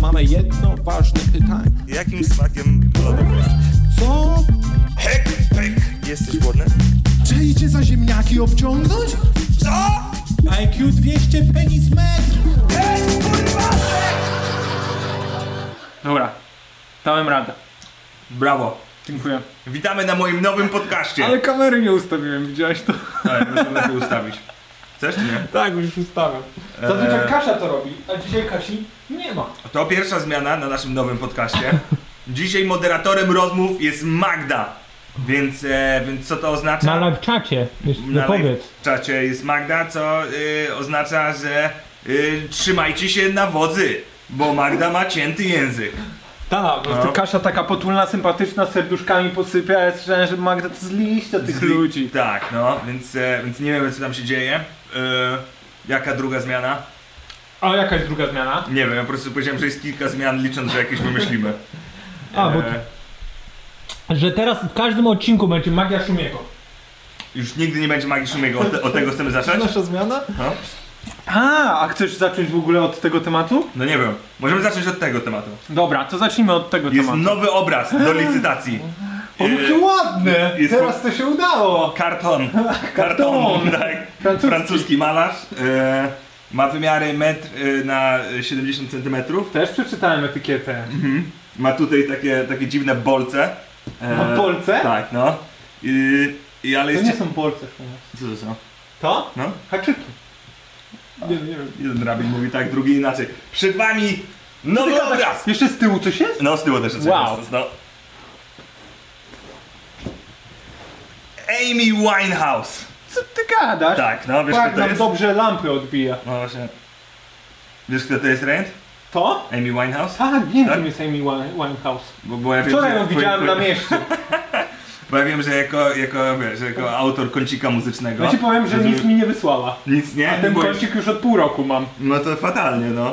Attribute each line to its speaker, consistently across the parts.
Speaker 1: mamy jedno ważne pytanie.
Speaker 2: Jakim smakiem lodów jesteś?
Speaker 1: Co?
Speaker 2: Hek, hek. Jesteś głodny?
Speaker 3: Czy idzie za ziemniaki obciągnąć?
Speaker 2: Co?
Speaker 1: IQ 200 penis metr!
Speaker 4: Dobra, dałem radę.
Speaker 2: Brawo.
Speaker 4: Dziękuję.
Speaker 2: Witamy na moim nowym podcaście.
Speaker 4: Ale kamery nie ustawiłem, widziałeś to?
Speaker 2: Ale muszę lepiej ustawić. Chcesz czy nie? Eee,
Speaker 4: Tak, już ustawiam. Zazwyczaj Kasia to robi, a dzisiaj Kasi nie ma.
Speaker 2: To pierwsza zmiana na naszym nowym podcaście. Dzisiaj moderatorem rozmów jest Magda. Więc, e, więc co to oznacza?
Speaker 5: Na live czacie, jeszcze
Speaker 2: Na
Speaker 5: powiedz.
Speaker 2: live czacie jest Magda, co y, oznacza, że y, trzymajcie się na wodzy, bo Magda ma cięty język.
Speaker 4: Tak,
Speaker 2: No.
Speaker 4: Kasia taka potulna, sympatyczna, serduszkami posypia, ja słyszałem, że Magda to z liścia tych ludzi.
Speaker 2: Tak, no, więc, e, więc nie wiemy co tam się dzieje. Y, jaka druga zmiana?
Speaker 5: A jaka jest druga zmiana?
Speaker 2: Nie wiem, ja po prostu powiedziałem, że jest kilka zmian, licząc, że jakieś wymyślimy.
Speaker 5: A, bo-
Speaker 2: E,
Speaker 4: E,
Speaker 5: Że teraz w każdym odcinku będzie magia Szumiego.
Speaker 2: już nigdy nie będzie magii Szumiego, od, te, od tego chcemy zacząć?
Speaker 4: Nasza zmiana?
Speaker 2: No.
Speaker 4: A, a chcesz zacząć w ogóle od tego tematu?
Speaker 2: No nie wiem, możemy zacząć od tego tematu.
Speaker 4: Dobra, to zacznijmy od tego
Speaker 2: Jest no-
Speaker 4: tematu.
Speaker 2: nowy obraz do licytacji.
Speaker 4: O,
Speaker 2: E,
Speaker 4: jakie ładne!
Speaker 2: jest-
Speaker 4: Teraz to się udało!
Speaker 2: Karton. Karton,
Speaker 4: Karton.
Speaker 2: tak.
Speaker 4: Francuski.
Speaker 2: Francuski malarz. E, ma wymiary metr e, na 70 cm.
Speaker 4: Też przeczytałem etykietę.
Speaker 2: Mhm. Ma tutaj takie, takie dziwne bolce. E,
Speaker 4: Ma bolce?
Speaker 2: Tak, no. I, i ale
Speaker 4: To
Speaker 2: jest...
Speaker 4: nie są Polce.
Speaker 2: Co to są?
Speaker 4: To?
Speaker 2: No.
Speaker 4: Haczyki. Nie wiem, nie wiem.
Speaker 2: Jeden rabin mówi tak, drugi inaczej. Przed wami nowy obraz!
Speaker 4: Jeszcze z tyłu coś jest?
Speaker 2: No, z tyłu też jest.
Speaker 4: tak- Wow.
Speaker 2: No. Amy Winehouse.
Speaker 4: Co ty gadasz?
Speaker 2: Tak, no, wiesz
Speaker 4: Tak,
Speaker 2: kto to
Speaker 4: nam
Speaker 2: jest?
Speaker 4: dobrze lampy odbija.
Speaker 2: No właśnie. Wiesz kto to jest Rand?
Speaker 4: To?
Speaker 2: Amy Winehouse?
Speaker 4: Tak, wiem,
Speaker 2: Tak?
Speaker 4: kim jest Amy Wine- Winehouse.
Speaker 2: Bo, bo ja wiem,
Speaker 4: Wczoraj
Speaker 2: że
Speaker 4: ją
Speaker 2: twoi-
Speaker 4: widziałem
Speaker 2: twoi-
Speaker 4: na mieście.
Speaker 2: Bo ja wiem, że jako, jako, wiesz, jako autor kącika muzycznego.
Speaker 4: Ja ci powiem, że nic mi nie wysłała.
Speaker 2: Nic nie?
Speaker 4: A ten
Speaker 2: No. E, Bo-
Speaker 4: kącik już od pół roku mam.
Speaker 2: No to fatalnie, no.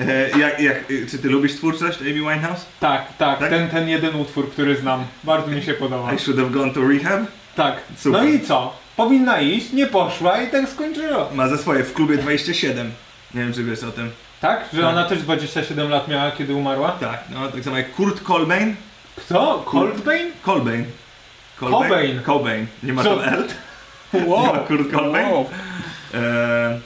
Speaker 2: E, jak, jak, e, czy ty lubisz twórczość Amy Winehouse?
Speaker 4: Tak, tak,
Speaker 2: Tak?
Speaker 4: Ten, ten jeden utwór, który znam. Bardzo mi się podoba.
Speaker 2: I should have gone to rehab?
Speaker 4: Tak.
Speaker 2: Super.
Speaker 4: No i co? Powinna iść, nie poszła i tak skończyła.
Speaker 2: Ma za swoje w klubie 27. Nie wiem, czy wiesz o tym.
Speaker 4: Tak? Że ona też 27 lat miała, kiedy umarła?
Speaker 2: Tak, no tak samo jak Kurt Colbain.
Speaker 4: Kto? Coldbane?
Speaker 2: Colbain.
Speaker 4: Cobain.
Speaker 2: Cobain. Nie ma
Speaker 4: Co?
Speaker 2: tam L.
Speaker 4: Wow.
Speaker 2: Kurt Cobain?
Speaker 4: Wow.
Speaker 2: E,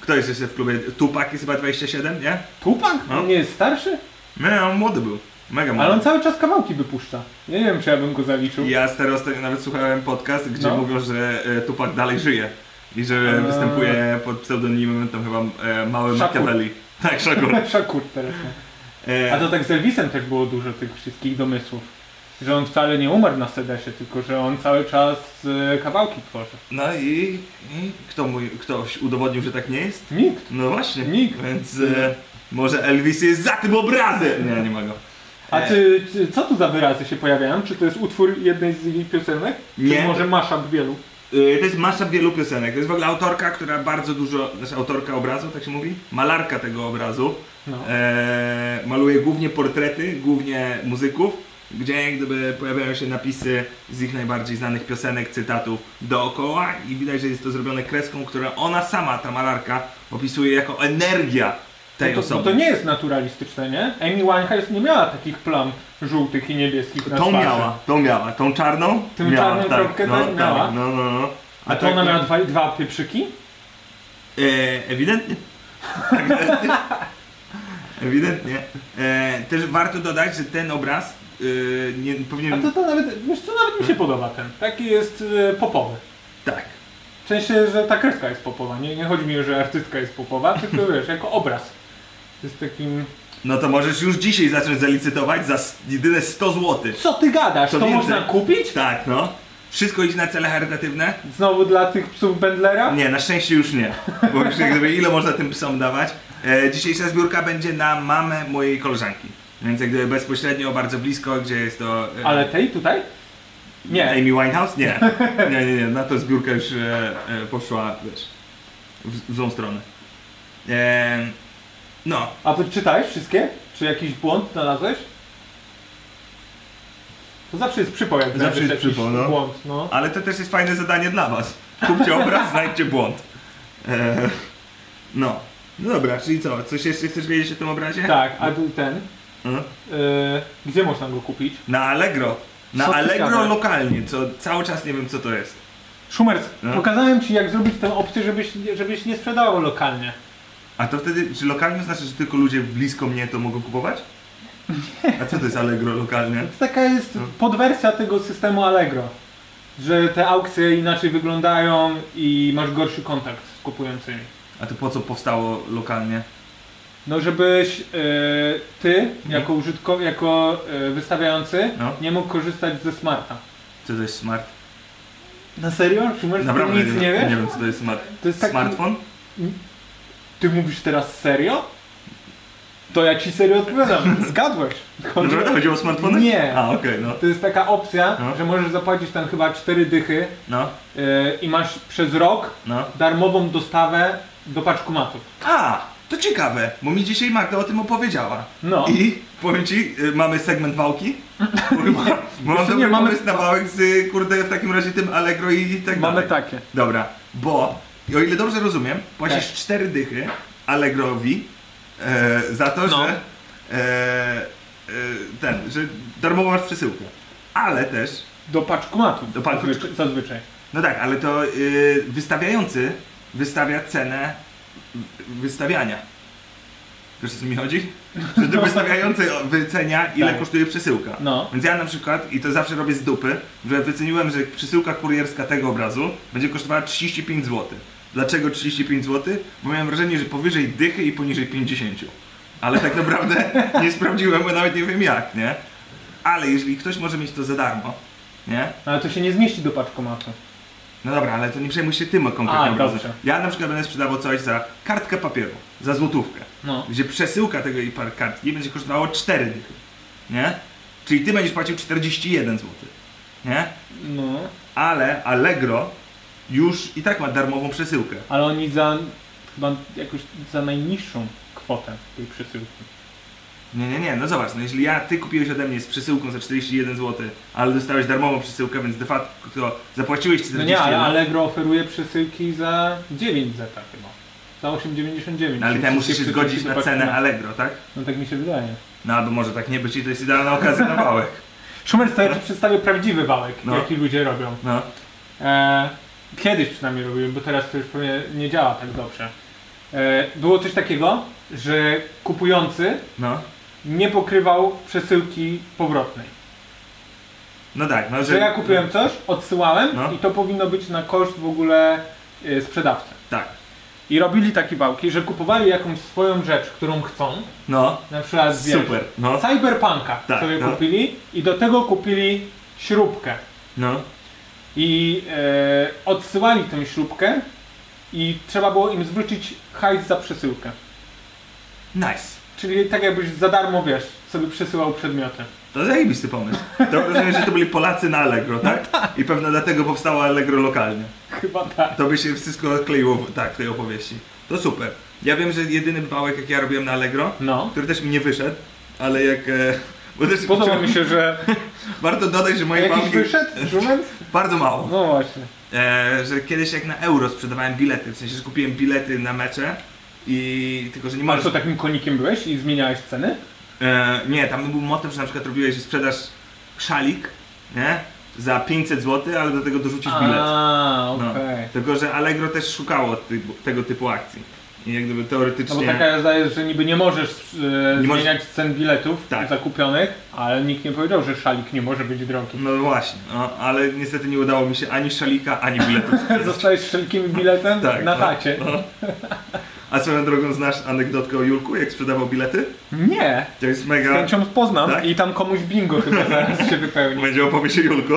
Speaker 2: kto jest jeszcze w klubie? Tupac jest chyba 27, nie?
Speaker 4: Tupac?
Speaker 2: No.
Speaker 4: On nie jest starszy?
Speaker 2: Nie, on młody był. Mega młody.
Speaker 4: Ale on cały czas kawałki wypuszcza. Nie wiem, czy ja bym go zaliczył.
Speaker 2: Ja stary ostatnio nawet słuchałem podcast, gdzie
Speaker 4: No.
Speaker 2: mówią, że e, Tupac dalej żyje. I że
Speaker 4: Eee.
Speaker 2: występuje pod pseudonimem tam chyba e, Mały
Speaker 4: Szakur.
Speaker 2: Machiavelli. Tak, Szakur.
Speaker 4: Lepsza kurt teraz. no.
Speaker 2: E,
Speaker 4: A to tak z Elvisem też było dużo tych wszystkich domysłów. Że on wcale nie umarł na sedesie, tylko że on cały czas e, kawałki tworzy.
Speaker 2: No i, i kto mój, ktoś udowodnił, że tak nie jest?
Speaker 4: Nikt.
Speaker 2: No właśnie.
Speaker 4: Nikt.
Speaker 2: Więc e, może Elvis jest za tym obrazem! Nie, nie ma go.
Speaker 4: A
Speaker 2: E.
Speaker 4: ty, ty, co tu za wyrazy się pojawiają? Czy to jest utwór jednej z jej piosenek?
Speaker 2: Nie.
Speaker 4: Czy może mashup wielu?
Speaker 2: E, to jest masza wielu piosenek. To jest w ogóle autorka, która bardzo dużo, znaczy autorka obrazu, tak się mówi? Malarka tego obrazu.
Speaker 4: No.
Speaker 2: E, maluje głównie portrety, głównie muzyków, gdzie jak gdyby pojawiają się napisy z ich najbardziej znanych piosenek, cytatów dookoła i widać, że jest to zrobione kreską, którą ona sama, ta malarka, opisuje jako energia tej
Speaker 4: No to,
Speaker 2: osoby.
Speaker 4: no to nie jest naturalistyczne, nie? Amy Winehouse nie miała takich plam żółtych i niebieskich na
Speaker 2: Tą
Speaker 4: twarzy.
Speaker 2: miała, tą miała, tą czarną?
Speaker 4: Tą
Speaker 2: miała,
Speaker 4: czarną kropkę,
Speaker 2: no,
Speaker 4: tak, miała.
Speaker 2: no, no, no.
Speaker 4: A to
Speaker 2: tak-
Speaker 4: ona miała dwa, dwa pieprzyki?
Speaker 2: E, ewidentnie. Ewidentnie. Ewidentnie. E, też warto dodać, że ten obraz e, nie powinien...
Speaker 4: A to, to nawet, wiesz co, nawet mi się podoba ten. Taki jest e, popowy.
Speaker 2: Tak.
Speaker 4: W sensie, że ta kreska jest popowa. Nie, nie chodzi mi, że artystka jest popowa, tylko wiesz, jako obraz. Jest takim...
Speaker 2: No to możesz już dzisiaj zacząć zalicytować za s- jedyne 100 zł.
Speaker 4: Co ty gadasz?
Speaker 2: Co
Speaker 4: to
Speaker 2: więcej?
Speaker 4: można kupić?
Speaker 2: Tak, no. Wszystko idzie na cele charytatywne?
Speaker 4: Znowu dla tych psów Bendlera?
Speaker 2: Nie, na szczęście już nie. Bo już jak gdyby ile można tym psom dawać. E, dzisiejsza zbiórka będzie na mamę mojej koleżanki. Więc jak gdyby bezpośrednio, bardzo blisko, gdzie jest to... e,
Speaker 4: Ale tej tutaj? Nie.
Speaker 2: Amy Winehouse? Nie. Nie, nie, nie. Na to zbiórka już e, e, poszła, wiesz, w, w złą stronę. E, no,
Speaker 4: A to czytałeś wszystkie? Czy jakiś błąd znalazłeś? To zawsze jest przypał, jak
Speaker 2: Zawsze
Speaker 4: znajdziesz
Speaker 2: jest
Speaker 4: jakiś
Speaker 2: przypał, no.
Speaker 4: błąd, no.
Speaker 2: ale to też jest fajne zadanie dla was. Kupcie obraz, znajdźcie błąd. E, Eee, no. No dobra, czyli co? Coś jeszcze chcesz wiedzieć o tym obrazie?
Speaker 4: Tak, a był ten.
Speaker 2: Mhm.
Speaker 4: Y, gdzie można go kupić?
Speaker 2: Na Allegro. Na
Speaker 4: Co
Speaker 2: Allegro
Speaker 4: ciekawe.
Speaker 2: lokalnie, co cały czas nie wiem co to jest.
Speaker 4: Szumers,
Speaker 2: No.
Speaker 4: pokazałem ci jak zrobić tę opcję, żebyś, żebyś nie sprzedawał lokalnie.
Speaker 2: A to wtedy, czy lokalnie znaczy, że tylko ludzie blisko mnie to mogą kupować? A co to jest Allegro lokalnie?
Speaker 4: To taka jest
Speaker 2: No.
Speaker 4: podwersja tego systemu Allegro. Że te aukcje inaczej wyglądają i masz gorszy kontakt z kupującymi.
Speaker 2: A to po co powstało lokalnie?
Speaker 4: No żebyś y, ty,
Speaker 2: Hmm.
Speaker 4: jako użytkow, jako y, wystawiający,
Speaker 2: No.
Speaker 4: nie mógł korzystać ze smarta.
Speaker 2: Co to jest smart?
Speaker 4: Na serio? Szumers, ty
Speaker 2: Naprawdę
Speaker 4: nic nie wiesz? Tak,
Speaker 2: nie wiem co to jest smart.
Speaker 4: To jest taki-
Speaker 2: Smartfon?
Speaker 4: Ty mówisz teraz serio? To ja ci serio odpowiadam. Zgadłeś. Chodzi...
Speaker 2: Naprawdę chodziło o smartfony?
Speaker 4: Nie.
Speaker 2: A, okej, no.
Speaker 4: To jest taka opcja,
Speaker 2: No.
Speaker 4: że możesz zapłacić tam chyba cztery dychy
Speaker 2: No,
Speaker 4: yy, i masz przez rok
Speaker 2: no.
Speaker 4: darmową dostawę do paczkomatów.
Speaker 2: A, to ciekawe, bo mi dzisiaj Magda o tym opowiedziała.
Speaker 4: No.
Speaker 2: I powiem ci, y, mamy segment wałki. Bo mam
Speaker 4: Jeszcze
Speaker 2: dobry
Speaker 4: nie, mamy-
Speaker 2: pomysł na wałek z, y, kurde, w takim razie tym Allegro i tak
Speaker 4: Mamy
Speaker 2: dalej.
Speaker 4: takie.
Speaker 2: Dobra, bo o ile dobrze rozumiem, płacisz
Speaker 4: Tak.
Speaker 2: cztery dychy Allegrowi e, za to,
Speaker 4: No.
Speaker 2: że e, e, ten, że darmowo masz przesyłkę. Ale też,
Speaker 4: Do paczkomatów.
Speaker 2: Do paczku-
Speaker 4: zazwyczaj- Zazwyczaj.
Speaker 2: no tak, ale to y, wystawiający wystawia cenę wystawiania. Wiesz o co mi chodzi? Że to wystawiający wycenia ile
Speaker 4: No. Tak.
Speaker 2: kosztuje przesyłka.
Speaker 4: No.
Speaker 2: Więc ja na przykład, i to zawsze robię z dupy, że wyceniłem, że przesyłka kurierska tego obrazu będzie kosztowała 35 zł. Dlaczego 35 zł? Bo miałem wrażenie, że powyżej dychy i poniżej 50. Ale tak naprawdę nie sprawdziłem, bo nawet nie wiem jak, nie? Ale jeżeli ktoś może mieć to za darmo, nie?
Speaker 4: No, Ale to się nie zmieści do paczkomatu.
Speaker 2: No dobra, ale to nie przejmuj się tym konkretnie
Speaker 4: A,
Speaker 2: obrazem.
Speaker 4: dobrze.
Speaker 2: Ja na przykład będę sprzedawał coś za kartkę papieru, za złotówkę,
Speaker 4: No.
Speaker 2: gdzie przesyłka tego i par kartki będzie kosztowało 4 dychy, nie? Czyli ty będziesz płacił 41 zł, nie?
Speaker 4: No.
Speaker 2: ale Allegro już i tak ma darmową przesyłkę.
Speaker 4: Ale oni za chyba jakoś za najniższą kwotę tej przesyłki.
Speaker 2: Nie, nie, nie, no zobacz, no jeżeli ja, ty kupiłeś ode mnie z przesyłką za 41 zł, ale dostałeś darmową przesyłkę, więc de facto zapłaciłeś
Speaker 4: No nie,
Speaker 2: 41
Speaker 4: ale Allegro oferuje przesyłki za 9 zeta chyba. Za 8,99.
Speaker 2: No ale ty
Speaker 4: Czyli
Speaker 2: musisz się
Speaker 4: wszystkie
Speaker 2: zgodzić
Speaker 4: przesyłki
Speaker 2: na
Speaker 4: do
Speaker 2: cenę
Speaker 4: paczkomatu.
Speaker 2: Allegro, tak?
Speaker 4: No tak mi się wydaje.
Speaker 2: No albo może tak nie być i to jest idealna okazja na wałek.
Speaker 4: Schumer to ja ci przedstawię prawdziwy wałek,
Speaker 2: No.
Speaker 4: jaki ludzie robią.
Speaker 2: No,
Speaker 4: E, kiedyś przynajmniej robiłem, bo teraz to już pewnie nie działa tak dobrze. E, było coś takiego, że kupujący
Speaker 2: no,
Speaker 4: nie pokrywał przesyłki powrotnej.
Speaker 2: no tak, no że...
Speaker 4: Że ja kupiłem coś, odsyłałem
Speaker 2: No.
Speaker 4: i to powinno być na koszt w ogóle y, sprzedawcy.
Speaker 2: Tak,
Speaker 4: I robili takie wałki, że kupowali jakąś swoją rzecz, którą chcą,
Speaker 2: no,
Speaker 4: na przykład wiesz,
Speaker 2: super, no,
Speaker 4: Cyberpunka
Speaker 2: Tak,
Speaker 4: sobie
Speaker 2: no.
Speaker 4: kupili i do tego kupili śrubkę.
Speaker 2: no,
Speaker 4: I e, odsyłali tę śrubkę i trzeba było im zwrócić hajs za przesyłkę.
Speaker 2: nice.
Speaker 4: Czyli tak jakbyś za darmo, wiesz, sobie przesyłał przedmioty.
Speaker 2: To zajebisty pomysł. To rozumiem, że to byli Polacy na Allegro,
Speaker 4: No
Speaker 2: tak? I pewno dlatego powstało Allegro lokalnie.
Speaker 4: Chyba tak.
Speaker 2: To by się wszystko kleiło w- tak, w tej opowieści. To super. Ja wiem, że jedyny bałek, jak ja robiłem na Allegro,
Speaker 4: No.
Speaker 2: który też mi nie wyszedł, ale jak... E, bo też
Speaker 4: Podoba mi się, że
Speaker 2: Warto dodać, że moje
Speaker 4: jakiś
Speaker 2: bałki...
Speaker 4: wyszedł żument?
Speaker 2: Bardzo mało.
Speaker 4: No właśnie.
Speaker 2: E, że kiedyś jak na euro sprzedawałem bilety, w sensie, że kupiłem bilety na mecze i tylko, że nie
Speaker 4: A
Speaker 2: możesz...
Speaker 4: co, takim konikiem byłeś i zmieniałeś ceny?
Speaker 2: E, nie, tam był motyw, że na przykład robiłeś, że sprzedasz szalik, nie? Za 500 zł, ale do tego dorzucisz bilet.
Speaker 4: A,
Speaker 2: No.
Speaker 4: okej.
Speaker 2: Tylko, że Allegro też szukało typu, tego typu akcji. I jak gdyby
Speaker 4: No bo
Speaker 2: teoretycznie...
Speaker 4: taka jazda jest, że niby nie możesz e,
Speaker 2: Nie możesz-
Speaker 4: zmieniać cen biletów
Speaker 2: Tak.
Speaker 4: zakupionych, ale nikt nie powiedział, że szalik nie może być drogi.
Speaker 2: No właśnie, no, ale niestety nie udało mi się ani szalika, ani biletu.
Speaker 4: Zostajesz z szalikim biletem
Speaker 2: Mm. Tak,
Speaker 4: na
Speaker 2: no.
Speaker 4: chacie.
Speaker 2: A swoją drogą znasz anegdotkę o Julku, jak sprzedawał bilety?
Speaker 4: Nie,
Speaker 2: To jest
Speaker 4: z
Speaker 2: mega...
Speaker 4: chęcią poznam
Speaker 2: Tak?
Speaker 4: i tam komuś bingo chyba zaraz się wypełni.
Speaker 2: Będzie opowieść o Julku.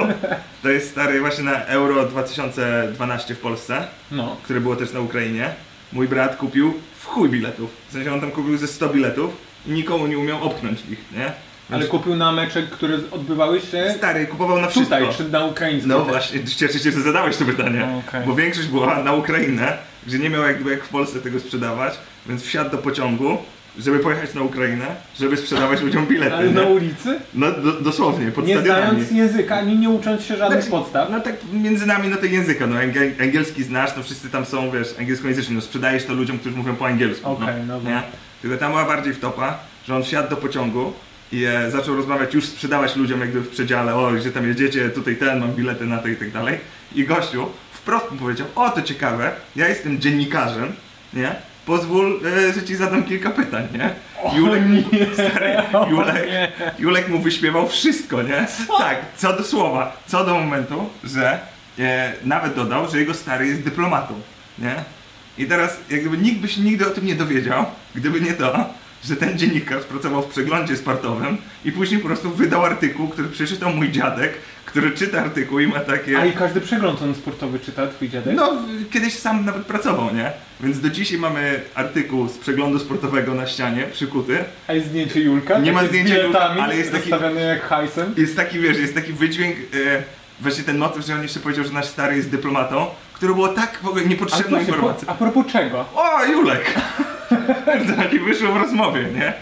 Speaker 2: To jest stary właśnie na Euro 2012 w Polsce,
Speaker 4: No.
Speaker 2: które było też na Ukrainie. Mój brat kupił w chuj biletów. W sensie on tam kupił ze 100 biletów i nikomu nie umiał opchnąć ich, nie?
Speaker 4: Ale kupił nameczek, które odbywały się
Speaker 2: Stary, kupował na wszystko.
Speaker 4: E, tutaj, czy na ukraińskim.
Speaker 2: No
Speaker 4: też.
Speaker 2: właśnie, cieszę się, że zadałeś to pytanie,
Speaker 4: Okej.
Speaker 2: bo większość była na Ukrainę, gdzie nie miał jakby jak w Polsce tego sprzedawać, więc wsiadł do pociągu, żeby pojechać na Ukrainę, żeby sprzedawać ludziom bilety.
Speaker 4: Ale
Speaker 2: nie?
Speaker 4: na ulicy?
Speaker 2: No do, dosłownie, pod
Speaker 4: Nie
Speaker 2: stadionami.
Speaker 4: znając języka, ani nie ucząc się żadnych
Speaker 2: Znaczy,
Speaker 4: podstaw.
Speaker 2: No tak między nami no to języka, no angiel, angielski znasz, no wszyscy tam są, wiesz, angielskojęzyczni, no sprzedajesz to ludziom, którzy mówią po angielsku.
Speaker 4: Okej,
Speaker 2: no,
Speaker 4: dobra.
Speaker 2: nie? Tylko tam była bardziej wtopa, że on wsiadł do pociągu i e, zaczął rozmawiać, już sprzedawać ludziom jakby w przedziale, o, gdzie tam jedziecie, tutaj ten, mam bilety na to i tak dalej. I gościu wprost mu powiedział, o to ciekawe, ja jestem dziennikarzem, nie? Pozwól, e, że ci zadam kilka pytań, nie? Julek, stary, Julek, Julek mu wyśpiewał wszystko, nie? Tak, co do słowa, co do momentu, że e, nawet dodał, że jego stary jest dyplomatą, nie? I teraz jak gdyby nikt by się nigdy o tym nie dowiedział, gdyby nie to, że ten dziennikarz pracował w przeglądzie sportowym i później po prostu wydał artykuł, który przeczytał mój dziadek, który czyta artykuł i ma takie...
Speaker 4: A i każdy przegląd on sportowy czyta, twój dziadek?
Speaker 2: No, w- kiedyś sam nawet pracował, nie? Więc do dzisiaj mamy artykuł z przeglądu sportowego na ścianie, przykuty.
Speaker 4: A jest zdjęcie Julka?
Speaker 2: Nie ma
Speaker 4: Takie z
Speaker 2: zdjęcia Julka,
Speaker 4: biletami,
Speaker 2: ale jest taki-
Speaker 4: rozstawione jak hajsem.
Speaker 2: Jest taki, wiesz, jest taki wydźwięk, e, właśnie ten motyw, że on jeszcze powiedział, że nasz stary jest dyplomatą, który było tak w ogóle
Speaker 4: Ale
Speaker 2: niepotrzebną
Speaker 4: właśnie, po,
Speaker 2: informacją.
Speaker 4: a propos czego?
Speaker 2: O, Julek! Taki wyszło w rozmowie, nie?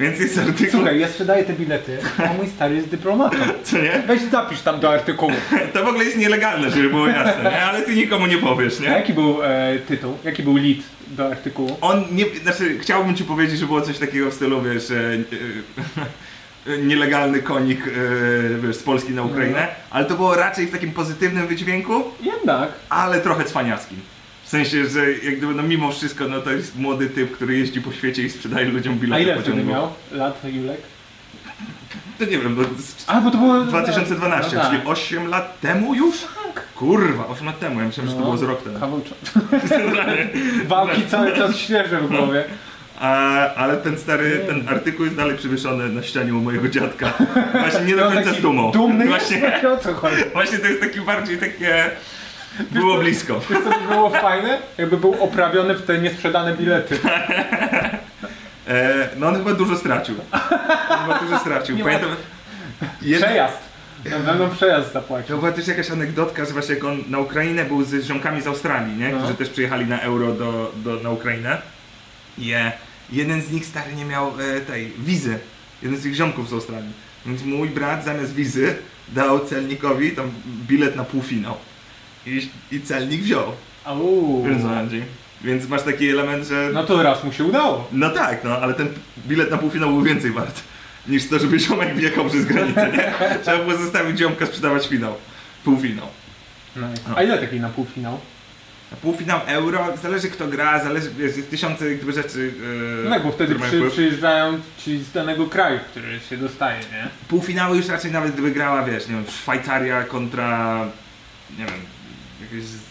Speaker 2: Więc jest artykuł,
Speaker 4: Słuchaj, ja sprzedaję te bilety, a mój stary jest dyplomatą.
Speaker 2: co nie?
Speaker 4: Weź zapisz tam do artykułu.
Speaker 2: To w ogóle jest nielegalne, żeby było jasne, nie? Ale ty nikomu nie powiesz,
Speaker 4: A
Speaker 2: nie?
Speaker 4: jaki był e, tytuł? Jaki był lead do artykułu?
Speaker 2: On nie, znaczy chciałbym ci powiedzieć, że było coś takiego w stylu, wiesz, e, e, nielegalny konik e, wiesz, z Polski na
Speaker 4: No,
Speaker 2: Ukrainę, ale to było raczej w takim pozytywnym wydźwięku,
Speaker 4: Jednak.
Speaker 2: ale trochę cwaniackim. W sensie, że jak gdyby, no mimo wszystko, no to jest młody typ, który jeździ po świecie i sprzedaje ludziom bilety
Speaker 4: A ile
Speaker 2: pociągu.
Speaker 4: wtedy miał lat Julek?
Speaker 2: To nie wiem, bo z-
Speaker 4: A, bo to było...
Speaker 2: 2012,
Speaker 4: No tak.
Speaker 2: czyli 8 lat temu już? Kurwa, 8 lat temu, ja myślałem, że to
Speaker 4: No.
Speaker 2: było z rok temu.
Speaker 4: Kawał czasu. Wałki cały czas świeże w głowie.
Speaker 2: A, ale ten stary, ten artykuł jest dalej przywieszony na ścianie u mojego dziadka. Właśnie nie do
Speaker 4: Miał
Speaker 2: końca
Speaker 4: taki
Speaker 2: z dumą.
Speaker 4: Dumny
Speaker 2: Właśnie,
Speaker 4: Właśnie. o co chodzi?
Speaker 2: właśnie to jest taki bardziej takie... Było blisko.
Speaker 4: Wiesz co by było fajne? Jakby był oprawiony w te niesprzedane bilety.
Speaker 2: E, no on chyba dużo stracił. On chyba dużo stracił.
Speaker 4: Nie ma-
Speaker 2: Pamiętam... Jedna-
Speaker 4: Przejazd. Na pewno przejazd
Speaker 2: To
Speaker 4: zapłacił.
Speaker 2: była też jakaś anegdotka, że właśnie jak on na Ukrainę był z ziomkami z Australii, nie?
Speaker 4: No.
Speaker 2: Którzy też przyjechali na euro do, do, na Ukrainę. I e, jeden z nich stary nie miał e, tej wizy. Jeden z ich ziomków z Australii. Więc mój brat zamiast wizy dał celnikowi tam bilet na półfinał. I, i celnik wziął.
Speaker 4: Au.
Speaker 2: Wiesz co chodzi? Więc masz taki element, że...
Speaker 4: No to raz mu się udało.
Speaker 2: No tak, no, ale ten bilet na półfinał był więcej wart niż to, żeby ziomek wjechał przez granicę, nie? Trzeba było zostawić ziomka sprzedawać finał. Półfinał.
Speaker 4: Nice. No
Speaker 2: No.
Speaker 4: A ile takiej na półfinał?
Speaker 2: Na Półfinał euro, zależy kto gra, zależy, wiesz, jest tysiące jakby rzeczy. Yy,
Speaker 4: No tak, bo wtedy
Speaker 2: które mają
Speaker 4: przy,
Speaker 2: wpływ.
Speaker 4: przyjeżdżają ci z danego kraju, który się dostaje, nie?
Speaker 2: Półfinały już raczej nawet gdyby grała, wiesz, nie wiem, Szwajcaria kontra, nie wiem, jakieś z-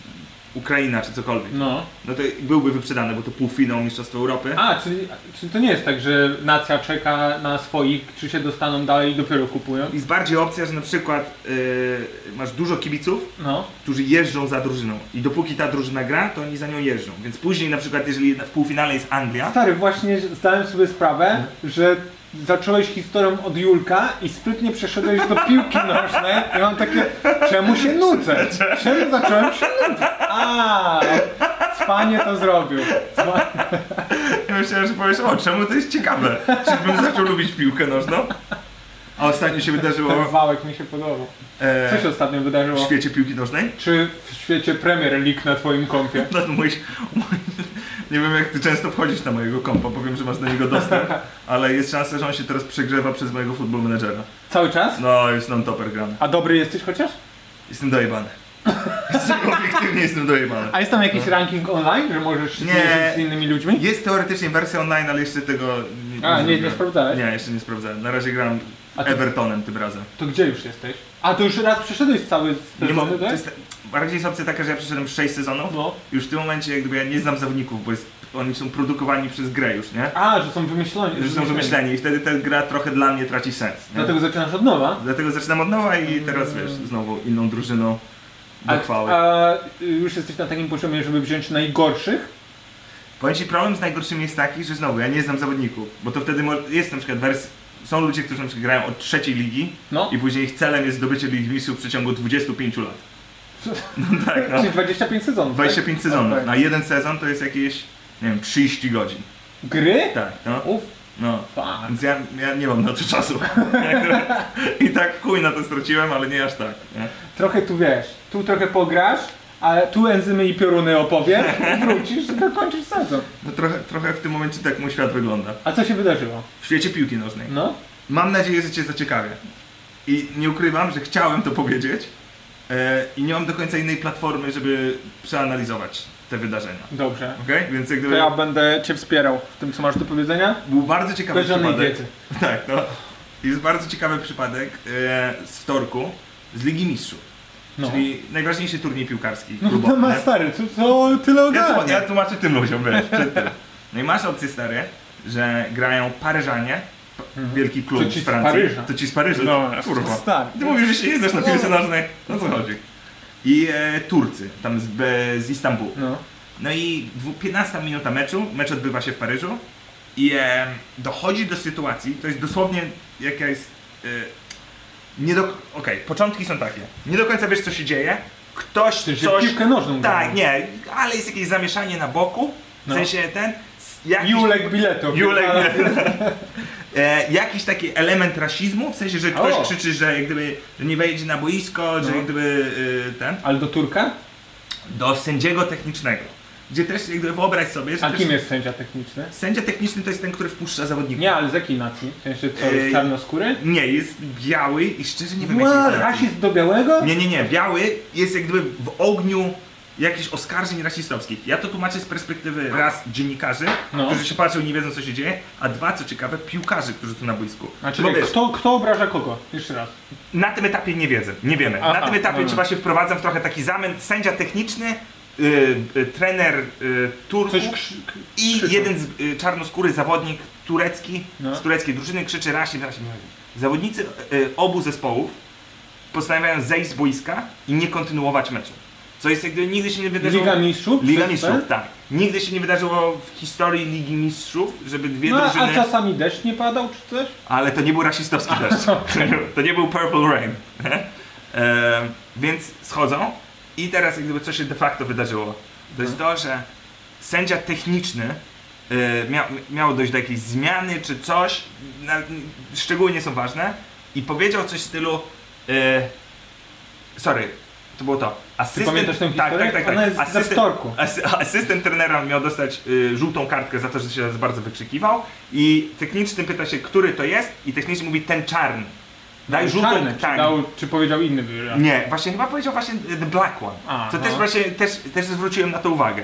Speaker 2: Ukraina czy cokolwiek.
Speaker 4: No.
Speaker 2: No to byłby wyprzedany, bo to półfinał Mistrzostwa Europy.
Speaker 4: A, czyli, czyli to nie jest tak, że nacja czeka na swoich, czy się dostaną dalej i dopiero kupują?
Speaker 2: Jest bardziej opcja, że na przykład yy, masz dużo kibiców,
Speaker 4: No.
Speaker 2: którzy jeżdżą za drużyną i dopóki ta drużyna gra, to oni za nią jeżdżą. Więc później na przykład, jeżeli w półfinale jest Anglia,
Speaker 4: Stary, właśnie zdałem sobie sprawę, że zacząłeś historią od Julka i sprytnie przeszedłeś do piłki nożnej i mam takie, czemu się nudzę? Czemu zacząłem się nudzić? A, Spanie to zrobił. Cwanie.
Speaker 2: Ja myślałem, że powiesz, o czemu to jest ciekawe, żebym zaczął lubić piłkę nożną. A ostatnio się
Speaker 4: Ten
Speaker 2: wydarzyło
Speaker 4: wałek mi się podobał. Tak. Co
Speaker 2: e,
Speaker 4: się ostatnio
Speaker 2: w
Speaker 4: wydarzyło?
Speaker 2: świecie piłki nożnej.
Speaker 4: Czy w świecie Premier League na twoim kompie?
Speaker 2: No to mój, mój, nie wiem jak ty często wchodzisz na mojego kompa, powiem, że masz do niego dostęp, ale jest szansa, że on się teraz przegrzewa przez mojego football managera.
Speaker 4: Cały czas?
Speaker 2: No, jest non-topper grany.
Speaker 4: A dobry jesteś chociaż?
Speaker 2: Jestem dojebany. Jestem, obiektywnie jestem dojebany.
Speaker 4: A jest tam jakiś ranking online, że możesz się
Speaker 2: Nie.
Speaker 4: zmierzyć z innymi ludźmi?
Speaker 2: Jest teoretycznie wersja online, ale jeszcze tego nie,
Speaker 4: A, nie- nie
Speaker 2: zrobiłem.
Speaker 4: sprawdzałeś?
Speaker 2: Nie, jeszcze nie sprawdzałem. Na razie gram
Speaker 4: A ty-
Speaker 2: Evertonem tym razem.
Speaker 4: To gdzie już jesteś? A, to już raz przeszedłeś cały...
Speaker 2: Nie mam,
Speaker 4: sezon,
Speaker 2: to
Speaker 4: tak?
Speaker 2: jest, bardziej jest opcja taka, że ja przeszedłem 6 sezonów.
Speaker 4: No.
Speaker 2: Już w tym momencie jak gdyby ja nie znam zawodników, bo jest, oni są produkowani przez grę już, nie?
Speaker 4: A, że są wymyśloni.
Speaker 2: Już są wymyśleni i wtedy ta gra trochę dla mnie traci sens. Nie?
Speaker 4: Dlatego zaczynasz od nowa.
Speaker 2: Dlatego zaczynam od nowa i teraz wiesz, znowu inną drużyną do chwały.
Speaker 4: a y, już jesteś na takim poziomie, żeby wziąć najgorszych?
Speaker 2: Powiem ci, problem z najgorszym jest taki, że znowu ja nie znam zawodników, bo to wtedy mo- jest na przykład wers... Są ludzie, którzy na przykład grają od trzeciej ligi
Speaker 4: No.
Speaker 2: i później ich celem jest zdobycie Ligi Mistrzów w przeciągu 25 lat. No tak, no.
Speaker 4: Czyli 25 sezonów. tak?
Speaker 2: 25 sezonów.
Speaker 4: Okej.
Speaker 2: Na jeden sezon to jest jakieś, nie wiem, 30 godzin.
Speaker 4: Tak? Gry?
Speaker 2: Tak, no.
Speaker 4: Uff,
Speaker 2: No.
Speaker 4: fuck.
Speaker 2: Więc ja, ja nie mam na to czasu. I tak w chuj na to straciłem, ale nie aż tak. Nie?
Speaker 4: Trochę tu wiesz, tu trochę pograsz, a tu enzymy i pioruny opowiesz i wrócisz i dokończysz sezon.
Speaker 2: No trochę, trochę w tym momencie tak mój świat wygląda.
Speaker 4: A co się wydarzyło?
Speaker 2: W świecie piłki nożnej.
Speaker 4: No?
Speaker 2: Mam nadzieję, że Cię zaciekawię. I nie ukrywam, że chciałem to powiedzieć e, i nie mam do końca innej platformy, żeby przeanalizować te wydarzenia.
Speaker 4: Dobrze.
Speaker 2: Okej? Więc jak
Speaker 4: To
Speaker 2: gdyby
Speaker 4: ja będę cię wspierał w tym, co masz do powiedzenia.
Speaker 2: był bardzo ciekawy
Speaker 4: Bez żadnej
Speaker 2: przypadek.
Speaker 4: wiedzy.
Speaker 2: Tak, no. Jest bardzo ciekawy przypadek e, z wtorku z Ligi Mistrzów.
Speaker 4: No.
Speaker 2: Czyli najważniejszy turniej piłkarski.
Speaker 4: No
Speaker 2: klubowy,
Speaker 4: to ma
Speaker 2: nie?
Speaker 4: stary, co, co tyle
Speaker 2: Ja, tłum- ja
Speaker 4: ogarnia?
Speaker 2: tłumaczę tym ludziom, wiesz, przed tym. No i masz opcję stary, że grają Paryżanie, p-
Speaker 4: Mhm.
Speaker 2: wielki klub
Speaker 4: To ci
Speaker 2: z
Speaker 4: z
Speaker 2: Francji.
Speaker 4: Paryża.
Speaker 2: To ci z Paryża.
Speaker 4: No,
Speaker 2: kurwa.
Speaker 4: stary.
Speaker 2: Ty mówisz, że się nie znasz na piłce nożnej. No co chodzi? I e, Turcy, tam z, Be- z Istanbulu.
Speaker 4: No.
Speaker 2: No i dwu- 15 minuta meczu, mecz odbywa się w Paryżu i e, dochodzi do sytuacji, to jest dosłownie jaka jest... E, nie do... Okej, początki są takie. Nie do końca wiesz co się dzieje, ktoś
Speaker 4: Czyli się w
Speaker 2: coś...
Speaker 4: piłkę nożną
Speaker 2: Tak,
Speaker 4: gra.
Speaker 2: nie, ale jest jakieś zamieszanie na boku, w
Speaker 4: No.
Speaker 2: sensie ten... s- Jakiś,
Speaker 4: Julek tak. biletów.
Speaker 2: Julek.
Speaker 4: Ale-
Speaker 2: e, jakiś taki element rasizmu, w sensie, że ktoś
Speaker 4: O.
Speaker 2: krzyczy, że jak gdyby że nie wejdzie na boisko, że
Speaker 4: No.
Speaker 2: jak gdyby e, ten...
Speaker 4: Ale do Turka?
Speaker 2: Do sędziego technicznego. Gdzie też jak gdyby wyobraź sobie, że
Speaker 4: A
Speaker 2: też...
Speaker 4: kim jest sędzia techniczny?
Speaker 2: Sędzia techniczny to jest ten, który wpuszcza zawodników.
Speaker 4: Nie, ale z jakiej nacji? W sensie co,
Speaker 2: Ej.
Speaker 4: jest czarnoskóry?
Speaker 2: Nie, jest biały i szczerze nie wiem jakiej
Speaker 4: Ła,
Speaker 2: jest racji.
Speaker 4: rasizm do białego?
Speaker 2: Nie, nie, nie, biały jest jak gdyby w ogniu jakichś oskarżeń rasistowskich. Ja to tłumaczę z perspektywy raz dziennikarzy,
Speaker 4: No.
Speaker 2: którzy się patrzą i nie wiedzą co się dzieje, a dwa, co ciekawe, piłkarzy, którzy są na boisku.
Speaker 4: A
Speaker 2: Bo
Speaker 4: czyli
Speaker 2: wiesz,
Speaker 4: kto, kto obraża kogo? Jeszcze raz.
Speaker 2: na tym etapie nie wiedzę, nie wiemy.
Speaker 4: Aha, no,
Speaker 2: na tym etapie
Speaker 4: dobra.
Speaker 2: trzeba się wprowadzać w trochę taki zamęt, sędzia techniczny, y, y, trener y, Turków
Speaker 4: Coś krzy... k-
Speaker 2: i
Speaker 4: krzyczą.
Speaker 2: jeden z, y, czarnoskóry zawodnik turecki
Speaker 4: No.
Speaker 2: z tureckiej drużyny krzyczy rasim, rasim, rasim. Zawodnicy y, obu zespołów postanawiają zejść z boiska i nie kontynuować meczu. Co jest jakby nigdy się nie wydarzyło...
Speaker 4: Liga Mistrzów?
Speaker 2: Liga
Speaker 4: Przez
Speaker 2: Mistrzów,
Speaker 4: ten?
Speaker 2: tak. Nigdy się nie wydarzyło w historii Ligi Mistrzów, żeby dwie
Speaker 4: No,
Speaker 2: drużyny...
Speaker 4: a czasami deszcz nie padał czy coś?
Speaker 2: Ale to nie był rasistowski deszcz.
Speaker 4: no.
Speaker 2: To nie, to nie był Purple Rain. e, więc schodzą i teraz jak gdyby co się de facto wydarzyło. To jest to, że sędzia techniczny e, miał, miał dojść do jakiejś zmiany czy coś, na, szczegóły nie są ważne i powiedział coś w stylu e, sorry, to było to. Asystent,
Speaker 4: pamiętasz tę
Speaker 2: tak,
Speaker 4: historię?
Speaker 2: tak, tak, tak.
Speaker 4: Ona jest ze wtorku.
Speaker 2: Asy, asystent trenera miał dostać y, żółtą kartkę za to, że się za bardzo wykrzykiwał i techniczny pyta się, który to jest i techniczny mówi ten czarny. Daj
Speaker 4: Dał
Speaker 2: żółtą
Speaker 4: czarny, czy,
Speaker 2: tak.
Speaker 4: dał, czy powiedział inny wyraz?
Speaker 2: Nie, właśnie chyba powiedział właśnie the black one.
Speaker 4: A,
Speaker 2: co
Speaker 4: no.
Speaker 2: też właśnie też, też zwróciłem na to uwagę.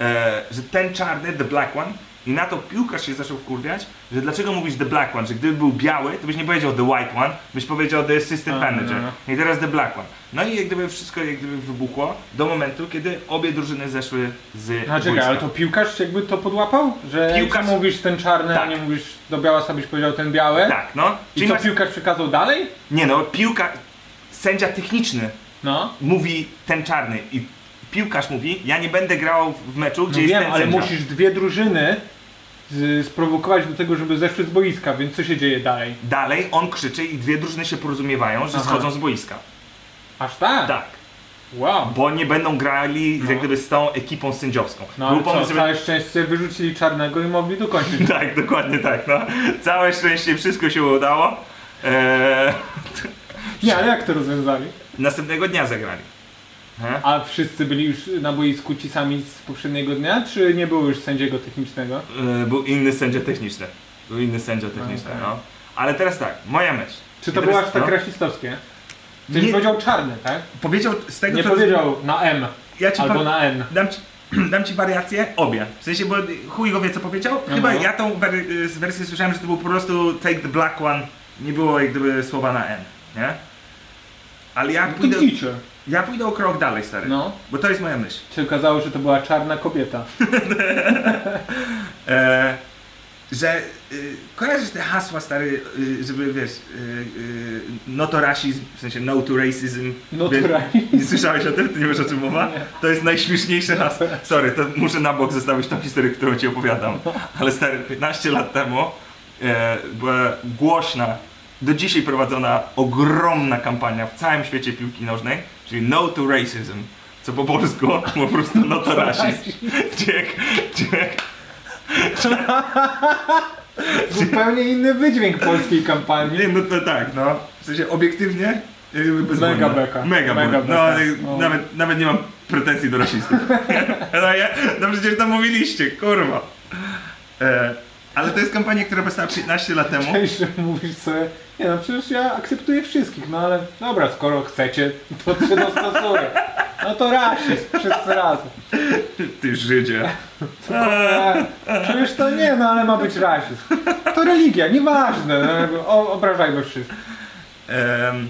Speaker 2: E, że ten czarny, the black one i na to piłkarz się zaczął wkurwiać, że dlaczego mówisz the black one, że gdyby był biały, to byś nie powiedział the white one, byś powiedział the assistant
Speaker 4: A,
Speaker 2: manager.
Speaker 4: no,
Speaker 2: I teraz the black one. No i jak gdyby wszystko jak gdyby wybuchło do momentu, kiedy obie drużyny zeszły z
Speaker 4: A czekaj,
Speaker 2: boiska.
Speaker 4: ale to piłkarz jakby to podłapał? Że
Speaker 2: Piłkarz-
Speaker 4: piłkarz... mówisz ten czarny,
Speaker 2: Tak.
Speaker 4: a nie mówisz do białasa byś powiedział ten biały?
Speaker 2: Tak, no.
Speaker 4: I
Speaker 2: Czyli
Speaker 4: co
Speaker 2: masz-
Speaker 4: piłkarz przekazał dalej?
Speaker 2: Nie no, piłka... Sędzia techniczny
Speaker 4: No.
Speaker 2: mówi ten czarny i piłkarz mówi, ja nie będę grał w meczu,
Speaker 4: No
Speaker 2: gdzie jest
Speaker 4: wiem,
Speaker 2: ten
Speaker 4: ale
Speaker 2: sędzia.
Speaker 4: musisz dwie drużyny z, sprowokować do tego, żeby zeszły z boiska, więc co się dzieje dalej?
Speaker 2: Dalej on krzyczy i dwie drużyny się porozumiewają, że
Speaker 4: Aha.
Speaker 2: schodzą z boiska.
Speaker 4: Aż tak?
Speaker 2: Tak.
Speaker 4: Wow.
Speaker 2: Bo nie będą grali z-
Speaker 4: No.
Speaker 2: jak gdyby z tą ekipą sędziowską.
Speaker 4: No ale
Speaker 2: Był
Speaker 4: co,
Speaker 2: pomysł, żeby-
Speaker 4: całe szczęście wyrzucili czarnego i mogli dokończyć.
Speaker 2: Tak, dokładnie tak. No. Całe szczęście wszystko się udało. Eee...
Speaker 4: Nie, ale jak to rozwiązali?
Speaker 2: Następnego dnia zagrali.
Speaker 4: A wszyscy byli już na boisku ci sami z poprzedniego dnia, czy nie było już sędziego technicznego?
Speaker 2: Eee, był inny sędzia techniczny. Był inny sędzia techniczny,
Speaker 4: Okej.
Speaker 2: no. Ale teraz tak, moja myśl.
Speaker 4: Czy
Speaker 2: I
Speaker 4: to
Speaker 2: teraz-
Speaker 4: było aż tak
Speaker 2: no.
Speaker 4: rasistowskie? Czyli
Speaker 2: Nie-
Speaker 4: powiedział czarny, tak?
Speaker 2: Powiedział z tego,
Speaker 4: Nie
Speaker 2: co...
Speaker 4: powiedział na M
Speaker 2: Ja ci
Speaker 4: albo
Speaker 2: powiem-
Speaker 4: na N.
Speaker 2: Dam ci, dam ci wariację, obie. W sensie, bo chuj go wie co powiedział. Chyba
Speaker 4: Mhm.
Speaker 2: ja tą wary- y, wersję słyszałem, że to był po prostu take the black one. Nie było jak gdyby słowa na N, nie? Ale ja pójdę,
Speaker 4: Widzicie.
Speaker 2: ja pójdę o krok dalej, stary.
Speaker 4: No.
Speaker 2: Bo to jest moja myśl.
Speaker 4: Się okazało, że to była czarna kobieta.
Speaker 2: E, że y, kojarzysz te hasła, stary, y, żeby wiesz, y, y, no to rasizm, w sensie no to racism.
Speaker 4: No
Speaker 2: Wie-
Speaker 4: to raj.
Speaker 2: Nie słyszałeś o tym? Ty nie wiesz o czym mowa?
Speaker 4: Nie.
Speaker 2: To jest najśmieszniejsze hasło. Sorry, to muszę na bok zostawić tą historię, którą ci opowiadam. Ale stary, 15 lat temu e, była głośna, do dzisiaj prowadzona ogromna kampania w całym świecie piłki nożnej, czyli no to racism.
Speaker 4: No
Speaker 2: Co po polsku po prostu no to rasizm. Gdzie, gdzie,
Speaker 4: Zupełnie inny wydźwięk polskiej kampanii.
Speaker 2: Nie, no to tak, no. W sensie obiektywnie. yy, bez
Speaker 4: Mega
Speaker 2: błędu.
Speaker 4: beka.
Speaker 2: Mega,
Speaker 4: Mega
Speaker 2: Mega
Speaker 4: beka.
Speaker 2: No, ale
Speaker 4: No.
Speaker 2: Nawet, nawet nie mam pretensji do rasistów. no, ja, no przecież to mówiliście, kurwa. E, ale to jest kampania, która powstała 15 lat temu.
Speaker 4: Cześć, że mówisz sobie, nie no przecież ja akceptuję wszystkich, no ale dobra, skoro chcecie, to się dostosuję. No to rasizm, wszyscy razem.
Speaker 2: Ty Żydzie.
Speaker 4: E, Przecież to nie, no ale ma być rasizm. To religia, nieważne, no, jakby o, obrażajmy wszystkich.
Speaker 2: Em,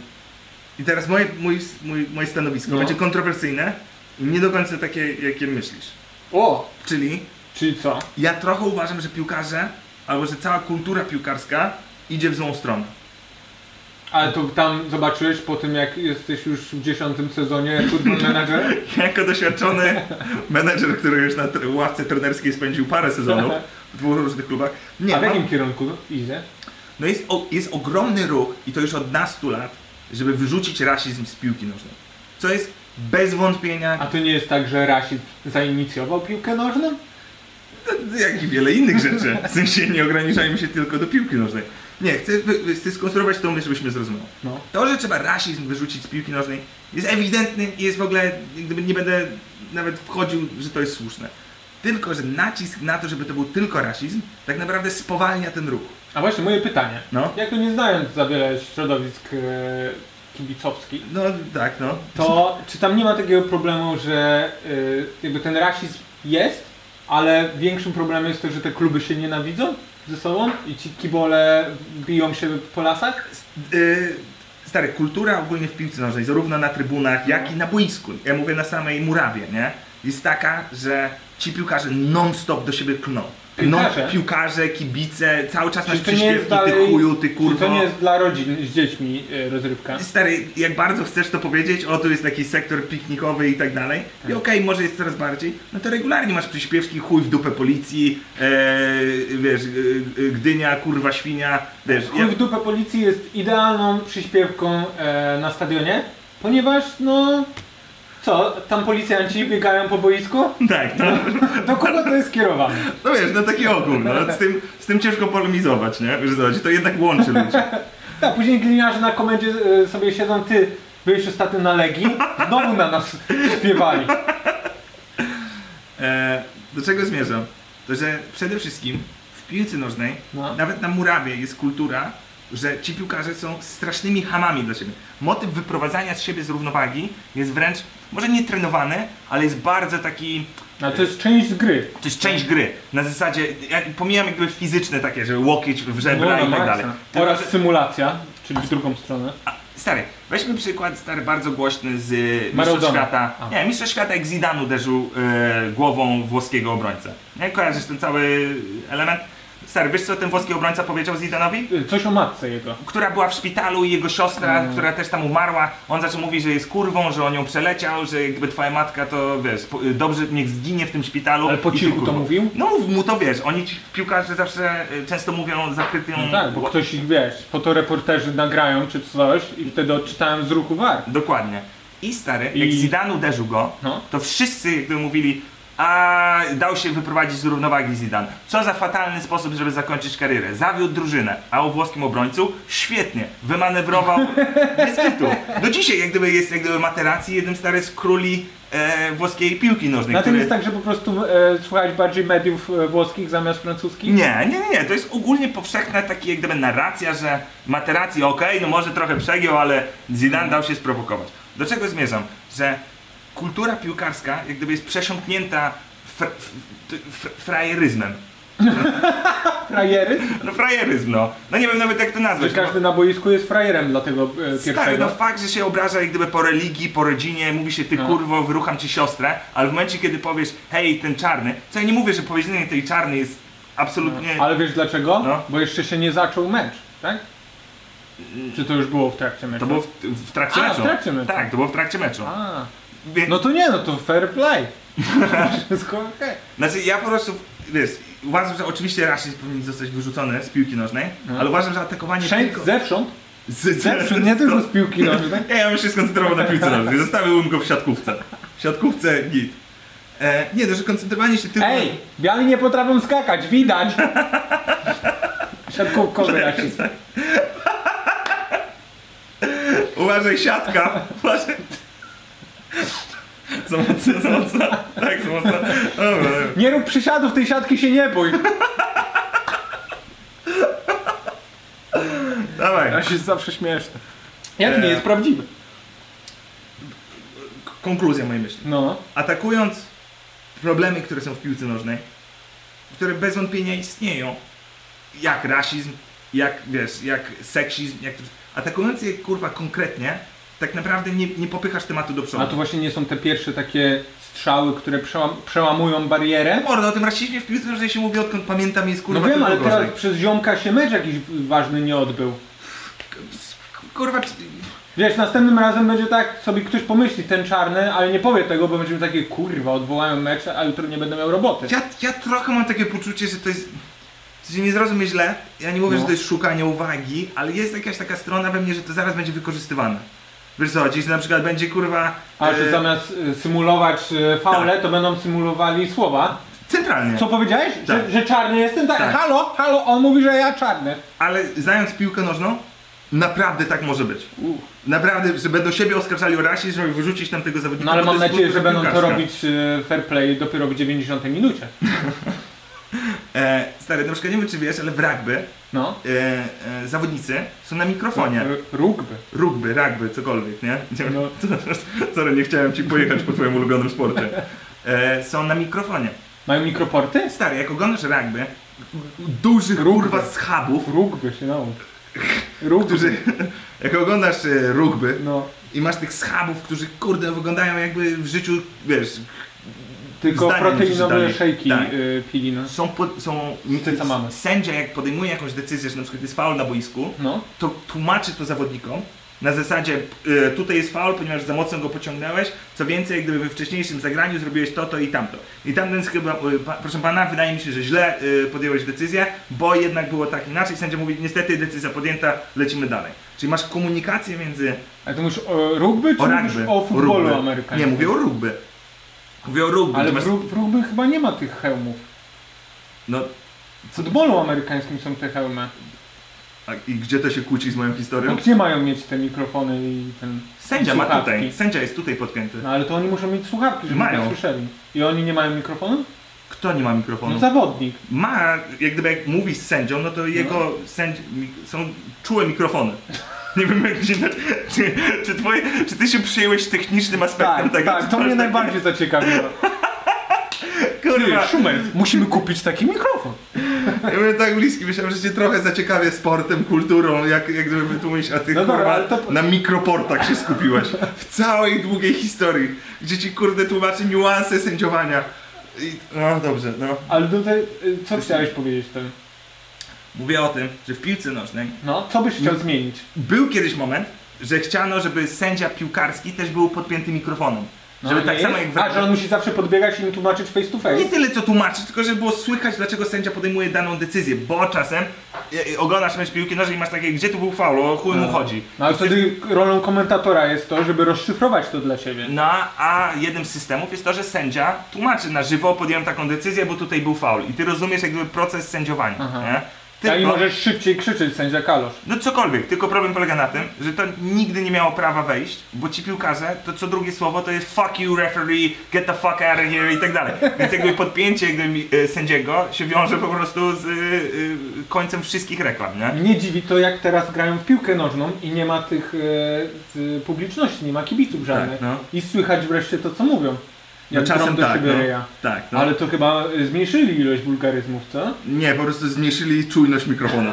Speaker 2: I teraz moje, mój, mój, moje stanowisko
Speaker 4: No.
Speaker 2: będzie kontrowersyjne i nie do końca takie, jakie myślisz.
Speaker 4: O,
Speaker 2: Czyli
Speaker 4: czyli co?
Speaker 2: ja trochę uważam, że piłkarze, albo że cała kultura piłkarska idzie w złą stronę.
Speaker 4: Ale to tam zobaczyłeś po tym, jak jesteś już w dziesiątym sezonie Football Manager?
Speaker 2: Jako doświadczony menedżer, który już na tre- ławce trenerskiej spędził parę sezonów w dwóch różnych klubach. Nie,
Speaker 4: A w
Speaker 2: mam-
Speaker 4: jakim kierunku idzie?
Speaker 2: no jest, o, jest ogromny ruch, i to już od nastu lat, żeby wyrzucić rasizm z piłki nożnej. Co jest bez wątpienia
Speaker 4: A to nie jest tak, że rasizm zainicjował piłkę nożną?
Speaker 2: jak i wiele innych rzeczy. W sensie nie ograniczajmy się tylko do piłki nożnej. Nie, chcę, wy- wy- chcę skonstruować tą myśl, żebyśmy zrozumieli.
Speaker 4: No.
Speaker 2: To, że trzeba rasizm wyrzucić z piłki nożnej jest ewidentny i jest w ogóle, jak gdyby nie będę nawet wchodził, że to jest słuszne. Tylko, że nacisk na to, żeby to był tylko rasizm, tak naprawdę spowalnia ten ruch.
Speaker 4: A właśnie, moje pytanie.
Speaker 2: No.
Speaker 4: Jako nie znając za wiele środowisk e, kibicowskich,
Speaker 2: No tak, no.
Speaker 4: to czy tam nie ma takiego problemu, że e, jakby ten rasizm jest, ale większym problemem jest to, że te kluby się nienawidzą ze sobą i ci kibole biją się po lasach?
Speaker 2: Yy, stary, kultura ogólnie w piłce nożnej, zarówno na trybunach, jak i na boisku, ja mówię na samej murawie, nie? Jest taka, że ci piłkarze non-stop do siebie klną. No,
Speaker 4: Piłkarze?
Speaker 2: piłkarze, kibice, cały czas masz
Speaker 4: Czy to nie jest
Speaker 2: przyśpiewki,
Speaker 4: dalej-
Speaker 2: ty chuju, ty
Speaker 4: Czy
Speaker 2: kurwo.
Speaker 4: to nie jest dla rodzin z dziećmi e, rozrywka?
Speaker 2: Stary, jak bardzo chcesz to powiedzieć, o tu jest taki sektor piknikowy i tak dalej, i okej, może jest coraz bardziej, no to regularnie masz przyśpiewki, chuj w dupę policji, e, wiesz, e, e, Gdynia, kurwa, świnia, wiesz.
Speaker 4: Chuj w dupę policji jest idealną przyśpiewką e, na stadionie, ponieważ no... Co, tam policjanci biegają po boisku?
Speaker 2: Tak, no.
Speaker 4: Do kogo to jest kierowane?
Speaker 2: No wiesz, no taki ogół, no. Z tym, z tym ciężko polemizować, nie? Wiesz, zobacz, to jednak łączy ludzi.
Speaker 4: A później gliniarze na komendzie y, sobie siedzą, ty byłeś ostatnio na Legii, znowu na nas śpiewali.
Speaker 2: E, do czego zmierzam? To, że przede wszystkim w piłce nożnej,
Speaker 4: No.
Speaker 2: nawet na murawie jest kultura, że ci piłkarze są strasznymi hamami dla siebie. Motyw wyprowadzania z siebie z równowagi jest wręcz, może nie trenowany, ale jest bardzo taki
Speaker 4: No to jest część gry.
Speaker 2: To jest część gry. Na zasadzie, ja pomijam jakby fizyczne takie, że łokieć w
Speaker 4: No,
Speaker 2: żebra i tak dalej. Tylko,
Speaker 4: Oraz
Speaker 2: że-
Speaker 4: symulacja, czyli w drugą stronę.
Speaker 2: Stary, weźmy przykład stary bardzo głośny z y, Mistrza
Speaker 4: Maradona.
Speaker 2: Świata.
Speaker 4: A.
Speaker 2: Nie, Mistrza Świata jak Zidane uderzył y, głową włoskiego obrońcę. Nie kojarzysz ten cały element? Stary, wiesz co ten włoski obrońca powiedział Zidanowi?
Speaker 4: Y, Coś o matce jego.
Speaker 2: Która była w szpitalu i jego siostra,
Speaker 4: Mm.
Speaker 2: która też tam umarła, on zaczął mówić, że jest kurwą, że on ją przeleciał, że jakby twoja matka to wiesz, po, y, dobrze niech zginie w tym szpitalu.
Speaker 4: Ale po
Speaker 2: i ty,
Speaker 4: cichu to
Speaker 2: kurwo.
Speaker 4: mówił?
Speaker 2: No mów mu to wiesz, oni ci piłkarze zawsze y, często mówią zakrytym.
Speaker 4: No tak, bo ktoś ich, wiesz, fotoreporterzy nagrają czy coś i wtedy odczytałem z ruchu war.
Speaker 2: Dokładnie. I stary, jak
Speaker 4: I-
Speaker 2: Zidane uderzył go,
Speaker 4: No.
Speaker 2: to wszyscy jakby mówili, a dał się wyprowadzić z równowagi Zidane. Co za fatalny sposób, żeby zakończyć karierę. Zawiódł drużynę, a o włoskim obrońcu świetnie, wymanewrował bez kitu. Do dzisiaj jak gdyby jest jak gdyby Materazzi, jednym stary z króli e, włoskiej piłki nożnej,
Speaker 4: Na tym
Speaker 2: który...
Speaker 4: jest tak, że po prostu e, słuchać bardziej mediów e, włoskich zamiast francuskich?
Speaker 2: Nie, nie, nie, nie, to jest ogólnie powszechna taka jak gdyby narracja, że Materazzi okej, no może trochę przegiął, ale Zidane dał się sprowokować. Do czego zmierzam? Że kultura piłkarska jak gdyby jest przesiąknięta fr- fr- fr- frajeryzmem.
Speaker 4: Frajery?
Speaker 2: No frajeryzm, no. No nie wiem nawet jak to
Speaker 4: Że
Speaker 2: nazwać.
Speaker 4: każdy na boisku jest frajerem dla tego e,
Speaker 2: no. Stary, no
Speaker 4: pierwszego.
Speaker 2: fakt, że się obraża jak gdyby po religii, po rodzinie, mówi się ty
Speaker 4: No.
Speaker 2: kurwo, wyrucham ci siostrę, ale w momencie kiedy powiesz hej, ten czarny, co ja nie mówię, że powiedzenie tej czarny jest absolutnie...
Speaker 4: Ale wiesz dlaczego?
Speaker 2: No.
Speaker 4: Bo jeszcze się nie zaczął mecz, tak? Czy to już było w trakcie meczu?
Speaker 2: To było w, w trakcie
Speaker 4: A, w
Speaker 2: meczu.
Speaker 4: trakcie meczu.
Speaker 2: Tak, to było w trakcie meczu.
Speaker 4: A,
Speaker 2: Więc,
Speaker 4: no to nie, no to fair play. Wszystko okej.
Speaker 2: Znaczy ja po prostu, wiesz, uważam, że oczywiście rasizm powinien zostać wyrzucony z piłki nożnej,
Speaker 4: No.
Speaker 2: ale uważam, że atakowanie
Speaker 4: Wszędzie,
Speaker 2: tylko...
Speaker 4: zewsząd,
Speaker 2: z- z-
Speaker 4: zewsząd, nie tylko z piłki nożnej.
Speaker 2: Nie, ja bym się skoncentrował na piłce nożnej, zostawiłbym go w siatkówce. W siatkówce git. E, nie, to że koncentrowanie się tylko...
Speaker 4: Ej, biali nie potrafią skakać, widać. Siatkówkowy rasizm.
Speaker 2: Uważaj, siatka! Uważaj! Za mocno, za mocno. Tak, za mocno. Dobra, dobra.
Speaker 4: Nie rób przysiadów, tej siatki się nie bój.
Speaker 2: Dawaj.
Speaker 4: Rasizm zawsze śmieszny. Jak nie
Speaker 2: E,
Speaker 4: jest prawdziwy?
Speaker 2: Konkluzja mojej myśli.
Speaker 4: No.
Speaker 2: Atakując problemy, które są w piłce nożnej, które bez wątpienia istnieją, jak rasizm, jak, wiesz, jak seksizm, jak... Atakując je, kurwa, konkretnie, tak naprawdę nie, nie popychasz tematu do przodu.
Speaker 4: A tu właśnie nie są te pierwsze takie strzały, które przełam przełamują barierę?
Speaker 2: Mordo, o tym rasizmie w piłce nożnej się mówi odkąd pamiętam jest kurwa
Speaker 4: No wiem,
Speaker 2: tylko
Speaker 4: ale teraz
Speaker 2: gorzej.
Speaker 4: przez ziomka się mecz jakiś ważny nie odbył.
Speaker 2: Kurwa, czy...
Speaker 4: Wiesz, następnym razem będzie tak, sobie ktoś pomyśli, ten czarny, ale nie powie tego, bo będziemy takie, kurwa, odwołają mecz, a jutro nie będę miał roboty.
Speaker 2: ja, ja trochę mam takie poczucie, że to jest... w sensie Nie zrozumie źle, ja nie mówię,
Speaker 4: No.
Speaker 2: że to jest szukanie uwagi, ale jest jakaś taka strona we mnie, że to zaraz będzie wykorzystywane. Wiesz co, gdzieś na przykład będzie kurwa...
Speaker 4: A że
Speaker 2: e, tak.
Speaker 4: zamiast e, symulować e, faule, to będą symulowali słowa.
Speaker 2: Centralnie.
Speaker 4: Co powiedziałeś?
Speaker 2: Tak.
Speaker 4: Że, że czarny jestem? Tak.
Speaker 2: Tak.
Speaker 4: Halo, halo, on mówi, że ja czarny.
Speaker 2: Ale znając piłkę nożną, naprawdę tak może być. Naprawdę, że będą siebie oskarżali o rasizm, żeby wyrzucić tam tego zawodnika.
Speaker 4: No ale
Speaker 2: bo
Speaker 4: mam
Speaker 2: to jest
Speaker 4: nadzieję, że
Speaker 2: kultura
Speaker 4: będą to
Speaker 2: piłkarska.
Speaker 4: robić e, fair play dopiero w 90 minucie.
Speaker 2: E, stary, na przykład nie wiem czy wiesz, ale w rugby
Speaker 4: No.
Speaker 2: e, e, zawodnicy są na mikrofonie.
Speaker 4: R- Rugby.
Speaker 2: Rugby, rugby, cokolwiek, nie?
Speaker 4: No.
Speaker 2: Sorry, nie chciałem ci pojechać po twoim ulubionym sporcie. E, są na mikrofonie.
Speaker 4: Mają mikroporty?
Speaker 2: Stary, jak oglądasz rugby, dużych
Speaker 4: Rugby.
Speaker 2: kurwa schabów,
Speaker 4: Rugby się nało. Rugby.
Speaker 2: którzy... Jak oglądasz e, rugby
Speaker 4: No.
Speaker 2: i masz tych schabów, którzy kurde wyglądają jakby w życiu, wiesz,
Speaker 4: Tylko
Speaker 2: Zdaniem
Speaker 4: proteinowe
Speaker 2: przeczytali.
Speaker 4: szejki
Speaker 2: Tak.
Speaker 4: y, pili, no.
Speaker 2: są, po, są
Speaker 4: Ty, co mamy?
Speaker 2: sędzia jak podejmuje jakąś decyzję, że na przykład jest faul na boisku,
Speaker 4: No.
Speaker 2: to tłumaczy to zawodnikom na zasadzie e, tutaj jest faul, ponieważ za mocno go pociągnąłeś, co więcej, jak gdyby we wcześniejszym zagraniu zrobiłeś to, to i tamto. I tamten z chyba, e, pa, proszę pana, wydaje mi się, że źle e, podjąłeś decyzję, bo jednak było tak inaczej. Sędzia mówi, niestety decyzja podjęta, lecimy dalej. Czyli masz komunikację między
Speaker 4: A ty mówisz o rugby, czy
Speaker 2: o
Speaker 4: mówisz
Speaker 2: rugby,
Speaker 4: o futbolu
Speaker 2: rugby.
Speaker 4: amerykańskim?
Speaker 2: Nie, mówię o rugby. Mówię o rugby.
Speaker 4: Ale
Speaker 2: gdzie masz-
Speaker 4: w, ru- w rugby chyba nie ma tych hełmów.
Speaker 2: No,
Speaker 4: W futbolu amerykańskim są te hełmy.
Speaker 2: a, i gdzie to się kłóci z moją historią?
Speaker 4: No gdzie mają mieć te mikrofony i ten...
Speaker 2: Sędzia ma
Speaker 4: słuchawki?
Speaker 2: tutaj, sędzia jest tutaj podpięty.
Speaker 4: No ale to oni muszą mieć słuchawki, żeby
Speaker 2: Mają.
Speaker 4: to słyszeli. I oni nie mają mikrofonu?
Speaker 2: Kto nie ma
Speaker 4: No
Speaker 2: mikrofonu?
Speaker 4: zawodnik.
Speaker 2: Ma, jak gdyby jak mówi z sędzią, no to jego sędzi, mik- są czułe mikrofony. Nie wiem jak się... Czy, czy, twoje, czy ty się przyjęłeś technicznym aspektem
Speaker 4: Tak,
Speaker 2: tego?
Speaker 4: tak,
Speaker 2: czy
Speaker 4: to
Speaker 2: masz
Speaker 4: mnie
Speaker 2: takie-
Speaker 4: najbardziej zaciekawiło.
Speaker 2: Kurwa, Tak.
Speaker 4: Ty, Szumer, musimy kupić taki mikrofon.
Speaker 2: ja byłem tak bliski, myślałem, że cię trochę zaciekawię sportem, kulturą, jak, jak gdyby wytłumaczyć, a ty
Speaker 4: No dobra,
Speaker 2: kurwa
Speaker 4: ale to-
Speaker 2: na mikroportach się skupiłeś. W całej długiej historii, gdzie ci kurde tłumaczy niuanse sędziowania. I, no dobrze, no.
Speaker 4: Ale tutaj, y, co chciałeś powiedzieć tym?
Speaker 2: Mówię o tym, że w piłce nożnej
Speaker 4: No, co byś
Speaker 2: Mm.
Speaker 4: chciał zmienić?
Speaker 2: Był kiedyś moment, że chciano, żeby sędzia piłkarski też był podpięty mikrofonem.
Speaker 4: No,
Speaker 2: żeby
Speaker 4: nie
Speaker 2: tak samo
Speaker 4: jest?
Speaker 2: jak w
Speaker 4: A, że on musi zawsze podbiegać i im tłumaczyć face to face?
Speaker 2: Nie tyle co tłumaczyć, tylko żeby było słychać, dlaczego sędzia podejmuje daną decyzję, bo czasem e, e, oglądasz mecz piłki nożnej i masz takie, gdzie tu był faul, o chuj mu chodzi.
Speaker 4: No ale wtedy rolą komentatora jest to, żeby rozszyfrować to dla siebie.
Speaker 2: No, a jednym z systemów jest to, że sędzia tłumaczy na żywo, podjąłem taką decyzję, bo tutaj był faul. I ty rozumiesz jakby proces sędziowania,
Speaker 4: Aha.
Speaker 2: nie?
Speaker 4: Ja i
Speaker 2: Tylko-
Speaker 4: możesz szybciej krzyczeć sędzia Kalosz.
Speaker 2: No cokolwiek, tylko problem polega na tym, że to nigdy nie miało prawa wejść, bo ci piłkarze, to co drugie słowo to jest fuck you referee, get the fuck out of here i tak dalej. Więc jakby podpięcie jakby, mi- e, sędziego się wiąże po prostu z e, e, końcem wszystkich reklam, nie?
Speaker 4: Mnie dziwi to, jak teraz grają w piłkę nożną i nie ma tych e, z publiczności, nie ma kibiców żadnych.
Speaker 2: no.
Speaker 4: I słychać wreszcie to, co mówią. Jak
Speaker 2: czasem
Speaker 4: drą do
Speaker 2: tak,
Speaker 4: siebie
Speaker 2: no.
Speaker 4: ryja.
Speaker 2: Tak, no.
Speaker 4: Ale to chyba e, zmniejszyli ilość wulgaryzmów, co?
Speaker 2: Nie, po prostu zmniejszyli czujność mikrofonu.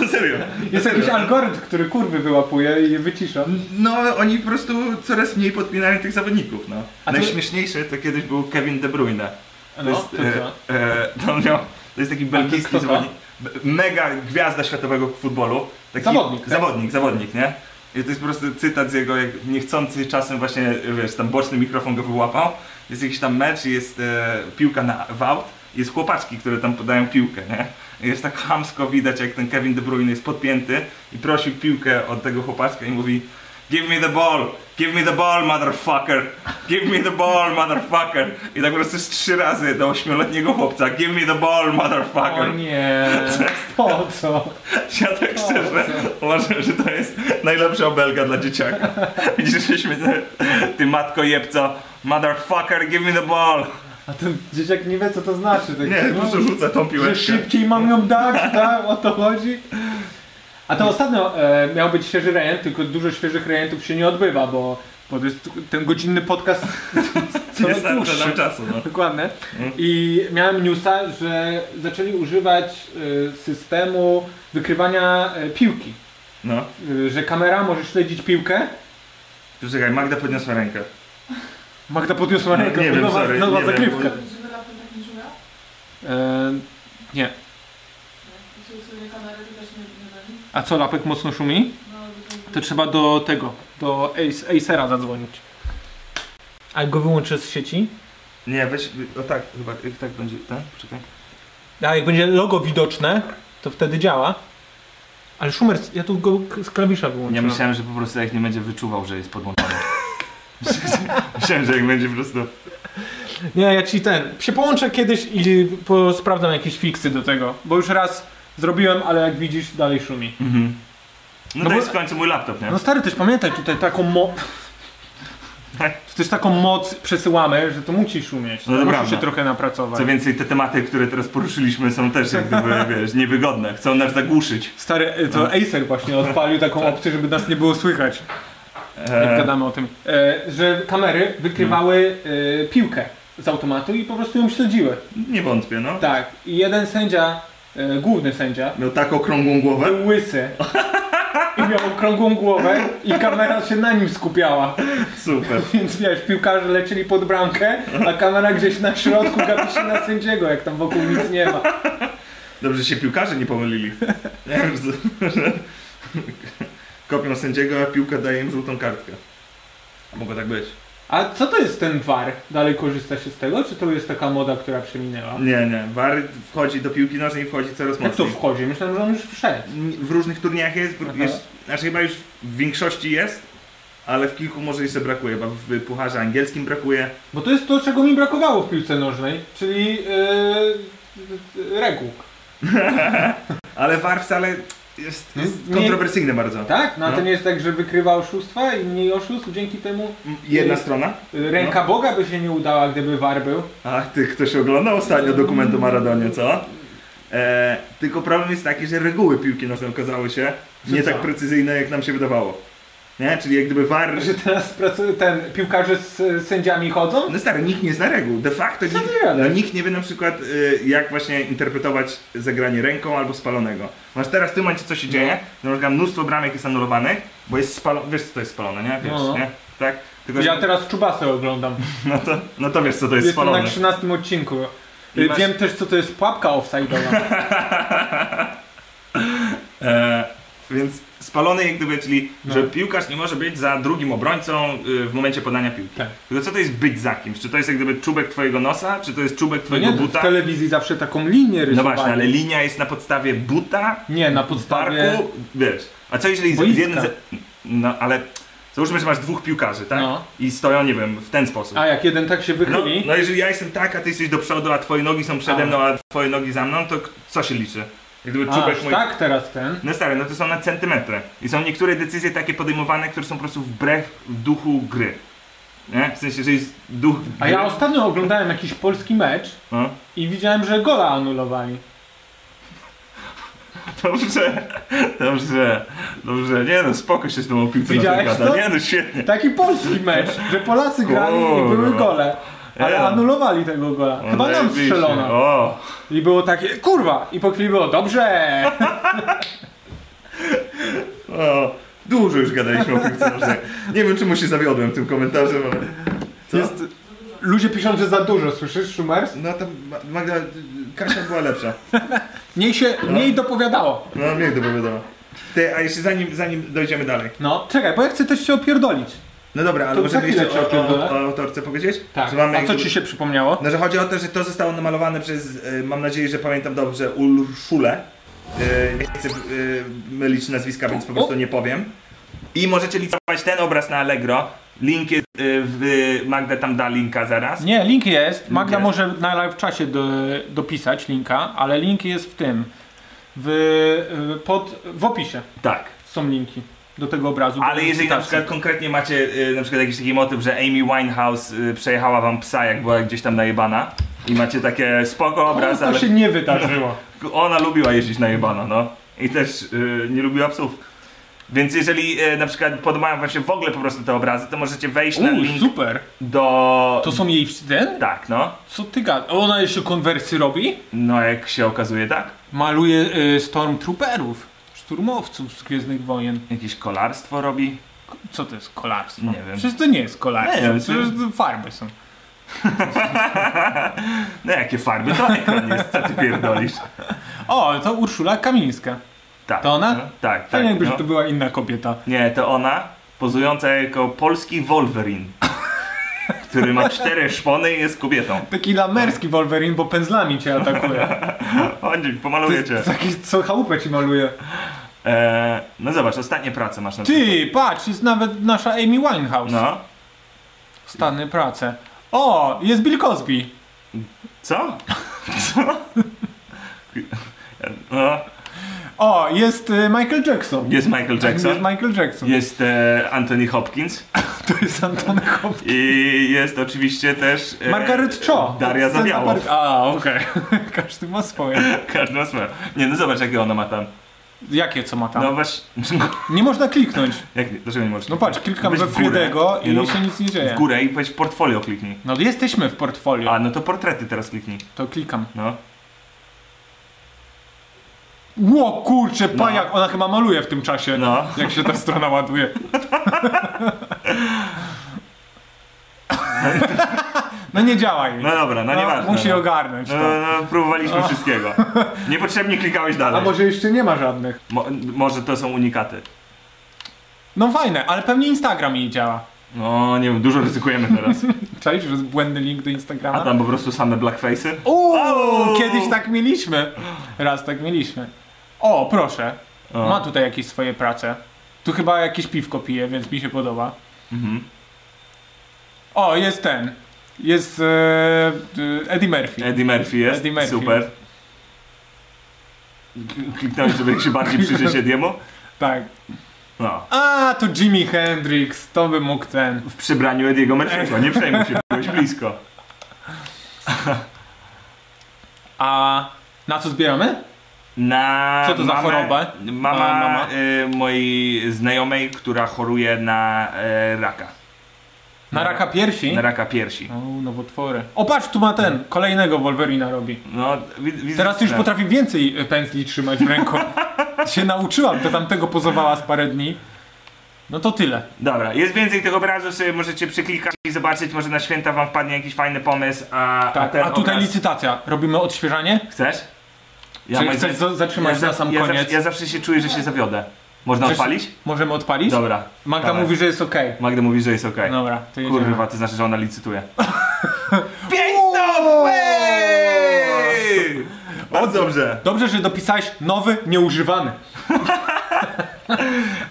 Speaker 2: To serio.
Speaker 4: Jest jakiś algorytm, który kurwy wyłapuje i je wycisza.
Speaker 2: No, oni po prostu coraz mniej podpinają tych zawodników, no.
Speaker 4: A to-
Speaker 2: Najśmieszniejszy to kiedyś był Kevin De Bruyne.
Speaker 4: No,
Speaker 2: jest,
Speaker 4: to
Speaker 2: e,
Speaker 4: co?
Speaker 2: e, to, on miał, to jest taki belgijski
Speaker 4: kto to?
Speaker 2: zawodnik. b- Mega gwiazda światowego futbolu. Taki,
Speaker 4: Zawodnik, tak?
Speaker 2: Zawodnik, zawodnik, nie? I to jest po prostu cytat z jego, jak niechcący czasem właśnie, wiesz, tam boczny mikrofon go wyłapał. Jest jakiś tam mecz i jest e, piłka na w aut i jest chłopaczki, które tam podają piłkę, nie? I jest tak chamsko widać, jak ten Kevin De Bruyne jest podpięty i prosi piłkę od tego chłopaczka i mówi Give me the ball! Give me the ball, motherfucker! Give me the ball, motherfucker! I tak po prostu z trzy razy do ośmioletniego chłopca. Give me the ball,
Speaker 4: O
Speaker 2: motherfucker!
Speaker 4: nie, po co?
Speaker 2: Ja tak szczerze uważam, że to jest najlepsza obelga dla dzieciaka. Widzisz, żeśmy te, ty matko jebco, motherfucker, give me the ball!
Speaker 4: A ten dzieciak nie wie co to znaczy. Tak,
Speaker 2: Nie, po
Speaker 4: no,
Speaker 2: prostu rzucę tą
Speaker 4: że
Speaker 2: piłeczkę.
Speaker 4: szybciej mam ją dać, tak? O to chodzi. A to ostatnio e, miał być świeży rejent, tylko dużo świeżych rejentów się nie odbywa, bo, bo to jest ten godzinny podcast
Speaker 2: Nie
Speaker 4: coraz
Speaker 2: starczy
Speaker 4: dłuższy.
Speaker 2: nam czasu, no.
Speaker 4: Dokładnie. I miałem newsa, że zaczęli używać y, systemu wykrywania y, piłki.
Speaker 2: no.
Speaker 4: Y, Że kamera może śledzić piłkę.
Speaker 2: Tu czekaj, Magda podniosła rękę.
Speaker 4: Magda podniosła rękę.
Speaker 2: Nie wiem,
Speaker 4: nowa
Speaker 2: sorry,
Speaker 4: nowa
Speaker 2: nie wiem,
Speaker 4: zagrywka.
Speaker 2: bo-
Speaker 6: Żeby laptop tak nie żura?
Speaker 4: E, nie.
Speaker 6: Jeśli usunie kamerę, to też nie, nie wiem.
Speaker 4: A co, lapek mocno szumi?
Speaker 6: No, to,
Speaker 4: To trzeba do tego, do Ace- Acera zadzwonić.
Speaker 5: A jak go wyłączę z sieci?
Speaker 2: Nie, weź, o tak, chyba, jak tak będzie, tak? Poczekaj.
Speaker 5: A jak będzie logo widoczne, to wtedy działa. Ale Schumer, ja tu go k- z klawisza
Speaker 2: Ja
Speaker 5: wyłączyłem.
Speaker 2: myślałem, że po prostu jak nie będzie wyczuwał, że jest podłączony. myślałem, że jak będzie po prostu...
Speaker 5: Nie, ja ci ten. Się połączę kiedyś i po, sprawdzam jakieś fiksy do tego.
Speaker 4: Bo już raz zrobiłem, ale jak widzisz, dalej szumi.
Speaker 2: Mhm. No,
Speaker 4: No
Speaker 2: to
Speaker 4: bo-
Speaker 2: jest w końcu mój laptop, nie?
Speaker 4: No stary, też pamiętaj, tutaj taką mo... Też taką moc przesyłamy, że to musi szumieć.
Speaker 2: No to
Speaker 4: musi
Speaker 2: prawda.
Speaker 4: się trochę napracować.
Speaker 2: Co więcej, te tematy, które teraz poruszyliśmy są też jak gdyby, wiesz, niewygodne. Chcą nas zagłuszyć.
Speaker 4: Stary, y,
Speaker 2: No.
Speaker 4: to Acer właśnie odpalił taką
Speaker 2: Tak.
Speaker 4: opcję, żeby nas nie było słychać, jak
Speaker 2: E,
Speaker 4: gadamy o tym. E, że kamery wykrywały e, piłkę z automatu i po prostu ją śledziły.
Speaker 2: nie wątpię, no.
Speaker 4: Tak. I jeden sędzia, e, główny sędzia,
Speaker 2: Miał tak okrągłą głowę.
Speaker 4: był łysy. I miał okrągłą głowę i kamera się na nim skupiała.
Speaker 2: Super.
Speaker 4: Więc wiesz, piłkarze lecieli pod bramkę, a kamera gdzieś na środku gapi się na sędziego, jak tam wokół nic nie ma.
Speaker 2: Dobrze, że się piłkarze nie pomylili. Nie wiem, że- że Kopią sędziego, a piłka daje im żółtą kartkę. Mogło tak być.
Speaker 4: A co to jest ten VAR? Dalej korzysta się z tego, czy to jest taka moda, która przeminęła?
Speaker 2: Nie, nie. War wchodzi do piłki nożnej i wchodzi coraz
Speaker 4: Jak to
Speaker 2: mocniej.
Speaker 4: wchodzi? Myślałem, że on już wszedł.
Speaker 2: W różnych turniejach jest, w-
Speaker 4: Aha.
Speaker 2: jest, znaczy chyba już w większości jest, ale w kilku może jeszcze brakuje. Chyba w pucharze angielskim brakuje.
Speaker 4: Bo to jest to, czego mi brakowało w piłce nożnej, czyli yy, reguł.
Speaker 2: Ale VAR wcale jest, jest
Speaker 4: No, Nie-
Speaker 2: kontrowersyjny bardzo.
Speaker 4: Tak? No a
Speaker 2: No.
Speaker 4: to nie jest tak, że wykrywa oszustwa i mniej oszustw, dzięki temu
Speaker 2: Jedna strona?
Speaker 4: y, ręka
Speaker 2: No.
Speaker 4: Boga by się nie udała, gdyby VAR był.
Speaker 2: Ach, ty ktoś oglądał ostatnio dokument o Maradonie, co? E, tylko problem jest taki, że reguły piłki nożnej okazały się
Speaker 4: Że
Speaker 2: nie
Speaker 4: co?
Speaker 2: tak precyzyjne, jak nam się wydawało. Nie? Czyli jak gdyby VAR...
Speaker 4: Że teraz pracuje ten piłkarze z y, sędziami chodzą?
Speaker 2: No stary, nikt nie zna reguł. De facto
Speaker 4: Co
Speaker 2: nikt,
Speaker 4: ty gadasz?
Speaker 2: no, nikt nie wie na przykład, y, jak właśnie interpretować zagranie ręką albo spalonego. Masz teraz w tym momencie, co się dzieje, no. na przykład mnóstwo bramek jest anulowanych, bo jest spalone, wiesz co to jest spalone, nie? Wiesz,
Speaker 4: No.
Speaker 2: nie? Tak? Tylko,
Speaker 4: Ja
Speaker 2: że-
Speaker 4: teraz Czubasę oglądam.
Speaker 2: no, to, no to wiesz co to jest
Speaker 4: Jestem
Speaker 2: spalone.
Speaker 4: na 13 odcinku.
Speaker 2: I
Speaker 4: Y,
Speaker 2: masz-
Speaker 4: Wiem też, co to jest pułapka offside'owa.
Speaker 2: E, więc spalony jak gdyby, czyli
Speaker 4: No.
Speaker 2: że piłkarz nie może być za drugim obrońcą y, w momencie podania piłki.
Speaker 4: Tak.
Speaker 2: Tylko co to jest być za kimś? Czy to jest jak gdyby czubek twojego nosa, czy to jest czubek
Speaker 4: No
Speaker 2: twojego
Speaker 4: nie, w
Speaker 2: buta?
Speaker 4: telewizji zawsze taką linię
Speaker 2: No
Speaker 4: rysowali.
Speaker 2: właśnie, ale linia jest na podstawie buta,
Speaker 4: Nie, na podstawie...
Speaker 2: barku, wiesz. A co jeżeli z
Speaker 4: Boiska.
Speaker 2: jeden z... No ale załóżmy, że masz dwóch piłkarzy, tak?
Speaker 4: No.
Speaker 2: I stoją, nie wiem, w ten sposób.
Speaker 4: A jak jeden tak się
Speaker 2: No,
Speaker 4: wychyli...
Speaker 2: no jeżeli ja jestem tak, a ty jesteś do przodu, a twoje nogi są przede
Speaker 4: A.
Speaker 2: mną, a twoje nogi za mną, to k- co się liczy? Jak gdyby
Speaker 4: A,
Speaker 2: no, czubek
Speaker 4: aż
Speaker 2: mój...
Speaker 4: tak teraz ten.
Speaker 2: No stary, no to są na centymetry. I są niektóre decyzje takie podejmowane, które są po prostu wbrew duchu gry. Nie? W sensie, że jest duch gry.
Speaker 4: A ja ostatnio oglądałem jakiś polski mecz
Speaker 2: No.
Speaker 4: i widziałem, że gola anulowali.
Speaker 2: Dobrze, dobrze, dobrze. Nie no, spoko się z tą piłką
Speaker 4: Widziałeś to?
Speaker 2: Nie no, świetnie.
Speaker 4: Taki polski mecz, że Polacy grali i były
Speaker 2: Kurwa.
Speaker 4: gole. Ale
Speaker 2: Ja. No
Speaker 4: anulowali tego gola. Chyba
Speaker 2: O,
Speaker 4: nam
Speaker 2: zajebiście.
Speaker 4: strzelono.
Speaker 2: O,
Speaker 4: I było takie, kurwa! I po chwili było, dobrze!
Speaker 2: o. Dużo już gadaliśmy o piłce nożnej. Nie wiem, czemu się zawiodłem tym komentarzem, ale... Co?
Speaker 4: Jest... Ludzie piszą, że za dużo, słyszysz, Szumers?
Speaker 2: No tam Ma- Magda, Kasia była lepsza.
Speaker 4: Mniej się, mniej dopowiadało.
Speaker 2: No, mnie to powiadomo. Ty, a jeszcze zanim, zanim dojdziemy dalej.
Speaker 4: No, czekaj, bo ja chcę też się opierdolić.
Speaker 2: No dobra, ale
Speaker 4: To za
Speaker 2: możemy
Speaker 4: chwilę
Speaker 2: jeszcze o,
Speaker 4: cię
Speaker 2: o,
Speaker 4: opierdolę.
Speaker 2: o autorce powiedzieć?
Speaker 4: Tak,
Speaker 2: Że mamy
Speaker 4: a co
Speaker 2: jakby-
Speaker 4: ci się przypomniało?
Speaker 2: No, że chodzi o to, że to zostało namalowane przez, y, mam nadzieję, że pamiętam dobrze, Urszulę. Y, nie chcę y, mylić nazwiska, więc po prostu nie powiem. I możecie licować ten obraz na Allegro. Link jest y, w... Magda tam da linka zaraz.
Speaker 4: Nie, link jest. Magda
Speaker 2: jest.
Speaker 4: może na live czasie do, dopisać linka, ale link jest w tym. W, y, pod, w opisie
Speaker 2: Tak.
Speaker 4: są linki do tego obrazu. do
Speaker 2: Ale jeżeli na
Speaker 4: licytacji.
Speaker 2: przykład konkretnie macie y, na przykład jakiś taki motyw, że Amy Winehouse y, przejechała wam psa, jak była gdzieś tam najebana i macie takie spoko obraz,
Speaker 7: To
Speaker 2: ale
Speaker 7: się nie wydarzyło.
Speaker 2: ona lubiła jeździć najebana, no. I też y, nie lubiła psów. Więc jeżeli y, na przykład podobają wam się w ogóle po prostu te obrazy, to możecie wejść na
Speaker 4: U,
Speaker 2: link
Speaker 4: super.
Speaker 2: do...
Speaker 4: To są jej w- ten?
Speaker 2: Tak, no.
Speaker 4: Co ty gadasz? Ona jeszcze konwersy robi?
Speaker 2: No jak się okazuje, tak.
Speaker 4: Maluje y, stormtrooperów, szturmowców z Gwiezdnych Wojen.
Speaker 2: Jakieś kolarstwo robi.
Speaker 4: Co to jest kolarstwo?
Speaker 2: Nie wiem.
Speaker 4: Przecież to nie jest kolarstwo,
Speaker 2: Nie wiem,
Speaker 4: przecież to farby są.
Speaker 2: No jakie farby, to ekran jest, co ty pierdolisz.
Speaker 4: O, to Urszula Kamińska.
Speaker 2: Tak.
Speaker 4: To ona?
Speaker 2: No, tak,
Speaker 4: Tak,
Speaker 2: tak.
Speaker 4: jakby,
Speaker 2: no.
Speaker 4: że to była inna kobieta.
Speaker 2: Nie, to ona, pozująca jako polski Wolverine, który ma cztery szpony i jest kobietą.
Speaker 4: Taki lamerski Wolverine, bo pędzlami cię atakuje.
Speaker 2: Chodź, pomaluję cię.
Speaker 7: Taki, co chałupę ci maluje.
Speaker 2: E, no zobacz, ostatnie prace masz na
Speaker 4: Ty, patrz, jest nawet nasza Amy Winehouse.
Speaker 2: No,
Speaker 4: Stany pracę. O, jest Bill Cosby.
Speaker 2: co? Co? No,
Speaker 4: O, jest y, Michael Jackson.
Speaker 2: jest Michael
Speaker 4: Tak, Jest
Speaker 2: Jackson,
Speaker 4: Michael Jackson.
Speaker 2: jest e, Anthony Hopkins
Speaker 4: To jest Antony Hopkins.
Speaker 2: i jest oczywiście też... E,
Speaker 4: Margaret Cho.
Speaker 2: Daria
Speaker 4: Scena
Speaker 2: Zawiałow.
Speaker 4: Mar- A, okej. Każdy ma swoje.
Speaker 2: Każdy ma swoje. Nie, no zobacz, jakie ona ma tam.
Speaker 4: Jakie co ma tam?
Speaker 2: No właśnie...
Speaker 4: Nie można kliknąć.
Speaker 2: Jak, nie- dlaczego nie możesz?
Speaker 4: No patrz, klikam
Speaker 2: Weź
Speaker 4: we
Speaker 2: w górę.
Speaker 4: Fredego i
Speaker 2: Nie, no,
Speaker 4: się nic nie
Speaker 2: W
Speaker 4: dzieje.
Speaker 2: górę i powiedz portfolio kliknij.
Speaker 4: No jesteśmy w portfolio.
Speaker 2: A, no to portrety teraz kliknij.
Speaker 4: To klikam.
Speaker 2: No.
Speaker 4: Ło, kurczę, pajak. Ona chyba maluje w tym czasie.
Speaker 2: No.
Speaker 4: Jak się ta strona ładuje. No nie działa jej.
Speaker 2: No dobra, no nieważne.
Speaker 4: musi
Speaker 2: no.
Speaker 4: ogarnąć
Speaker 2: No,
Speaker 4: to.
Speaker 2: no, no, próbowaliśmy wszystkiego. Niepotrzebnie klikałeś
Speaker 7: A
Speaker 2: dalej.
Speaker 7: może jeszcze nie ma żadnych.
Speaker 2: Mo- może to są unikaty.
Speaker 4: No fajne, ale pewnie Instagram jej działa.
Speaker 2: No, nie wiem, dużo ryzykujemy teraz.
Speaker 4: Czaisz, że jest błędny link do Instagrama?
Speaker 2: A tam po prostu same blackface'y?
Speaker 4: Uuu,
Speaker 2: Au!
Speaker 4: kiedyś tak mieliśmy. Raz tak mieliśmy. O, proszę.
Speaker 2: O.
Speaker 4: Ma tutaj jakieś swoje prace. Tu chyba jakieś piwko pije, więc mi się podoba.
Speaker 2: Mhm.
Speaker 4: O, jest ten. Jest e, e, Eddie Murphy.
Speaker 2: Eddie Murphy jest,
Speaker 4: Eddie Murphy.
Speaker 2: super. K- Kliknąłeś, żeby się bardziej przyjrzeć Ediemu?
Speaker 4: Tak.
Speaker 2: No.
Speaker 4: A, to Jimi Hendrix. To by mógł ten.
Speaker 2: W przybraniu Ediego Murphy'ego, nie przejmuj się, byłeś blisko.
Speaker 4: A na co zbieramy?
Speaker 2: Na
Speaker 4: Co to za
Speaker 2: mamę-
Speaker 4: choroba?
Speaker 2: Mama,
Speaker 4: A, mama?
Speaker 2: Y, mojej znajomej, która choruje na y, raka.
Speaker 4: Na raka piersi?
Speaker 2: Na raka piersi.
Speaker 4: O, nowotwory. O, patrz, tu ma ten. Kolejnego Wolverina robi.
Speaker 2: No, wi- widzę-
Speaker 4: Teraz już
Speaker 2: no.
Speaker 4: potrafi więcej e, pędzli trzymać w ręku. się nauczyłam, to tamtego pozowała z parę dni. No to tyle.
Speaker 2: Dobra, jest więcej tych obrazów, sobie możecie przyklikać i zobaczyć, może na święta wam wpadnie jakiś fajny pomysł, a, a
Speaker 4: Tak,
Speaker 2: ten
Speaker 4: a tutaj
Speaker 2: obraz...
Speaker 4: licytacja. Robimy odświeżanie?
Speaker 2: Chcesz? Ja
Speaker 4: Czy
Speaker 2: moim
Speaker 4: chcesz
Speaker 2: zdaniem-
Speaker 4: za- zatrzymać
Speaker 2: za-
Speaker 4: na sam
Speaker 2: ja
Speaker 4: koniec?
Speaker 2: Zawsze, ja zawsze się czuję, że się zawiodę. Można
Speaker 4: Chcesz-
Speaker 2: odpalić?
Speaker 4: Możemy odpalić?
Speaker 2: Dobra.
Speaker 4: Magda
Speaker 2: dawaj.
Speaker 4: mówi, że No. jest okej.
Speaker 2: Magda mówi, że jest okej.
Speaker 4: Dobra, to jedziemy.
Speaker 2: Kurwa, to znaczy, że ona licytuje. Pięć stów! Ej! Bardzo dobrze.
Speaker 4: Dobrze, że dopisałeś nowy, nieużywany.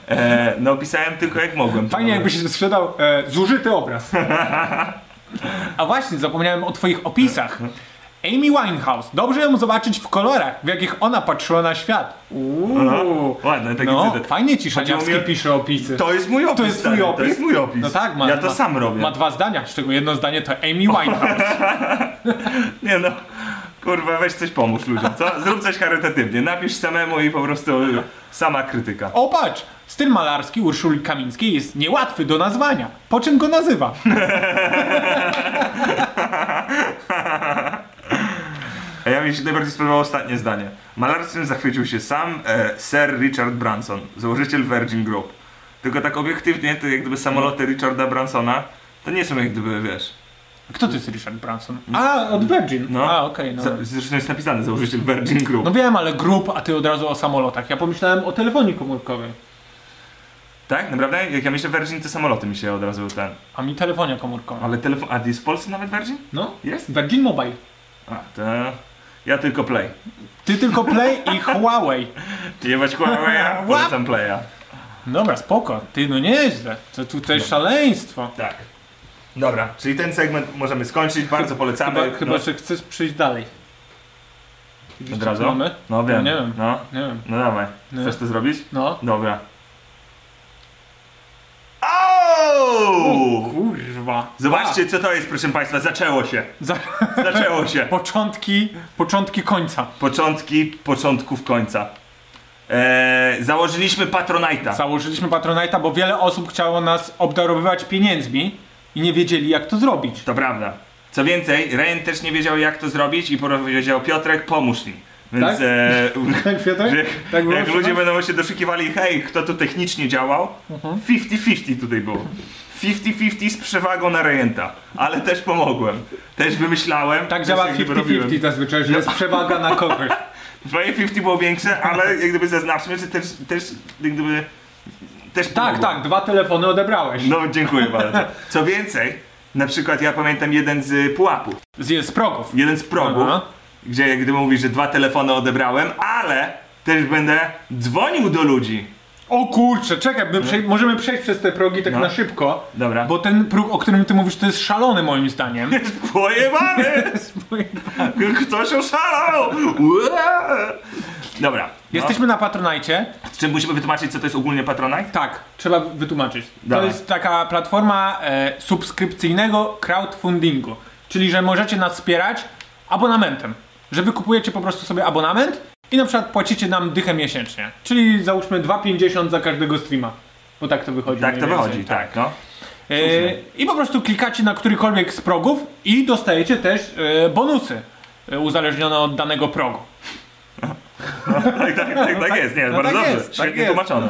Speaker 2: E, no, pisałem tylko jak mogłem.
Speaker 4: Fajnie jakbyś sprzedał e, zużyty obraz. A właśnie, zapomniałem o twoich opisach. Amy Winehouse. Dobrze ją zobaczyć w kolorach, w jakich ona patrzyła na świat. Uuu.
Speaker 2: Ładny taki
Speaker 4: No,
Speaker 2: cytat.
Speaker 4: fajnie ci Szaniawski
Speaker 2: Chodziło mi o-
Speaker 4: pisze opisy.
Speaker 2: To jest mój opis.
Speaker 4: jest twój
Speaker 2: stary, To
Speaker 4: opis?
Speaker 2: jest mój opis.
Speaker 4: No tak, ma,
Speaker 2: Ja to
Speaker 4: ma,
Speaker 2: sam robię.
Speaker 4: Ma dwa zdania, z czego jedno zdanie to Amy Winehouse.
Speaker 2: Nie no, kurwa, weź coś pomóż ludziom, co? Zrób coś charytatywnie, napisz samemu i po prostu sama krytyka.
Speaker 4: O patrz, styl malarski Urszuli Kamińskiej jest niełatwy do nazwania. Po czym go nazywa?
Speaker 2: A ja mi się najbardziej spodobało ostatnie zdanie. Malarstwem zachwycił się sam e, Sir Richard Branson, założyciel Virgin Group. Tylko tak obiektywnie, to jak gdyby samoloty Richarda Bransona, to nie są jak gdyby, wiesz...
Speaker 4: Kto to jest Richard Branson? A, od Virgin.
Speaker 2: No.
Speaker 4: A, okej, no.
Speaker 2: Za, zresztą jest napisane założyciel Virgin Group.
Speaker 4: No wiem, ale grup, a ty od razu o samolotach. Ja pomyślałem o telefonii komórkowej.
Speaker 2: Tak? Naprawdę? Jak ja myślę Virgin, to samoloty mi się od razu ten...
Speaker 4: A mi telefonia komórkowa.
Speaker 2: Ale telefon... A jest w Polsce nawet Virgin?
Speaker 4: No,
Speaker 2: Jest?
Speaker 4: Virgin Mobile.
Speaker 2: A, to... Ja tylko Play.
Speaker 4: Ty tylko Play i Huawei.
Speaker 2: Jebać Huawei, polecam Playa.
Speaker 4: Dobra, spoko. Ty, no nieźle. To tutaj szaleństwo.
Speaker 2: Tak. Dobra, czyli ten segment możemy skończyć, bardzo polecamy.
Speaker 4: Chyba,
Speaker 2: no.
Speaker 4: chyba że chcesz przyjść dalej.
Speaker 2: Od razu?
Speaker 4: Co mamy?
Speaker 2: No wiem.
Speaker 4: No nie wiem.
Speaker 2: No,
Speaker 4: Nie wiem.
Speaker 2: no dawaj.
Speaker 4: Nie.
Speaker 2: Chcesz to zrobić?
Speaker 4: No.
Speaker 2: Dobra. Au!
Speaker 4: Kurwa.
Speaker 2: Zobaczcie, co to jest, proszę Państwa. Zaczęło się.
Speaker 4: Za...
Speaker 2: Zaczęło się.
Speaker 4: Początki, początki końca.
Speaker 2: Początki początków końca. Eee, założyliśmy Patronite'a.
Speaker 4: Założyliśmy Patronite'a, bo wiele osób chciało nas obdarowywać pieniędzmi i nie wiedzieli jak to zrobić.
Speaker 2: To prawda. Co więcej, Ryan też nie wiedział, jak to zrobić i powiedział, Piotrek, pomóż mi. Więc
Speaker 8: Tak?
Speaker 2: eee,
Speaker 8: Tak, Piotrek?
Speaker 2: Że,
Speaker 8: Tak było
Speaker 2: jak
Speaker 8: przy
Speaker 4: no.
Speaker 2: ludzie
Speaker 8: nas?
Speaker 2: będą się doszukiwali, hej, kto tu technicznie działał?
Speaker 4: Mhm.
Speaker 2: 50-50 tutaj było. 50-50 z przewagą na rejenta, ale też pomogłem. Też wymyślałem.
Speaker 4: Tak
Speaker 2: też
Speaker 4: działa
Speaker 2: jak gdyby robiłem.
Speaker 4: 50-50 zazwyczaj, że jest przewaga na kogoś.
Speaker 2: Twoje 50 było większe, ale jak gdyby zaznaczmy, że też, też jak gdyby... Też
Speaker 4: Tak,
Speaker 2: pomogłem.
Speaker 4: tak, dwa telefony odebrałeś.
Speaker 2: No, dziękuję bardzo. Co więcej, na przykład ja pamiętam jeden z pułapów,
Speaker 4: Z, z progów.
Speaker 2: jeden z progów,
Speaker 4: Aha.
Speaker 2: gdzie jak gdyby mówisz, że dwa telefony odebrałem, ale też będę dzwonił do ludzi.
Speaker 4: O kurczę, czekaj, my przej- możemy przejść przez te progi tak
Speaker 2: No.
Speaker 4: na szybko.
Speaker 2: Dobra.
Speaker 4: Bo ten próg, o którym ty mówisz, to jest szalony moim zdaniem.
Speaker 2: Pojebany! Ktoś oszalał! Ue! Dobra.
Speaker 4: Jesteśmy na Patronite.
Speaker 2: No. Czy musimy wytłumaczyć, co to jest ogólnie Patronite?
Speaker 4: Tak, trzeba wytłumaczyć.
Speaker 2: Dawaj.
Speaker 4: To jest taka platforma e, subskrypcyjnego crowdfundingu. Czyli, że możecie nas wspierać abonamentem. Że wykupujecie po prostu sobie abonament i na przykład płacicie nam dychę miesięcznie. Czyli załóżmy 2,50 za każdego streama. Bo tak to wychodzi.
Speaker 2: Tak
Speaker 4: mniej
Speaker 2: to
Speaker 4: więcej.
Speaker 2: wychodzi, tak. no.
Speaker 4: E, I po prostu klikacie na którykolwiek z progów i dostajecie też e, bonusy e, uzależnione od danego progu.
Speaker 2: tak, tak, tak, tak jest, nie, bardzo
Speaker 4: tak
Speaker 2: dobrze.
Speaker 4: jest, tak
Speaker 2: Świetnie
Speaker 4: jest.
Speaker 2: tłumaczone.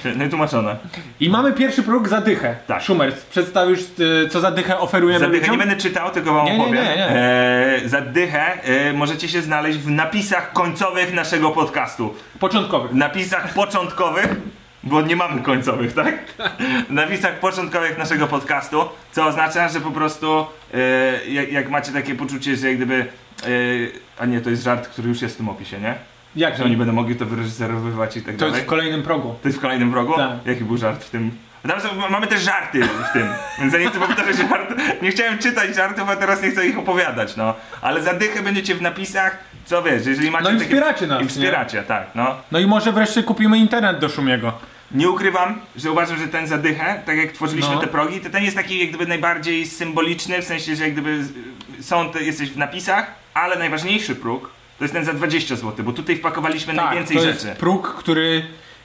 Speaker 2: Świetnie tłumaczone.
Speaker 4: I mamy pierwszy próg za dychę.
Speaker 2: Tak.
Speaker 4: Szumer, przedstawisz e, co za dychę oferujemy
Speaker 2: Zadychę
Speaker 4: ludziom?
Speaker 2: nie będę czytał, tylko wam
Speaker 4: Nie, nie,
Speaker 2: opowiem.
Speaker 4: nie, nie.
Speaker 2: Eee, zadychę e, możecie się znaleźć w napisach końcowych naszego podcastu.
Speaker 4: Początkowych.
Speaker 2: W napisach początkowych, bo nie mamy końcowych, tak? W napisach początkowych naszego podcastu, co oznacza, że po prostu e, jak, jak macie takie poczucie, że jak gdyby. E, a nie, to jest żart, który już jest w tym opisie, nie?
Speaker 4: Jak
Speaker 2: Że oni będą mogli to wyreżyserowywać i tak
Speaker 4: To jest
Speaker 2: dalej.
Speaker 4: w kolejnym progu.
Speaker 2: To jest w kolejnym wrogu?
Speaker 4: Tak.
Speaker 2: Jaki był żart w tym? A Tam są, mamy też żarty w tym, więc ja nie chcę powtarzać żart. Nie chciałem czytać żartów, a teraz nie chcę ich opowiadać, no. Ale zadychę będziecie w napisach, co wiesz, jeżeli macie
Speaker 4: No i
Speaker 2: takie...
Speaker 4: wspieracie nas,
Speaker 2: I
Speaker 4: nie?
Speaker 2: wspieracie, tak, no.
Speaker 4: No i może wreszcie kupimy internet do Szumiego.
Speaker 2: Nie ukrywam, że uważam, że ten zadychę, tak jak tworzyliśmy
Speaker 4: No.
Speaker 2: te progi, to ten jest taki jak gdyby najbardziej symboliczny, w sensie, że jak gdyby z- są, te, jesteś w napisach, ale najważniejszy próg to jest ten za 20 zł, bo tutaj wpakowaliśmy najwięcej
Speaker 4: Tak, to
Speaker 2: rzeczy.
Speaker 4: jest próg, który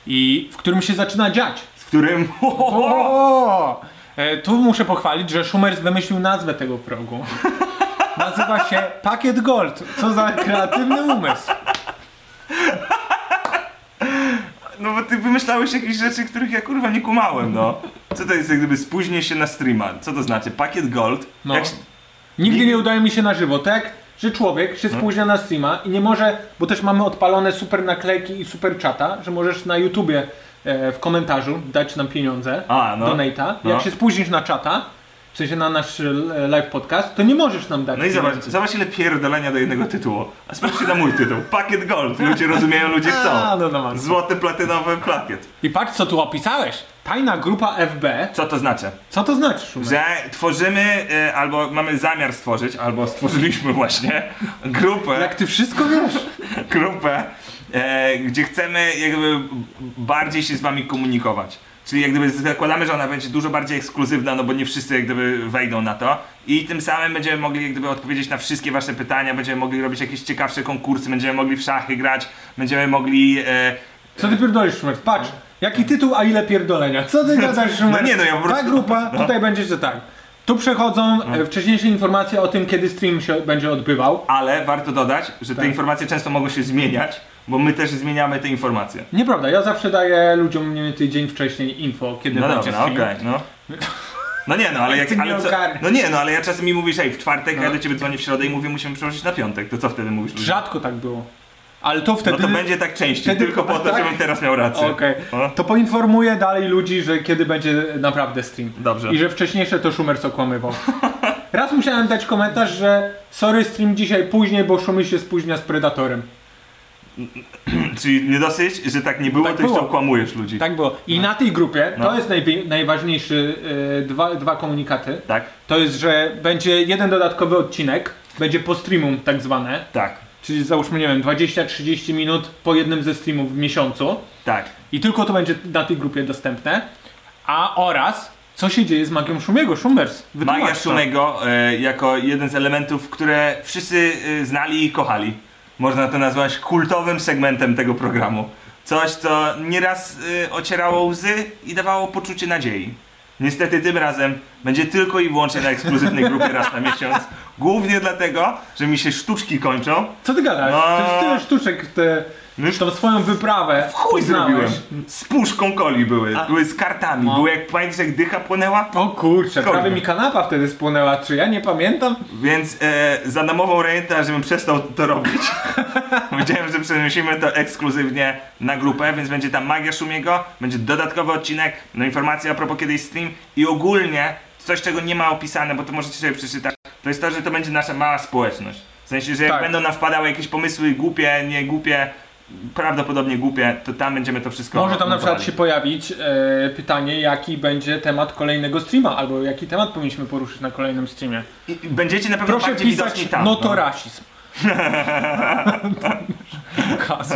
Speaker 4: i w którym się zaczyna dziać.
Speaker 2: W którym...
Speaker 4: O! E, tu muszę pochwalić, że Szumer wymyślił nazwę tego progu. Nazywa się Pakiet Gold. Co za kreatywny umysł.
Speaker 2: No bo ty wymyślałeś jakieś rzeczy, których ja kurwa nie kumałem, no. Co to jest, jak gdyby spóźnię się na streama? Co to znaczy? Pakiet Gold?
Speaker 4: No.
Speaker 2: Jak...
Speaker 4: Nigdy nie udaje mi się na żywo, tak? Że człowiek
Speaker 2: No.
Speaker 4: się spóźnia na streama i nie może, bo też mamy odpalone super naklejki i super czata, że możesz na YouTubie e, w komentarzu dać nam pieniądze,
Speaker 2: A, no.
Speaker 4: donate'a.
Speaker 2: No.
Speaker 4: Jak się spóźnisz na czata, w sensie na nasz e, live podcast, to nie możesz nam dać
Speaker 2: No i zobacz,
Speaker 4: pieniędzy.
Speaker 2: zobacz ile pierdolenia do jednego tytułu. A spójrzcie na mój tytuł. Pakiet Gold. Ludzie rozumieją, ludzie
Speaker 4: A,
Speaker 2: chcą.
Speaker 4: no, no, no.
Speaker 2: Złoty, platynowy plakiet.
Speaker 4: I patrz co tu opisałeś. Tajna grupa FB.
Speaker 2: Co to znaczy?
Speaker 4: Co to znaczy, Szumer?
Speaker 2: Że tworzymy, y, albo mamy zamiar stworzyć, albo stworzyliśmy właśnie grupę.
Speaker 4: Jak ty wszystko wiesz?
Speaker 2: grupę, e, gdzie chcemy jakby bardziej się z wami komunikować. Czyli jak gdyby zakładamy, że ona będzie dużo bardziej ekskluzywna, no bo nie wszyscy jak gdyby wejdą na to. I tym samym będziemy mogli jak gdyby odpowiedzieć na wszystkie wasze pytania, będziemy mogli robić jakieś ciekawsze konkursy, będziemy mogli w szachy grać, będziemy mogli... E,
Speaker 4: Co ty pierdolisz, Szumer? Patrz, jaki tytuł, a ile pierdolenia. Co ty gadasz, Szumer?
Speaker 2: No nie, no No. ja po prostu-
Speaker 4: Ta grupa, tutaj będzie, że tak. Tu przechodzą e, wcześniejsze informacje o tym, kiedy stream się będzie odbywał.
Speaker 2: ale warto dodać, że
Speaker 4: Tak.
Speaker 2: te informacje często mogą się zmieniać, bo my też zmieniamy te informacje.
Speaker 4: Nieprawda, ja zawsze daję ludziom mniej więcej dzień wcześniej info, kiedy
Speaker 2: No
Speaker 4: będzie
Speaker 2: dobra, okej,
Speaker 4: stream.
Speaker 2: no. No nie no, ale jak,
Speaker 4: Ty mnie No.
Speaker 2: ale co,
Speaker 4: ogarnij.
Speaker 2: No nie no, ale ja czasem mi mówisz, ej, w czwartek, ja do ciebie dzwonię w środę i mówię, musimy przełożyć na piątek, to co wtedy mówisz? ludziom?
Speaker 4: Rzadko tak było. Ale to
Speaker 2: No
Speaker 4: wtedy...
Speaker 2: to będzie tak częściej,
Speaker 4: wtedy-
Speaker 2: tylko po to,
Speaker 4: tak?
Speaker 2: żebym teraz miał rację. No,
Speaker 4: Okej.
Speaker 2: O.
Speaker 4: To poinformuję dalej ludzi, że kiedy będzie naprawdę stream.
Speaker 2: Dobrze.
Speaker 4: I że wcześniejsze to Szumers okłamywał. Raz musiałem dać komentarz, że sorry stream dzisiaj później, bo Szumy się spóźnia z Predatorem.
Speaker 2: Czyli nie dosyć, że tak nie było,
Speaker 4: tak
Speaker 2: to jeszcze
Speaker 4: było.
Speaker 2: okłamujesz ludzi.
Speaker 4: Tak było. I na tej grupie,
Speaker 2: No.
Speaker 4: to jest najwi- najważniejszy, e, dwa, dwa komunikaty.
Speaker 2: Tak?
Speaker 4: To jest, że będzie jeden dodatkowy odcinek, będzie po streamu tak zwane,
Speaker 2: Tak.
Speaker 4: czyli załóżmy, nie wiem, 20-30 minut po jednym ze streamów w miesiącu.
Speaker 2: Tak.
Speaker 4: I tylko to będzie na tej grupie dostępne. A oraz, co się dzieje z magią Szumiego, Szumers. Wytłumacz
Speaker 2: Magia
Speaker 4: to.
Speaker 2: Szumego e, jako jeden z elementów, które wszyscy e, znali i kochali. Można to nazwać kultowym segmentem tego programu. Coś, co nieraz e, ocierało łzy i dawało poczucie nadziei. Niestety tym razem będzie tylko i wyłącznie na ekskluzywnej grupie raz na miesiąc. Głównie dlatego, że mi się sztuczki kończą.
Speaker 4: Co ty gadasz?
Speaker 2: No.
Speaker 4: To jest tyle sztuczek, te,
Speaker 2: No już
Speaker 4: tą swoją wyprawę
Speaker 2: chuj
Speaker 4: poznałeś.
Speaker 2: zrobiłem. Z puszką coli były, były z kartami.
Speaker 4: No.
Speaker 2: Były jak, pamiętasz jak dycha płonęła?
Speaker 4: O kurczę,
Speaker 2: Kurde.
Speaker 4: prawie mi kanapa wtedy spłonęła, czy ja nie pamiętam?
Speaker 2: Więc e, za namową Rejenta, żebym przestał to robić, powiedziałem, że przenosimy to ekskluzywnie na grupę, więc będzie tam magia Szumiego, będzie dodatkowy odcinek, no informacja a propos kiedyś stream i ogólnie coś, czego nie ma opisane, bo to możecie sobie przeczytać, to jest to, że to będzie nasza mała społeczność. W sensie, że jak
Speaker 4: Tak.
Speaker 2: będą nam wpadały jakieś pomysły głupie, nie głupie, prawdopodobnie głupie, to tam będziemy to wszystko
Speaker 4: Może tam na
Speaker 2: notowali.
Speaker 4: przykład się pojawić e, pytanie, jaki będzie temat kolejnego streama, albo jaki temat powinniśmy poruszyć na kolejnym streamie.
Speaker 2: I- i Będziecie na pewno
Speaker 4: Proszę
Speaker 2: bardziej widoczni
Speaker 4: pisać,
Speaker 2: tam.
Speaker 4: no to rasizm. Has.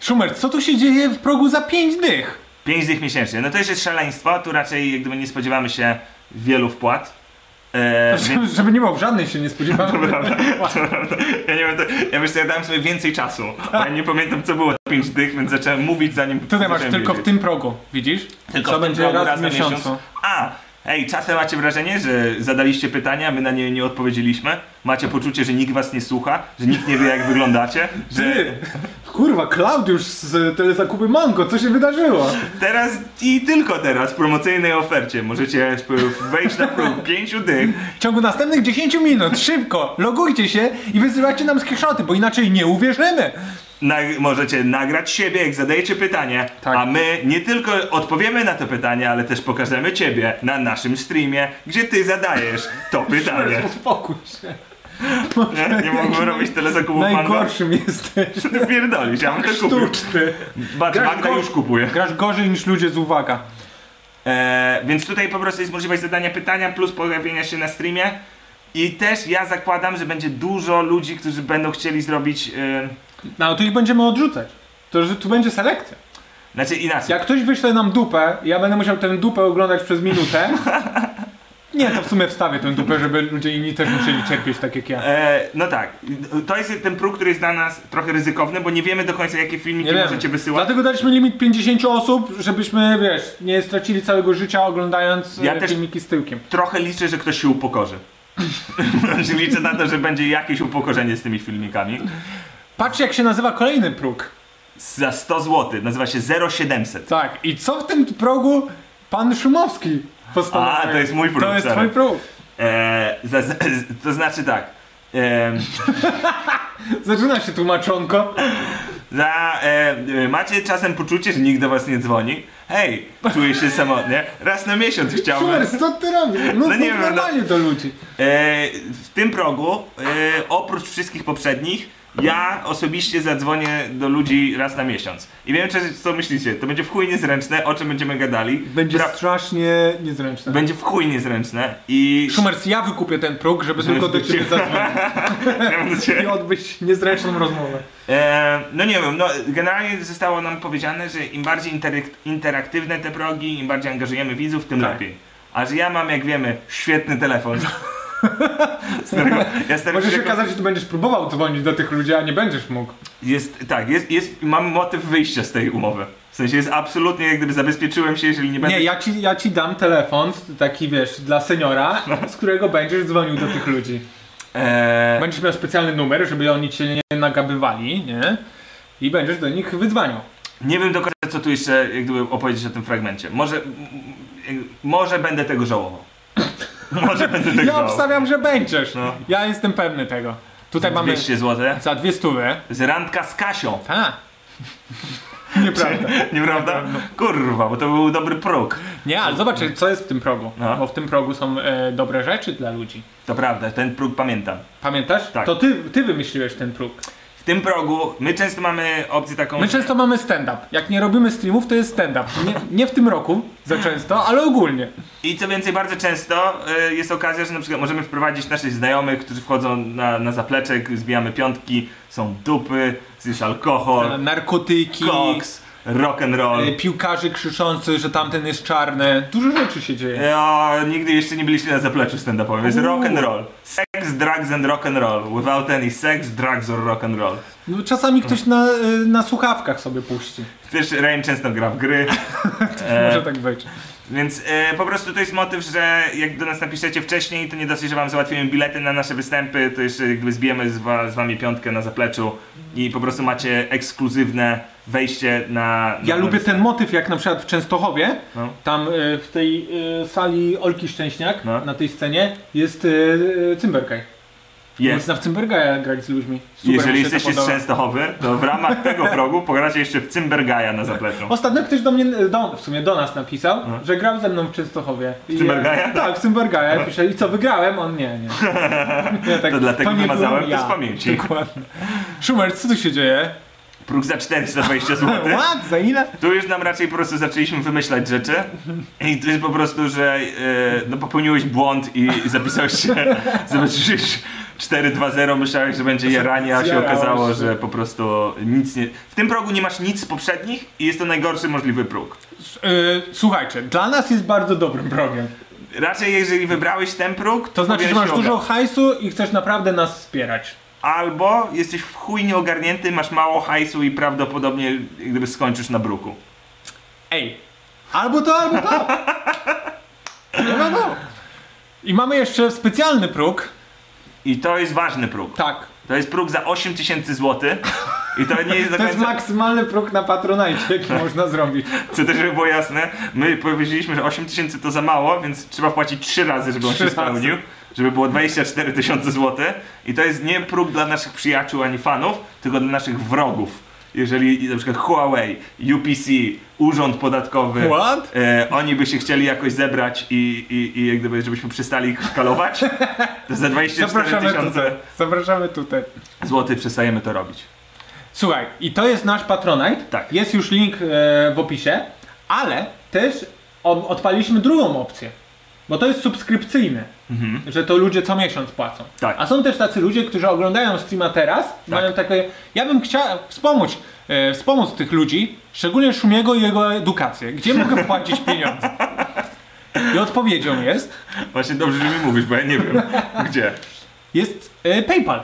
Speaker 4: Szumer, co tu się dzieje w progu za pięć dych?
Speaker 2: 5 z nich miesięcznie. No to już jest szaleństwo, tu raczej jak gdyby nie spodziewamy się wielu wpłat. E, więc,
Speaker 4: Żeby nie było, w żadnej się nie spodziewałem.
Speaker 2: ja nie wiem, to, ja wiesz, co, ja dałem sobie więcej czasu, bo ja nie pamiętam co było 5 dych, więc zacząłem mówić zanim
Speaker 4: Tutaj masz
Speaker 2: zacząłem
Speaker 4: tylko w
Speaker 2: wiedzieć.
Speaker 4: tym progu, widzisz?
Speaker 2: Tylko
Speaker 4: co
Speaker 2: w tym
Speaker 4: będzie
Speaker 2: progu
Speaker 4: raz w
Speaker 2: na
Speaker 4: miesiącu.
Speaker 2: A, ej, czasem macie wrażenie, że zadaliście pytania, my na nie nie odpowiedzieliśmy, macie poczucie, że nikt was nie słucha, że nikt nie wie jak wyglądacie, że
Speaker 4: Ty!
Speaker 9: Kurwa, Klaudiusz z telezakupy Mango, co się wydarzyło?
Speaker 2: teraz i tylko teraz w promocyjnej ofercie możecie wejść na próg 5 dych
Speaker 4: W ciągu następnych 10 minut, szybko, logujcie się i wysyłajcie nam screenshoty, bo inaczej nie uwierzymy.
Speaker 2: Nag- możecie nagrać siebie, jak zadajecie pytanie, a my nie tylko odpowiemy na to pytanie, ale też pokażemy ciebie na naszym streamie, gdzie ty zadajesz to pytanie.
Speaker 4: Uspokój się.
Speaker 2: Nie, nie mogłem robić tyle zakupów mango.
Speaker 4: Najgorszym jesteś.
Speaker 2: Co ty pierdolisz? Ja bym to kupił.
Speaker 4: Sztuczny.
Speaker 2: Patrz,
Speaker 4: Grasz
Speaker 2: Magda
Speaker 4: go-
Speaker 2: już kupuje.
Speaker 4: Grasz gorzej niż ludzie z uwaga.
Speaker 2: E, więc tutaj po prostu jest możliwość zadania pytania plus pojawienia się na streamie. I też ja zakładam, że będzie dużo ludzi, którzy będą chcieli zrobić... Y,
Speaker 4: No to ich będziemy odrzucać. To, że tu będzie selekcja.
Speaker 2: znaczy inaczej.
Speaker 4: Jak ktoś wyśle nam dupę, ja będę musiał tę dupę oglądać przez minutę. Nie, to w sumie wstawię tę dupę, żeby ludzie inni też musieli cierpieć tak jak ja.
Speaker 2: E, no tak, to jest ten próg, który jest dla nas trochę ryzykowny, bo nie wiemy do końca jakie filmiki
Speaker 4: Nie wiem.
Speaker 2: możecie wysyłać.
Speaker 4: Dlatego daliśmy limit 50 osób, żebyśmy, wiesz, nie stracili całego życia oglądając
Speaker 2: Ja
Speaker 4: e,
Speaker 2: też-
Speaker 4: filmiki z tyłkiem.
Speaker 2: Trochę liczę, że ktoś się upokorzy. Znaczy, liczę na to, że będzie jakieś upokorzenie z tymi filmikami.
Speaker 4: Patrz jak się nazywa kolejny próg.
Speaker 2: Za 100 zł, nazywa się 0700.
Speaker 4: Tak, i co w tym progu pan Szumowski postanowił?
Speaker 2: A, to jest mój próg,
Speaker 4: To jest
Speaker 2: sorry.
Speaker 4: twój próg.
Speaker 2: E, za, z, z- to znaczy tak, em,
Speaker 4: Zaczyna się tłumaczonko.
Speaker 2: za, e, e, macie czasem poczucie, że nikt do was nie dzwoni. Hej, czuję się samotnie. Raz na miesiąc chciałbym.
Speaker 4: Szumer, co ty robisz? No,
Speaker 2: No nie
Speaker 4: mów
Speaker 2: wiem, no.
Speaker 4: normalnie do ludzi.
Speaker 2: E, w tym progu, e, oprócz wszystkich poprzednich, ja osobiście zadzwonię do ludzi raz na miesiąc. I wiem, czy, co myślicie. To będzie w chuj niezręczne, o czym będziemy gadali.
Speaker 4: Będzie
Speaker 2: Pra-
Speaker 4: strasznie niezręczne.
Speaker 2: będzie w chuj niezręczne i...
Speaker 4: Szumers, ja wykupię ten próg, żeby tylko do ciebie zadzwonić i odbyć niezręczną rozmowę.
Speaker 2: E, no nie wiem, no generalnie zostało nam powiedziane, że im bardziej interak- interaktywne te progi, im bardziej angażujemy widzów, tym
Speaker 4: Tak.
Speaker 2: lepiej. A że ja mam, jak wiemy, świetny telefon. Z którego- ja z którego-
Speaker 4: Może się okazać, że ty będziesz próbował dzwonić do tych ludzi, a nie będziesz mógł.
Speaker 2: Jest, tak, jest, jest, mam motyw wyjścia z tej umowy. W sensie jest absolutnie, jak gdyby zabezpieczyłem się, jeżeli nie będę...
Speaker 4: Nie, ja ci, ja ci dam telefon, taki wiesz, dla seniora, z którego będziesz dzwonił do tych ludzi.
Speaker 2: Eee,
Speaker 4: Będziesz miał specjalny numer, żeby oni cię nie nagabywali, nie? I będziesz do nich wydzwaniał.
Speaker 2: nie wiem do końca, co tu jeszcze, jak gdyby opowiedzieć o tym fragmencie. Może, m- m- może będę tego żałował. może będę tego
Speaker 4: Ja
Speaker 2: żałował.
Speaker 4: obstawiam, że będziesz.
Speaker 2: No.
Speaker 4: Ja jestem pewny tego. Tutaj mamy
Speaker 2: 200 zł.
Speaker 4: za dwie stówy.
Speaker 2: Z randka z Kasią.
Speaker 4: Tak. Nieprawda.
Speaker 2: Nieprawda? Kurwa, bo to był dobry próg.
Speaker 4: Nie, ale zobacz, co jest w tym progu.
Speaker 2: No.
Speaker 4: Bo w tym progu są e, dobre rzeczy dla ludzi.
Speaker 2: To prawda, ten próg pamiętam.
Speaker 4: Pamiętasz?
Speaker 2: Tak.
Speaker 4: To ty, ty wymyśliłeś ten próg.
Speaker 2: W tym progu my często mamy opcję taką.
Speaker 4: My często mamy stand-up. Jak nie robimy streamów, to jest stand-up. Nie, nie w tym roku za często, ale ogólnie.
Speaker 2: I co więcej, bardzo często y, jest okazja, że na przykład możemy wprowadzić naszych znajomych, którzy wchodzą na, na zapleczek, zbijamy piątki, są dupy, jest alkohol,
Speaker 4: Narkotyki,
Speaker 2: koks, rock and roll.
Speaker 4: y, piłkarzy krzyczący, że tamten jest czarny. Dużo rzeczy się dzieje.
Speaker 2: No, nigdy jeszcze nie byliście na zapleczu stand-upowym. Jest rock and roll. Sex, drugs and rock and roll. Without any sex, drugs or rock and roll.
Speaker 4: No, czasami ktoś na, y, na słuchawkach sobie puści.
Speaker 2: Też Rain często gra w gry. E,
Speaker 4: Może tak być.
Speaker 2: Więc e, po prostu to jest motyw, że jak do nas napiszecie wcześniej, to nie dosyć, że wam załatwimy bilety na nasze występy, to jeszcze jakby zbijemy z, wa- z wami piątkę na zapleczu i po prostu macie ekskluzywne wejście na... na
Speaker 4: Ja
Speaker 2: na
Speaker 4: lubię
Speaker 2: występ.
Speaker 4: ten motyw, jak na przykład w Częstochowie,
Speaker 2: No.
Speaker 4: tam y, w tej y, sali Olki Szczęśniak,
Speaker 2: No.
Speaker 4: na tej scenie, jest y, y, Cymbergaj.
Speaker 2: Jest.
Speaker 4: Można w Cymbergaja grać z ludźmi. Super,
Speaker 2: Jeżeli
Speaker 4: mi się to
Speaker 2: jesteście z
Speaker 4: podoba.
Speaker 2: Częstochowy, to w ramach tego progu pogracie jeszcze w Cymbergaja na zapleczu.
Speaker 4: Ostatnio ktoś do mnie, e, do, w sumie do nas napisał,
Speaker 2: No.
Speaker 4: że grał ze mną w Częstochowie. I ja-
Speaker 2: Cymbergaja?
Speaker 4: Tak, w Cymbergaja. Ja piszę, i co, wygrałem? On nie, nie. Ja tak,
Speaker 2: To dlatego
Speaker 4: nie
Speaker 2: wymazałem
Speaker 4: byłem
Speaker 2: to z pamięci.
Speaker 4: Dokładnie. Szumer, co tu się dzieje?
Speaker 2: Próg za 420 zł.
Speaker 4: What? Za ile?
Speaker 2: Tu już nam raczej po prostu zaczęliśmy wymyślać rzeczy i to jest po prostu, że e, no popełniłeś błąd i zapisałeś się, zobaczyłeś 4-2-0, myślałeś, że będzie jaranie, a się
Speaker 4: Zjarałeś
Speaker 2: okazało,
Speaker 4: się.
Speaker 2: że po prostu nic nie... W tym progu nie masz nic z poprzednich i jest to najgorszy możliwy próg.
Speaker 4: Y, słuchajcie, dla nas jest bardzo dobrym progiem.
Speaker 2: Raczej jeżeli wybrałeś ten próg, to,
Speaker 4: To znaczy, że
Speaker 2: powinieneś
Speaker 4: masz
Speaker 2: się
Speaker 4: dużo
Speaker 2: ogarnąć.
Speaker 4: hajsu i chcesz naprawdę nas wspierać.
Speaker 2: Albo jesteś w chuj nieogarnięty, masz mało hajsu i prawdopodobnie jak gdyby skończysz na bruku.
Speaker 4: Ej, albo to, albo to. Nie wiadomo. I mamy jeszcze specjalny próg.
Speaker 2: I to jest ważny próg.
Speaker 4: Tak.
Speaker 2: To jest próg za 8000 zł. I to nie jest do
Speaker 4: To jest
Speaker 2: końca
Speaker 4: maksymalny próg na Patronite, jaki można zrobić.
Speaker 2: Co też żeby było jasne, my powiedzieliśmy, że 8 tysięcy to za mało, więc trzeba płacić 3 razy, żeby on
Speaker 4: Trzy
Speaker 2: się spełnił. Żeby było 24 tysiące złotych. I to jest nie próg dla naszych przyjaciół ani fanów, tylko dla naszych wrogów. Jeżeli na przykład Huawei, UPC, Urząd Podatkowy,
Speaker 4: What?
Speaker 2: e, oni by się chcieli jakoś zebrać i, i, i jak gdyby, żebyśmy przestali ich szkalować, to za 24
Speaker 4: Zapraszamy
Speaker 2: tysiące
Speaker 4: tutaj. Zapraszamy tutaj.
Speaker 2: złotych przestajemy to robić.
Speaker 4: Słuchaj, i to jest nasz Patronite.
Speaker 2: Tak.
Speaker 4: Jest już link e, w opisie, ale też o, odpaliliśmy drugą opcję. Bo to jest subskrypcyjne, że to ludzie co miesiąc płacą.
Speaker 2: Mhm. Tak.
Speaker 4: A są też tacy ludzie, którzy oglądają streama teraz, mają takie. Ja bym chciał wspomóc, e, wspomóc tych ludzi, szczególnie Szumiego i jego edukację. Gdzie mogę płacić pieniądze? I odpowiedzią jest,
Speaker 2: Właśnie dobrze, że mi mówisz, bo ja nie wiem gdzie.
Speaker 4: jest e, PayPal.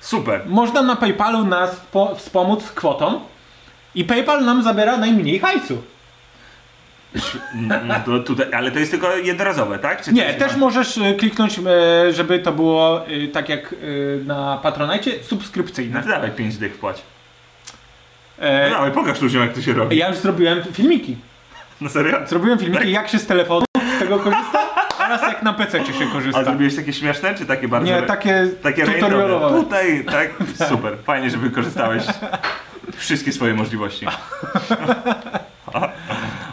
Speaker 2: Super.
Speaker 4: Można na PayPalu nas po, wspomóc kwotą i PayPal nam zabiera najmniej hajsu.
Speaker 2: No to tutaj, ale to jest tylko jednorazowe, tak? Czy
Speaker 4: Nie,
Speaker 2: to jest
Speaker 4: też
Speaker 2: ma-
Speaker 4: możesz e, kliknąć, e, żeby to było e, tak jak e, na Patronite, subskrypcyjne.
Speaker 2: No to dawaj 5 dych wpłać. No
Speaker 4: E,
Speaker 2: dawaj, pokaż ludziom jak to się robi.
Speaker 4: Ja już zrobiłem filmiki.
Speaker 2: No serio?
Speaker 4: Zrobiłem filmiki, jak się z telefonu z tego korzysta oraz jak na PC się
Speaker 2: A
Speaker 4: korzysta.
Speaker 2: zrobiłeś takie śmieszne, czy takie bardzo...
Speaker 4: Nie, takie,
Speaker 2: takie
Speaker 4: tutorialowe.
Speaker 2: randomowe? Tutaj, tak? Super, fajnie, że wykorzystałeś wszystkie swoje możliwości.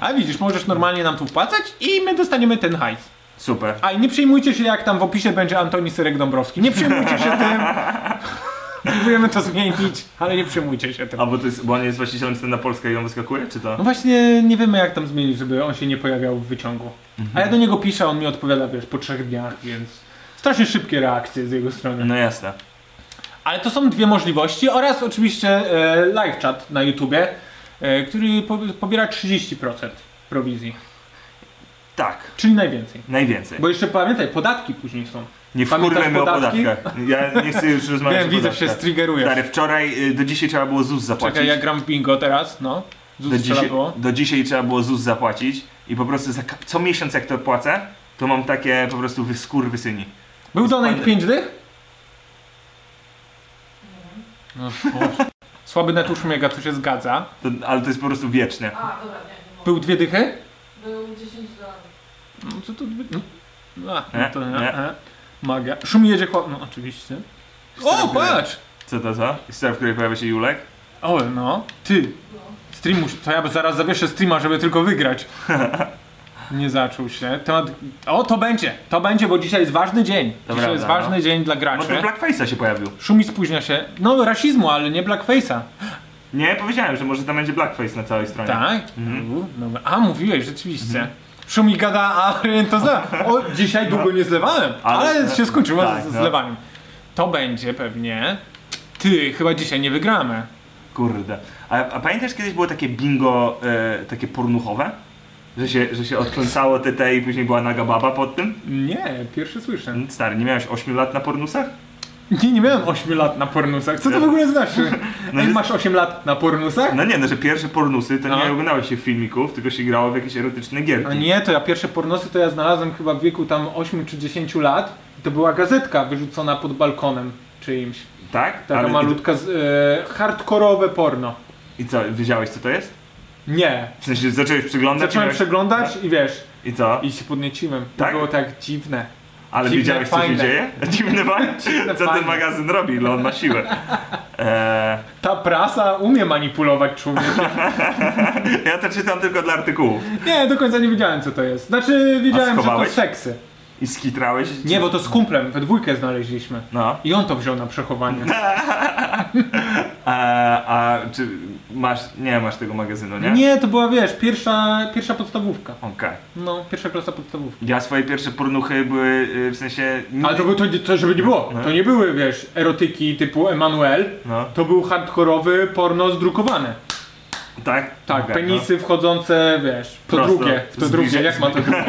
Speaker 4: A widzisz, możesz normalnie nam tu wpłacać i my dostaniemy ten hajs.
Speaker 2: Super.
Speaker 4: A i nie przejmujcie się, jak tam w opisie będzie Antoni Syrek-Dąbrowski. Nie przejmujcie się tym. Próbujemy to zmienić, ale nie przejmujcie się tym.
Speaker 2: A bo, to jest, bo on jest właścicielem sceny na Polskę i on wyskakuje, czy to?
Speaker 4: No właśnie nie wiemy jak tam zmienić, żeby on się nie pojawiał w wyciągu. A ja do niego piszę, on mi odpowiada, wiesz, po trzech dniach, więc strasznie szybkie reakcje z jego strony.
Speaker 2: No jasne.
Speaker 4: Ale to są dwie możliwości oraz oczywiście e, live chat na YouTubie, e, który po, pobiera 30% prowizji,
Speaker 2: Tak,
Speaker 4: czyli najwięcej.
Speaker 2: najwięcej.
Speaker 4: Bo jeszcze pamiętaj, podatki później są.
Speaker 2: Nie
Speaker 4: Pamiętasz
Speaker 2: wkurwajmy o
Speaker 4: podatki?
Speaker 2: podatkach. Ja nie chcę już rozmawiać
Speaker 4: Wiem,
Speaker 2: o
Speaker 4: widzę,
Speaker 2: podatkach.
Speaker 4: się
Speaker 2: Stary,
Speaker 4: striggeruje.
Speaker 2: wczoraj y, do dzisiaj trzeba było ZUS zapłacić.
Speaker 4: Czekaj, ja gram w bingo teraz, no.
Speaker 2: do
Speaker 4: ZUS trzeba
Speaker 2: dzisiaj,
Speaker 4: było.
Speaker 2: do dzisiaj trzeba było ZUS zapłacić i po prostu za, ka- co miesiąc jak to płacę, to mam takie po prostu wyskur wysyni.
Speaker 4: Był donate
Speaker 2: Spadek.
Speaker 4: 5 dych? No, Boże. Słaby net uszmiega, to się zgadza.
Speaker 2: To, ale to jest po prostu wieczne.
Speaker 5: A, dobra, nie, nie mogę.
Speaker 4: Był dwie dychy?
Speaker 5: Był 10 dolarów.
Speaker 4: No co to... dwie- No, a, no
Speaker 2: Nie,
Speaker 4: to nie.
Speaker 2: nie.
Speaker 4: e. Magia. Szum jedzie chłop... No oczywiście. O,
Speaker 2: Stary
Speaker 4: patrz!
Speaker 2: Co to za? Historia, w której pojawia się Julek?
Speaker 4: O, no. Ty. Stream musi... To ja zaraz zawieszę streama, żeby tylko wygrać. Nie zaczął się. Temat... O, to będzie! To będzie, bo dzisiaj jest ważny dzień. dzisiaj
Speaker 2: prawda,
Speaker 4: jest ważny
Speaker 2: no.
Speaker 4: dzień dla
Speaker 2: No
Speaker 4: graczy.
Speaker 2: to Blackface'a się pojawił.
Speaker 4: Szumi spóźnia się. No, rasizmu, ale nie blackface'a.
Speaker 2: Nie, powiedziałem, że może tam będzie Blackface na całej stronie.
Speaker 4: Tak? U, Dobra. A, mówiłeś, rzeczywiście. Szumi gada, a Ryan to zna. O, dzisiaj długo nie zlewałem, ale,
Speaker 2: Ale-
Speaker 4: się skończyło
Speaker 2: tak,
Speaker 4: z, z
Speaker 2: no.
Speaker 4: zlewaniem. To będzie pewnie... Ty, chyba dzisiaj nie wygramy.
Speaker 2: Kurde. A, a pamiętasz kiedyś było takie bingo, e, takie pornuchowe? Że się, że się odkręcało TT i później była naga baba pod tym?
Speaker 4: Nie, pierwszy słyszę.
Speaker 2: Stary, nie miałeś 8 lat na pornusach?
Speaker 4: Nie, nie miałem 8 lat na pornusach. Co to w ogóle znaczy? Ej,
Speaker 2: No jest-
Speaker 4: masz 8 lat na pornusach?
Speaker 2: No nie, no że pierwsze pornusy to
Speaker 4: No.
Speaker 2: nie oglądało się filmików, tylko się grało w jakieś erotyczne
Speaker 4: A
Speaker 2: gierki.
Speaker 4: nie, to ja pierwsze pornosy to ja znalazłem chyba w wieku tam 8 czy 10 lat. I To była gazetka wyrzucona pod balkonem czyimś.
Speaker 2: Tak?
Speaker 4: Taka
Speaker 2: Ale i-
Speaker 4: malutka, z, e, hardkorowe porno.
Speaker 2: I co, wiedziałeś co to jest?
Speaker 4: Nie.
Speaker 2: W sensie zacząłeś przyglądać? i
Speaker 4: Zacząłem
Speaker 2: miałeś-
Speaker 4: przeglądać i wiesz,
Speaker 2: I co?
Speaker 4: i się podnieciłem. To
Speaker 2: Tak?
Speaker 4: było tak dziwne.
Speaker 2: Ale
Speaker 4: Dziwne
Speaker 2: wiedziałeś co się
Speaker 4: fajne.
Speaker 2: dzieje? Dziwny fajne.
Speaker 4: Dziwne
Speaker 2: Co ten
Speaker 4: fajne.
Speaker 2: magazyn robi, ile on ma siłę? Eee,
Speaker 4: Ta prasa umie manipulować człowiekiem.
Speaker 2: ja to czytam tylko dla artykułów.
Speaker 4: Nie, do końca nie wiedziałem co to jest. Znaczy
Speaker 2: A
Speaker 4: wiedziałem, że to
Speaker 2: schowałeś?
Speaker 4: seksy.
Speaker 2: I skitrałeś?
Speaker 4: Nie, bo to z kumplem, we dwójkę znaleźliśmy.
Speaker 2: No.
Speaker 4: I on to wziął na przechowanie.
Speaker 2: A, E, a czy masz, nie masz tego magazynu, nie?
Speaker 4: Nie, to była, wiesz, pierwsza, pierwsza podstawówka.
Speaker 2: Okej.
Speaker 4: No, pierwsza klasa podstawówki.
Speaker 2: Ja swoje pierwsze pornuchy były y, w sensie...
Speaker 4: Ale to, był, to, to żeby nie było, to nie były, wiesz, erotyki typu Emanuel,
Speaker 2: No.
Speaker 4: to był hardkorowy porno zdrukowane.
Speaker 2: Tak?
Speaker 4: Tak,
Speaker 2: Okej,
Speaker 4: penisy wchodzące, wiesz, w to
Speaker 2: Prosto.
Speaker 4: drugie, w to
Speaker 2: Zbliża-
Speaker 4: drugie, jak ma to drugie?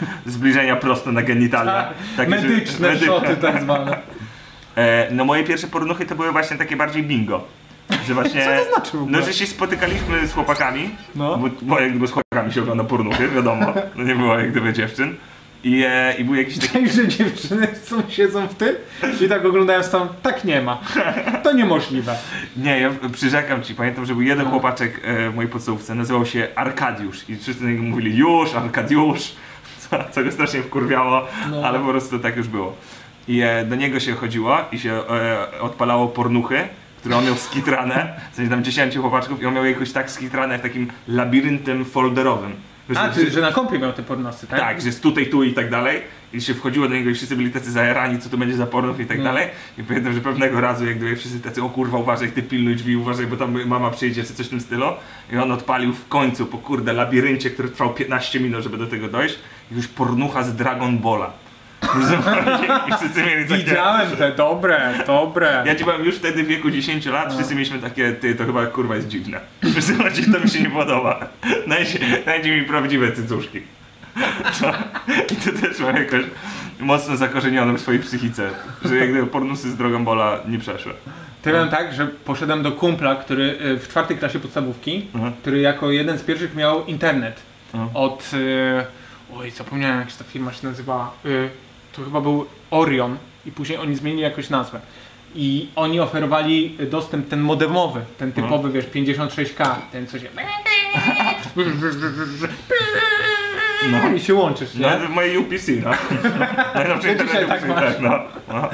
Speaker 2: No. Zbliżenia prosto na
Speaker 4: Tak.
Speaker 2: genitalia. Takie, że-
Speaker 4: Medyczne
Speaker 2: medy-
Speaker 4: szoty tak zwane.
Speaker 2: E, no moje pierwsze pornuchy to były właśnie takie bardziej bingo. Że właśnie,
Speaker 4: Co to znaczy w ogóle?
Speaker 2: No, że się spotykaliśmy z chłopakami,
Speaker 4: No.
Speaker 2: no. bo, bo jak gdyby z chłopakami się ogląda pornuchy, wiadomo, no nie było jak gdyby dziewczyn. I, e, i był jakiś taki...
Speaker 4: Tej, że dziewczyny są, siedzą w tym i tak oglądają tam, tak nie ma. To niemożliwe.
Speaker 2: Nie, ja przyrzekam ci, pamiętam, że był
Speaker 4: No.
Speaker 2: jeden chłopaczek e, w mojej podstawówce, nazywał się Arkadiusz i wszyscy na niego mówili już, Arkadiusz, co, co go strasznie wkurwiało,
Speaker 4: No.
Speaker 2: ale po prostu tak już było. I e, do niego się chodziło i się e, odpalało pornuchy, które on miał skitrane, w sensie tam 10 chłopaczków i on miał jakoś tak skitrane w takim labiryntem folderowym. Wiesz,
Speaker 4: A,
Speaker 2: że-
Speaker 4: ty, że na kąpie miał te pornosy, tak?
Speaker 2: tak, że jest tutaj, tu i tak dalej. I się wchodziło do niego i wszyscy byli tacy zajarani, co to będzie za pornów i tak dalej. I pamiętam, że pewnego razu, jak gdyby wszyscy tacy, o kurwa, uważaj, ty pilnuj drzwi, uważaj, bo tam mama przyjdzie, czy coś w tym stylu. I on odpalił w końcu, po kurde, labiryncie, który trwał 15 minut, żeby do tego dojść, już pornucha z Dragon Balla. I wszyscy mieli takie...
Speaker 4: Widziałem te, dobre, dobre.
Speaker 2: Ja ci byłem już wtedy w wieku 10 lat, wszyscy mieliśmy takie, ty, to chyba kurwa jest dziwne. Wszyscy chodzi, to mi się nie podoba. Znajdź, znajdź mi prawdziwe cycuszki. To, I to też mam jakoś mocno zakorzenioną w swojej psychice, że jak gdyby pornusy z drogą bola nie przeszły.
Speaker 4: To miałem tak, że poszedłem do kumpla, który y, w czwartej klasie podstawówki,
Speaker 2: Mhm.
Speaker 4: który jako jeden z pierwszych miał internet.
Speaker 2: Mhm.
Speaker 4: Od. y, Oj, zapomniałem jak się ta firma się nazywała. Y, To chyba był Orion i później oni zmienili jakoś nazwę. I oni oferowali dostęp ten modemowy, ten typowy, wiesz, 56K, ten co się... I się łączysz, nie?
Speaker 2: No. Nawet w mojej UPC, no. Najlepszy internet
Speaker 4: tak
Speaker 2: UPC,
Speaker 4: masz.
Speaker 2: tak, no. no.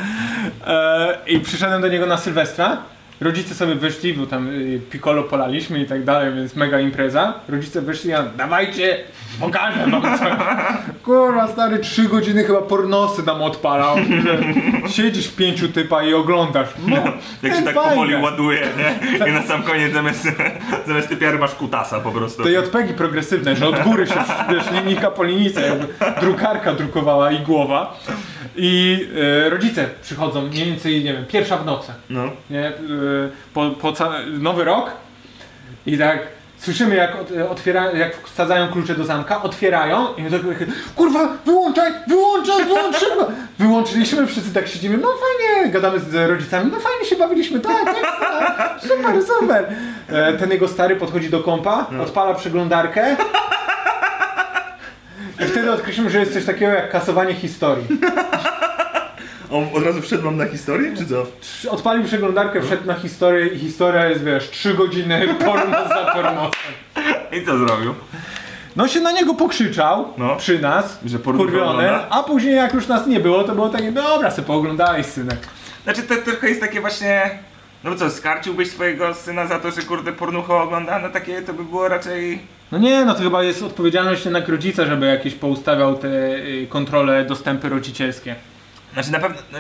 Speaker 4: E, I przyszedłem do niego na Sylwestra. Rodzice sobie wyszli, bo tam y, piccolo polaliśmy i tak dalej, więc mega impreza. Rodzice wyszli, ja dawajcie, pokażę wam coś. Kurwa stary, trzy godziny chyba pornosy nam odpalał. Siedzisz w pięciu typa i oglądasz. No,
Speaker 2: Jak się
Speaker 4: ten
Speaker 2: tak
Speaker 4: fajny.
Speaker 2: powoli ładuje, nie? I na sam koniec zamiast, zamiast typiary masz kutasa po prostu.
Speaker 4: Te JPG progresywne, że od góry się wiesz, linijka po linijce, jakby drukarka drukowała i głowa. I e, rodzice przychodzą mniej więcej, nie wiem, pierwsza w nocy.
Speaker 2: No.
Speaker 4: nie? Y, Po, po ca- nowy rok i tak słyszymy jak, od- otwiera, jak wsadzają klucze do zamka, otwierają i my tak kurwa, wyłączaj, wyłączaj, wyłącz szybko. Wyłączyliśmy, wszyscy tak siedzimy, no fajnie, gadamy z rodzicami, no fajnie się bawiliśmy, tak, tak, super, super. E, Ten jego stary podchodzi do kompa, odpala przeglądarkę i wtedy odkryliśmy, że jest coś takiego jak kasowanie historii.
Speaker 2: On od razu wszedł wam na historię, czy co?
Speaker 4: Przy- odpalił przeglądarkę, wszedł na historię i historia jest, wiesz, 3 godziny porno za pornosem.
Speaker 2: I co zrobił?
Speaker 4: No się na niego pokrzyczał
Speaker 2: No.
Speaker 4: przy nas,
Speaker 2: Że porno
Speaker 4: kurwiony,
Speaker 2: ogląda?
Speaker 4: a później jak już nas nie było, to było takie, dobra, se pooglądałeś, synek.
Speaker 2: Znaczy to trochę jest takie właśnie... No bo co, skarciłbyś swojego syna za to, że kurde pornucho ogląda? No takie to by było raczej...
Speaker 4: No nie, no to chyba jest odpowiedzialność jednak rodzica, żeby jakieś poustawiał te y, kontrole, dostępy rodzicielskie.
Speaker 2: Znaczy na pewno. No,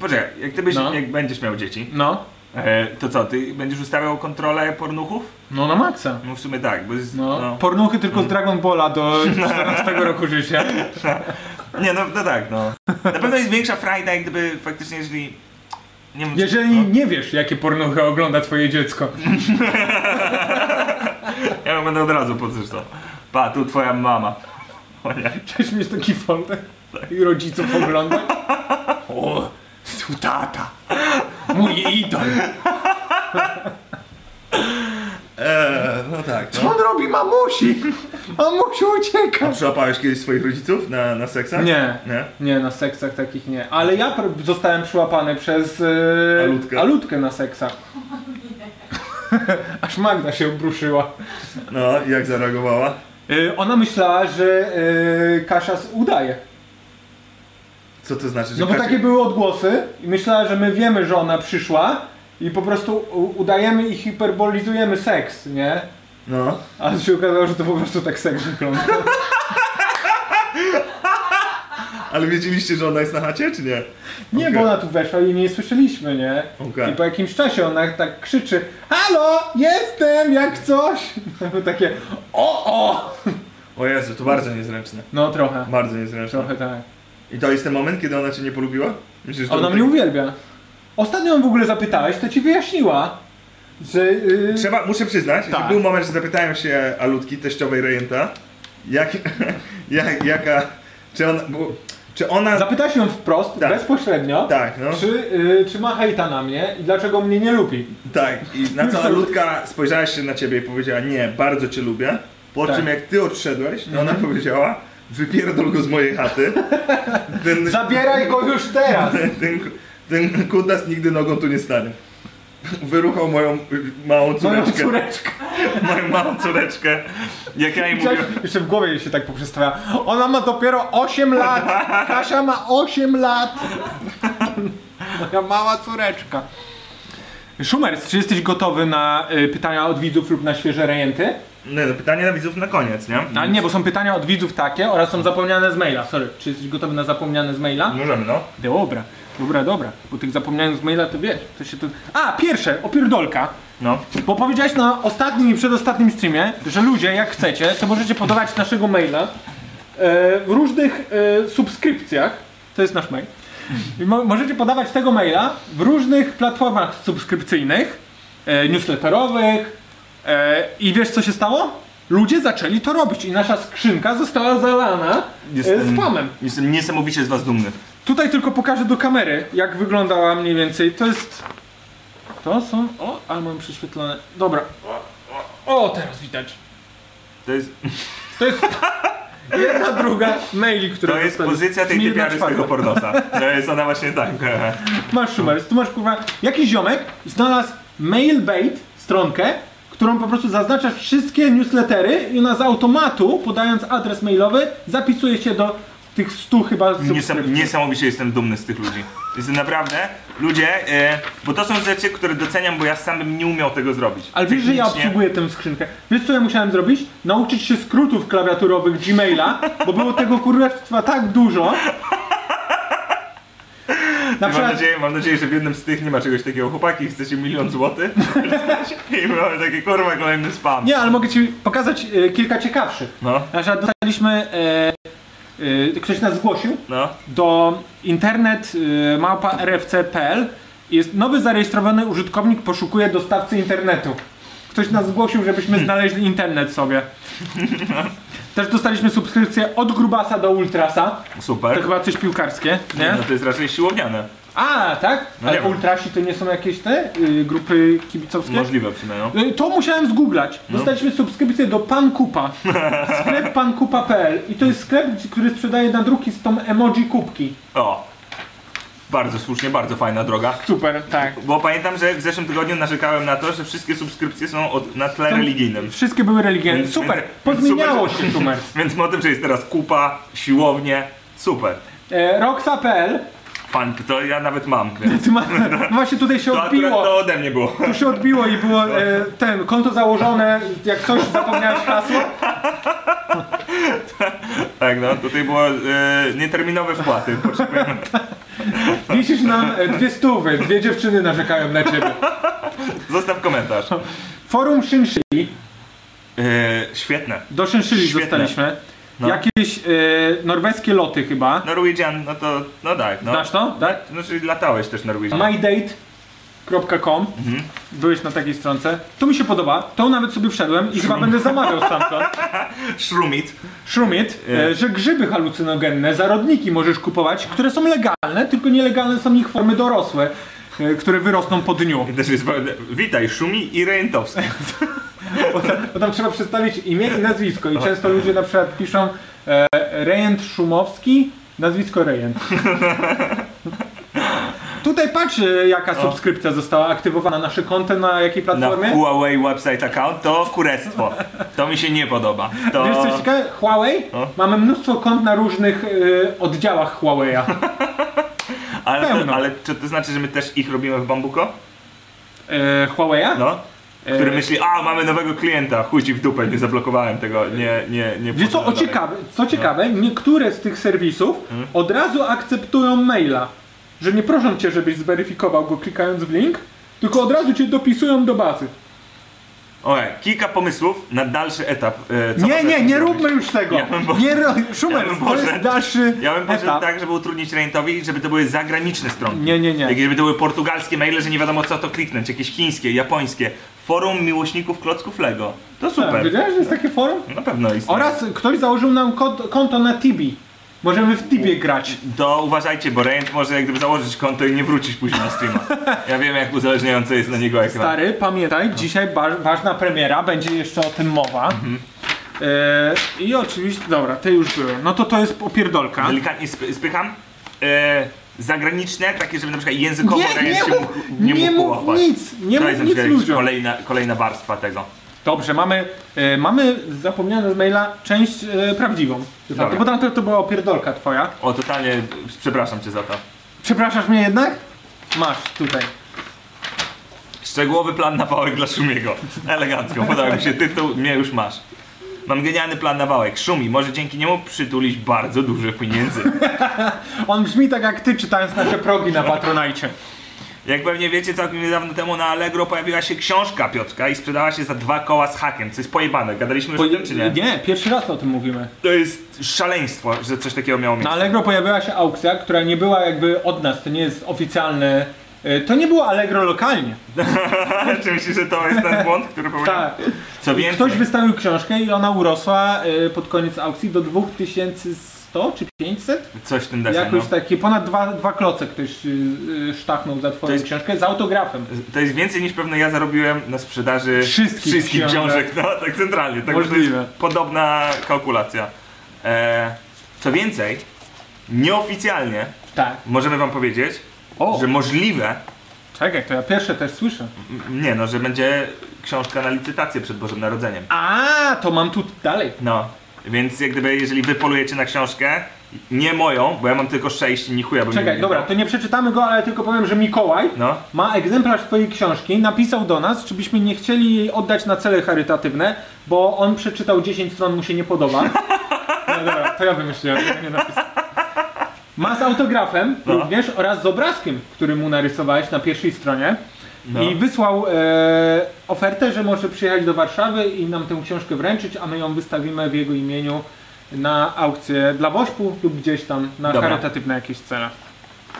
Speaker 2: poczekaj, jak ty byś,
Speaker 4: No.
Speaker 2: jak będziesz miał dzieci,
Speaker 4: No,
Speaker 2: e, to co, ty będziesz ustawiał kontrolę pornuchów?
Speaker 4: no na maksa.
Speaker 2: No w sumie tak, bo jest,
Speaker 4: No,
Speaker 2: no.
Speaker 4: pornuchy tylko z Dragon Balla do 14 roku życia.
Speaker 2: Nie, no, no tak, no. Na pewno jest większa frajda, jak gdyby faktycznie, jeżeli. Nie wiem, czy-
Speaker 4: Jeżeli
Speaker 2: no,
Speaker 4: nie wiesz, jakie pornuchy ogląda twoje dziecko.
Speaker 2: Ja będę od razu podrzucał. Pa, tu twoja mama. O nie.
Speaker 4: Chcesz mieć taki folder i rodziców ogląda? O, tu tata. Mój idol.
Speaker 2: Eee, no tak.
Speaker 4: Co on robi mamusi? Mamusiu ucieka.
Speaker 2: Przyłapałeś kiedyś swoich rodziców na, na seksach?
Speaker 4: Nie.
Speaker 2: Nie?
Speaker 4: Nie, na seksach takich nie. Ale ja pr- zostałem przyłapany przez... Yy,
Speaker 2: Alutkę.
Speaker 4: Alutkę na seksach. Aż Magda się obruszyła.
Speaker 2: No, i jak zareagowała?
Speaker 4: Yy, ona myślała, że yy, Kasia z- udaje.
Speaker 2: Co to znaczy, że
Speaker 4: No bo
Speaker 2: Kasia-
Speaker 4: takie były odgłosy i myślała, że my wiemy, że ona przyszła i po prostu u- udajemy i hiperbolizujemy seks, nie?
Speaker 2: No.
Speaker 4: A się okazało, że to po prostu tak seks wygląda.
Speaker 2: Ale wiedzieliście, że ona jest na chacie, czy nie?
Speaker 4: Nie,
Speaker 2: Okej.
Speaker 4: bo ona tu weszła i jej nie słyszeliśmy, nie?
Speaker 2: Okej.
Speaker 4: I po jakimś czasie ona tak krzyczy Halo, jestem, jak coś! No takie, o, o!
Speaker 2: O Jezu, to bardzo niezręczne.
Speaker 4: No trochę,
Speaker 2: Bardzo niezręczne.
Speaker 4: trochę tak.
Speaker 2: I to jest ten moment, kiedy ona cię nie polubiła? Myślisz, że to był
Speaker 4: Ona mnie
Speaker 2: taki-
Speaker 4: uwielbia. Ostatnio ją w ogóle zapytałeś, to ci wyjaśniła, że... Yy,
Speaker 2: Trzeba, muszę przyznać, że
Speaker 4: Tak.
Speaker 2: był moment, że zapytałem się Alutki, teściowej Rejenta, jak, jak, jaka, czy ona, bo, czy ona,
Speaker 4: Zapytałeś ją wprost,
Speaker 2: Tak.
Speaker 4: bezpośrednio.
Speaker 2: tak, no,
Speaker 4: Czy, y, czy ma hejta na mnie i dlaczego mnie nie lubi?
Speaker 2: tak, i na co Alutka spojrzała się na ciebie i powiedziała, nie, bardzo cię lubię, po
Speaker 4: Tak. Mhm.
Speaker 2: czym jak ty odszedłeś, to ona powiedziała, wypierdol go z mojej chaty, ten,
Speaker 4: Zabieraj go już teraz!
Speaker 2: ten, ten kutas nigdy nogą tu nie stanie. Wyruchał moją y, małą
Speaker 4: Moją
Speaker 2: córeczkę,
Speaker 4: córeczkę.
Speaker 2: moją małą córeczkę, jak ja jej
Speaker 4: Chciałeś-
Speaker 2: mówiłem,
Speaker 4: Jeszcze w głowie jej się tak poprzestawia. Ona ma dopiero 8 lat! Kasia ma 8 lat! Moja mała córeczka. Szumers, czy jesteś gotowy na y, pytania od widzów lub na świeże rejenty?
Speaker 2: no, no, pytanie na widzów na koniec, nie?
Speaker 4: A nie, bo są pytania od widzów takie oraz są zapomniane z maila. Sorry, czy jesteś gotowy na zapomniane z maila?
Speaker 2: Możemy, no.
Speaker 4: Dobra, dobra, dobra. Bo tych zapomnianych z maila to wiesz, to się to... A, pierwsze, opierdolka.
Speaker 2: No.
Speaker 4: Bo powiedziałeś na ostatnim i przedostatnim streamie, że ludzie, jak chcecie, to możecie podawać naszego maila e, w różnych e, subskrypcjach. To jest nasz mail. I mo- możecie podawać tego maila w różnych platformach subskrypcyjnych, e, newsletterowych. E, I wiesz, co się stało? Ludzie zaczęli to robić i nasza skrzynka została zalana e, spamem.
Speaker 2: Jestem niesamowicie z was dumny.
Speaker 4: Tutaj tylko pokażę do kamery, jak wyglądała mniej więcej. To jest. To są. O, ale mam prześwietlone. Dobra. O, o, o teraz widać.
Speaker 2: To jest,
Speaker 4: To jest. Jedna, druga maili, która
Speaker 2: to jest pozycja tej typiary z tego pornosa. To jest ona właśnie tak.
Speaker 4: Masz szumer, tu masz kurwa. Jakiś ziomek znalazł mailbait stronkę, którą po prostu zaznaczasz wszystkie newslettery i ona z automatu, podając adres mailowy, zapisuje się do tych 100 chyba
Speaker 2: Niesam,
Speaker 4: subskrypcji.
Speaker 2: niesamowicie jestem dumny z tych ludzi. Jestem naprawdę, ludzie, e, bo to są rzeczy, które doceniam, bo ja sam bym nie umiał tego zrobić.
Speaker 4: Ale wiesz, że ja
Speaker 2: Technicznie.
Speaker 4: obsługuję tę skrzynkę. Wiesz, co ja musiałem zrobić? Nauczyć się skrótów klawiaturowych Gmaila, bo było tego kurewstwa tak dużo. Na
Speaker 2: Mam
Speaker 4: przykład,
Speaker 2: nadzieję, mam nadzieję, że w jednym z tych nie ma czegoś takiego. Chłopaki, chcecie milion złotych? I mamy takie kurwa kolejny spam.
Speaker 4: nie, ale mogę ci pokazać e, kilka ciekawszych.
Speaker 2: No,
Speaker 4: Na przykład dostaliśmy, e, e, ktoś nas zgłosił
Speaker 2: no.
Speaker 4: do internet e, małpa rfc.pl jest nowy zarejestrowany użytkownik poszukuje dostawcy internetu. Ktoś nas zgłosił, żebyśmy
Speaker 2: Hmm.
Speaker 4: znaleźli internet sobie. Też dostaliśmy subskrypcję od grubasa do ultrasa. To
Speaker 2: Super.
Speaker 4: chyba coś piłkarskie, nie?
Speaker 2: No to jest raczej siłowniane.
Speaker 4: A, tak?
Speaker 2: No
Speaker 4: Ale
Speaker 2: nie wiem.
Speaker 4: ultrasi to nie są jakieś te y, grupy kibicowskie?
Speaker 2: Możliwe przynajmniej.
Speaker 4: Y, To musiałem zgooglać.
Speaker 2: No.
Speaker 4: Dostaliśmy subskrypcję do Pan Kupa. Sklep pankupa.pl i to jest sklep, gdzie- który sprzedaje nadruki z tą emoji kubki.
Speaker 2: no. O. Bardzo słusznie, bardzo fajna droga.
Speaker 4: Super, tak.
Speaker 2: Bo pamiętam, że w zeszłym tygodniu narzekałem na to, że wszystkie subskrypcje są od, na tle religijnym.
Speaker 4: Wszystkie były religijne.
Speaker 2: Więc-
Speaker 4: Super,
Speaker 2: więc-
Speaker 4: pozmieniało
Speaker 2: super, że-
Speaker 4: się numer.
Speaker 2: Więc o tym, że jest teraz kupa, siłownie, super.
Speaker 4: E, Roxa.pl,
Speaker 2: Pan, to ja nawet mam. Więc.
Speaker 4: Ty ma- właśnie tutaj się
Speaker 2: To akurat
Speaker 4: odbiło.
Speaker 2: to ode mnie było.
Speaker 4: Tu się odbiło i było e, ten konto założone, jak coś zapomniałeś hasło,
Speaker 2: Tak, no, tutaj było e, nieterminowe wpłaty. Potrzebujemy.
Speaker 4: Liczysz nam e, dwie stówy, dwie dziewczyny narzekają na ciebie.
Speaker 2: Zostaw komentarz.
Speaker 4: No. Forum Shinshili,
Speaker 2: E, świetne.
Speaker 4: do Shinshili
Speaker 2: Świetne.
Speaker 4: zostaliśmy.
Speaker 2: No.
Speaker 4: Jakieś e, norweskie loty chyba.
Speaker 2: Norwegian, no to, no tak, no.
Speaker 4: Znasz to? Tak?
Speaker 2: Znaczy latałeś też Norwegian.
Speaker 4: Mydate.com Byłeś na takiej stronce. To mi się podoba. To nawet sobie wszedłem i chyba będę zamawiał stamtąd.
Speaker 2: Szrumit.
Speaker 4: Szumit, e, że grzyby halucynogenne, zarodniki możesz kupować, które są legalne, tylko nielegalne są ich formy dorosłe, e, które wyrosną po dniu.
Speaker 2: Też jest, ważne. witaj, Szumi i Rejentowski.
Speaker 4: Bo tam, bo tam trzeba przedstawić imię i nazwisko i często ludzie na przykład piszą e, Rejent Szumowski, nazwisko Rejent. Tutaj patrz e, jaka subskrypcja została aktywowana, nasze konto na jakiej
Speaker 2: Na
Speaker 4: platformie?
Speaker 2: Huawei website account to kurestwo. To mi się nie podoba. To...
Speaker 4: Wiesz coś ciekawe? Huawei?
Speaker 2: O.
Speaker 4: Mamy mnóstwo kont na różnych y, oddziałach Huawei'a.
Speaker 2: ale,
Speaker 4: pełno.
Speaker 2: to, ale czy to znaczy, że my też ich robimy w Bambuko?
Speaker 4: E, Huawei'a?
Speaker 2: No. Który
Speaker 4: E.
Speaker 2: myśli, a mamy nowego klienta, chuj ci w dupę, nie zablokowałem tego, nie, nie, nie.
Speaker 4: Wiesz co, o
Speaker 2: poszedłem dalej.
Speaker 4: ciekawe, co ciekawe, niektóre z tych serwisów od razu akceptują maila. Że nie proszą cię, żebyś zweryfikował go klikając w link, tylko od razu cię dopisują do bazy.
Speaker 2: Okej, kilka pomysłów na dalszy etap. e, co
Speaker 4: nie,
Speaker 2: możemy
Speaker 4: nie, nie
Speaker 2: zrobić.
Speaker 4: róbmy już tego.
Speaker 2: Ja bym po-
Speaker 4: nie ro... Szumer,
Speaker 2: ja bym
Speaker 4: to jest e,
Speaker 2: poszedł-
Speaker 4: dalszy
Speaker 2: Ja bym powiedział
Speaker 4: etap.
Speaker 2: tak, żeby utrudnić rentowi, żeby to były zagraniczne strony.
Speaker 4: Nie, nie, nie.
Speaker 2: Jak gdyby to były portugalskie maile, że nie wiadomo co to kliknąć, jakieś chińskie, japońskie. Forum miłośników klocków Lego. To
Speaker 4: Tak,
Speaker 2: super.
Speaker 4: Wiedziałeś, że jest takie forum?
Speaker 2: Na pewno istnieje.
Speaker 4: Oraz ktoś założył nam kont- konto na Tibi. Możemy w Tibie grać.
Speaker 2: To uważajcie, bo Rent może jak gdyby założyć konto i nie wrócić później na streama. Ja wiem jak uzależniające jest na niego ekran.
Speaker 4: Stary, pamiętaj, dzisiaj ba- ważna premiera, będzie jeszcze o tym mowa. E, I oczywiście, dobra, te już były. No to to jest opierdolka.
Speaker 2: Delikatnie sp- spycham. E, zagraniczne, takie, żeby na przykład językowo
Speaker 4: Nie,
Speaker 2: Rent
Speaker 4: nie
Speaker 2: się
Speaker 4: mów-
Speaker 2: mógł-
Speaker 4: nie
Speaker 2: mógł
Speaker 4: mów
Speaker 2: połapać.
Speaker 4: nic, nie
Speaker 2: to
Speaker 4: mów
Speaker 2: jest na
Speaker 4: nic
Speaker 2: przykład jakaś
Speaker 4: ludziom.
Speaker 2: Kolejna, kolejna warstwa tego.
Speaker 4: Dobrze, mamy, e, mamy zapomniane z maila część e, prawdziwą.
Speaker 2: Dobra.
Speaker 4: Bo tam to, to była opierdolka twoja.
Speaker 2: O, totalnie przepraszam cię za to.
Speaker 4: Przepraszasz mnie jednak? Masz tutaj.
Speaker 2: Szczegółowy plan na wałek dla Szumiego. Elegancko, podoba mi się tytuł, mnie już masz. Mam genialny plan na wałek. Szumi może dzięki niemu przytulić bardzo dużo pieniędzy.
Speaker 4: On brzmi tak jak ty czytając nasze progi na Patronajcie.
Speaker 2: Jak pewnie wiecie, całkiem niedawno temu na Allegro pojawiła się książka Piotrka i sprzedała się za dwa koła z hakiem, co jest pojebane. Gadaliśmy już o tym, czy nie?
Speaker 4: nie, pierwszy raz o tym mówimy.
Speaker 2: To jest szaleństwo, że coś takiego miało
Speaker 4: Na
Speaker 2: miejsce.
Speaker 4: Allegro pojawiła się aukcja, która nie była jakby od nas, to nie jest oficjalne. y, To nie było Allegro lokalnie.
Speaker 2: czy myślisz, że to jest ten błąd, który popełniłem?
Speaker 4: Tak.
Speaker 2: Co
Speaker 4: I
Speaker 2: więcej,
Speaker 4: ktoś wystawił książkę i ona urosła y, pod koniec aukcji do 2100 czy 500?
Speaker 2: coś w tym deseń, no.
Speaker 4: Jakoś takie, ponad dwa, dwa kloce ktoś y, y, sztachnął za twoją
Speaker 2: To jest-
Speaker 4: książkę z autografem.
Speaker 2: To jest więcej niż pewno ja zarobiłem na sprzedaży
Speaker 4: Wszystkich
Speaker 2: wszystkich
Speaker 4: książek.
Speaker 2: książek, no, tak centralnie. Tak To
Speaker 4: Możliwe.
Speaker 2: jest podobna kalkulacja. E, co więcej, nieoficjalnie
Speaker 4: Tak.
Speaker 2: możemy wam powiedzieć,
Speaker 4: O.
Speaker 2: że możliwe,
Speaker 4: Czekaj, to ja pierwsze też słyszę.
Speaker 2: m- nie no, że będzie książka na licytację przed Bożym Narodzeniem.
Speaker 4: A, to mam tu dalej.
Speaker 2: No, więc jak gdyby, jeżeli wy polujecie na książkę, nie moją, bo ja mam tylko sześć i ni chuja, bo mi
Speaker 4: Czekaj,
Speaker 2: nie
Speaker 4: dobra, to nie przeczytamy go, ale tylko powiem, że Mikołaj
Speaker 2: No.
Speaker 4: ma egzemplarz twojej książki, napisał do nas, czy byśmy nie chcieli jej oddać na cele charytatywne, bo on przeczytał 10 stron, mu się nie podoba. No dobra, to ja wymyśliłem, ja nie napisałem. Ma z autografem również oraz z obrazkiem, który mu narysowałeś na pierwszej stronie. I wysłał e, ofertę, że może przyjechać do Warszawy i nam tę książkę wręczyć, a my ją wystawimy w jego imieniu na aukcję dla Wośpu lub gdzieś tam na
Speaker 2: Dobra.
Speaker 4: charytatywne jakieś cele.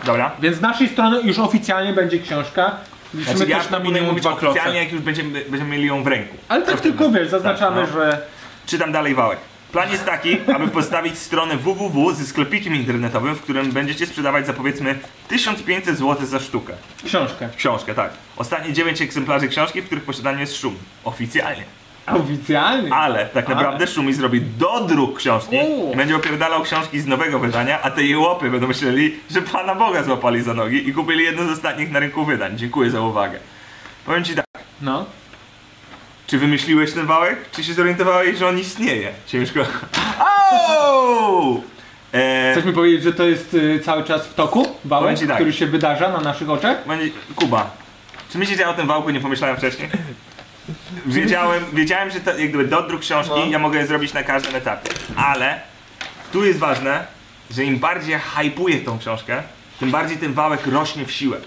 Speaker 2: Dobra.
Speaker 4: Więc z naszej strony już oficjalnie będzie książka. Liczymy
Speaker 2: Znaczy, ja
Speaker 4: też na
Speaker 2: proponuję
Speaker 4: minimum
Speaker 2: mówić
Speaker 4: dwa kloce.
Speaker 2: oficjalnie, jak już będziemy, będziemy mieli ją w ręku.
Speaker 4: Ale tak tylko wiesz, zaznaczamy,
Speaker 2: Tak, no.
Speaker 4: że
Speaker 2: Czytam dalej wałek. Plan jest taki, aby postawić stronę www ze sklepikiem internetowym, w którym będziecie sprzedawać za powiedzmy 1500 zł za sztukę.
Speaker 4: książkę.
Speaker 2: Książkę, tak. Ostatnie 9 egzemplarzy książki, w których posiadaniu jest szum. Oficjalnie.
Speaker 4: Oficjalnie.
Speaker 2: Ale tak naprawdę Szumi zrobi dodruk książki,
Speaker 4: Uuu.
Speaker 2: będzie opierdalał książki z nowego wydania, a te jełopy będą myśleli, że Pana Boga złapali za nogi i kupili jedno z ostatnich na rynku wydań. Dziękuję za uwagę. Powiem Ci tak,
Speaker 4: No.
Speaker 2: czy wymyśliłeś ten wałek, czy się zorientowałeś, że on istnieje? Ciężko. Au! Eee,
Speaker 4: Chcesz mi powiedzieć, że to jest y, cały czas w toku?
Speaker 2: Powiem
Speaker 4: Wałek,
Speaker 2: ci tak.
Speaker 4: który się wydarza na naszych oczach?
Speaker 2: będzie- Kuba, czy myślisz, że ja o tym wałku nie pomyślałem wcześniej? Wiedziałem, wiedziałem że to jak gdyby dodruk książki ja mogę je zrobić na każdym etapie, ale Tu jest ważne, że im bardziej ja hypuję tą książkę, tym bardziej ten wałek rośnie w siłę.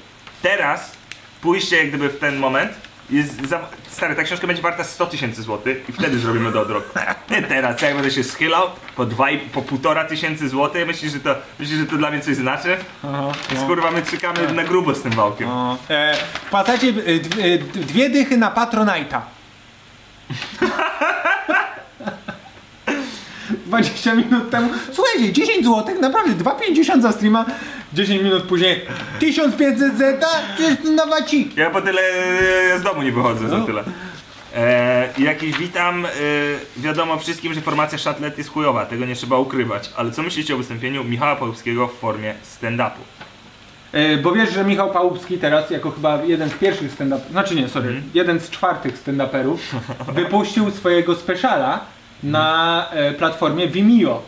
Speaker 2: Teraz pójście jak gdyby w ten moment jest za... Stary, ta książka będzie warta 100 tysięcy złotych i wtedy zrobimy do odroku. Nie teraz, jak będę się schylał po dwa, i- po półtora tysięcy złotych, myślisz, że to, myślisz, że to dla mnie coś znaczy? Więc kurwa, my czekamy na grubo z tym wałkiem.
Speaker 4: No.
Speaker 5: E, wpłacacie
Speaker 4: y,
Speaker 5: e, d- e, d- dwie dychy na Patronite'a.
Speaker 4: 20 minut temu. Słuchajcie, 10 zł, naprawdę 2,50 za streama. 10 minut później
Speaker 5: 1500 zeta, jest na waciki.
Speaker 2: Ja po tyle e, z domu nie wychodzę
Speaker 4: No.
Speaker 2: za tyle. E, jakiś witam. E, wiadomo wszystkim, że formacja Shatlet jest chujowa, tego nie trzeba ukrywać. Ale co myślicie o wystąpieniu Michała Polskiego w formie stand-upu?
Speaker 4: E, bo wiesz, że Michał Pałupski teraz, jako chyba jeden z pierwszych stand znaczy nie, sorry, jeden z czwartych stand-uperów, wypuścił swojego speciala na e, platformie Vimeo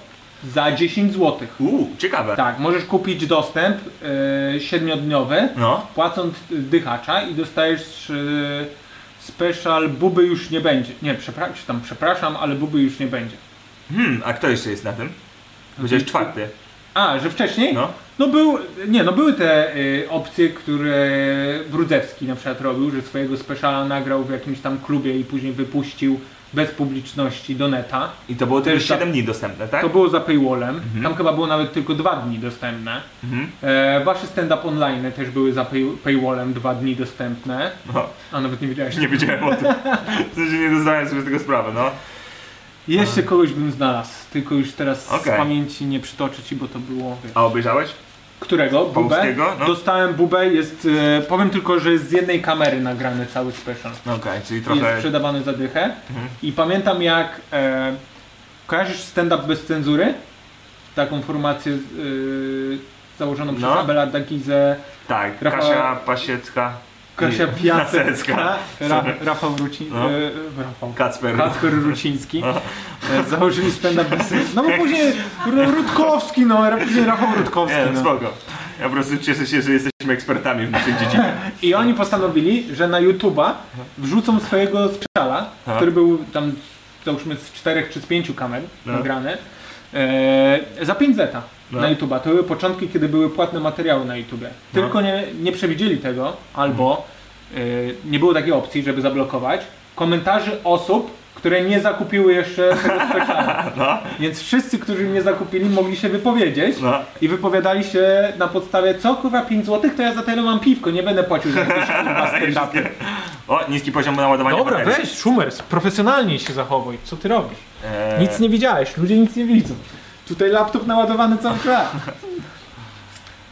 Speaker 4: za 10 zł.
Speaker 2: Uuu, ciekawe.
Speaker 4: Tak, możesz kupić dostęp e, siedmiodniowy,
Speaker 2: No,
Speaker 4: płacąc dychacza i dostajesz e, special Buby już nie będzie. Nie, przepraszam, czy tam E, przepraszam, ale Buby już nie będzie.
Speaker 2: hmm, a kto jeszcze jest na tym? Będziesz czwarty.
Speaker 4: A, że wcześniej?
Speaker 2: No.
Speaker 4: No był, nie no były te y, opcje, które Brudzewski na przykład robił, że swojego speciala nagrał w jakimś tam klubie i później wypuścił bez publiczności do neta.
Speaker 2: I to było tylko
Speaker 4: Też za-
Speaker 2: 7 dni dostępne, tak?
Speaker 4: To było za paywallem, tam chyba było nawet tylko dwa dni dostępne.
Speaker 2: Mhm.
Speaker 4: E, wasze stand-up online też były za pay, paywallem dwa dni dostępne.
Speaker 2: No,
Speaker 4: A nawet nie wiedziałeś.
Speaker 2: nie wiedziałem o tym. W sensie nie doznałem sobie z tego sprawy, no.
Speaker 4: Jeszcze kogoś bym znalazł, tylko już teraz
Speaker 2: Mhm. Okej.
Speaker 4: z pamięci nie przytoczę ci, bo to było... wiesz.
Speaker 2: A obejrzałeś?
Speaker 4: Którego? Bubę?
Speaker 2: Pałuskiego? No.
Speaker 4: Dostałem Bubę, jest, e, powiem tylko, że jest z jednej kamery nagrany cały special.
Speaker 2: No Okej, Mhm. czyli
Speaker 4: I Jest
Speaker 2: trochę...
Speaker 4: sprzedawany za dychę. I pamiętam jak, e, kojarzysz stand-up bez cenzury? Taką formację e, założoną przez
Speaker 2: No.
Speaker 4: Abelarda Gizę,
Speaker 2: Tak,
Speaker 4: Rafała-
Speaker 2: Kasia Pasiecka,
Speaker 4: Kasia
Speaker 2: Nie,
Speaker 4: Piasecka,
Speaker 2: Piasecka.
Speaker 4: Ra, Rafał Ruciński,
Speaker 2: No.
Speaker 4: Rafał.
Speaker 2: Kacper.
Speaker 4: Kacper Ruciński e, założyli stand-up bez cenzury. No bo później R- Rutkowski, no, później Rafał Rutkowski.
Speaker 2: Nie,
Speaker 4: no.
Speaker 2: spoko. Ja po prostu cieszę się, że jesteśmy ekspertami w naszej dziedzinie.
Speaker 4: I oni postanowili, że na YouTube'a wrzucą swojego sprzala, który był tam załóżmy z czterech czy z pięciu kamer
Speaker 2: No.
Speaker 4: nagrany e, za 5 zeta
Speaker 2: No.
Speaker 4: na YouTube'a. To były początki, kiedy były płatne materiały na YouTubie.
Speaker 2: No. Mhm.
Speaker 4: Tylko nie, nie przewidzieli tego, albo e, nie było takiej opcji, żeby zablokować komentarzy osób, które nie zakupiły jeszcze tego sprzala. Więc wszyscy, którzy nie zakupili, mogli się wypowiedzieć.
Speaker 2: No.
Speaker 4: I wypowiadali się na podstawie, co kurwa 5 zł, to ja za tyle mam piwko, nie będę płacił za jakieś kurwa stand-upy.
Speaker 2: O, niski poziom naładowania
Speaker 5: Dobra,
Speaker 2: baterii.
Speaker 5: weź, Szumers, profesjonalnie się zachowuj. Co ty robisz?
Speaker 2: Eee,
Speaker 5: Nic nie widziałeś, ludzie nic nie widzą.
Speaker 4: Tutaj laptop naładowany cały czas.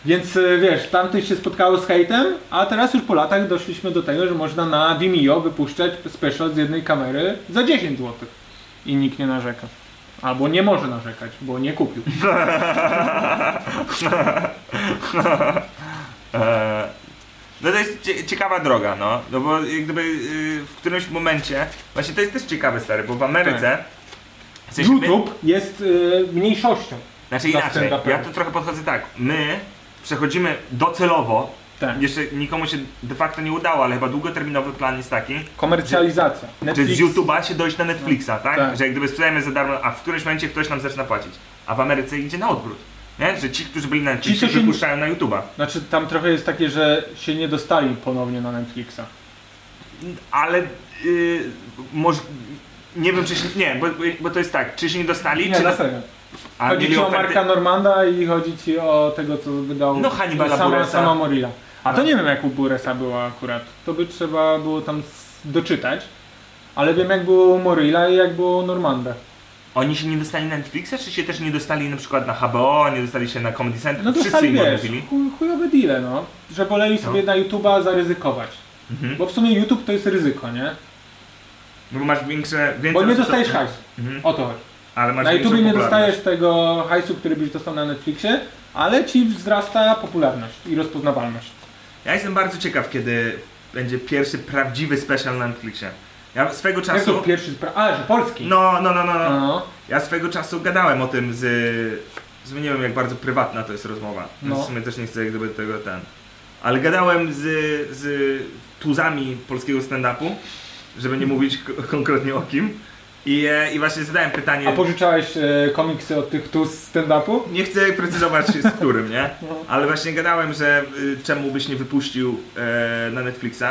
Speaker 4: Więc y, wiesz, tamtych się spotkało z hejtem, a teraz już po latach doszliśmy do tego, że można na Vimeo wypuszczać special z jednej kamery za 10 zł. I nikt nie narzeka. Albo nie może narzekać, bo nie kupił.
Speaker 2: eee, no to jest cie- ciekawa droga, no. No bo jak gdyby yy, w którymś momencie... Właśnie to jest też ciekawe, stary, bo w Ameryce...
Speaker 5: Tak.
Speaker 2: W sensie my-
Speaker 4: YouTube jest y, mniejszością.
Speaker 2: Znaczy
Speaker 4: Dla
Speaker 2: inaczej,
Speaker 4: stand-uperów.
Speaker 2: ja tu trochę podchodzę tak. My przechodzimy docelowo,
Speaker 4: Tak.
Speaker 2: jeszcze nikomu się de facto nie udało, ale chyba długoterminowy plan jest taki,
Speaker 4: Komercjalizacja.
Speaker 2: Czy z
Speaker 4: Netflix.
Speaker 2: YouTube'a się dojść na Netflixa, tak?
Speaker 4: Tak.
Speaker 2: Że jak gdyby sprzedajemy za darmo, a w którymś momencie ktoś nam zaczyna płacić. A w Ameryce idzie na odwrót. Nie? Że ci, którzy byli na
Speaker 4: Ci, co
Speaker 2: Netflixie,
Speaker 4: się nie-
Speaker 2: wypuszczają na YouTube'a.
Speaker 4: Znaczy tam trochę jest takie, że się nie dostali ponownie na Netflixa.
Speaker 2: Ale yy, może... Nie wiem, czy się... Nie, bo, bo to jest tak, czy się nie dostali,
Speaker 4: Nie,
Speaker 2: czy...
Speaker 4: na serio.
Speaker 2: a
Speaker 4: Chodzi
Speaker 2: mieli
Speaker 4: ci o
Speaker 2: oferty-
Speaker 4: Marka Normanda i chodzi ci o tego, co wydał
Speaker 2: No, Hannibala
Speaker 4: sama,
Speaker 2: Buressa.
Speaker 4: sama Morilla. A to
Speaker 2: No.
Speaker 4: nie wiem, jak u Buresa było akurat. To by trzeba było tam s- doczytać. Ale wiem, jak było u Morilla i jak było u Normanda.
Speaker 2: Oni się nie dostali na Netflixa, czy się też nie dostali na przykład na HBO, nie dostali się na Comedy Central?
Speaker 4: No
Speaker 2: Wszyscy
Speaker 4: dostali,
Speaker 2: im
Speaker 4: wiesz,
Speaker 2: odmówili.
Speaker 4: chuj, chujowe deale, no. Że woleli sobie na YouTube'a zaryzykować. Bo w sumie YouTube to jest ryzyko, nie?
Speaker 2: Mhm. No bo masz większe...
Speaker 4: Bo
Speaker 2: więcej
Speaker 4: nie
Speaker 2: osób-
Speaker 4: dostajesz hajsu.
Speaker 2: Mhm.
Speaker 4: O to chodzi.
Speaker 2: Ale masz
Speaker 4: Na
Speaker 2: większą
Speaker 4: YouTubie nie
Speaker 2: popularność.
Speaker 4: dostajesz tego hajsu, który byś dostał na Netflixie, ale ci wzrasta popularność i rozpoznawalność.
Speaker 2: Ja jestem bardzo ciekaw, kiedy będzie pierwszy prawdziwy special na Netflixie. Ja swego
Speaker 4: Jak to
Speaker 2: czasu...
Speaker 4: pierwszy spra- A, że polski.
Speaker 2: Tak, No, no, no, no, no.
Speaker 4: No,
Speaker 2: Ja swego czasu gadałem o tym z... z nie wiem, jak bardzo prywatna to jest rozmowa. No.
Speaker 4: No.
Speaker 2: W sumie też nie chcę jak gdyby tego ten... Ale gadałem z, z tuzami polskiego stand-upu, żeby nie mówić k- konkretnie o kim. I, e, i właśnie zadałem pytanie.
Speaker 4: A pożyczałeś e, komiksy od tych tu z stand-upu?
Speaker 2: Nie chcę precyzować się z którym, nie?
Speaker 4: No.
Speaker 2: Ale właśnie gadałem, że y, czemu byś nie wypuścił e, na Netflixa.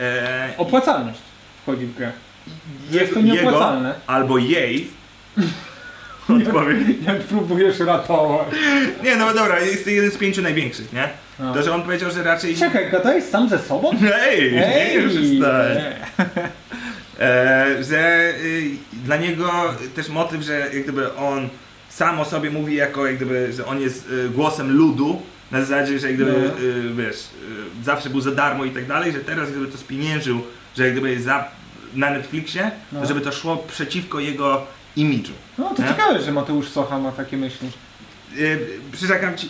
Speaker 2: E,
Speaker 4: Opłacalność wchodzi w grę.
Speaker 2: je-
Speaker 4: jest to
Speaker 2: jego
Speaker 4: nieopłacalne.
Speaker 2: albo jej. Odpowiem.
Speaker 4: Jak próbujesz ratować.
Speaker 2: Nie, no dobra, jest to jeden z pięciu największych, nie?
Speaker 4: No.
Speaker 2: To, że on powiedział, że raczej.
Speaker 4: Czekaj, gadałeś sam ze sobą?
Speaker 2: Ej, nie
Speaker 4: Ej!
Speaker 2: już przestań. E, że y, dla niego też motyw, że jak gdyby on sam o sobie mówi jako jak gdyby, że on jest y, głosem ludu, na zasadzie, że jak gdyby,
Speaker 4: No.
Speaker 2: y, wiesz, y, zawsze był za darmo i tak dalej, że teraz jak gdyby to spieniężył, że jak gdyby za, na Netflixie, to
Speaker 4: No.
Speaker 2: żeby to szło przeciwko jego imidżu.
Speaker 4: No to
Speaker 2: Nie?
Speaker 4: ciekawe, że Mateusz Socha ma takie myśli.
Speaker 2: Yy, przyrzekam ci,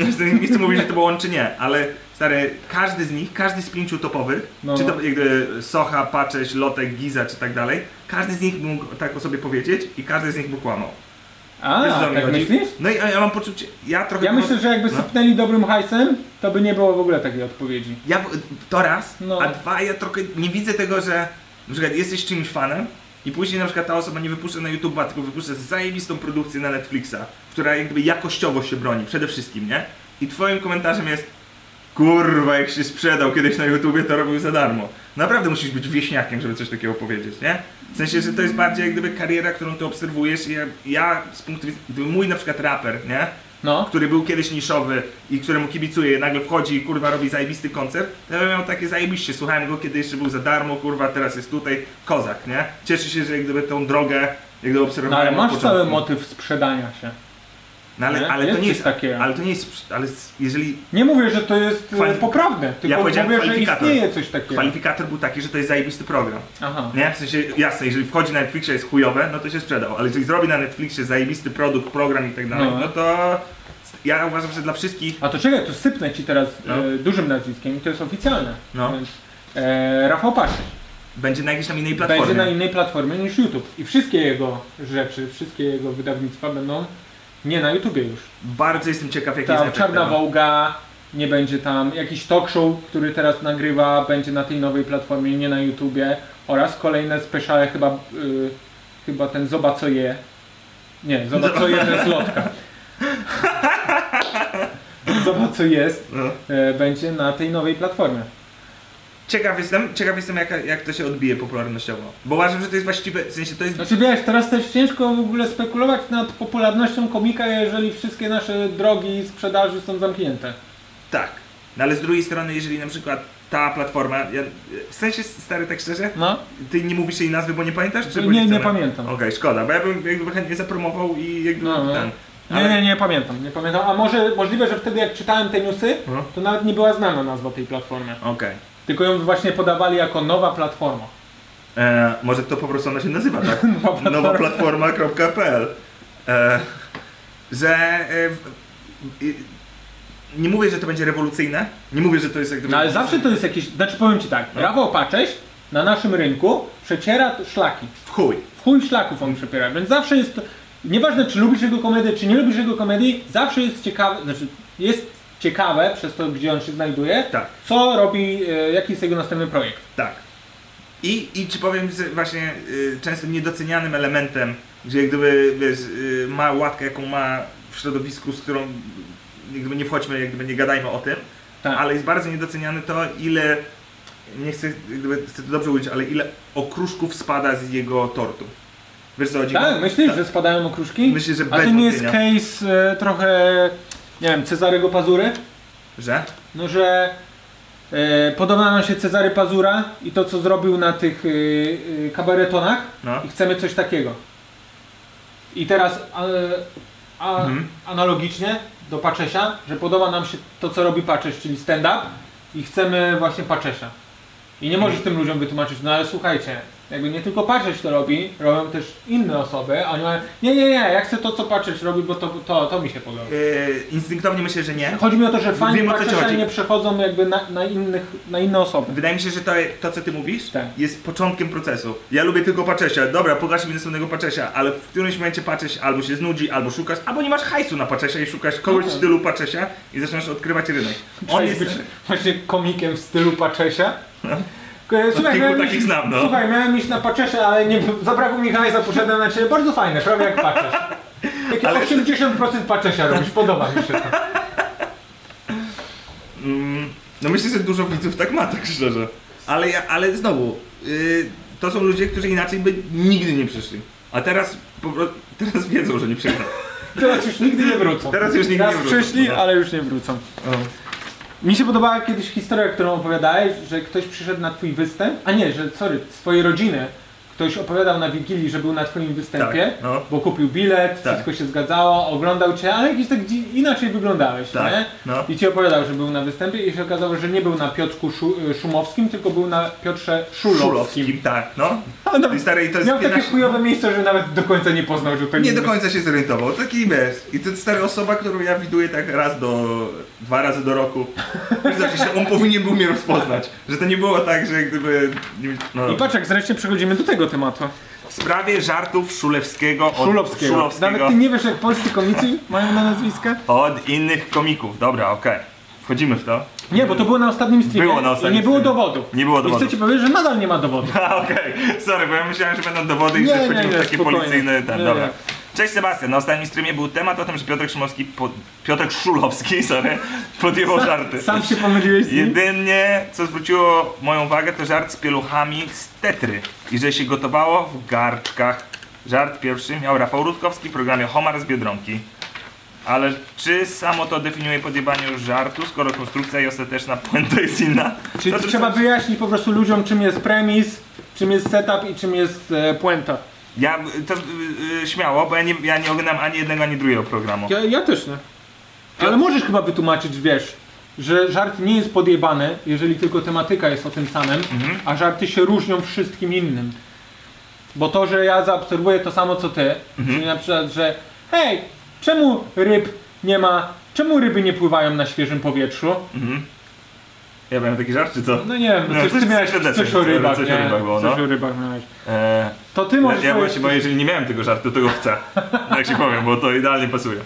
Speaker 2: nie chcę mówić, że to był on czy nie, ale stary, każdy z nich, każdy z pięciu topowych,
Speaker 4: No.
Speaker 2: czy to jakby Socha, Paczeć, Lotek, Giza czy tak dalej, każdy z nich mógł tak o sobie powiedzieć i każdy z nich mu kłamał.
Speaker 4: A,
Speaker 2: Wiesz, co mi
Speaker 4: tak
Speaker 2: chodzi?
Speaker 4: myślisz?
Speaker 2: No i a ja mam poczucie, ja trochę...
Speaker 4: Ja myślę, że jakby
Speaker 2: No.
Speaker 4: sypnęli dobrym hajsem, to by nie było w ogóle takiej odpowiedzi.
Speaker 2: Ja, w- to raz,
Speaker 4: No.
Speaker 2: a dwa, ja trochę nie widzę tego, że na przykład jesteś czymś fanem i później na przykład ta osoba nie wypuszcza na YouTube, tylko wypuszcza zajebistą produkcję na Netflixa, która jakby jakościowo się broni, przede wszystkim, nie? I twoim komentarzem jest Kurwa, jak się sprzedał kiedyś na YouTubie, to robił za darmo. Naprawdę musisz być wieśniakiem, żeby coś takiego powiedzieć, nie? W sensie, że to jest bardziej jak gdyby kariera, którą ty obserwujesz i ja, ja z punktu widzenia, gdyby mój na przykład raper, nie?
Speaker 4: No.
Speaker 2: który był kiedyś niszowy i któremu kibicuję, nagle wchodzi i kurwa robi zajebisty koncert, to ja bym miał takie zajebiście, słuchałem go kiedy jeszcze był za darmo, kurwa, teraz jest tutaj, kozak, nie? Cieszę się, że jak gdyby tą drogę, jak gdyby
Speaker 4: No ale
Speaker 2: obserwowałem od
Speaker 4: masz
Speaker 2: początku.
Speaker 4: cały motyw sprzedania się.
Speaker 2: No ale,
Speaker 4: nie?
Speaker 2: ale to
Speaker 4: Jest
Speaker 2: nie
Speaker 4: coś
Speaker 2: jest,
Speaker 4: takiego.
Speaker 2: ale to nie jest, ale s- jeżeli
Speaker 4: Nie mówię, że to jest e,
Speaker 2: Kwali-
Speaker 4: poprawne, tylko
Speaker 2: powiedziałem
Speaker 4: mówię, że
Speaker 2: kwalifikator.
Speaker 4: istnieje coś takiego.
Speaker 2: kwalifikator był taki, że to jest zajebisty program,
Speaker 4: Aha.
Speaker 2: nie? W sensie, jasne, jeżeli wchodzi na Netflixie jest chujowe, no to się sprzedał, ale jeżeli zrobi na Netflixie zajebisty produkt, program i tak dalej,
Speaker 4: No.
Speaker 2: no to ja uważam, że dla wszystkich
Speaker 4: A to czekaj, to sypnę ci teraz
Speaker 2: No.
Speaker 4: e, dużym nazwiskiem i to jest oficjalne.
Speaker 2: No.
Speaker 4: Więc, e, Rafał Paszyk
Speaker 2: będzie na jakiejś tam innej platformie.
Speaker 4: będzie na innej platformie niż YouTube. I wszystkie jego rzeczy, wszystkie jego wydawnictwa będą nie na YouTubie już.
Speaker 2: Bardzo jestem ciekaw, jaki jest
Speaker 4: Tam
Speaker 2: efekt
Speaker 4: Czarna
Speaker 2: tego.
Speaker 4: Wołga, nie będzie tam jakiś talk show, który teraz nagrywa, będzie na tej nowej platformie, nie na YouTubie. Oraz kolejne speciale, chyba, y, chyba ten Zoba co je. Nie, Zoba co je to jest lotka. Zoba co jest,
Speaker 2: No.
Speaker 4: e, będzie na tej nowej platformie.
Speaker 2: Ciekaw jestem, ciekaw jestem jak, jak to się odbije popularnościowo. Bo uważam, że to jest właściwe, w sensie to jest...
Speaker 4: Znaczy wiesz, teraz też ciężko w ogóle spekulować nad popularnością komika, jeżeli wszystkie nasze drogi sprzedaży są zamknięte.
Speaker 2: Tak. No ale z drugiej strony, jeżeli na przykład ta platforma... Ja, w sensie, stary, tak szczerze,
Speaker 4: No.
Speaker 2: ty nie mówisz jej nazwy, bo nie pamiętasz? Czy bo
Speaker 4: Nie, nie
Speaker 2: chcemy?
Speaker 4: pamiętam.
Speaker 2: Okej, szkoda, bo ja bym jakby chętnie zapromował i jakby
Speaker 4: No, no.
Speaker 2: ten...
Speaker 4: Nie, nie, nie pamiętam, nie pamiętam. A może możliwe, że wtedy jak czytałem te newsy,
Speaker 2: Mhm.
Speaker 4: to nawet nie była znana nazwa tej platformy.
Speaker 2: Okej.
Speaker 4: Tylko ją właśnie podawali jako nowa platforma.
Speaker 2: E, Może to po prostu ona się nazywa, tak? Nowa platforma.pl e, Że... E, w, i- nie mówię, że to będzie rewolucyjne, nie mówię, że to jest jakby...
Speaker 4: No ale zawsze to jest jakieś. Znaczy powiem ci tak,
Speaker 2: No.
Speaker 4: Rafał Pacześ na naszym rynku przeciera t- szlaki.
Speaker 2: W chuj.
Speaker 4: W chuj szlaków on przepiera, więc zawsze jest. to- Nieważne czy lubisz jego komedię, czy nie lubisz jego komedii, zawsze jest ciekawe, znaczy jest ciekawe przez to, gdzie on się znajduje,
Speaker 2: Tak.
Speaker 4: co robi, e, jaki jest jego następny projekt.
Speaker 2: Tak. I, I czy powiem, że właśnie y, często niedocenianym elementem, że jak gdyby wiesz, y, ma łatkę, jaką ma w środowisku, z którą jak gdyby nie wchodźmy, jak gdyby nie gadajmy o tym,
Speaker 4: Tak.
Speaker 2: ale jest bardzo niedoceniane to, ile, nie chcę, jak gdyby, chcę to dobrze użyć, ale ile okruszków spada z jego tortu. Wiesz co chodzi?
Speaker 4: Tak, myślisz, że spadają okruszki?
Speaker 2: Myślę, że
Speaker 4: A
Speaker 2: bez
Speaker 4: to nie jest
Speaker 2: wątpienia.
Speaker 4: case e, trochę, nie wiem, Cezarego Pazury?
Speaker 2: Że?
Speaker 4: No, że e, podoba nam się Cezary Pazura i to, co zrobił na tych e, e, kabaretonach
Speaker 2: No.
Speaker 4: i chcemy coś takiego. I teraz a, a,
Speaker 2: Mhm.
Speaker 4: analogicznie do Paczesia, że podoba nam się to, co robi Paczesz, czyli stand-up i chcemy właśnie Paczesia. I nie możesz
Speaker 2: Mhm.
Speaker 4: tym ludziom wytłumaczyć, no ale słuchajcie, jakby nie tylko Paczesz to robi, robią też inne osoby, a oni mają, nie, nie, nie, ja chcę to, co Paczesz robi, bo to, to, to mi się podoba.
Speaker 2: Y, instynktownie myślę, że nie.
Speaker 4: Chodzi mi o to, że fani
Speaker 2: Wiem, o co ci
Speaker 4: Bartosza
Speaker 2: chodzi.
Speaker 4: nie przechodzą jakby na, na, innych, na inne osoby.
Speaker 2: Wydaje mi się, że to, to co ty mówisz,
Speaker 4: Tak.
Speaker 2: jest początkiem procesu. Ja lubię tylko Paczesia, dobra, pokaż mi następnego Paczesia, ale w którymś momencie Pacześ albo się znudzi, albo szukasz, albo nie masz hajsu na Paczesia i szukasz kogoś w
Speaker 4: Okej.
Speaker 2: stylu Paczesia i zaczynasz odkrywać rynek. On
Speaker 4: Trzeba
Speaker 2: jest... No.
Speaker 4: być właśnie komikiem w stylu Paczesia. E, Słuchaj,
Speaker 2: kilku
Speaker 4: miałem
Speaker 2: takich
Speaker 4: iść-
Speaker 2: znam, no.
Speaker 4: Słuchaj, miałem iść na paczesze, ale nie, zabrakło mi hajsa, poszedłem na ciebie. Bardzo fajne, prawie jak paczesz. Takie
Speaker 2: Ale-
Speaker 4: 80% paczesia robisz, podoba mi się to.
Speaker 2: Mm, no myślę, że dużo widzów tak ma, tak szczerze. Ale, ja, ale znowu, yy, to są ludzie, którzy inaczej by nigdy nie przyszli. A teraz, po, pro- teraz wiedzą, że nie przyjdą.
Speaker 4: Teraz już nigdy nie wrócą.
Speaker 2: Teraz już nigdy
Speaker 4: Teraz
Speaker 2: nie wrócą.
Speaker 4: przyszli,
Speaker 2: No.
Speaker 4: ale już nie wrócą.
Speaker 2: O.
Speaker 4: Mi się podobała kiedyś historia, którą opowiadałeś, że ktoś przyszedł na twój występ, a nie, że sorry, swojej rodziny. Ktoś opowiadał na Wigilii, że był na twoim występie,
Speaker 2: Tak, no.
Speaker 4: bo kupił bilet,
Speaker 2: Tak.
Speaker 4: wszystko się zgadzało, oglądał cię, ale jakiś tak dzi- inaczej wyglądałeś,
Speaker 2: Tak,
Speaker 4: nie?
Speaker 2: no.
Speaker 4: I ci opowiadał, że był na występie i się okazało, że nie był na Piotrku Szu- Szumowskim, tylko był na Piotrze Szulowskim.
Speaker 2: Szulowskim, tak, no.
Speaker 4: A nawet
Speaker 2: I stary, i to jest
Speaker 4: Miał takie
Speaker 2: 15
Speaker 4: chujowe miejsce, że nawet do końca nie poznał, że to
Speaker 2: Nie do końca się zorientował, taki wiesz. I to jest stara osoba, którą ja widuję tak raz do... dwa razy do roku. Znaczy się, on powinien był mnie rozpoznać. Że to nie było tak, że gdyby... nie- No.
Speaker 4: I patrz, jak zresztą przechodzimy do tego tematu.
Speaker 2: W sprawie żartów Szulewskiego od,
Speaker 4: Szulowskiego.
Speaker 2: Szulowskiego
Speaker 4: Nawet ty nie wiesz, jak polscy komicy mają na nazwiska?
Speaker 2: od innych komików. Dobra, okej. Wchodzimy w to.
Speaker 4: Nie, bo to było na ostatnim streamie
Speaker 2: Było na ostatnim
Speaker 4: i nie było
Speaker 2: streamie.
Speaker 4: dowodów.
Speaker 2: Nie było
Speaker 4: I
Speaker 2: dowodów.
Speaker 4: chcę ci powiedzieć, że nadal nie ma dowodów.
Speaker 2: A, okej. Sorry, bo ja myślałem, że będą dowody i
Speaker 4: Nie,
Speaker 2: że
Speaker 4: nie,
Speaker 2: wchodzimy
Speaker 4: nie,
Speaker 2: w takie
Speaker 4: spokojnie.
Speaker 2: policyjne... Ten,
Speaker 4: Nie,
Speaker 2: dobra.
Speaker 4: nie.
Speaker 2: Cześć Sebastian, na ostatnim streamie był temat o tym, że Piotrek Szumowski, po... Piotrek Szulowski, sorry, podjęło żarty.
Speaker 4: Sam się pomyliłeś z nim.
Speaker 2: Jedynie, co zwróciło moją uwagę, to żart z pieluchami z Tetry i że się gotowało w garczkach. Żart pierwszy miał Rafał Rutkowski w programie Homar z Biedronki. Ale czy samo to definiuje podjebanie żartu, skoro konstrukcja i ostateczna puenta jest inna?
Speaker 4: Czyli
Speaker 2: To to
Speaker 4: trzeba
Speaker 2: są-
Speaker 4: wyjaśnić po prostu ludziom, czym jest premis, czym jest setup i czym jest e, puenta.
Speaker 2: Ja y, to y, y, śmiało, bo ja nie, ja nie oglądam ani jednego, ani drugiego programu.
Speaker 4: Ja, ja też nie. Ale możesz chyba wytłumaczyć, wiesz, że żart nie jest podjebany, jeżeli tylko tematyka jest o tym samym,
Speaker 2: Mhm.
Speaker 4: a żarty się różnią wszystkim innym. Bo to, że ja zaobserwuję to samo co ty,
Speaker 2: Mhm.
Speaker 4: czyli na przykład, że hej, czemu ryb nie ma, czemu ryby nie pływają na świeżym powietrzu?
Speaker 2: Ja miałem taki żart, czy co?
Speaker 4: No nie wiem,
Speaker 2: No,
Speaker 4: coś,
Speaker 2: coś-
Speaker 4: ty miałeś
Speaker 2: coś-
Speaker 4: coś, o rybach,
Speaker 2: coś o
Speaker 4: nie?
Speaker 2: rybach było,
Speaker 4: coś
Speaker 2: no.
Speaker 4: o rybach miałeś.
Speaker 2: E,
Speaker 4: To ty
Speaker 2: ja,
Speaker 4: możesz
Speaker 2: ja
Speaker 4: powiedzieć-
Speaker 2: właśnie boję, że nie miałem tego żartu, to go chcę. Tak się powiem, bo to idealnie pasuje.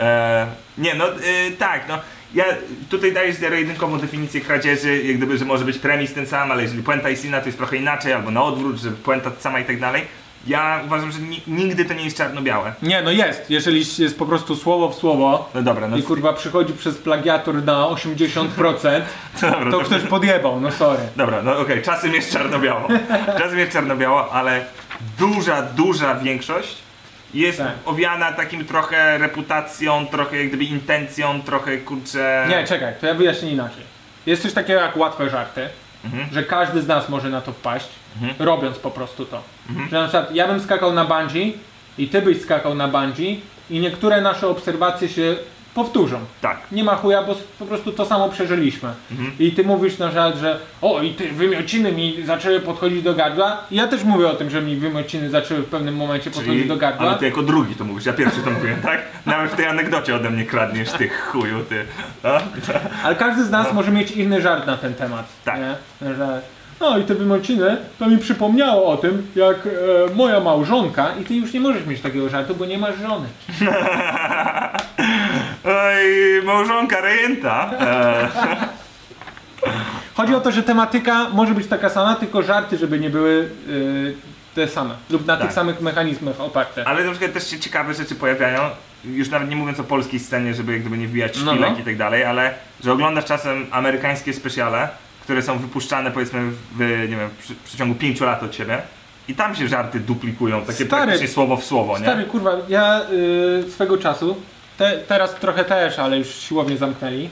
Speaker 2: E, nie, no y, tak, no. Ja tutaj daję zero-jedynkową definicję kradzieży, jak gdyby, że może być premis ten sam, ale jeżeli puenta jest inna, to jest trochę inaczej, albo na odwrót, że puenta sama i tak dalej. Ja uważam, że ni nigdy to nie jest czarno-białe.
Speaker 4: Nie, no jest, jeżeli jest po prostu słowo w słowo
Speaker 2: No dobra, no
Speaker 4: i kurwa przychodzi przez plagiator na 80%,
Speaker 2: dobra,
Speaker 4: to ktoś podjebał, no sorry.
Speaker 2: Dobra, no okej, czasem jest czarno-biało. Czasem jest czarno-biało, ale duża, duża większość jest
Speaker 4: Tak.
Speaker 2: owiana takim trochę reputacją, trochę jak gdyby intencją, trochę kurczę...
Speaker 4: Nie, czekaj, to ja wyjaśnię inaczej. Jest coś takiego jak łatwe żarty, że każdy z nas może na to wpaść, robiąc po prostu to. Że na przykład ja bym skakał na bungee i ty byś skakał na bungee i niektóre nasze obserwacje się powtórzą.
Speaker 2: Tak.
Speaker 4: Nie ma chuja, bo s- po prostu to samo przeżyliśmy.
Speaker 2: Mhm.
Speaker 4: I ty mówisz na przykład, że o i ty wymiociny mi zaczęły podchodzić do gardła. I ja też mówię o tym, że mi wymiociny zaczęły w pewnym momencie podchodzić do gardła.
Speaker 2: ale ty jako drugi to mówisz, ja pierwszy to mówiłem, tak? Nawet w tej anegdocie ode mnie kradniesz, ty chuju, ty. A?
Speaker 4: Ale każdy z nas może mieć inny żart na ten temat.
Speaker 2: No. Tak.
Speaker 4: Nie? Że, no i te wymociny, to mi przypomniało o tym, jak e, moja małżonka i ty już nie możesz mieć takiego żartu, bo nie masz żony.
Speaker 2: Oj, małżonka rejenta. E,
Speaker 4: Chodzi o to, że tematyka może być taka sama, tylko żarty, żeby nie były e, te same. Lub na
Speaker 2: Tak.
Speaker 4: tych samych mechanizmach oparte.
Speaker 2: ale na przykład też się ciekawe rzeczy pojawiają, już nawet nie mówiąc o polskiej scenie, żeby jak gdyby nie wbijać
Speaker 4: No,
Speaker 2: szpilek
Speaker 4: no.
Speaker 2: i tak dalej, ale że oglądasz czasem amerykańskie specjale, które są wypuszczane powiedzmy w, nie wiem, przy, w przeciągu pięciu lat od ciebie i tam się żarty duplikują, takie
Speaker 4: Stary-
Speaker 2: praktycznie słowo w słowo, nie?
Speaker 4: Stary, kurwa, ja y, swego czasu, te, teraz trochę też, ale już siłownie zamknęli.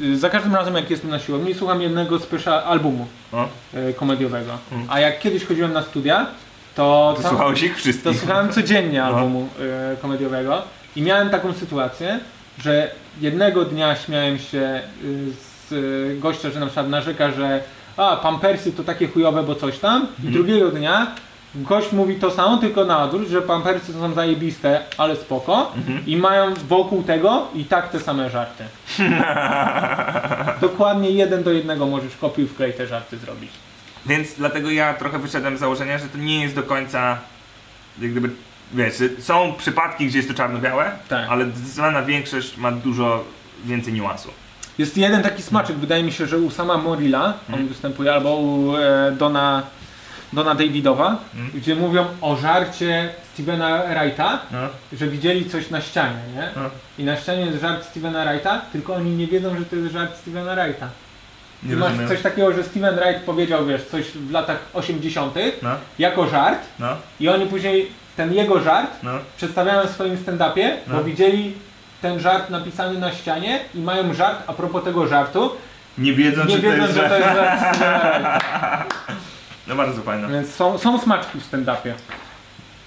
Speaker 4: Y, za każdym razem, jak jestem na siłowni, słucham jednego spesza albumu
Speaker 2: No.
Speaker 4: y, komediowego. A jak kiedyś chodziłem na studia, to,
Speaker 2: Ty
Speaker 4: tam-
Speaker 2: Mm. Słuchałeś ich
Speaker 4: to
Speaker 2: wszystkich.
Speaker 4: słuchałem codziennie albumu y, komediowego. I miałem taką sytuację, że jednego dnia śmiałem się y, z y, gościa, że na przykład narzeka, że a, pampersy to takie chujowe, bo coś tam. I drugiego dnia gość mówi to samo, tylko na odwrót, że pampersy to są zajebiste, ale spoko. I mają wokół tego i tak te same żarty. Dokładnie jeden do jednego możesz kopiuj wklej te żarty zrobić.
Speaker 2: Więc dlatego ja trochę wyszedłem z założenia, że to nie jest do końca, jak gdyby, wiesz, że są przypadki, gdzie jest to czarno-białe,
Speaker 4: Tak.
Speaker 2: ale zdecydowana większość ma dużo więcej niuansu.
Speaker 4: Jest jeden taki
Speaker 2: Hmm.
Speaker 4: smaczek, wydaje mi się, że u sama Morilla, on występuje, albo u e, Dona, Dona Davidowa,
Speaker 2: Hmm.
Speaker 4: gdzie mówią o żarcie Stevena Wrighta,
Speaker 2: No.
Speaker 4: że widzieli coś na ścianie, nie?
Speaker 2: No.
Speaker 4: I na ścianie jest żart Stevena Wrighta, tylko oni nie wiedzą, że to jest żart Stevena Wrighta.
Speaker 2: Nie
Speaker 4: Ty masz
Speaker 2: rozumiem.
Speaker 4: coś takiego, że Steven Wright powiedział, wiesz, coś w latach 80.
Speaker 2: No,
Speaker 4: jako żart
Speaker 2: no,
Speaker 4: i oni później ten jego żart
Speaker 2: no.
Speaker 4: przedstawiają w swoim stand-upie,
Speaker 2: No.
Speaker 4: bo widzieli ten żart napisany na ścianie i mają żart a propos tego żartu,
Speaker 2: Nie wiedzą,
Speaker 4: nie
Speaker 2: czy to
Speaker 4: wiedzą,
Speaker 2: jest...
Speaker 4: że Znaczy, to jest żart Stevena Wrighta.
Speaker 2: No bardzo fajne.
Speaker 4: Więc są, są smaczki w stand-upie.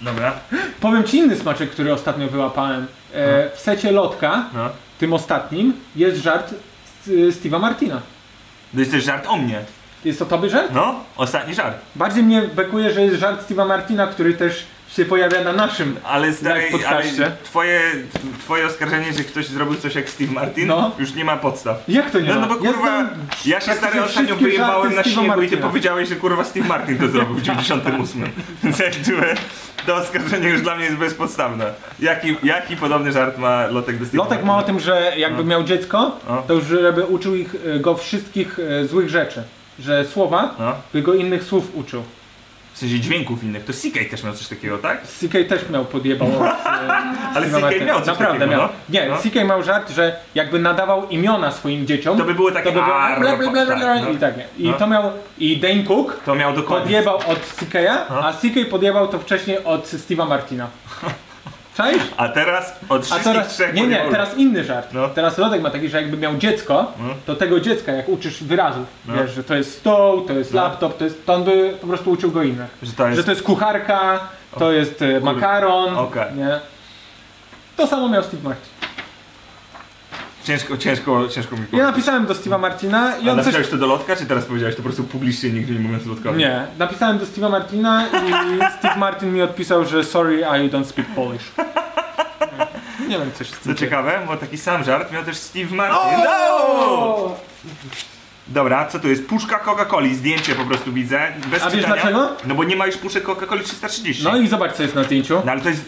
Speaker 2: Dobra,
Speaker 4: Powiem Ci inny smaczek, który ostatnio wyłapałem. E, w secie Lotka,
Speaker 2: no.
Speaker 4: tym ostatnim, jest żart z- y, Steve'a Martina.
Speaker 2: To jest też żart o mnie.
Speaker 4: Jest to Tobie żart?
Speaker 2: No, ostatni żart.
Speaker 4: Bardziej mnie bekuje, że jest żart Steve'a Martina, który też się pojawia na naszym.
Speaker 2: Ale stary,
Speaker 4: Jak w podcaście.
Speaker 2: ale twoje, twoje oskarżenie, że ktoś zrobił coś jak Steve Martin,
Speaker 4: No.
Speaker 2: już nie ma podstaw.
Speaker 4: Jak to nie
Speaker 2: No,
Speaker 4: ma?
Speaker 2: no bo kurwa,
Speaker 4: znam
Speaker 2: ja się stary
Speaker 4: praktycznie
Speaker 2: ostatnio
Speaker 4: wszystkie
Speaker 2: wyjebałem
Speaker 4: żarty
Speaker 2: na
Speaker 4: Steve'a
Speaker 2: śniegu i ty
Speaker 4: Martina.
Speaker 2: powiedziałeś, że kurwa Steve Martin to zrobił w 98. Więc jak gdyby to oskarżenie już dla mnie jest bezpodstawne. Jaki, jaki podobny żart ma Lotek do Steve
Speaker 4: Lotek ma o tym, że jakby miał dziecko,
Speaker 2: No.
Speaker 4: to już żeby uczył ich, e, go wszystkich e, złych rzeczy. Że słowa,
Speaker 2: No,
Speaker 4: by go innych słów uczył.
Speaker 2: w sensie dźwięków innych. To CK też miał coś takiego, tak?
Speaker 4: CK też miał podjebał. od, e,
Speaker 2: Ale
Speaker 4: Steve'a
Speaker 2: CK
Speaker 4: Martina.
Speaker 2: miał coś
Speaker 4: Naprawdę
Speaker 2: takiego,
Speaker 4: miał.
Speaker 2: no.
Speaker 4: Nie,
Speaker 2: No.
Speaker 4: CK miał żart, że jakby nadawał imiona swoim dzieciom.
Speaker 2: To by było takie...
Speaker 4: to by było
Speaker 2: "Arr",
Speaker 4: bla, bla, bla, bla, bla,
Speaker 2: tak,
Speaker 4: i
Speaker 2: no.
Speaker 4: tak. I
Speaker 2: No.
Speaker 4: to miał i Dane Cook
Speaker 2: To miał dokładnie.
Speaker 4: podjebał od CK'a,
Speaker 2: No.
Speaker 4: a CK podjebał to wcześniej od Steve'a Martina. Cześć?
Speaker 2: A teraz od
Speaker 4: A
Speaker 2: wszystkich
Speaker 4: teraz,
Speaker 2: trzech
Speaker 4: nie, nie,
Speaker 2: podjebał.
Speaker 4: teraz inny żart.
Speaker 2: No.
Speaker 4: Teraz Lodek ma taki, że jakby miał dziecko,
Speaker 2: Mm.
Speaker 4: to tego dziecka, jak uczysz wyrazów,
Speaker 2: No.
Speaker 4: wiesz, że to jest stół, to jest laptop, to jest, to on by po prostu uczył go innych.
Speaker 2: Że to
Speaker 4: Że
Speaker 2: jest...
Speaker 4: to jest kucharka, to jest e, makaron,
Speaker 2: Okej.
Speaker 4: nie? To samo miał Steve Martin.
Speaker 2: Ciężko, ciężko, ciężko mi
Speaker 4: Ja napisałem do Steve'a Martina i
Speaker 2: A
Speaker 4: on coś...
Speaker 2: napisałeś to do Lotka, czy teraz powiedziałeś to po prostu publicznie, nigdy nie mówiąc Lotkowi?
Speaker 4: Nie, napisałem do Steve'a Martina i Steve Martin mi odpisał, że sorry, I don't speak Polish. Nie, nie wiem, coś z
Speaker 2: Co
Speaker 4: tym dzieje.
Speaker 2: ciekawe, bo taki sam żart miał też Steve Martin. No! Dobra, co tu jest? Puszka Coca-Coli, zdjęcie po prostu widzę, bez
Speaker 4: A wiesz
Speaker 2: czytania.
Speaker 4: dlaczego?
Speaker 2: No bo nie ma już puszek Coca-Coli 330.
Speaker 4: No i zobacz, co jest na zdjęciu.
Speaker 2: No ale to jest,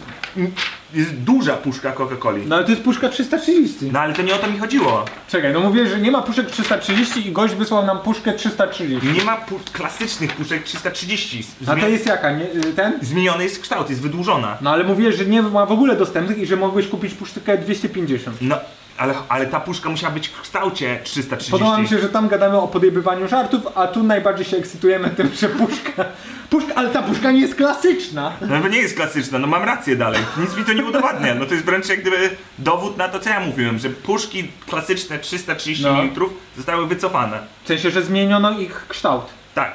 Speaker 2: jest duża puszka Coca-Coli.
Speaker 4: No ale to jest puszka 330.
Speaker 2: No ale to nie o to mi chodziło.
Speaker 4: Czekaj, no mówię, że nie ma puszek 330 i gość wysłał nam puszkę 330.
Speaker 2: Nie ma pu klasycznych puszek 330. Zmie-
Speaker 4: A to jest jaka? Nie, y, ten?
Speaker 2: Zmieniony jest kształt, jest wydłużona.
Speaker 4: No ale mówię, że nie ma w ogóle dostępnych i że mogłeś kupić puszkę 250.
Speaker 2: No, ale, ale ta puszka musiała być w kształcie 330.
Speaker 4: Podoba mi się, że tam gadamy o podjebywaniu żartów, a tu najbardziej się ekscytujemy tym, że puszka... puszka ale ta puszka nie jest klasyczna.
Speaker 2: No bo nie jest klasyczna, no mam rację dalej. Nic mi to nie udowadnia. No to jest wręcz jak gdyby dowód na to, co ja mówiłem, że puszki klasyczne 330
Speaker 4: No.
Speaker 2: ml zostały wycofane.
Speaker 4: W sensie, że zmieniono ich kształt.
Speaker 2: Tak.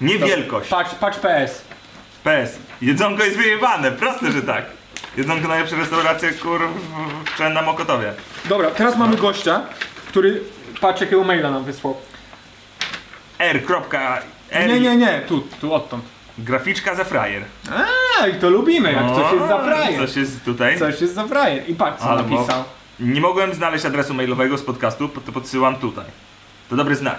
Speaker 2: Nie wielkość.
Speaker 4: Patrz, patrz PS.
Speaker 2: PS. Jedzonko jest wyjebane, proste, że tak. Jedzonko najlepsze restauracje kurczę na Mokotowie.
Speaker 4: Dobra, teraz mamy gościa, który... Patrz jakiego maila nam wysłał.
Speaker 2: R. kropka, R.
Speaker 4: Nie, nie, nie, tu, tu odtąd.
Speaker 2: Graficzka za frajer.
Speaker 4: A, i to lubimy, jak coś jest za
Speaker 2: O,
Speaker 4: frajer.
Speaker 2: No, Coś jest tutaj.
Speaker 4: Coś jest za frajer. I patrz, co
Speaker 2: Albo-
Speaker 4: napisał.
Speaker 2: Nie mogłem znaleźć adresu mailowego z podcastu, to podsyłam tutaj. To dobry znak.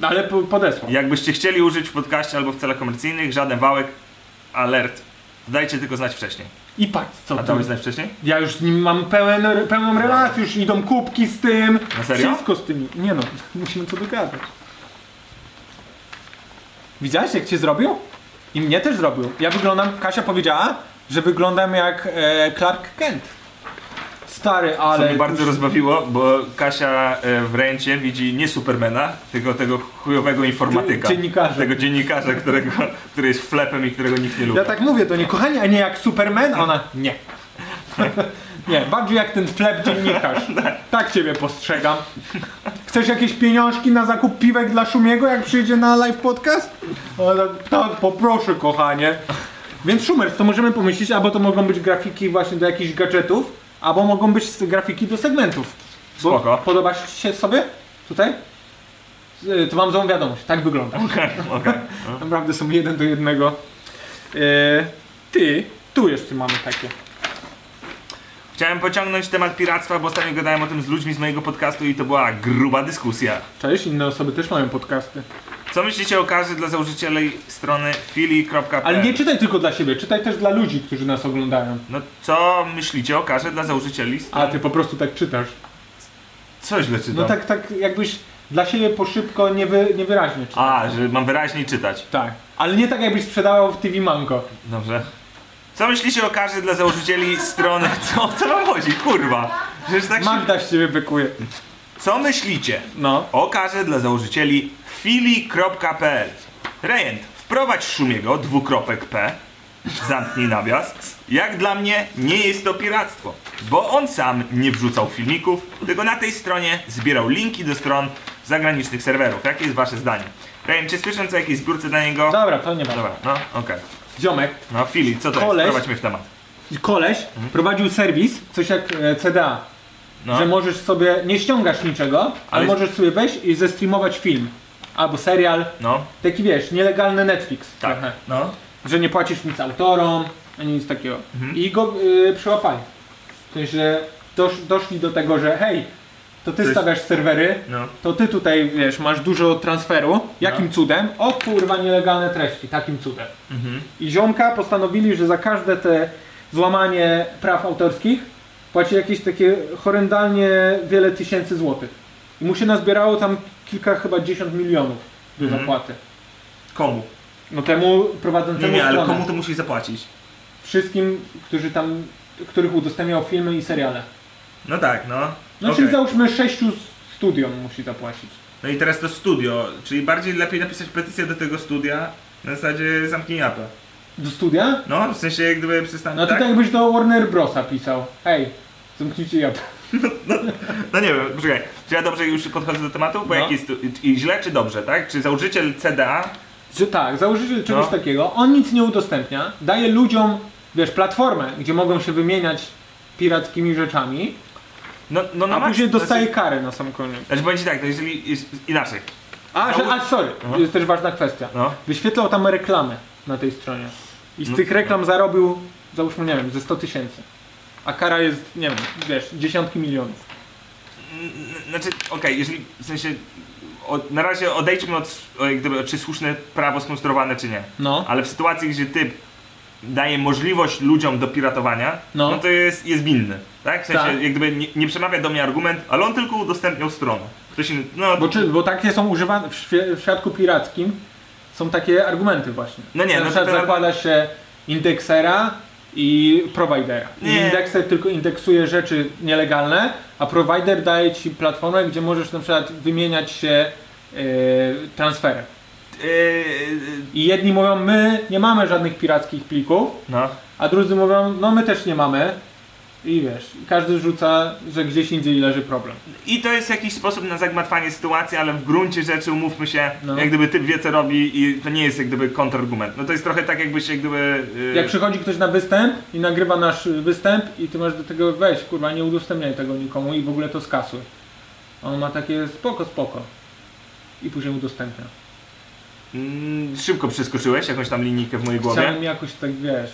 Speaker 4: No ale po- podesłał.
Speaker 2: Jakbyście chcieli użyć w podcaście albo w celach komercyjnych, żaden wałek, alert. Dajcie tylko znać wcześniej.
Speaker 4: I patrz co
Speaker 2: A dałeś
Speaker 4: tu.
Speaker 2: znać wcześniej?
Speaker 4: Ja już z nim mam pełen, pełną relację, już idą kubki z tym.
Speaker 2: Na serio?
Speaker 4: Wszystko z tymi. Nie no, musimy co dogadać. Widziałeś jak cię zrobił? I mnie też zrobił. Ja wyglądam, Kasia powiedziała, że wyglądam jak e, Clark Kent. Stary,
Speaker 2: Co
Speaker 4: ale...
Speaker 2: mnie bardzo rozbawiło, bo Kasia e, w ręcie widzi nie Supermana, tylko tego chujowego informatyka.
Speaker 4: Dzi- dziennikarza.
Speaker 2: Tego dziennikarza, którego, który jest flepem i którego nikt nie lubi.
Speaker 4: Ja tak mówię do niej, kochanie, a nie jak Superman? A Ona, nie. Nie, bardziej jak ten chleb dziennikarz. Tak ciebie postrzegam. Chcesz jakieś pieniążki na zakup piwek dla Szumiego, jak przyjdzie na live podcast? Ale tak, poproszę, kochanie. Więc Szumer, to możemy pomyśleć, albo to mogą być grafiki właśnie do jakichś gadżetów, albo mogą być s- grafiki do segmentów. Bo
Speaker 2: Spoko.
Speaker 4: Podoba ci się sobie? Tutaj? Y, To mam złą wiadomość, tak wygląda.
Speaker 2: Okej.
Speaker 4: Naprawdę są jeden do jednego. E, ty, tu jeszcze mamy takie.
Speaker 2: Chciałem pociągnąć temat piractwa, bo ostatnio gadałem o tym z ludźmi z mojego podcastu i to była gruba dyskusja.
Speaker 4: Cześć, inne osoby też mają podcasty.
Speaker 2: Co myślicie o karze dla założycieli strony fili.pl?
Speaker 4: Ale nie czytaj tylko dla siebie, czytaj też dla ludzi, którzy nas oglądają.
Speaker 2: No co myślicie o karze dla założycieli strony?
Speaker 4: A ty po prostu tak czytasz.
Speaker 2: Coś źle czytam.
Speaker 4: No tak, tak jakbyś dla siebie poszybko niewy, niewyraźnie czytał.
Speaker 2: A, że mam wyraźniej czytać.
Speaker 4: Tak. Ale nie tak jakbyś sprzedawał w TV Manko.
Speaker 2: Dobrze. Co myślicie o karze dla założycieli strony? Co, o co wam chodzi? Kurwa. Przecież tak się...
Speaker 4: Magda z ciebie bykuje.
Speaker 2: Co myślicie
Speaker 4: No.
Speaker 2: o karze dla założycieli fili.pl? Rejent, wprowadź Szumiego, dwukropek P, zamknij nawias. Jak dla mnie nie jest to piractwo, bo on sam nie wrzucał filmików, tylko na tej stronie zbierał linki do stron zagranicznych serwerów. Jakie jest wasze zdanie? Rejent, czy słyszę co o jakiejś zbiórce dla niego?
Speaker 4: Dobra, to nie ma.
Speaker 2: Dobra, no okej.
Speaker 4: Ziomek,
Speaker 2: No Fili, co to
Speaker 4: Koleś.
Speaker 2: jest? Prowadź mnie w temat.
Speaker 4: koleś
Speaker 2: Mhm.
Speaker 4: prowadził serwis, coś jak e, CDA,
Speaker 2: No.
Speaker 4: że możesz sobie, nie ściągasz niczego, ale,
Speaker 2: Ale-
Speaker 4: możesz sobie wejść i zestreamować film. Albo serial,
Speaker 2: No,
Speaker 4: taki wiesz, nielegalny Netflix.
Speaker 2: tak.
Speaker 4: trochę.
Speaker 2: No.
Speaker 4: Że nie płacisz nic autorom, ani nic takiego.
Speaker 2: Mhm.
Speaker 4: I go y, przyłapali. W sensie dosz, doszli do tego, że hej, to ty
Speaker 2: jest-
Speaker 4: stawiasz serwery,
Speaker 2: No.
Speaker 4: to ty tutaj wiesz, masz dużo transferu. Jakim
Speaker 2: No.
Speaker 4: cudem? O kurwa, nielegalne treści, takim cudem.
Speaker 2: Mhm.
Speaker 4: I ziomka postanowili, że za każde te złamanie praw autorskich płaci jakieś takie horrendalnie wiele tysięcy złotych. I mu się nazbierało tam kilka, chyba 10 milionów do
Speaker 2: Mhm.
Speaker 4: zapłaty.
Speaker 2: Komu?
Speaker 4: No temu prowadzącemu
Speaker 2: Nie, nie, ale
Speaker 4: stronę.
Speaker 2: komu to musi zapłacić?
Speaker 4: Wszystkim, którzy tam, których udostępniał filmy i seriale.
Speaker 2: No tak, no.
Speaker 4: No
Speaker 2: Okej.
Speaker 4: czyli załóżmy sześciu studiom musi zapłacić.
Speaker 2: No i teraz to studio, czyli bardziej lepiej napisać petycję do tego studia na zasadzie zamknij apę.
Speaker 4: Do studia?
Speaker 2: No, w sensie jak gdyby przystanę,
Speaker 4: No to
Speaker 2: tak?
Speaker 4: tak jakbyś do Warner Brosa pisał. Hej, zamknijcie jabłko.
Speaker 2: No nie wiem, poczekaj. Czy ja dobrze już podchodzę do tematu? Bo
Speaker 4: No.
Speaker 2: jak jest, tu- i źle czy dobrze, tak? Czy założyciel CDA,
Speaker 4: Że tak, założyciel czegoś
Speaker 2: No.
Speaker 4: takiego, on nic nie udostępnia, daje ludziom, wiesz, platformę, gdzie mogą się wymieniać pirackimi rzeczami,
Speaker 2: no, no na
Speaker 4: a
Speaker 2: maks-
Speaker 4: później dostaje
Speaker 2: Znaczy,
Speaker 4: karę na sam koniec.
Speaker 2: znaczy powiem ci tak, no jeżeli, jest, inaczej,
Speaker 4: A, że, a sorry,
Speaker 2: No.
Speaker 4: jest też ważna kwestia.
Speaker 2: no.
Speaker 4: Wyświetlał tam reklamy na tej stronie. I z
Speaker 2: No.
Speaker 4: tych reklam zarobił, załóżmy, nie wiem, ze 100 tysięcy. A kara jest, nie wiem, wiesz, dziesiątki milionów.
Speaker 2: N- Znaczy, okej, jeżeli w sensie. O, na razie odejdźmy od, s- o, jak gdyby, czy słuszne prawo skonstruowane, czy nie.
Speaker 4: No.
Speaker 2: Ale w sytuacji, gdzie typ daje możliwość ludziom do piratowania, no,
Speaker 4: No.
Speaker 2: to jest, jest winny. Tak? W sensie,
Speaker 4: Tak.
Speaker 2: jak gdyby nie, nie przemawia do mnie argument, ale on tylko udostępniał stronę. Ktoś inny. No,
Speaker 4: Bo, czy, bo takie są używane w, świe, w świadku pirackim, są takie argumenty właśnie.
Speaker 2: No nie,
Speaker 4: na
Speaker 2: no to
Speaker 4: przykład
Speaker 2: ten-
Speaker 4: zakłada się indeksera i providera. I
Speaker 2: Nie.
Speaker 4: indekser tylko indeksuje rzeczy nielegalne, a provider daje ci platformę, gdzie możesz na przykład wymieniać się yy, transferem.
Speaker 2: yy,
Speaker 4: I jedni mówią, my nie mamy żadnych pirackich plików,
Speaker 2: no.
Speaker 4: a drudzy mówią, no my też nie mamy. I wiesz, każdy rzuca, że gdzieś indziej leży problem.
Speaker 2: I to jest jakiś sposób na zagmatwanie sytuacji, ale w gruncie rzeczy umówmy się,
Speaker 4: No.
Speaker 2: jak gdyby typ wie co robi i to nie jest jak gdyby kontrargument. No to jest trochę tak jakbyś jak gdyby... yy,
Speaker 4: Jak przychodzi ktoś na występ i nagrywa nasz y, występ i ty masz do tego weź, kurwa, nie udostępniaj tego nikomu i w ogóle to skasuj. A on ma takie spoko, spoko. I później udostępnia.
Speaker 2: Mm, szybko przeskoczyłeś jakąś tam linijkę w mojej głowie.
Speaker 4: Chciałem jakoś tak, wiesz,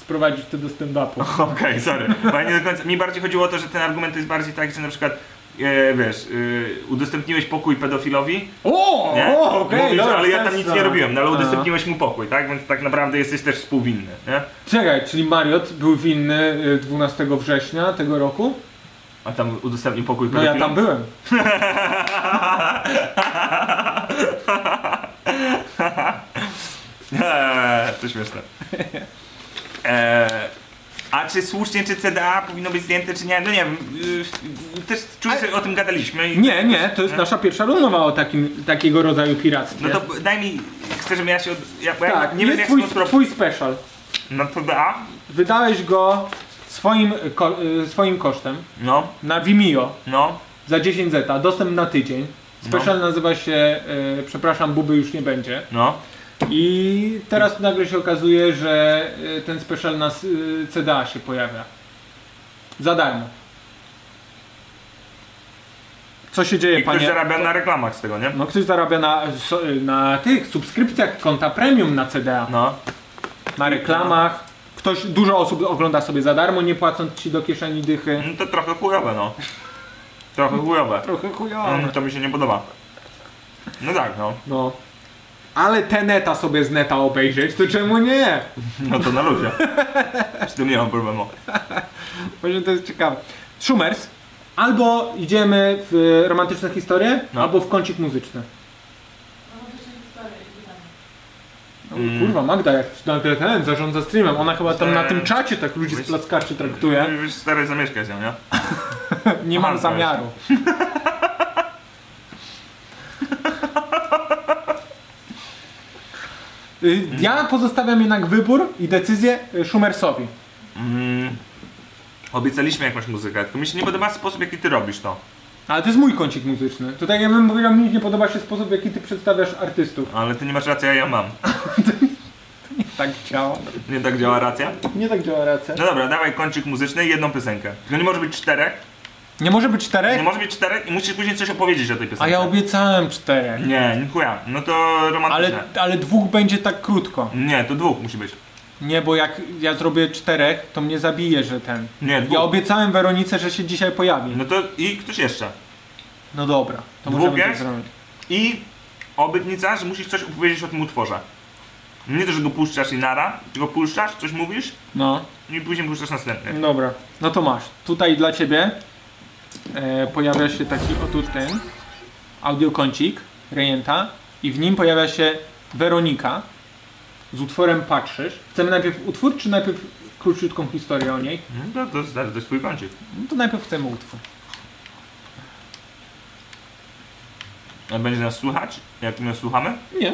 Speaker 4: sprowadzić to do stand-upu.
Speaker 2: Okej, sorry. Bo ja nie do końca. Mi bardziej chodziło o to, że ten argument jest bardziej taki, że na przykład e, wiesz, e, udostępniłeś pokój pedofilowi,
Speaker 4: O,
Speaker 2: nie?
Speaker 4: o, okej,
Speaker 2: Mówisz,
Speaker 4: dobra,
Speaker 2: ale ja tam
Speaker 4: jasne.
Speaker 2: nic nie robiłem, no ale
Speaker 4: A.
Speaker 2: udostępniłeś mu pokój, tak? Więc tak naprawdę jesteś też współwinny, nie?
Speaker 4: Czekaj, czyli Mariot był winny y, 12 września tego roku?
Speaker 2: A tam udostępnił pokój
Speaker 4: No
Speaker 2: pedofilowi.
Speaker 4: ja tam byłem.
Speaker 2: Eee, to śmieszne. Eee, a czy słusznie, czy CDA powinno być zdjęte, czy nie? No nie wiem. Yy, też czuję, że o tym gadaliśmy. I...
Speaker 4: Nie, nie, to jest nasza pierwsza rozmowa o takim, takiego rodzaju piractwie.
Speaker 2: Hmm? No to daj mi, chcę, żebym ja się... Od... Ja, bo ja
Speaker 4: tak,
Speaker 2: nie wiem,
Speaker 4: jest
Speaker 2: jak
Speaker 4: twój,
Speaker 2: skonstruować-
Speaker 4: twój special.
Speaker 2: No to da.
Speaker 4: Wydałeś go swoim, ko- y, swoim kosztem
Speaker 2: No,
Speaker 4: na Vimeo
Speaker 2: no.
Speaker 4: za 10 zeta, dostęp na tydzień. Special nazywa się y, Przepraszam, Buby już nie będzie.
Speaker 2: No.
Speaker 4: I teraz nagle się okazuje, że y, ten special na s- y, CDA się pojawia. Za darmo. Co się dzieje,
Speaker 2: I ktoś
Speaker 4: panie?
Speaker 2: zarabia na reklamach z tego, nie?
Speaker 4: No ktoś zarabia na, so- y, na tych subskrypcjach konta premium na CDA.
Speaker 2: No.
Speaker 4: Na reklamach. Ktoś, dużo osób ogląda sobie za darmo, nie płacąc ci do kieszeni dychy.
Speaker 2: no to trochę chujowe, no. Trochę chujowe.
Speaker 4: Trochę chujowe.
Speaker 2: Mm, to mi się nie podoba. No tak, no.
Speaker 4: No. Ale teneta sobie z neta obejrzeć, to czemu nie?
Speaker 2: No to na luzie. Z tym nie mam problemu.
Speaker 4: Właśnie to jest ciekawe. Schumers, Albo idziemy w e, romantyczne historie,
Speaker 2: No.
Speaker 4: albo w kącik muzyczny.
Speaker 6: Romantyczne historie i pytania.
Speaker 2: Mm.
Speaker 4: Kurwa, Magda jak nagle ten zarządza streamem, ona chyba tam na
Speaker 2: Eee.
Speaker 4: tym czacie tak ludzi z
Speaker 2: Weź-
Speaker 4: plackaczy traktuje.
Speaker 2: Już stary zamieszkać ją, nie?
Speaker 4: Nie mam
Speaker 2: Aha,
Speaker 4: zamiaru. Y, Ja pozostawiam jednak wybór i decyzję y, Schumersowi.
Speaker 2: Mm. Obiecaliśmy jakąś muzykę, tylko mi się nie podoba sposób, jaki ty robisz to.
Speaker 4: Ale to jest mój kącik muzyczny. To tak jakbym powiedział, mi nie podoba się sposób, w jaki ty przedstawiasz artystów.
Speaker 2: Ale ty nie masz racji, a ja mam.
Speaker 4: Tak działa.
Speaker 2: Nie tak działa racja?
Speaker 4: Nie tak działa racja.
Speaker 2: No dobra, dawaj kącik muzyczny i jedną piosenkę. Tylko nie może być czterech.
Speaker 4: Nie może być
Speaker 2: Nie
Speaker 4: czterech?
Speaker 2: może być czterech i musisz później coś opowiedzieć o tej piosence.
Speaker 4: A ja obiecałem czterech.
Speaker 2: Nie, nie chuja. No to romantyczne.
Speaker 4: Ale, ale dwóch będzie tak krótko.
Speaker 2: Nie, to dwóch musi być.
Speaker 4: Nie, bo jak ja zrobię czterech, to mnie zabije, że ten.
Speaker 2: Nie, dwóch.
Speaker 4: Ja obiecałem Weronice, że się dzisiaj pojawi.
Speaker 2: No to i ktoś jeszcze.
Speaker 4: No dobra, to
Speaker 2: Dwóch
Speaker 4: możemy tak
Speaker 2: jest?
Speaker 4: zrobić.
Speaker 2: I obietnica, że musisz coś opowiedzieć o tym utworze. Nie to, że go puszczasz i nara, tylko puszczasz, coś mówisz
Speaker 4: No,
Speaker 2: i później puszczasz następny.
Speaker 4: dobra. No to masz. Tutaj dla ciebie e, pojawia się taki o tu ten audiokącik Rejenta i w nim pojawia się Weronika z utworem Patrzysz. Chcemy najpierw utwór, czy najpierw króciutką historię o niej?
Speaker 2: No to, to, stary, to jest twój kącik.
Speaker 4: No to najpierw chcemy utwór.
Speaker 2: A będzie nas słuchać? Jak my słuchamy?
Speaker 4: Nie.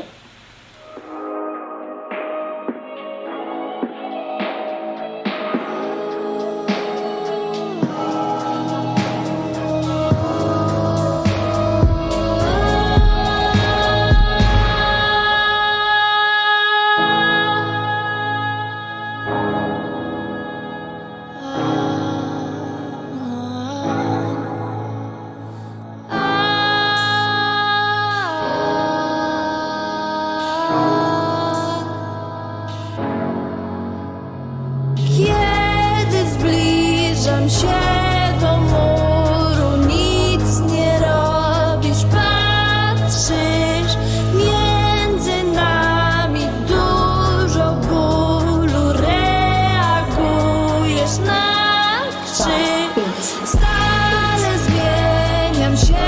Speaker 10: Kiedy zbliżam się do muru, nic nie robisz, patrzysz między nami dużo bólu, reagujesz na krzyk. Stale zmieniam się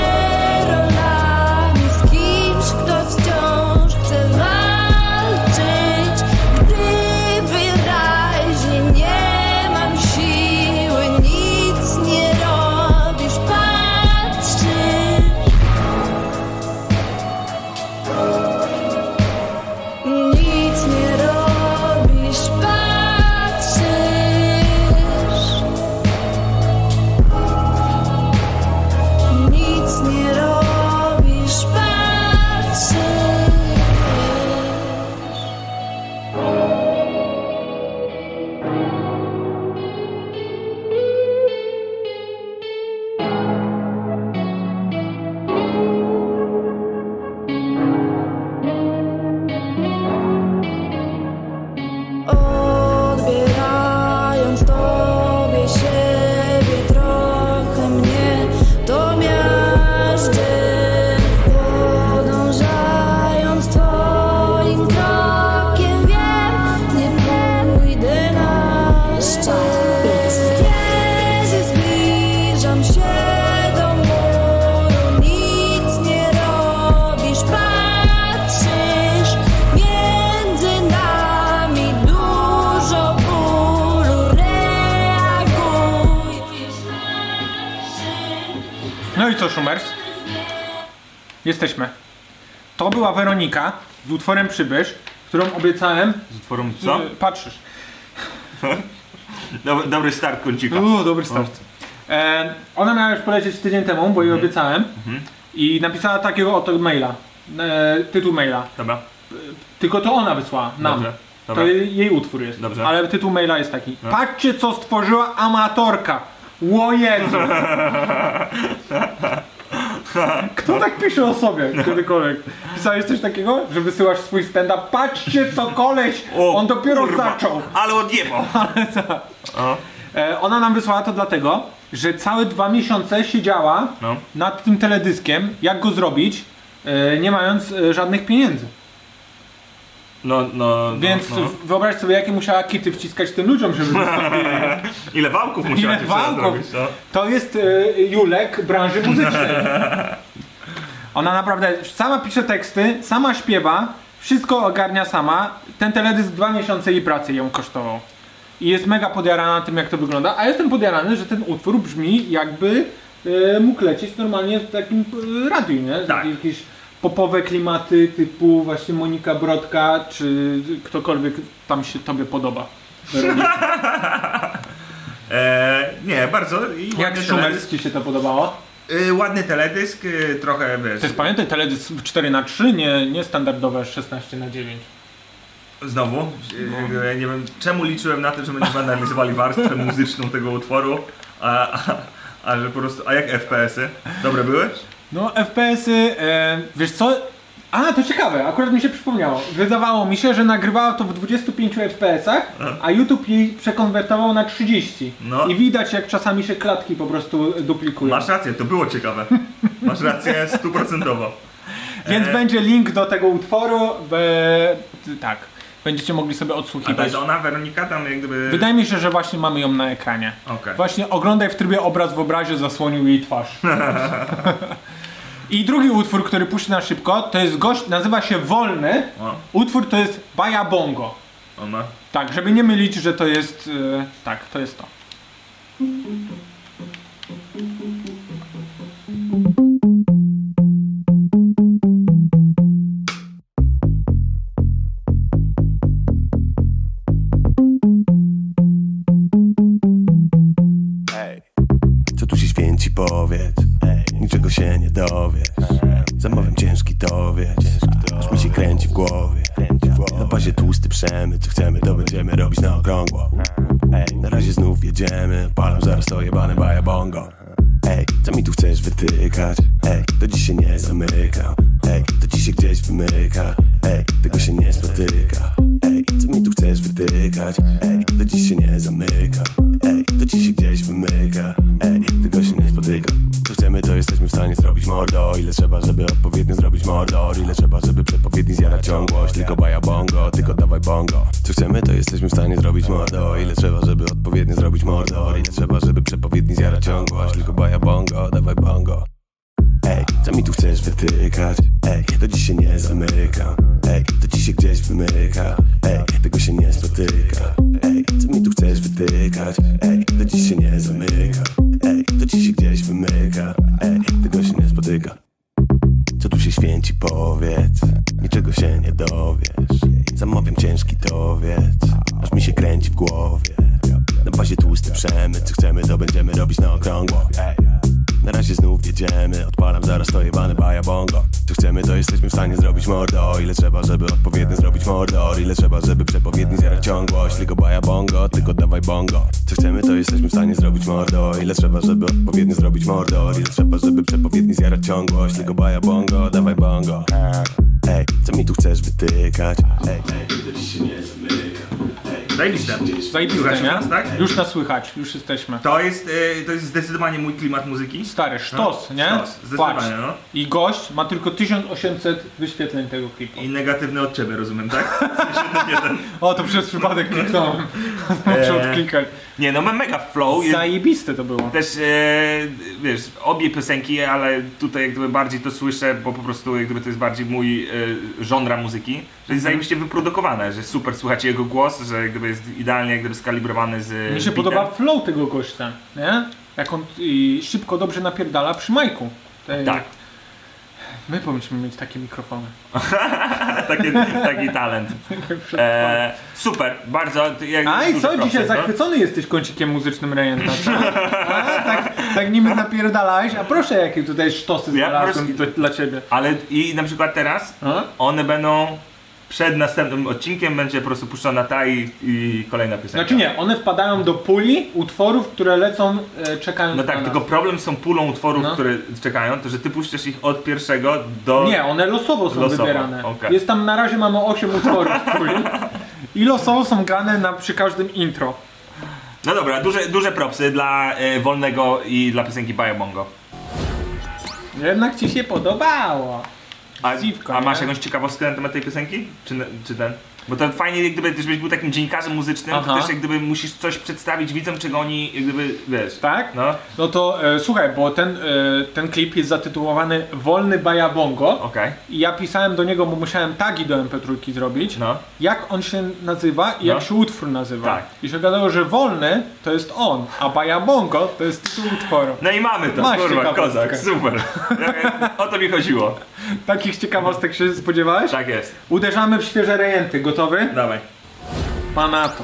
Speaker 10: rolami z kimś, kto wciąż chce walczyć, gdy wyraźnie nie mam siły, nic nie robisz, patrzysz. Nic nie robisz, patrzysz. Nic nie robisz, patrzysz. Odbierając tobie siebie trochę mnie to miażdży Podążając twoim krokiem wiem nie pójdę na szczyt Kiedy zbliżam się do muru nic nie robisz patrzysz między nami dużo bólu reagujesz
Speaker 4: No i co, Szumers? Jesteśmy. To była Weronika z utworem Przybysz, którą obiecałem.
Speaker 2: Z utworem co?
Speaker 4: Y, Patrzysz.
Speaker 2: Dobry, dobry start kącika.
Speaker 4: Uuu, dobry start. Mhm. E, ona miała już polecieć tydzień temu, bo jej obiecałem. I napisała takiego oto maila. E, tytuł maila.
Speaker 2: Dobra,
Speaker 4: Tylko to ona wysłała nam.
Speaker 2: dobrze.
Speaker 4: To
Speaker 2: Dobra.
Speaker 4: jej, jej utwór jest.
Speaker 2: Dobrze.
Speaker 4: Ale tytuł maila jest taki.
Speaker 2: No.
Speaker 4: Patrzcie, co stworzyła amatorka. Ło Jezu. Kto tak pisze o sobie kiedykolwiek? Pisałeś coś takiego, że wysyłasz swój stand-up? Patrzcie, co koleś!
Speaker 2: O,
Speaker 4: On dopiero
Speaker 2: kurwa,
Speaker 4: zaczął.
Speaker 2: Ale odjebał.
Speaker 4: E, ona nam wysłała to dlatego, że całe dwa miesiące siedziała
Speaker 2: No.
Speaker 4: nad tym teledyskiem, jak go zrobić, e, nie mając e, żadnych pieniędzy.
Speaker 2: No, no, no
Speaker 5: Więc
Speaker 2: no.
Speaker 5: wyobraź sobie, jakie musiała kity wciskać tym ludziom, żeby wystąpili.
Speaker 2: Ile wałków musiałaś
Speaker 5: Ile
Speaker 2: jeszcze
Speaker 5: wałków?
Speaker 2: zrobić, no?
Speaker 5: To jest e, Julek branży muzycznej.
Speaker 4: Ona naprawdę sama pisze teksty, sama śpiewa, wszystko ogarnia sama. Ten teledysk dwa miesiące jej pracy ją kosztował. I jest mega podjarana tym, jak to wygląda, a jestem podjarany, że ten utwór brzmi jakby e, mógł lecieć normalnie w takim e, radiu, nie?
Speaker 2: Tak.
Speaker 4: Jakieś popowe klimaty typu właśnie Monika Brodka, czy ktokolwiek tam się tobie podoba.
Speaker 2: E, nie, bardzo. I
Speaker 4: Jak
Speaker 2: ładny
Speaker 4: Szumerski
Speaker 2: teledysk.
Speaker 5: Ci się to podobało?
Speaker 2: Y, ładny teledysk, y, trochę wiesz.
Speaker 4: Też pamiętaj, teledysk 4x3, nie, nie standardowe 16x9.
Speaker 2: Znowu, y, y, nie wiem czemu liczyłem na to, że będziemy analizowali warstwę muzyczną tego utworu, a, a, a że po prostu. A jak FPS-y? Dobre były?
Speaker 4: No, FPS-y, e, wiesz co?
Speaker 5: A, to ciekawe, akurat mi się przypomniało. Wydawało mi się, że nagrywała to w 25 FPS-ach, a YouTube jej przekonwertował na 30.
Speaker 2: No.
Speaker 5: I widać, jak czasami się klatki po prostu duplikują.
Speaker 2: Masz rację, to było ciekawe. Masz rację stuprocentowo.
Speaker 4: Więc
Speaker 2: E.
Speaker 4: będzie link do tego utworu. Be, t- tak, będziecie mogli sobie
Speaker 2: A to
Speaker 4: odsłuchiwać.
Speaker 2: jest ona, Weronika, tam jak gdyby.
Speaker 4: Wydaje mi się, że właśnie mamy ją na ekranie.
Speaker 2: Okej.
Speaker 4: Właśnie oglądaj w trybie obraz w obrazie zasłonił jej twarz. I drugi utwór, który puści na szybko, to jest gość, nazywa się Wolny.
Speaker 2: O,
Speaker 4: Utwór to jest Baja Bongo.
Speaker 2: ona.
Speaker 4: Tak, żeby nie mylić, że to jest... e, tak, to jest to.
Speaker 11: Co tu się święci, powiedz Niczego się nie dowiesz Zamawiam ciężki towiec Aż mi się kręci w głowie Na pazie tłusty przemyt Co chcemy, to będziemy robić na okrągło Na razie znów jedziemy Palam zaraz to jebane baja bongo Ej, co mi tu chcesz wytykać? Ej, to ci się nie zamyka Ej, to ci się gdzieś wymyka Ej, tego się nie spotyka Ej, co mi tu chcesz wytykać? Ej, to ci się nie zamyka Ej, to ci się gdzieś wymyka Ej, tego się nie spotyka Co chcemy, to jesteśmy w stanie zrobić mordo Ile trzeba, żeby odpowiednio zrobić mordor Ile trzeba, żeby przepowiedni zjadać ciągłość Tylko baja bongo, tylko dawaj bongo Co chcemy, to jesteśmy w stanie zrobić mordo Ile trzeba, żeby odpowiednio zrobić mordor Ile trzeba, żeby przepowiedni zjadać ciągłość Tylko baja bongo, dawaj bongo Ej, co mi tu chcesz wytykać? Ej, to ci się nie zamyka Ej, to ci się gdzieś wymyka Ej, tego się nie spotyka Ej, co mi tu chcesz wytykać? Ej, to ci się nie zamyka Ej, to ci się gdzieś wymyka Ej, tego się nie spotyka co tu się święci, powiedz Niczego się nie dowiesz Zamawiam ciężki towiec Aż mi się kręci w głowie Na bazie tłusty przemyt Co chcemy, to będziemy robić na okrągło Na razie znów jedziemy Odpalam zaraz to jebane baja bongo Co chcemy, to jesteśmy w stanie zrobić mordo Ile trzeba, żeby odpowiednio zrobić mordor Ile trzeba, żeby przepowiedni zjarać ciągłość Tylko baja bongo, tylko dawaj bongo Co chcemy, to jesteśmy w stanie zrobić mordo Ile trzeba, żeby odpowiednio zrobić mordor Ile trzeba, żeby przepowiedni zjarać ciągłość Tylko baja bongo, dawaj bongo Ej, co mi tu chcesz wytykać? Ej, ej, to ci się nie zamyka
Speaker 2: Zajebiste.
Speaker 4: Zajebiste,
Speaker 2: Słuchasz
Speaker 4: nie?
Speaker 2: nas, tak?
Speaker 4: Już nas słychać, już jesteśmy.
Speaker 2: To jest, y, to jest zdecydowanie mój klimat muzyki.
Speaker 4: Stary, sztos,
Speaker 2: No,
Speaker 4: nie?
Speaker 2: sztos, zdecydowanie, no.
Speaker 4: I gość ma tylko 1800 wyświetleń tego klipu.
Speaker 2: I negatywny od ciebie, rozumiem, tak?
Speaker 4: O, to przez przypadek kliknąłem. Muszę
Speaker 2: Eee.
Speaker 4: odklikać.
Speaker 2: Nie, no ma mega flow. jest-
Speaker 4: Zajebiste to było.
Speaker 2: Też, e, wiesz, obie piosenki, ale tutaj jak gdyby bardziej to słyszę, bo po prostu jak gdyby to jest bardziej mój e, żądra muzyki, że jest zajebiście wyprodukowane, że super słuchacie jego głos, że jak gdyby jest idealnie jak gdyby skalibrowany z
Speaker 4: Mi
Speaker 2: z
Speaker 4: się
Speaker 2: bitem.
Speaker 4: podoba flow tego gościa, nie? Jak on i szybko, dobrze napierdala przy majku. Tej-
Speaker 2: Tak,
Speaker 4: My powinniśmy mieć takie mikrofony.
Speaker 2: taki, taki talent. E, super, bardzo. ty- Jak,
Speaker 4: A i
Speaker 2: duży
Speaker 4: co, dzisiaj
Speaker 2: proces, no.
Speaker 4: zachwycony jesteś kącikiem muzycznym Rejenta, co? A, tak, tak nimi napierdalałeś, a proszę jakie tutaj sztosy
Speaker 2: Ja
Speaker 4: znalazłem
Speaker 2: proszę-
Speaker 4: to dla ciebie. No?
Speaker 2: Ale i na przykład teraz
Speaker 4: A?
Speaker 2: one będą przed następnym odcinkiem będzie po prostu puszczona ta i, i kolejna piosenka.
Speaker 4: Znaczy nie, one wpadają do puli utworów, które lecą, e, czekając
Speaker 2: No
Speaker 4: na
Speaker 2: tak,
Speaker 4: nas.
Speaker 2: tylko problem z tą pulą utworów,
Speaker 4: No.
Speaker 2: które czekają, to że ty puszczasz ich od pierwszego do...
Speaker 4: Nie, one losowo są
Speaker 2: Losowo,
Speaker 4: wybierane.
Speaker 2: okej.
Speaker 4: Jest tam na razie mamy 8 utworów w puli. I losowo są grane na, przy każdym intro.
Speaker 2: No dobra, duże, duże propsy dla e, Wolnego i dla piosenki Baja Bongo.
Speaker 4: No Jednak ci się podobało.
Speaker 2: A,
Speaker 4: Dziwko,
Speaker 2: a
Speaker 4: nie?
Speaker 2: masz jakąś ciekawostkę na temat tej piosenki? Czy, na- czy ten? Bo to fajnie, jak gdyby, żebyś był takim dziennikarzem muzycznym, to
Speaker 4: Aha.
Speaker 2: też jak gdyby musisz coś przedstawić widzom, czego oni, jak gdyby, wiesz.
Speaker 4: Tak?
Speaker 2: No,
Speaker 4: No to e, słuchaj, bo ten, e, ten klip jest zatytułowany Wolny Bajabongo
Speaker 2: okej,
Speaker 4: i ja pisałem do niego, bo musiałem tagi do MP3 zrobić,
Speaker 2: no.
Speaker 4: jak on się nazywa i jak
Speaker 2: No.
Speaker 4: się utwór nazywa.
Speaker 2: Tak.
Speaker 4: I się okazało, że Wolny to jest on, a Bajabongo to jest tytuł utworu.
Speaker 2: No i mamy to,
Speaker 4: Masz
Speaker 2: kurwa,
Speaker 4: ciekawostkę.
Speaker 2: kozak, super. Ja- o to mi chodziło.
Speaker 4: Takich ciekawostek się spodziewałeś?
Speaker 2: Tak jest,
Speaker 4: Uderzamy w świeże rejenty, gotowy?
Speaker 2: dawaj.
Speaker 4: Panato.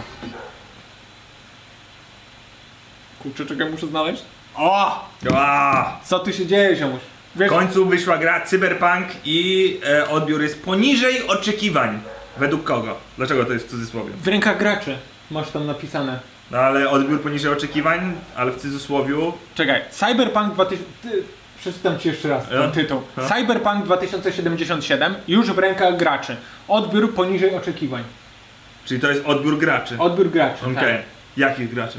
Speaker 4: Kurczę, czekaj, muszę znaleźć. O!
Speaker 2: Ła!
Speaker 4: Co tu się dzieje, ziomuś?
Speaker 2: W
Speaker 4: Wiesz,
Speaker 2: końcu wyszła gra Cyberpunk i e, odbiór jest poniżej oczekiwań. Według kogo? Dlaczego to jest w cudzysłowie?
Speaker 4: w rękach graczy masz tam napisane.
Speaker 2: No ale odbiór poniżej oczekiwań, ale w cudzysłowiu
Speaker 4: Czekaj, Cyberpunk 2000... Ty, przeczytam ci jeszcze raz
Speaker 2: Ja?
Speaker 4: ten tytuł. Cyberpunk 2077 już w rękach graczy. Odbiór poniżej oczekiwań.
Speaker 2: Czyli to jest odbiór graczy.
Speaker 4: Odbiór graczy.
Speaker 2: Okej.
Speaker 4: Tak.
Speaker 2: Jakich graczy?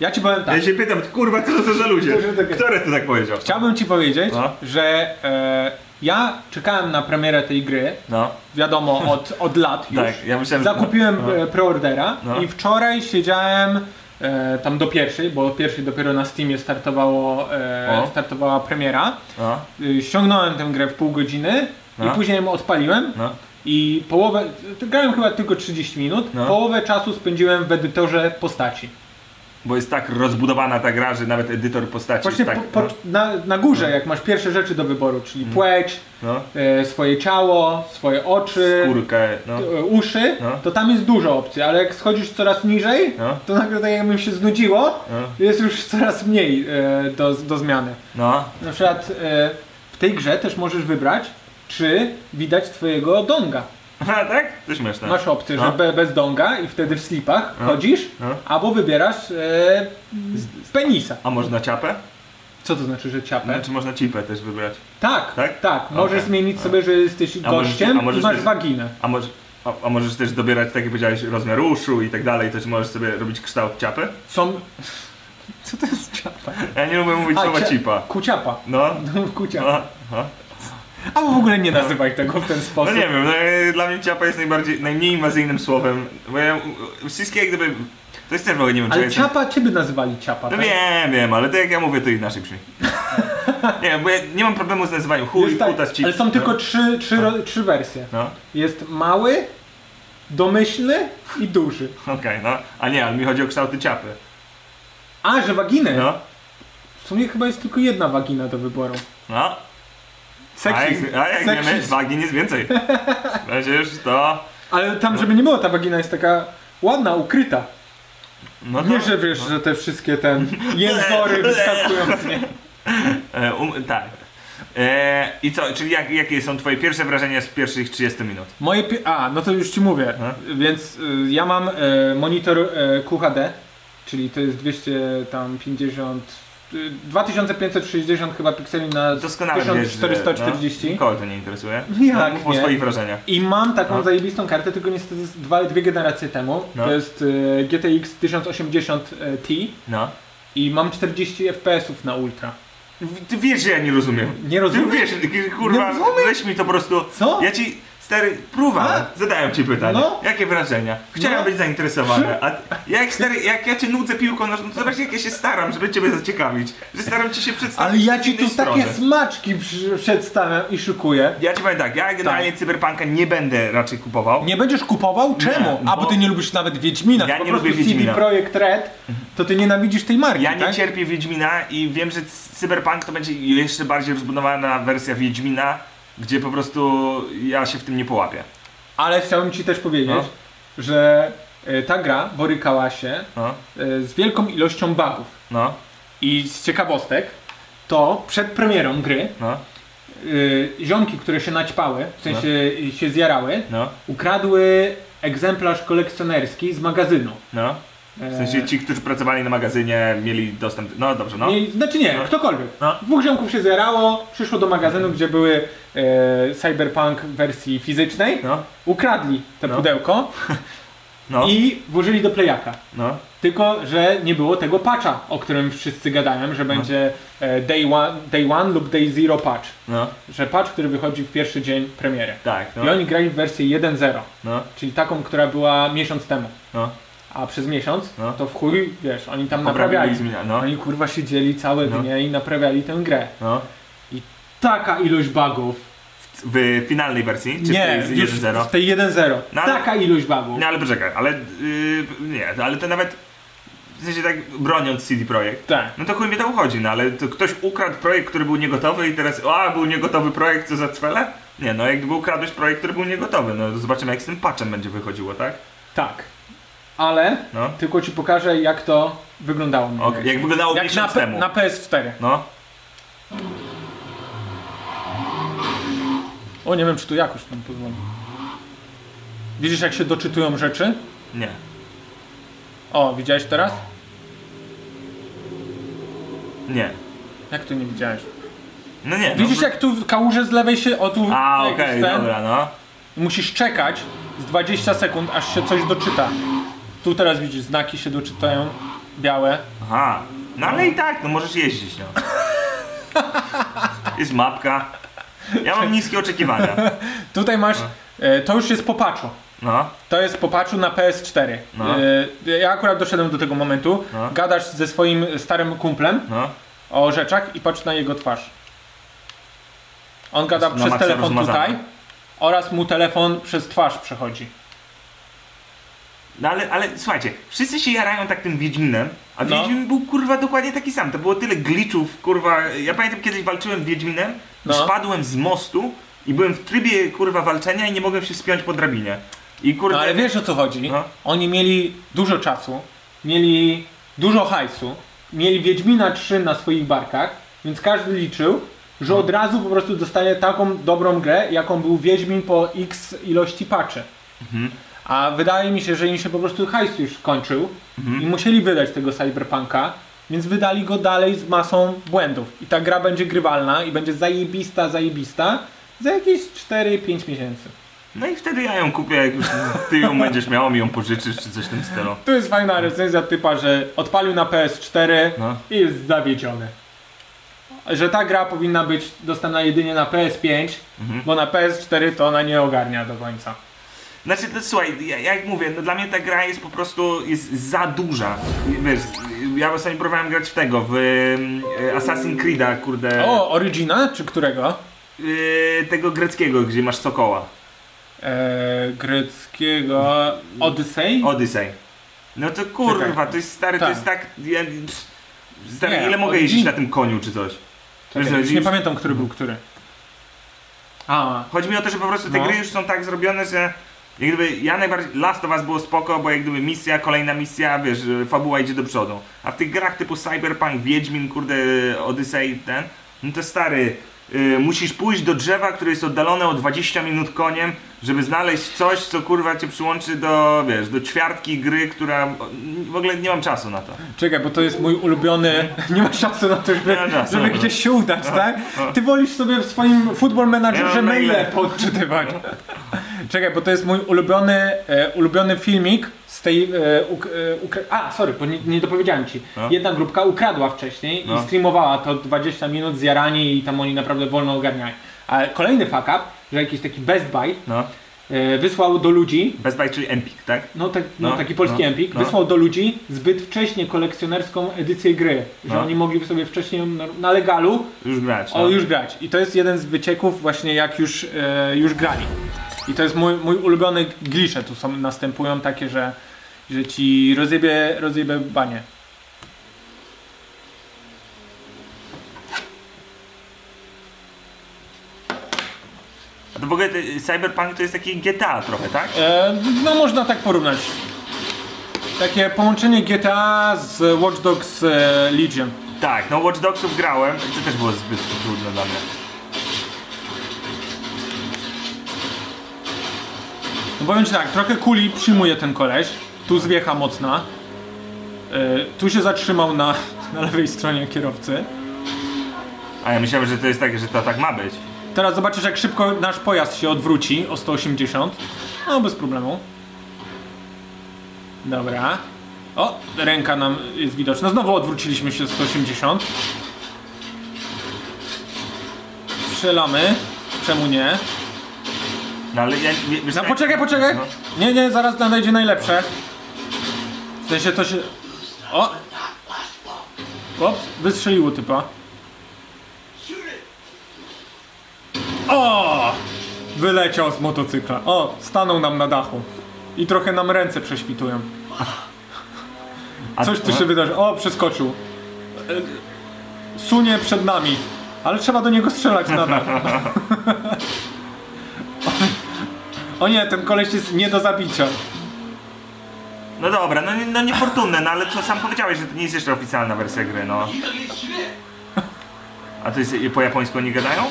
Speaker 4: Ja ci powiem tak.
Speaker 2: Ja się pytam, kurwa, co to za ludzie?
Speaker 4: Którzy tak-
Speaker 2: Które ty tak powiedział?
Speaker 4: Chciałbym ci powiedzieć,
Speaker 2: No.
Speaker 4: że e, ja czekałem na premierę tej gry,
Speaker 2: No.
Speaker 4: wiadomo, od, od lat już.
Speaker 2: Tak, ja myślałem, że-
Speaker 4: Zakupiłem e, preordera
Speaker 2: No.
Speaker 4: i wczoraj siedziałem e, tam do pierwszej, bo od pierwszej dopiero na Steamie startowało, e,
Speaker 2: O.
Speaker 4: startowała premiera.
Speaker 2: No.
Speaker 4: Y, ściągnąłem tę grę w pół godziny
Speaker 2: No.
Speaker 4: i później ją odpaliłem
Speaker 2: No.
Speaker 4: i połowę, y, grałem chyba tylko 30 minut,
Speaker 2: No.
Speaker 4: połowę czasu spędziłem w edytorze postaci.
Speaker 2: Bo jest tak rozbudowana ta gra, że nawet edytor postaci
Speaker 4: Właśnie
Speaker 2: jest tak...
Speaker 4: po, po, na, na górze, jak masz pierwsze rzeczy do wyboru, czyli płeć,
Speaker 2: no,
Speaker 4: y, swoje ciało, swoje oczy,
Speaker 2: no. Kurkę, no.
Speaker 4: y, uszy,
Speaker 2: No.
Speaker 4: to tam jest dużo opcji, ale jak schodzisz coraz niżej,
Speaker 2: No.
Speaker 4: to nagle tak jakbym się znudziło,
Speaker 2: No.
Speaker 4: jest już coraz mniej y, do, do zmiany.
Speaker 2: No.
Speaker 4: Na przykład e, w tej grze też możesz wybrać, czy widać twojego donga.
Speaker 2: Aha, tak? To śmieszne.
Speaker 4: Masz opcję,
Speaker 2: No.
Speaker 4: że be, bez donga i wtedy w slipach chodzisz,
Speaker 2: No.
Speaker 4: albo wybierasz e, z- z penisa.
Speaker 2: A można ciapę?
Speaker 4: Co to znaczy, że ciapę?
Speaker 2: Znaczy można cipę też wybrać.
Speaker 4: tak,
Speaker 2: tak?
Speaker 4: tak,
Speaker 2: Okej.
Speaker 4: Możesz zmienić sobie, że jesteś
Speaker 2: A możesz-
Speaker 4: gościem
Speaker 2: a możesz
Speaker 4: i masz
Speaker 2: też-
Speaker 4: waginę.
Speaker 2: A może... A, a możesz też dobierać, tak jak powiedziałeś, rozmiar uszu i tak dalej, to czy możesz sobie robić kształt ciapy?
Speaker 4: Są... Co to jest ciapa?
Speaker 2: Ja nie lubię mówić
Speaker 4: A,
Speaker 2: słowa
Speaker 4: cia-
Speaker 2: cipa.
Speaker 4: Kuciapa.
Speaker 2: No.
Speaker 4: Kuciapa.
Speaker 2: Aha, aha.
Speaker 4: Albo w ogóle nie nazywaj tego w ten sposób.
Speaker 2: No nie wiem, no, e, dla mnie ciapa jest najbardziej, najmniej inwazyjnym słowem, bo ja, u- wszystkie jak gdyby, to jest też w ogóle nie wiem, czy ja
Speaker 4: Ale
Speaker 2: jestem-
Speaker 4: ciapa, ciebie nazywali ciapa,
Speaker 2: No
Speaker 4: tak?
Speaker 2: wiem, wiem, ale to jak ja mówię, to inaczej brzmi. nie, bo ja nie mam problemu z nazywaniem chuj,
Speaker 4: Jest tak,
Speaker 2: kutas, ci.
Speaker 4: ale są
Speaker 2: no.
Speaker 4: tylko trzy, trzy, ro- trzy wersje.
Speaker 2: No,
Speaker 4: Jest mały, domyślny i duży.
Speaker 2: okej, no. A nie, ale mi chodzi o kształty ciapy.
Speaker 4: A, że waginy.
Speaker 2: No,
Speaker 4: W sumie chyba jest tylko jedna wagina do wyboru.
Speaker 2: no. A
Speaker 4: Seksizm.
Speaker 2: jak, a jak wiemy,
Speaker 4: Seksizm.
Speaker 2: wagin jest więcej. Przecież to...
Speaker 4: Ale tam, żeby nie było, ta wagina jest taka ładna, ukryta.
Speaker 2: No to
Speaker 4: Nie, że wiesz, że te wszystkie ten jęzory wyskakują z niej.
Speaker 2: e, um, tak. E, I co, czyli jak, jakie są twoje pierwsze wrażenia z pierwszych 30 minut?
Speaker 4: Moje pi- A, no to już ci mówię.
Speaker 2: No.
Speaker 4: Więc y, ja mam y, monitor y, QHD, czyli to jest 250... y, 2560 chyba pikseli na
Speaker 2: Doskonale wiesz, że-
Speaker 4: 1440.
Speaker 2: No, nikogo to nie interesuje.
Speaker 4: Jak
Speaker 2: no, po
Speaker 4: nie?
Speaker 2: swoich wrażeniach.
Speaker 4: I mam taką
Speaker 2: No.
Speaker 4: zajebistą kartę, tylko niestety z dwa, dwie generacje temu.
Speaker 2: No.
Speaker 4: To jest y, GTX 1080 Ti
Speaker 2: No.
Speaker 4: i mam 40 FPS-ów na ultra.
Speaker 2: W- Ty wiesz, że ja nie rozumiem.
Speaker 4: Nie
Speaker 2: Ty
Speaker 4: rozumiesz?
Speaker 2: wiesz, kurwa,
Speaker 4: Nie rozumiesz?
Speaker 2: weź mi to po prostu...
Speaker 4: Co?
Speaker 2: Ja ci, stary, próba. Zadałem ci pytanie.
Speaker 4: No.
Speaker 2: Jakie wrażenia? Chciałem
Speaker 4: No.
Speaker 2: być zainteresowany. A ty- jak, stary, jak ja cię nudzę piłką nożną, to zobacz jak ja się staram, żeby ciebie zaciekawić. Że staram ci się przedstawić
Speaker 4: Ale ja
Speaker 2: z
Speaker 4: ci
Speaker 2: innej
Speaker 4: tu
Speaker 2: strony.
Speaker 4: takie smaczki przy- przedstawiam i szykuję.
Speaker 2: Ja ci powiem tak, ja generalnie cyberpunka nie będę raczej kupował.
Speaker 4: Nie będziesz kupował? Czemu?
Speaker 2: bo-
Speaker 4: A bo ty nie lubisz nawet Wiedźmina.
Speaker 2: Ja
Speaker 4: to po
Speaker 2: nie
Speaker 4: prostu
Speaker 2: lubię Wiedźmina.
Speaker 4: CD Projekt Red, to ty nienawidzisz tej marki,
Speaker 2: Ja nie
Speaker 4: tak?
Speaker 2: cierpię Wiedźmina i wiem, że c- Cyberpunk to będzie jeszcze bardziej rozbudowana wersja Wiedźmina, gdzie po prostu ja się w tym nie połapię.
Speaker 4: Ale chciałbym ci też powiedzieć,
Speaker 2: No.
Speaker 4: że y, ta gra borykała się
Speaker 2: No,
Speaker 4: y, z wielką ilością bugów.
Speaker 2: no,
Speaker 4: I z ciekawostek, to przed premierą gry
Speaker 2: no,
Speaker 4: y, ziomki, które się naćpały, w sensie y, się zjarały,
Speaker 2: no,
Speaker 4: ukradły egzemplarz kolekcjonerski z magazynu.
Speaker 2: no.
Speaker 4: E,
Speaker 2: W sensie ci, którzy pracowali na magazynie, mieli dostęp. No dobrze, no.
Speaker 4: Nie, znaczy nie,
Speaker 2: No.
Speaker 4: ktokolwiek.
Speaker 2: No.
Speaker 4: Dwóch ziomków się zjarało, przyszło do magazynu, gdzie były e, cyberpunk w wersji fizycznej,
Speaker 2: No,
Speaker 4: ukradli to
Speaker 2: No.
Speaker 4: pudełko,
Speaker 2: No,
Speaker 4: i włożyli do playaka.
Speaker 2: no.
Speaker 4: Tylko, że nie było tego patcha, o którym wszyscy gadają, że będzie e, day one, day one lub day zero patch.
Speaker 2: No,
Speaker 4: Że patch, który wychodzi w pierwszy dzień premiery.
Speaker 2: tak, no,
Speaker 4: I oni grali w wersję 1.0,
Speaker 2: no,
Speaker 4: czyli taką, która była miesiąc temu.
Speaker 2: no.
Speaker 4: A przez miesiąc
Speaker 2: No.
Speaker 4: to w chuj, wiesz, oni tam
Speaker 2: Poprawili,
Speaker 4: naprawiali.
Speaker 2: zmienia, no,
Speaker 4: Oni kurwa siedzieli całe
Speaker 2: No.
Speaker 4: dnie i naprawiali tę grę.
Speaker 2: no.
Speaker 4: Taka ilość bugów.
Speaker 2: W finalnej wersji, czy
Speaker 4: Nie,
Speaker 2: w tej
Speaker 4: już
Speaker 2: 1.0?
Speaker 4: w tej 1.0.
Speaker 2: No, ale-
Speaker 4: Taka ilość bugów.
Speaker 2: No ale poczekaj, ale yy, nie, to- ale to nawet w sensie tak broniąc CD Projekt.
Speaker 4: Tak.
Speaker 2: No to chuj mnie to uchodzi, no ale to ktoś ukradł projekt, który był niegotowy i teraz, a był niegotowy projekt, co za cwele? Nie, no jakby ukradłeś projekt, który był niegotowy, no zobaczymy jak z tym patchem będzie wychodziło, tak?
Speaker 4: Tak. Ale
Speaker 2: No.
Speaker 4: tylko ci pokażę jak to wyglądało. mniej
Speaker 2: Ok,
Speaker 4: więcej.
Speaker 2: Jak wyglądało
Speaker 4: Jak na,
Speaker 2: miesiąc
Speaker 4: P-
Speaker 2: temu.
Speaker 4: na PS4.
Speaker 2: No,
Speaker 4: O, nie wiem, czy tu jakoś tam pozwoli. Widzisz, jak się doczytują rzeczy?
Speaker 2: nie.
Speaker 4: O, widziałeś teraz?
Speaker 2: Nie.
Speaker 4: Jak tu nie widziałeś?
Speaker 2: No nie.
Speaker 4: Widzisz,
Speaker 2: no,
Speaker 4: jak tu w kałuże z lewej się, o tu...
Speaker 2: A,
Speaker 4: jakiś
Speaker 2: okej,
Speaker 4: ten.
Speaker 2: dobra, no.
Speaker 4: Musisz czekać z 20 sekund, aż się coś doczyta. Tu teraz widzisz, znaki się doczytają, białe.
Speaker 2: Aha. No ale i tak, no możesz jeździć, no. Jest mapka. Ja mam niskie oczekiwania.
Speaker 4: Tutaj masz... e, To już jest popaczu.
Speaker 2: No,
Speaker 4: To jest popaczu na PS4.
Speaker 2: No.
Speaker 4: E, Ja akurat doszedłem do tego momentu.
Speaker 2: No.
Speaker 4: Gadasz ze swoim starym kumplem
Speaker 2: no.
Speaker 4: o rzeczach i patrz na jego twarz. On gada
Speaker 2: na
Speaker 4: przez
Speaker 2: maksa
Speaker 4: telefon
Speaker 2: rozmazane.
Speaker 4: tutaj oraz mu telefon przez twarz przechodzi.
Speaker 2: No ale, ale słuchajcie, wszyscy się jarają tak tym Wiedźminem, a
Speaker 4: No.
Speaker 2: Wiedźmin był kurwa dokładnie taki sam. To było tyle glitchów, kurwa. Ja pamiętam kiedyś walczyłem Wiedźminem,
Speaker 4: No.
Speaker 2: spadłem z mostu i byłem w trybie kurwa walczenia i nie mogłem się spiąć po drabinie. I kurde.
Speaker 4: No ale wiesz o co chodzi.
Speaker 2: No.
Speaker 4: Oni mieli dużo czasu, mieli dużo hajsu, mieli Wiedźmina 3 na swoich barkach, więc każdy liczył, że od razu po prostu dostanie taką dobrą grę, jaką był Wiedźmin po x ilości patchy.
Speaker 2: Mhm.
Speaker 4: A wydaje mi się, że im się po prostu hajs już kończył
Speaker 2: Mhm.
Speaker 4: i musieli wydać tego Cyberpunka, więc wydali go dalej z masą błędów. I ta gra będzie grywalna i będzie zajebista, zajebista za jakieś 4-5 miesięcy.
Speaker 2: No i wtedy ja ją kupię, jak już ty ją będziesz miał, mi ją pożyczysz czy coś w tym stylu.
Speaker 4: Tu jest fajna recenzja typa, że odpalił na PS4
Speaker 2: No.
Speaker 4: i jest zawiedziony. Że ta gra powinna być dostępna jedynie na PS5, bo na PS4 to ona nie ogarnia do końca.
Speaker 2: Znaczy, to, słuchaj, ja, jak mówię, no, dla mnie ta gra jest po prostu jest za duża. Wiesz, ja ostatnio próbowałem grać w tego, w em, Assassin's Creed'a, kurde,
Speaker 4: O, Origina czy którego?
Speaker 2: y, tego greckiego, gdzie masz sokoła.
Speaker 4: Eee, greckiego. Odyssey?
Speaker 2: Odyssey. No to kurwa,
Speaker 4: Czekaj.
Speaker 2: to jest stary,
Speaker 4: Tak.
Speaker 2: to jest tak. Ja, pst, stary,
Speaker 4: Nie,
Speaker 2: ile mogę
Speaker 4: od-
Speaker 2: jeździć na tym koniu czy coś?
Speaker 4: Czekaj,
Speaker 2: Wiesz,
Speaker 4: już
Speaker 2: no,
Speaker 4: nie
Speaker 2: i-
Speaker 4: pamiętam, który był który. A,
Speaker 2: Chodzi mi o to, że po prostu te
Speaker 4: No.
Speaker 2: gry już są tak zrobione, że jak gdyby ja najbardziej. Last of Us było spoko, bo jak gdyby misja, kolejna misja, wiesz, y, fabuła idzie do przodu. A w tych grach typu Cyberpunk, Wiedźmin, kurde, Odyssey, ten, no to stary. y, musisz pójść do drzewa, które jest oddalone o 20 minut koniem, żeby znaleźć coś, co kurwa cię przyłączy do, wiesz, do ćwiartki gry, która... o, W ogóle nie mam czasu na to.
Speaker 4: czekaj, bo to jest mój ulubiony. Nie ma czasu na to, żeby,
Speaker 2: Nie ma czasu,
Speaker 4: żeby
Speaker 2: dobra.
Speaker 4: gdzieś się udać, tak? Ty wolisz sobie w swoim football
Speaker 2: Ja
Speaker 4: managerze
Speaker 2: mam maile.
Speaker 4: maile podczytywać. Czekaj, bo to jest mój ulubiony, e, ulubiony filmik z tej. E, uk, e, ukra- A, sorry, bo nie, nie dopowiedziałem ci.
Speaker 2: No.
Speaker 4: Jedna grupka ukradła wcześniej
Speaker 2: No.
Speaker 4: i streamowała to 20 minut zjarani i tam oni naprawdę wolno ogarniali. Ale kolejny fuck up, że jakiś taki Best Buy
Speaker 2: No.
Speaker 4: e, wysłał do ludzi
Speaker 2: Best Buy, czyli Empik, tak?
Speaker 4: No, tak, no,
Speaker 2: No,
Speaker 4: taki polski
Speaker 2: no,
Speaker 4: Empik
Speaker 2: no.
Speaker 4: wysłał do ludzi zbyt wcześnie kolekcjonerską edycję gry, że
Speaker 2: No.
Speaker 4: oni mogli sobie wcześniej na, na legalu
Speaker 2: Już grać. No.
Speaker 4: o, już grać. I to jest jeden z wycieków właśnie jak już, e, już grali. I to jest mój, mój ulubiony glisze tu są, następują takie, że, że ci rozjebie, rozjebie banie.
Speaker 2: A to w ogóle te- Cyberpunk to jest taki GTA trochę, tak?
Speaker 4: E, no można tak porównać. Takie połączenie GTA z Watch Dogs e, Legion.
Speaker 2: Tak, no Watch Dogsów grałem, to też było zbyt trudne dla mnie.
Speaker 4: No powiem ci tak, trochę kuli przyjmuje ten koleś. Tu zwiecha mocna. Y, tu się zatrzymał na, na lewej stronie kierowcy.
Speaker 2: A ja myślałem, że to jest tak, że to tak ma być.
Speaker 4: Teraz zobaczysz, jak szybko nasz pojazd się odwróci o 180. No, bez problemu. Dobra. O, ręka nam jest widoczna. Znowu odwróciliśmy się 180. Strzelamy. Czemu nie?
Speaker 2: No ale ja... wie- Wiesz,
Speaker 4: No
Speaker 2: jak-
Speaker 4: poczekaj, poczekaj! Nie, nie, zaraz nadejdzie najlepsze. W sensie to się... O! Ops, wystrzeliło typa. O! Wyleciał z motocykla. O, stanął nam na dachu. I trochę nam ręce prześwitują.
Speaker 2: A-
Speaker 4: Coś tu się wydarzy. O, przeskoczył. E, Sunie przed nami. Ale trzeba do niego strzelać nadal. O nie, ten koleś jest nie do zabicia.
Speaker 2: No dobra, no, nie- no niefortunne, no ale co sam powiedziałeś, że to nie jest jeszcze oficjalna wersja gry, no. A to jest po japońsku oni gadają?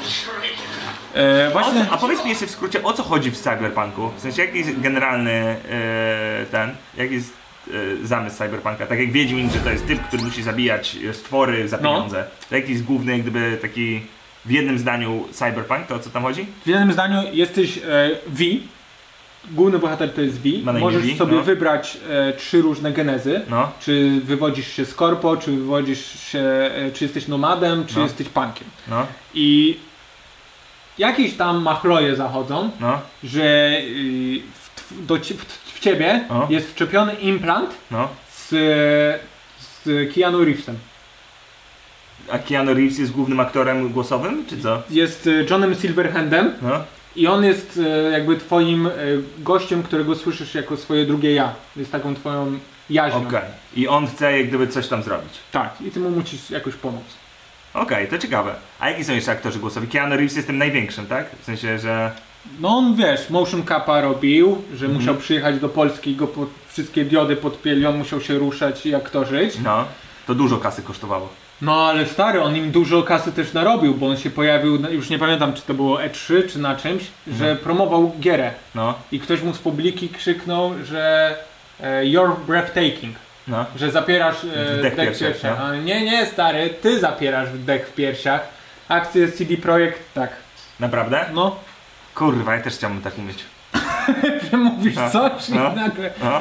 Speaker 4: E,
Speaker 2: O,
Speaker 4: właśnie...
Speaker 2: a powiedz mi jeszcze w skrócie, o co chodzi w Cyberpunku? W sensie, jaki jest generalny e, ten, jaki jest e, zamysł Cyberpunka? Tak jak Wiedźmin, że to jest typ, który musi zabijać e, stwory za pieniądze. To jaki jest główny, jak gdyby taki w jednym zdaniu Cyberpunk, to o co tam chodzi?
Speaker 4: W jednym zdaniu jesteś e, V. Główny bohater to jest V.
Speaker 2: Ma na imię
Speaker 4: Możesz
Speaker 2: V,
Speaker 4: sobie
Speaker 2: no.
Speaker 4: wybrać e, trzy różne genezy.
Speaker 2: No.
Speaker 4: Czy wywodzisz się z korpo, czy wywodzisz się, e, czy jesteś nomadem, czy
Speaker 2: No.
Speaker 4: jesteś punkiem.
Speaker 2: No,
Speaker 4: I jakieś tam machloje zachodzą,
Speaker 2: no,
Speaker 4: że y, w, tw- do, cie- w, w ciebie
Speaker 2: O.
Speaker 4: jest wczepiony implant
Speaker 2: no.
Speaker 4: z, e, z Keanu Reevesem.
Speaker 2: A Keanu Reeves jest głównym aktorem głosowym, czy co?
Speaker 4: Jest e, Johnem Silverhandem
Speaker 2: No,
Speaker 4: i on jest e, jakby twoim e, gościem, którego słyszysz jako swoje drugie ja. Jest taką twoją jaźnią.
Speaker 2: okej. I on chce, jak gdyby, coś tam zrobić.
Speaker 4: Tak, i ty mu musisz jakoś pomóc.
Speaker 2: Okej, to ciekawe. A jaki są jeszcze aktorzy głosowi? Keanu Reeves jest tym największym, tak? W sensie, że...
Speaker 4: No on wiesz, motion capa robił, że musiał przyjechać do Polski i go po, wszystkie diody podpieli, on musiał się ruszać i jak to żyć.
Speaker 2: No, to dużo kasy kosztowało.
Speaker 4: No ale stary, on im dużo kasy też narobił, bo on się pojawił, na- już nie pamiętam czy to było E3 czy na czymś, że promował gierę
Speaker 2: No,
Speaker 4: i ktoś mu z publiki krzyknął, że e, you're breathtaking,
Speaker 2: no.
Speaker 4: że zapierasz e,
Speaker 2: W
Speaker 4: dech,
Speaker 2: dech
Speaker 4: w
Speaker 2: piersiach,
Speaker 4: piersiach.
Speaker 2: no.
Speaker 4: A on, Nie, nie stary, ty zapierasz dech w piersiach. Akcje CD Projekt, tak.
Speaker 2: Naprawdę?
Speaker 4: No,
Speaker 2: Kurwa, ja też chciałbym tak umieć.
Speaker 4: ty mówisz
Speaker 2: A,
Speaker 4: coś i
Speaker 2: a.
Speaker 4: nagle...
Speaker 2: No.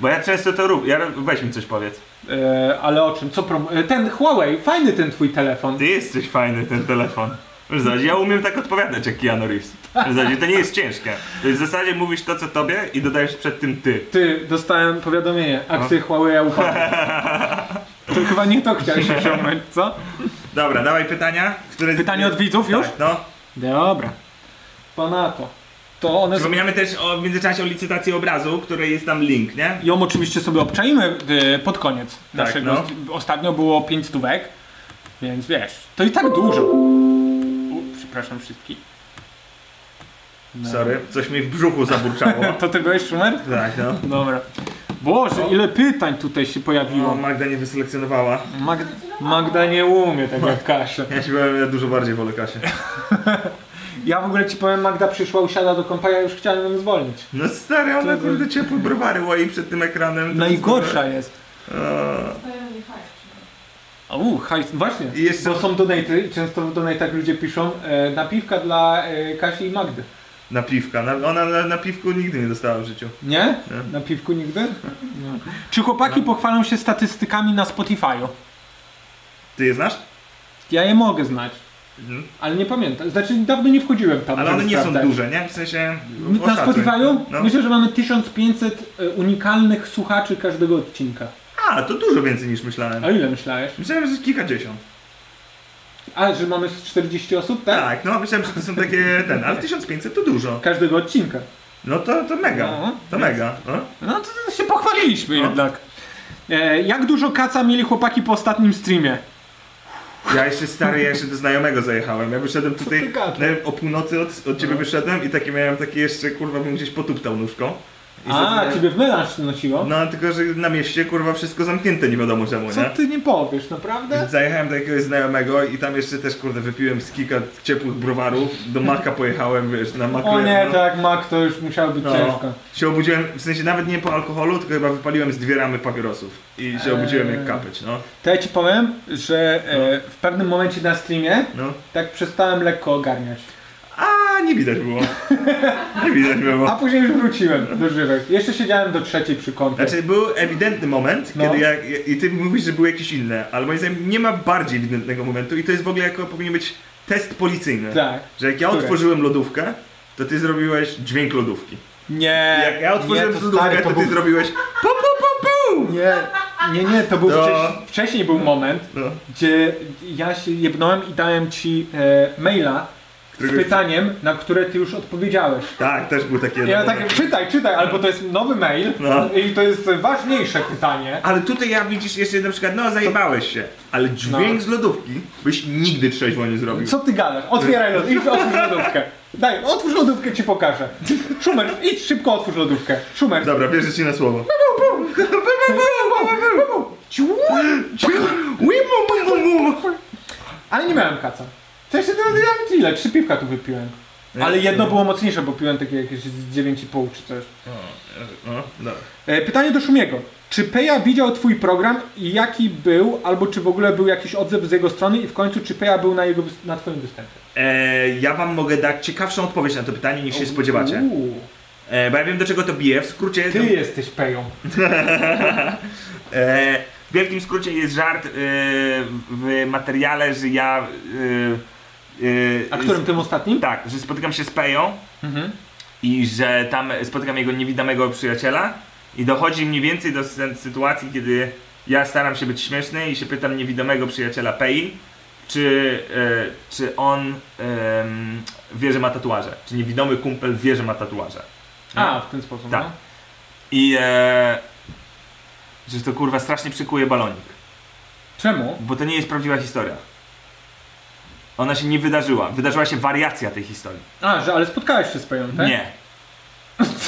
Speaker 2: Bo ja często to robię. Ja, weź mi coś powiedz.
Speaker 4: E, ale o czym? Co prom... e, Ten Huawei, fajny ten twój telefon.
Speaker 2: Ty jesteś fajny ten telefon. Wiesz, Zobacz, ja umiem tak odpowiadać jak Keanu Reeves. Wiesz, Zobacz, to nie jest ciężkie. To jest w zasadzie mówisz to co tobie i dodajesz przed tym ty.
Speaker 4: Ty, dostałem powiadomienie, akcje
Speaker 2: No.
Speaker 4: Huawei upadły. To chyba nie to chciałeś osiągnąć, co?
Speaker 2: Dobra, dawaj pytania. Które...
Speaker 4: Pytanie od widzów już?
Speaker 2: Tak, no.
Speaker 4: Dobra. Panato. To one są...
Speaker 2: Przypominamy też o, w międzyczasie o licytacji obrazu, której jest tam link, nie?
Speaker 4: Ją oczywiście sobie obczajmy y, pod koniec naszego...
Speaker 2: no.
Speaker 4: Ostatnio było 5 stówek, więc wiesz, to i tak dużo. U, przepraszam wszystkich. No.
Speaker 2: Sorry, coś mi w brzuchu zaburczało.
Speaker 4: To ty byłeś szumer?
Speaker 2: tak, no.
Speaker 4: Dobra. Boże, ile pytań tutaj się
Speaker 2: O,
Speaker 4: pojawiło.
Speaker 2: Magda nie wyselekcjonowała.
Speaker 4: Mag... Magda nie umie tak jak Kasia.
Speaker 2: Ja się byłem, ja dużo bardziej wolę Kasię.
Speaker 4: Ja w ogóle ci powiem, Magda przyszła, usiada do kompa, ja już chciałem ją zwolnić.
Speaker 2: No stary, ona kurde ciepło browary łoi przed tym ekranem. To
Speaker 4: Najgorsza jest.
Speaker 12: Stają mi hajs. przynajmniej.
Speaker 4: A u, hajs, właśnie.
Speaker 2: I jeszcze-
Speaker 4: Bo są donaty i często w donatach ludzie piszą e, napiwka dla e, Kasi i Magdy.
Speaker 2: Na piwka. Na, ona na, na piwku nigdy nie dostała w życiu.
Speaker 4: Nie? Napiwku nigdy? No. Czy chłopaki pochwalą się statystykami na Spotify'u?
Speaker 2: Ty je znasz?
Speaker 4: Ja je mogę znać.
Speaker 2: Mhm.
Speaker 4: Ale nie pamiętam. Znaczy dawno nie wchodziłem tam.
Speaker 2: Ale
Speaker 4: żeby
Speaker 2: one nie są
Speaker 4: sprawdzać.
Speaker 2: duże, nie? W sensie...
Speaker 4: Na
Speaker 2: oszacuj.
Speaker 4: Spotify'u?
Speaker 2: No.
Speaker 4: Myślę, że mamy 1500 unikalnych słuchaczy każdego odcinka.
Speaker 2: A, to dużo więcej niż myślałem.
Speaker 4: A ile myślałeś?
Speaker 2: Myślałem, że kilkadziesiąt.
Speaker 4: A, że mamy 40 osób, tak?
Speaker 2: Tak, no myślałem, że to są takie ten, ale 1500 to dużo.
Speaker 4: Każdego odcinka.
Speaker 2: No to, to mega,
Speaker 4: No.
Speaker 2: to mega. No.
Speaker 4: No to, to się pochwaliliśmy jednak. E, jak dużo kaca mieli chłopaki po ostatnim streamie?
Speaker 2: Ja jeszcze stary, ja jeszcze do znajomego zajechałem. Ja wyszedłem tutaj
Speaker 4: gadasz? No.
Speaker 2: na, o północy od, od ciebie wyszedłem i takie miałem takie jeszcze, kurwa, bym gdzieś potuptał nóżką. I
Speaker 4: A,
Speaker 2: zadzwoniłem-
Speaker 4: ciebie w melanż nosiło?
Speaker 2: No tylko, że na mieście kurwa wszystko zamknięte, nie wiadomo czemu,
Speaker 4: Co
Speaker 2: nie?
Speaker 4: ty nie powiesz, naprawdę?
Speaker 2: Więc Zajechałem do jakiegoś znajomego i tam jeszcze też kurde wypiłem z kilka ciepłych browarów, do Maka pojechałem, wiesz, na Maku.
Speaker 4: O nie,
Speaker 2: no.
Speaker 4: tak, Mak, to już musiało być ciężko.
Speaker 2: No, się obudziłem, w sensie nawet nie po alkoholu, tylko chyba wypaliłem z dwie ramy papierosów i
Speaker 4: Eee.
Speaker 2: się obudziłem jak kapeć, no.
Speaker 4: To ja ci powiem, że e, w pewnym momencie na streamie
Speaker 2: no.
Speaker 4: tak przestałem lekko ogarniać.
Speaker 2: A A, nie widać było. Nie widać było.
Speaker 4: A później już wróciłem do żywych. Jeszcze siedziałem do trzeciej przy kąpie.
Speaker 2: Znaczy, był ewidentny moment,
Speaker 4: No.
Speaker 2: kiedy ja, i ty mówisz, że były jakieś inne, ale moim zdaniem nie ma bardziej ewidentnego momentu i to jest w ogóle jako powinien być test policyjny.
Speaker 4: Tak.
Speaker 2: Że jak ja
Speaker 4: Które?
Speaker 2: otworzyłem lodówkę, to ty zrobiłeś dźwięk lodówki.
Speaker 4: Nie.
Speaker 2: Jak ja otworzyłem
Speaker 4: nie, to
Speaker 2: lodówkę,
Speaker 4: stary,
Speaker 2: to,
Speaker 4: to
Speaker 2: ty
Speaker 4: był...
Speaker 2: zrobiłeś pu, pu, pu, pu.
Speaker 4: Nie, nie, nie, to był
Speaker 2: To-
Speaker 4: wcześniej, wcześniej był moment,
Speaker 2: No.
Speaker 4: gdzie ja się jebnąłem i dałem ci e, maila z
Speaker 2: Którego-
Speaker 4: pytaniem, na które ty już odpowiedziałeś.
Speaker 2: Tak, też był taki jeden
Speaker 4: Ja
Speaker 2: moment.
Speaker 4: tak, czytaj, czytaj, albo to jest nowy mail
Speaker 2: No.
Speaker 4: i to jest ważniejsze pytanie.
Speaker 2: Ale tutaj ja widzisz jeszcze na przykład, no zajebałeś się, ale dźwięk
Speaker 4: No.
Speaker 2: z lodówki byś nigdy trzeźwo nie zrobił.
Speaker 4: Co ty gadasz? Otwieraj lodówkę, idź otwórz lodówkę. Daj, otwórz lodówkę, ci pokażę. Szumer, idź szybko otwórz lodówkę. Szumer.
Speaker 2: Dobra, wierzę ci na słowo.
Speaker 4: Ale nie miałem kaca. To jeszcze teraz ja ile? Trzy piwka tu wypiłem. Ale jedno było mocniejsze, bo piłem takie jakieś z 9,5 czy coś.
Speaker 2: No, dobra.
Speaker 4: E, Pytanie do Szumiego. Czy Peja widział twój program i jaki był, albo czy w ogóle był jakiś odzew z jego strony i w końcu czy Peja był na, jego, wys- na twoim występie?
Speaker 2: E, ja wam mogę dać ciekawszą odpowiedź na to pytanie niż się spodziewacie.
Speaker 4: Uuu,
Speaker 2: E, bo ja wiem do czego to bije. W skrócie.
Speaker 4: ty jesteś Peją.
Speaker 2: E, w wielkim skrócie jest żart e, w materiale, że ja. E, e,
Speaker 4: A którym
Speaker 2: z-
Speaker 4: tym ostatnim?
Speaker 2: Tak, że spotykam się z Peją
Speaker 4: Mhm.
Speaker 2: i że tam spotykam jego niewidomego przyjaciela i dochodzi mniej więcej do sy- sytuacji, kiedy ja staram się być śmieszny i się pytam niewidomego przyjaciela Pei, czy, e, czy on em, wie, że ma tatuaże, czy niewidomy kumpel wie, że ma tatuaże.
Speaker 4: A, w ten sposób.
Speaker 2: Tak.
Speaker 4: No.
Speaker 2: I e, że to kurwa strasznie przykuje balonik,
Speaker 4: Czemu?
Speaker 2: bo to nie jest prawdziwa historia. Ona się nie wydarzyła. Wydarzyła się wariacja tej historii.
Speaker 4: A, że ale spotkałeś się z Peją, tak?
Speaker 2: Nie,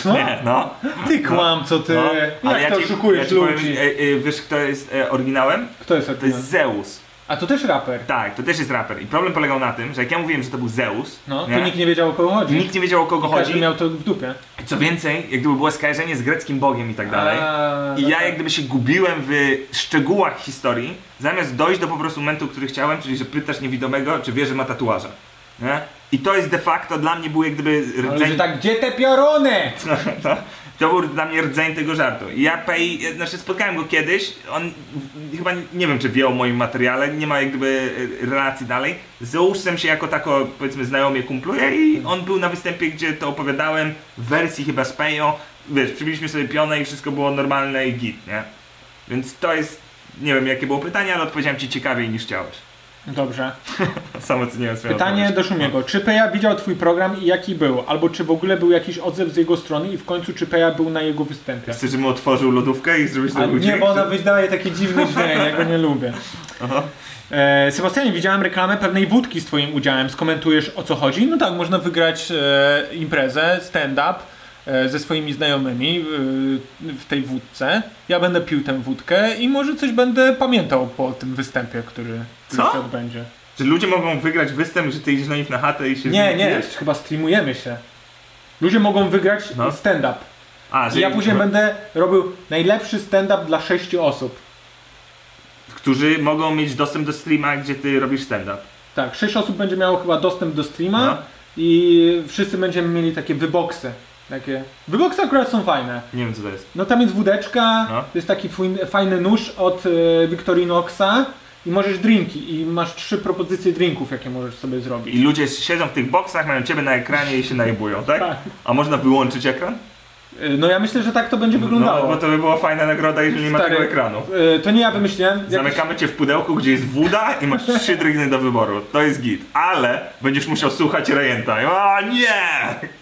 Speaker 4: Co?
Speaker 2: nie, no.
Speaker 4: Ty kłamco, ty.
Speaker 2: No,
Speaker 4: Jak to oszukujesz
Speaker 2: ja ci powiem,
Speaker 4: ludzi? No.
Speaker 2: e, e, wiesz kto jest e, oryginałem?
Speaker 4: Kto jest
Speaker 2: To jest
Speaker 4: Artymen?
Speaker 2: Zeus.
Speaker 4: A to też raper.
Speaker 2: Tak, to też jest raper. I problem polegał na tym, że jak ja mówiłem, że to był Zeus,
Speaker 4: No,
Speaker 2: nie?
Speaker 4: to nikt nie wiedział o kogo chodzi.
Speaker 2: Nikt nie wiedział o kogo
Speaker 4: Każdy
Speaker 2: chodzi.
Speaker 4: miał to w dupie.
Speaker 2: Co więcej, jak gdyby było skojarzenie z greckim bogiem i tak dalej.
Speaker 4: A, tak,
Speaker 2: I ja
Speaker 4: dobra.
Speaker 2: jak gdyby się gubiłem w szczegółach historii, zamiast dojść do po prostu momentu, który chciałem, czyli że pytasz niewidomego, czy wie, że ma tatuaże. Nie? I to jest de facto dla mnie był jak gdyby
Speaker 4: Ale
Speaker 2: rdzeń
Speaker 4: że tak, gdzie te pioruny?
Speaker 2: to, to był dla mnie rdzeń tego żartu. I Ja Pei, znaczy spotkałem go kiedyś, on w- chyba nie wiem czy wie o moim materiale, nie ma jak gdyby e, relacji dalej. Z Zeusem się jako tako powiedzmy znajomie kumpluje i on był na występie, gdzie to opowiadałem w wersji chyba z Pejo. Wiesz, przybiliśmy sobie pionę i wszystko było normalne i git, nie? Więc to jest, nie wiem jakie było pytanie, ale odpowiedziałem ci ciekawiej niż chciałeś.
Speaker 4: Dobrze.
Speaker 2: Sam oceniłem swoją
Speaker 4: Pytanie
Speaker 2: odpowiedź.
Speaker 4: do Szumiego. Czy Peja widział twój program i jaki był? Albo czy w ogóle był jakiś odzew z jego strony i w końcu czy Peja był na jego występie?
Speaker 2: Chcesz, żebym otworzył lodówkę i zrobić
Speaker 4: A,
Speaker 2: to
Speaker 4: nie, bo ona wydaje takie dziwne dźwięki, ja go nie lubię. E, Sebastianie, widziałem reklamę pewnej wódki z twoim udziałem. Skomentujesz o co chodzi? No tak, można wygrać e, imprezę, stand-up e, ze swoimi znajomymi e, w tej wódce. Ja będę pił tę wódkę i może coś będę pamiętał po tym występie, który który
Speaker 2: Co?
Speaker 4: się odbędzie.
Speaker 2: Że ludzie mogą wygrać występ, że ty idziesz na nich na chatę i się z
Speaker 4: Nie,
Speaker 2: nimi
Speaker 4: nie,
Speaker 2: bijesz?
Speaker 4: chyba streamujemy się. Ludzie mogą wygrać
Speaker 2: No.
Speaker 4: stand-up.
Speaker 2: A,
Speaker 4: I
Speaker 2: że
Speaker 4: ja później będę robił najlepszy stand-up dla sześciu osób.
Speaker 2: Którzy mogą mieć dostęp do streama, gdzie ty robisz stand-up.
Speaker 4: Tak, sześć osób będzie miało chyba dostęp do streama
Speaker 2: No.
Speaker 4: i wszyscy będziemy mieli takie wyboksy. Takie. Wyboksy akurat są fajne.
Speaker 2: Nie wiem co to jest.
Speaker 4: No tam jest wódeczka,
Speaker 2: No.
Speaker 4: jest taki fuj- fajny nóż od e, Victorinoxa i możesz drinki i masz trzy propozycje drinków, jakie możesz sobie zrobić.
Speaker 2: I ludzie siedzą w tych boksach, mają ciebie na ekranie i się najebują, tak?
Speaker 4: Tak.
Speaker 2: A można wyłączyć ekran?
Speaker 4: E, No ja myślę, że tak to będzie wyglądało.
Speaker 2: No, bo to by była fajna nagroda, jeżeli nie ma
Speaker 4: Stary,
Speaker 2: tego ekranu.
Speaker 4: e, to nie ja wymyśliłem. jakiś-
Speaker 2: Zamykamy cię w pudełku, gdzie jest woda i masz trzy drygny do wyboru. To jest git. Ale będziesz musiał słuchać rejenta. A nie!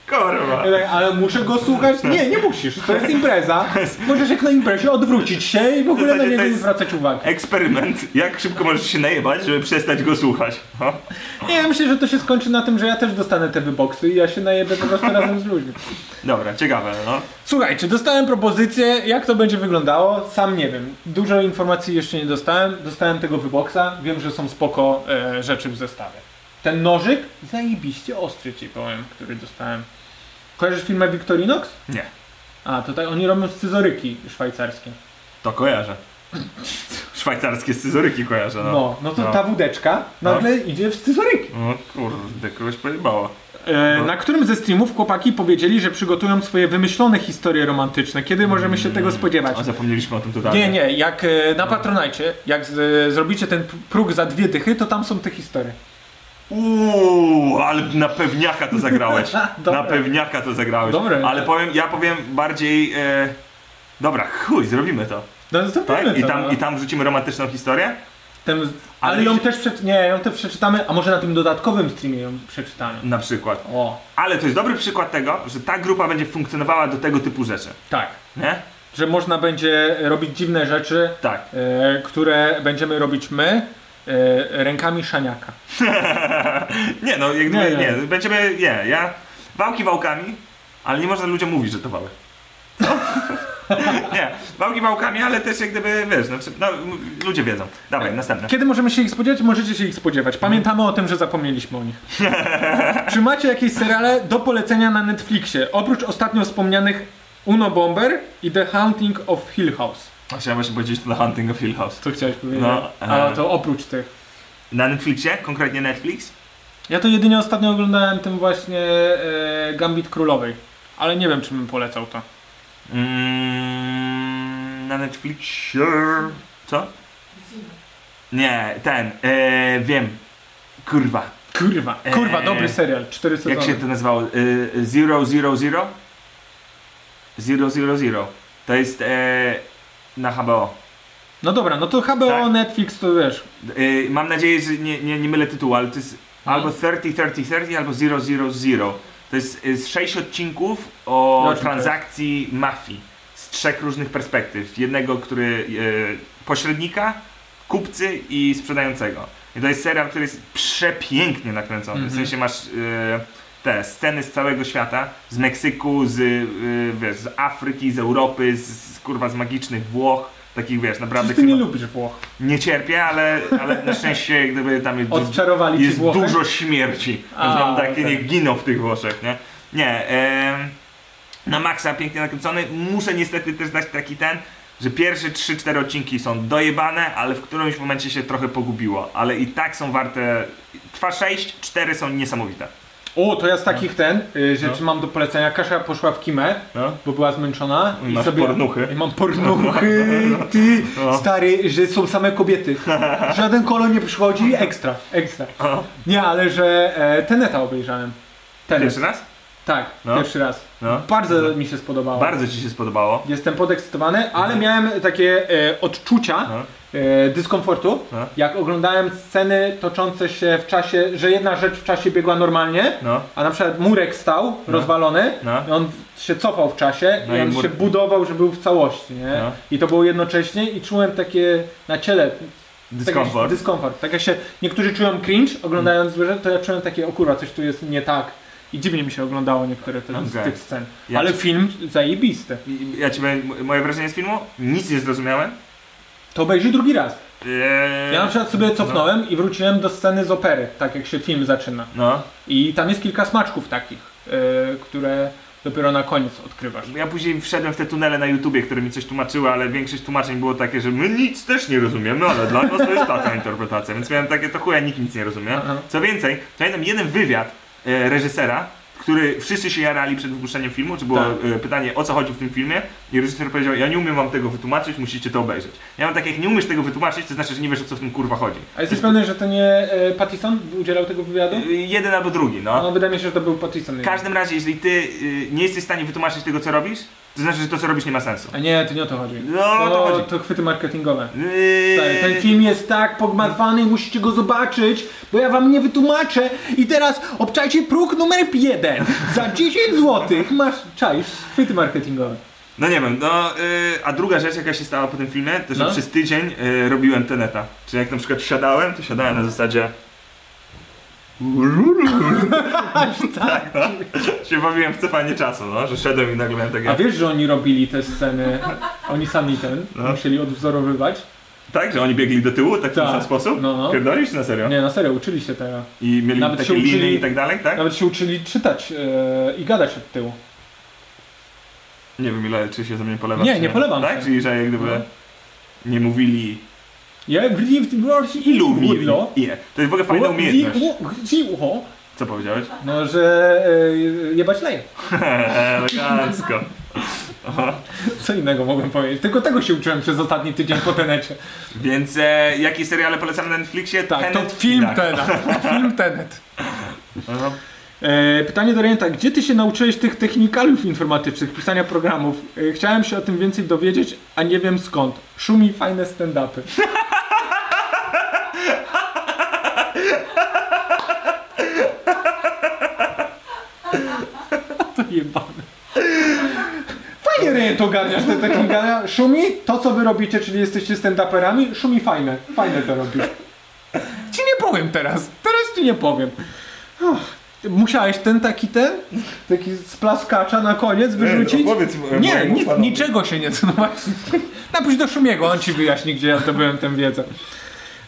Speaker 2: Kurwa.
Speaker 4: Ja tak, Ale muszę go słuchać? Nie, nie musisz. To jest impreza. Możesz jak na imprezie odwrócić się i w ogóle na
Speaker 2: zasadzie to
Speaker 4: niego nie
Speaker 2: jest-
Speaker 4: zwracać uwagi.
Speaker 2: Eksperyment. Jak szybko możesz się najebać, żeby przestać go słuchać? No.
Speaker 4: Nie, ja myślę, że to się skończy na tym, że ja też dostanę te wyboksy i ja się najebę po prostu razem z ludźmi.
Speaker 2: Dobra, ciekawe, no.
Speaker 4: Słuchajcie, dostałem propozycję, jak to będzie wyglądało, sam nie wiem. Dużo informacji jeszcze nie dostałem, dostałem tego wyboksa, wiem, że są spoko e, rzeczy w zestawie. Ten nożyk, zajebiście ostry ci powiem, który dostałem. Kojarzysz firmę Victorinox?
Speaker 2: Nie.
Speaker 4: A, tutaj oni robią scyzoryki szwajcarskie.
Speaker 2: To kojarzę. Szwajcarskie scyzoryki kojarzę, no.
Speaker 4: No, no to
Speaker 2: No.
Speaker 4: ta wódeczka nagle idzie w scyzoryki.
Speaker 2: No kurde, kogoś pojebało.
Speaker 4: E, Na którym ze streamów chłopaki powiedzieli, że przygotują swoje wymyślone historie romantyczne. Kiedy możemy się tego spodziewać?
Speaker 2: Mm, O, zapomnieliśmy o tym totalnie.
Speaker 4: Tak. Nie, nie, jak e, na Patronajcie, jak z, zrobicie ten p- próg za dwie dychy, to tam są te historie.
Speaker 2: Uuu, ale na pewniaka to zagrałeś.
Speaker 4: Dobra.
Speaker 2: na pewniaka to zagrałeś.
Speaker 4: Dobre.
Speaker 2: Ale powiem, ja powiem bardziej... E, dobra, chuj, zrobimy to.
Speaker 4: No to
Speaker 2: Tak? I
Speaker 4: to,
Speaker 2: tam,
Speaker 4: no.
Speaker 2: I tam wrzucimy romantyczną historię?
Speaker 4: Ten,
Speaker 2: Ale
Speaker 4: ale, ją
Speaker 2: się-
Speaker 4: też przeczy- nie, ją też przeczytamy, a może na tym dodatkowym streamie ją przeczytamy.
Speaker 2: Na przykład.
Speaker 4: O,
Speaker 2: Ale to jest dobry przykład tego, że ta grupa będzie funkcjonowała do tego typu rzeczy.
Speaker 4: tak.
Speaker 2: Nie?
Speaker 4: Że można będzie robić dziwne rzeczy,
Speaker 2: Tak.
Speaker 4: e, które będziemy robić my e, rękami szaniaka.
Speaker 2: Nie, no jak gdyby,
Speaker 4: Nie,
Speaker 2: nie,
Speaker 4: nie.
Speaker 2: Będziemy, nie, ja... Wałki wałkami, ale nie można ludziom mówić, że to wały. No. nie, wałki wałkami, ale też jak gdyby, wiesz, znaczy, no, m- ludzie wiedzą. Dawaj, następne.
Speaker 4: Kiedy możemy się ich spodziewać? Możecie się ich spodziewać. Pamiętamy o tym, że zapomnieliśmy o nich. Czy macie jakieś seriale do polecenia na Netflixie? Oprócz ostatnio wspomnianych Uno Bomber i The Hunting of Hill House.
Speaker 2: Chciałem właśnie powiedzieć to na Hunting of Hill House.
Speaker 4: Co chciałeś powiedzieć?
Speaker 2: No,
Speaker 4: No,
Speaker 2: e.
Speaker 4: A to oprócz tych.
Speaker 2: Na Netflixie, konkretnie Netflix,
Speaker 4: Ja to jedynie ostatnio oglądałem tym właśnie e, Gambit Królowej. Ale nie wiem, czy bym polecał to.
Speaker 2: Mm, na Netflixie. Co? Nie, ten. E, wiem. Kurwa.
Speaker 4: Kurwa, kurwa,
Speaker 2: E.
Speaker 4: dobry serial. Cztery sezony.
Speaker 2: Jak się to nazywało? E, zero, zero, zero? Zero, zero, zero. To jest e, na HBO.
Speaker 4: No dobra, no to HBO,
Speaker 2: Tak.
Speaker 4: Netflix, to wiesz.
Speaker 2: E, mam nadzieję, że nie, nie, nie mylę tytułu, ale to jest
Speaker 4: No.
Speaker 2: albo 30, 30, 30, albo zero, zero, zero. To jest e, z sześć odcinków o
Speaker 4: Roczny
Speaker 2: transakcji mafii z trzech różnych perspektyw. Jednego, który e, pośrednika, kupcy i sprzedającego. I to jest serial, który jest przepięknie nakręcony.
Speaker 4: Mhm.
Speaker 2: W sensie masz e, te sceny z całego świata, z Meksyku, z, e, wiesz, z Afryki, z Europy, z, z kurwa z magicznych Włoch. Takich wiesz, naprawdę.
Speaker 4: Przecież ty nie
Speaker 2: klimat-
Speaker 4: lubisz Włoch.
Speaker 2: nie cierpię, ale, ale na szczęście jak gdyby tam jest,
Speaker 4: Odczarowali ci
Speaker 2: jest
Speaker 4: Włochy?
Speaker 2: dużo śmierci.
Speaker 4: A,
Speaker 2: Więc mam takie,
Speaker 4: okej.
Speaker 2: nie giną w tych Włoszech, nie? Nie, em, na maksa pięknie nakręcony. Muszę niestety też dać taki ten, że pierwsze 3-4 odcinki są dojebane, ale w którymś momencie się trochę pogubiło. Ale i tak są warte... Trwa 6, 4 są niesamowite.
Speaker 4: O, to ja z takich ten y, rzeczy mam do polecenia. Kasia poszła w kimę,
Speaker 2: No.
Speaker 4: bo była zmęczona.
Speaker 2: Masz pornuchy.
Speaker 4: I mam pornuchy, ty,
Speaker 2: No.
Speaker 4: stary, że są same kobiety. Żaden kolor nie przychodzi, ekstra, ekstra.
Speaker 2: O,
Speaker 4: Nie, ale że e, Teneta obejrzałem. Tenet,
Speaker 2: pierwszy raz?
Speaker 4: tak,
Speaker 2: No.
Speaker 4: pierwszy raz.
Speaker 2: No.
Speaker 4: Bardzo mi się spodobało.
Speaker 2: Bardzo Mhm. ci się spodobało.
Speaker 4: Jestem podekscytowany, ale miałem takie e, odczucia e, dyskomfortu,
Speaker 2: No.
Speaker 4: jak oglądałem sceny toczące się w czasie, że jedna rzecz w czasie biegła normalnie,
Speaker 2: No.
Speaker 4: a na przykład murek stał rozwalony
Speaker 2: No.
Speaker 4: i on się cofał w czasie
Speaker 2: No
Speaker 4: i
Speaker 2: i
Speaker 4: on
Speaker 2: mur-
Speaker 4: się budował, że był w całości, nie?
Speaker 2: No.
Speaker 4: I to było jednocześnie i czułem takie na ciele
Speaker 2: Dyskomfort.
Speaker 4: Taki dyskomfort. Tak jak się niektórzy czują cringe oglądając złe rzeczy, to ja czułem takie, o kurwa, coś tu jest nie tak. I dziwnie mi się oglądało niektóre te,
Speaker 2: No, Okej.
Speaker 4: z tych scen.
Speaker 2: Ja
Speaker 4: Ale
Speaker 2: ci-
Speaker 4: film zajebisty.
Speaker 2: Ja ci powiem, moje wrażenie z filmu? Nic nie zrozumiałem.
Speaker 4: To obejrzyj drugi raz.
Speaker 2: Eee,
Speaker 4: Ja na przykład sobie cofnąłem i wróciłem do sceny z opery, tak jak się film zaczyna.
Speaker 2: No.
Speaker 4: I tam jest kilka smaczków takich, yy, które dopiero na koniec odkrywasz.
Speaker 2: No. Ja później wszedłem w te tunele na YouTubie, które mi coś tłumaczyły, ale większość tłumaczeń było takie, że my nic też nie rozumiemy, ale dla nas to jest taka interpretacja. Więc miałem takie, to chuja, nikt nic nie rozumie.
Speaker 4: Aha.
Speaker 2: Co więcej, pamiętam jeden wywiad e, reżysera, który wszyscy się jarali przed wypuszczeniem filmu, czy było
Speaker 4: Tak.
Speaker 2: e, pytanie o co chodzi w tym filmie i reżyser powiedział, ja nie umiem wam tego wytłumaczyć, musicie to obejrzeć. Ja mam tak, jak nie umiesz tego wytłumaczyć, to znaczy, że nie wiesz o co w tym kurwa chodzi.
Speaker 4: A jesteś pewny, że to nie yy, Pattison udzielał tego wywiadu?
Speaker 2: E, Jeden albo drugi, no.
Speaker 4: No, wydaje mi się, że to był Pattison.
Speaker 2: W każdym razie, jeżeli ty y, nie jesteś w stanie wytłumaczyć tego, co robisz, to znaczy, że to, co robisz, nie ma sensu.
Speaker 4: A nie, to nie o to chodzi.
Speaker 2: No, o to chodzi.
Speaker 4: To chwyty marketingowe.
Speaker 2: Yy,
Speaker 4: Stary, Ten film jest tak pogmatwany, musicie go zobaczyć, bo ja wam nie wytłumaczę. I teraz obczajcie próg numer jeden. Za 10 zł masz, czaisz, chwyty marketingowe.
Speaker 2: No nie wiem, no y, a druga rzecz jaka się stała po tym filmie, to że
Speaker 4: No.
Speaker 2: przez tydzień y, robiłem teneta. Czyli jak na przykład siadałem, to siadałem na zasadzie tak, no. Się bawiłem w cofanie czasu, no, że szedłem i nagle miałem takie...
Speaker 4: A wiesz, że oni robili te sceny, oni sami ten,
Speaker 2: No.
Speaker 4: musieli odwzorowywać?
Speaker 2: Tak, że oni biegli do tyłu, tak w ten
Speaker 4: Tak.
Speaker 2: sam sposób?
Speaker 4: No, no.
Speaker 2: Pierdolisz na serio?
Speaker 4: Nie, na serio, uczyli się tego.
Speaker 2: I mieli
Speaker 4: Nawet
Speaker 2: takie
Speaker 4: się
Speaker 2: liny
Speaker 4: uczyli- No.
Speaker 2: i tak dalej, tak?
Speaker 4: Nawet się uczyli czytać e, i gadać od tyłu.
Speaker 2: Nie wiem ile, czy się ze mnie polewa.
Speaker 4: Nie,
Speaker 2: czy
Speaker 4: nie polewam
Speaker 2: Tak?
Speaker 4: się. No.
Speaker 2: Czyli że jak gdyby nie mówili...
Speaker 4: Ja w World no.
Speaker 2: Ilu mi... Nie. To jest w ogóle fajna umiejętność.
Speaker 4: Gdzie ucho?
Speaker 2: Co powiedziałeś?
Speaker 4: No, że e, jebać leje.
Speaker 2: Elegancko.
Speaker 4: Co innego mogłem powiedzieć? Tylko tego się uczyłem przez ostatni tydzień po tenecie.
Speaker 2: Więc e, jakie seriale polecamy na Netflixie?
Speaker 5: Tak, to
Speaker 2: Tenet i
Speaker 5: film
Speaker 2: Dark.
Speaker 5: Tenet. Film Tenet.
Speaker 2: No,
Speaker 4: E, pytanie do Rejenta. Gdzie ty się nauczyłeś tych technikaliów informatycznych, pisania programów? E, chciałem się o tym więcej dowiedzieć, a nie wiem skąd. Szumi fajne stand-upy. to jebane. Fajnie Rejent ogarniasz te technikale. Szumi, to co wy robicie, czyli jesteście stand-uperami, Szumi fajne. Fajne to robisz.
Speaker 5: Ci nie powiem teraz. Teraz ci nie powiem. Uff, Musiałeś ten taki ten?
Speaker 4: Taki z plaskacza na koniec
Speaker 2: to
Speaker 4: wyrzucić.
Speaker 2: opowiedz m-
Speaker 5: Nie,
Speaker 2: mojemu
Speaker 5: nic,
Speaker 2: panowi.
Speaker 5: niczego się nie... No właśnie. Napisz do Szumiego, on ci wyjaśni, gdzie ja zdobyłem tę wiedzę.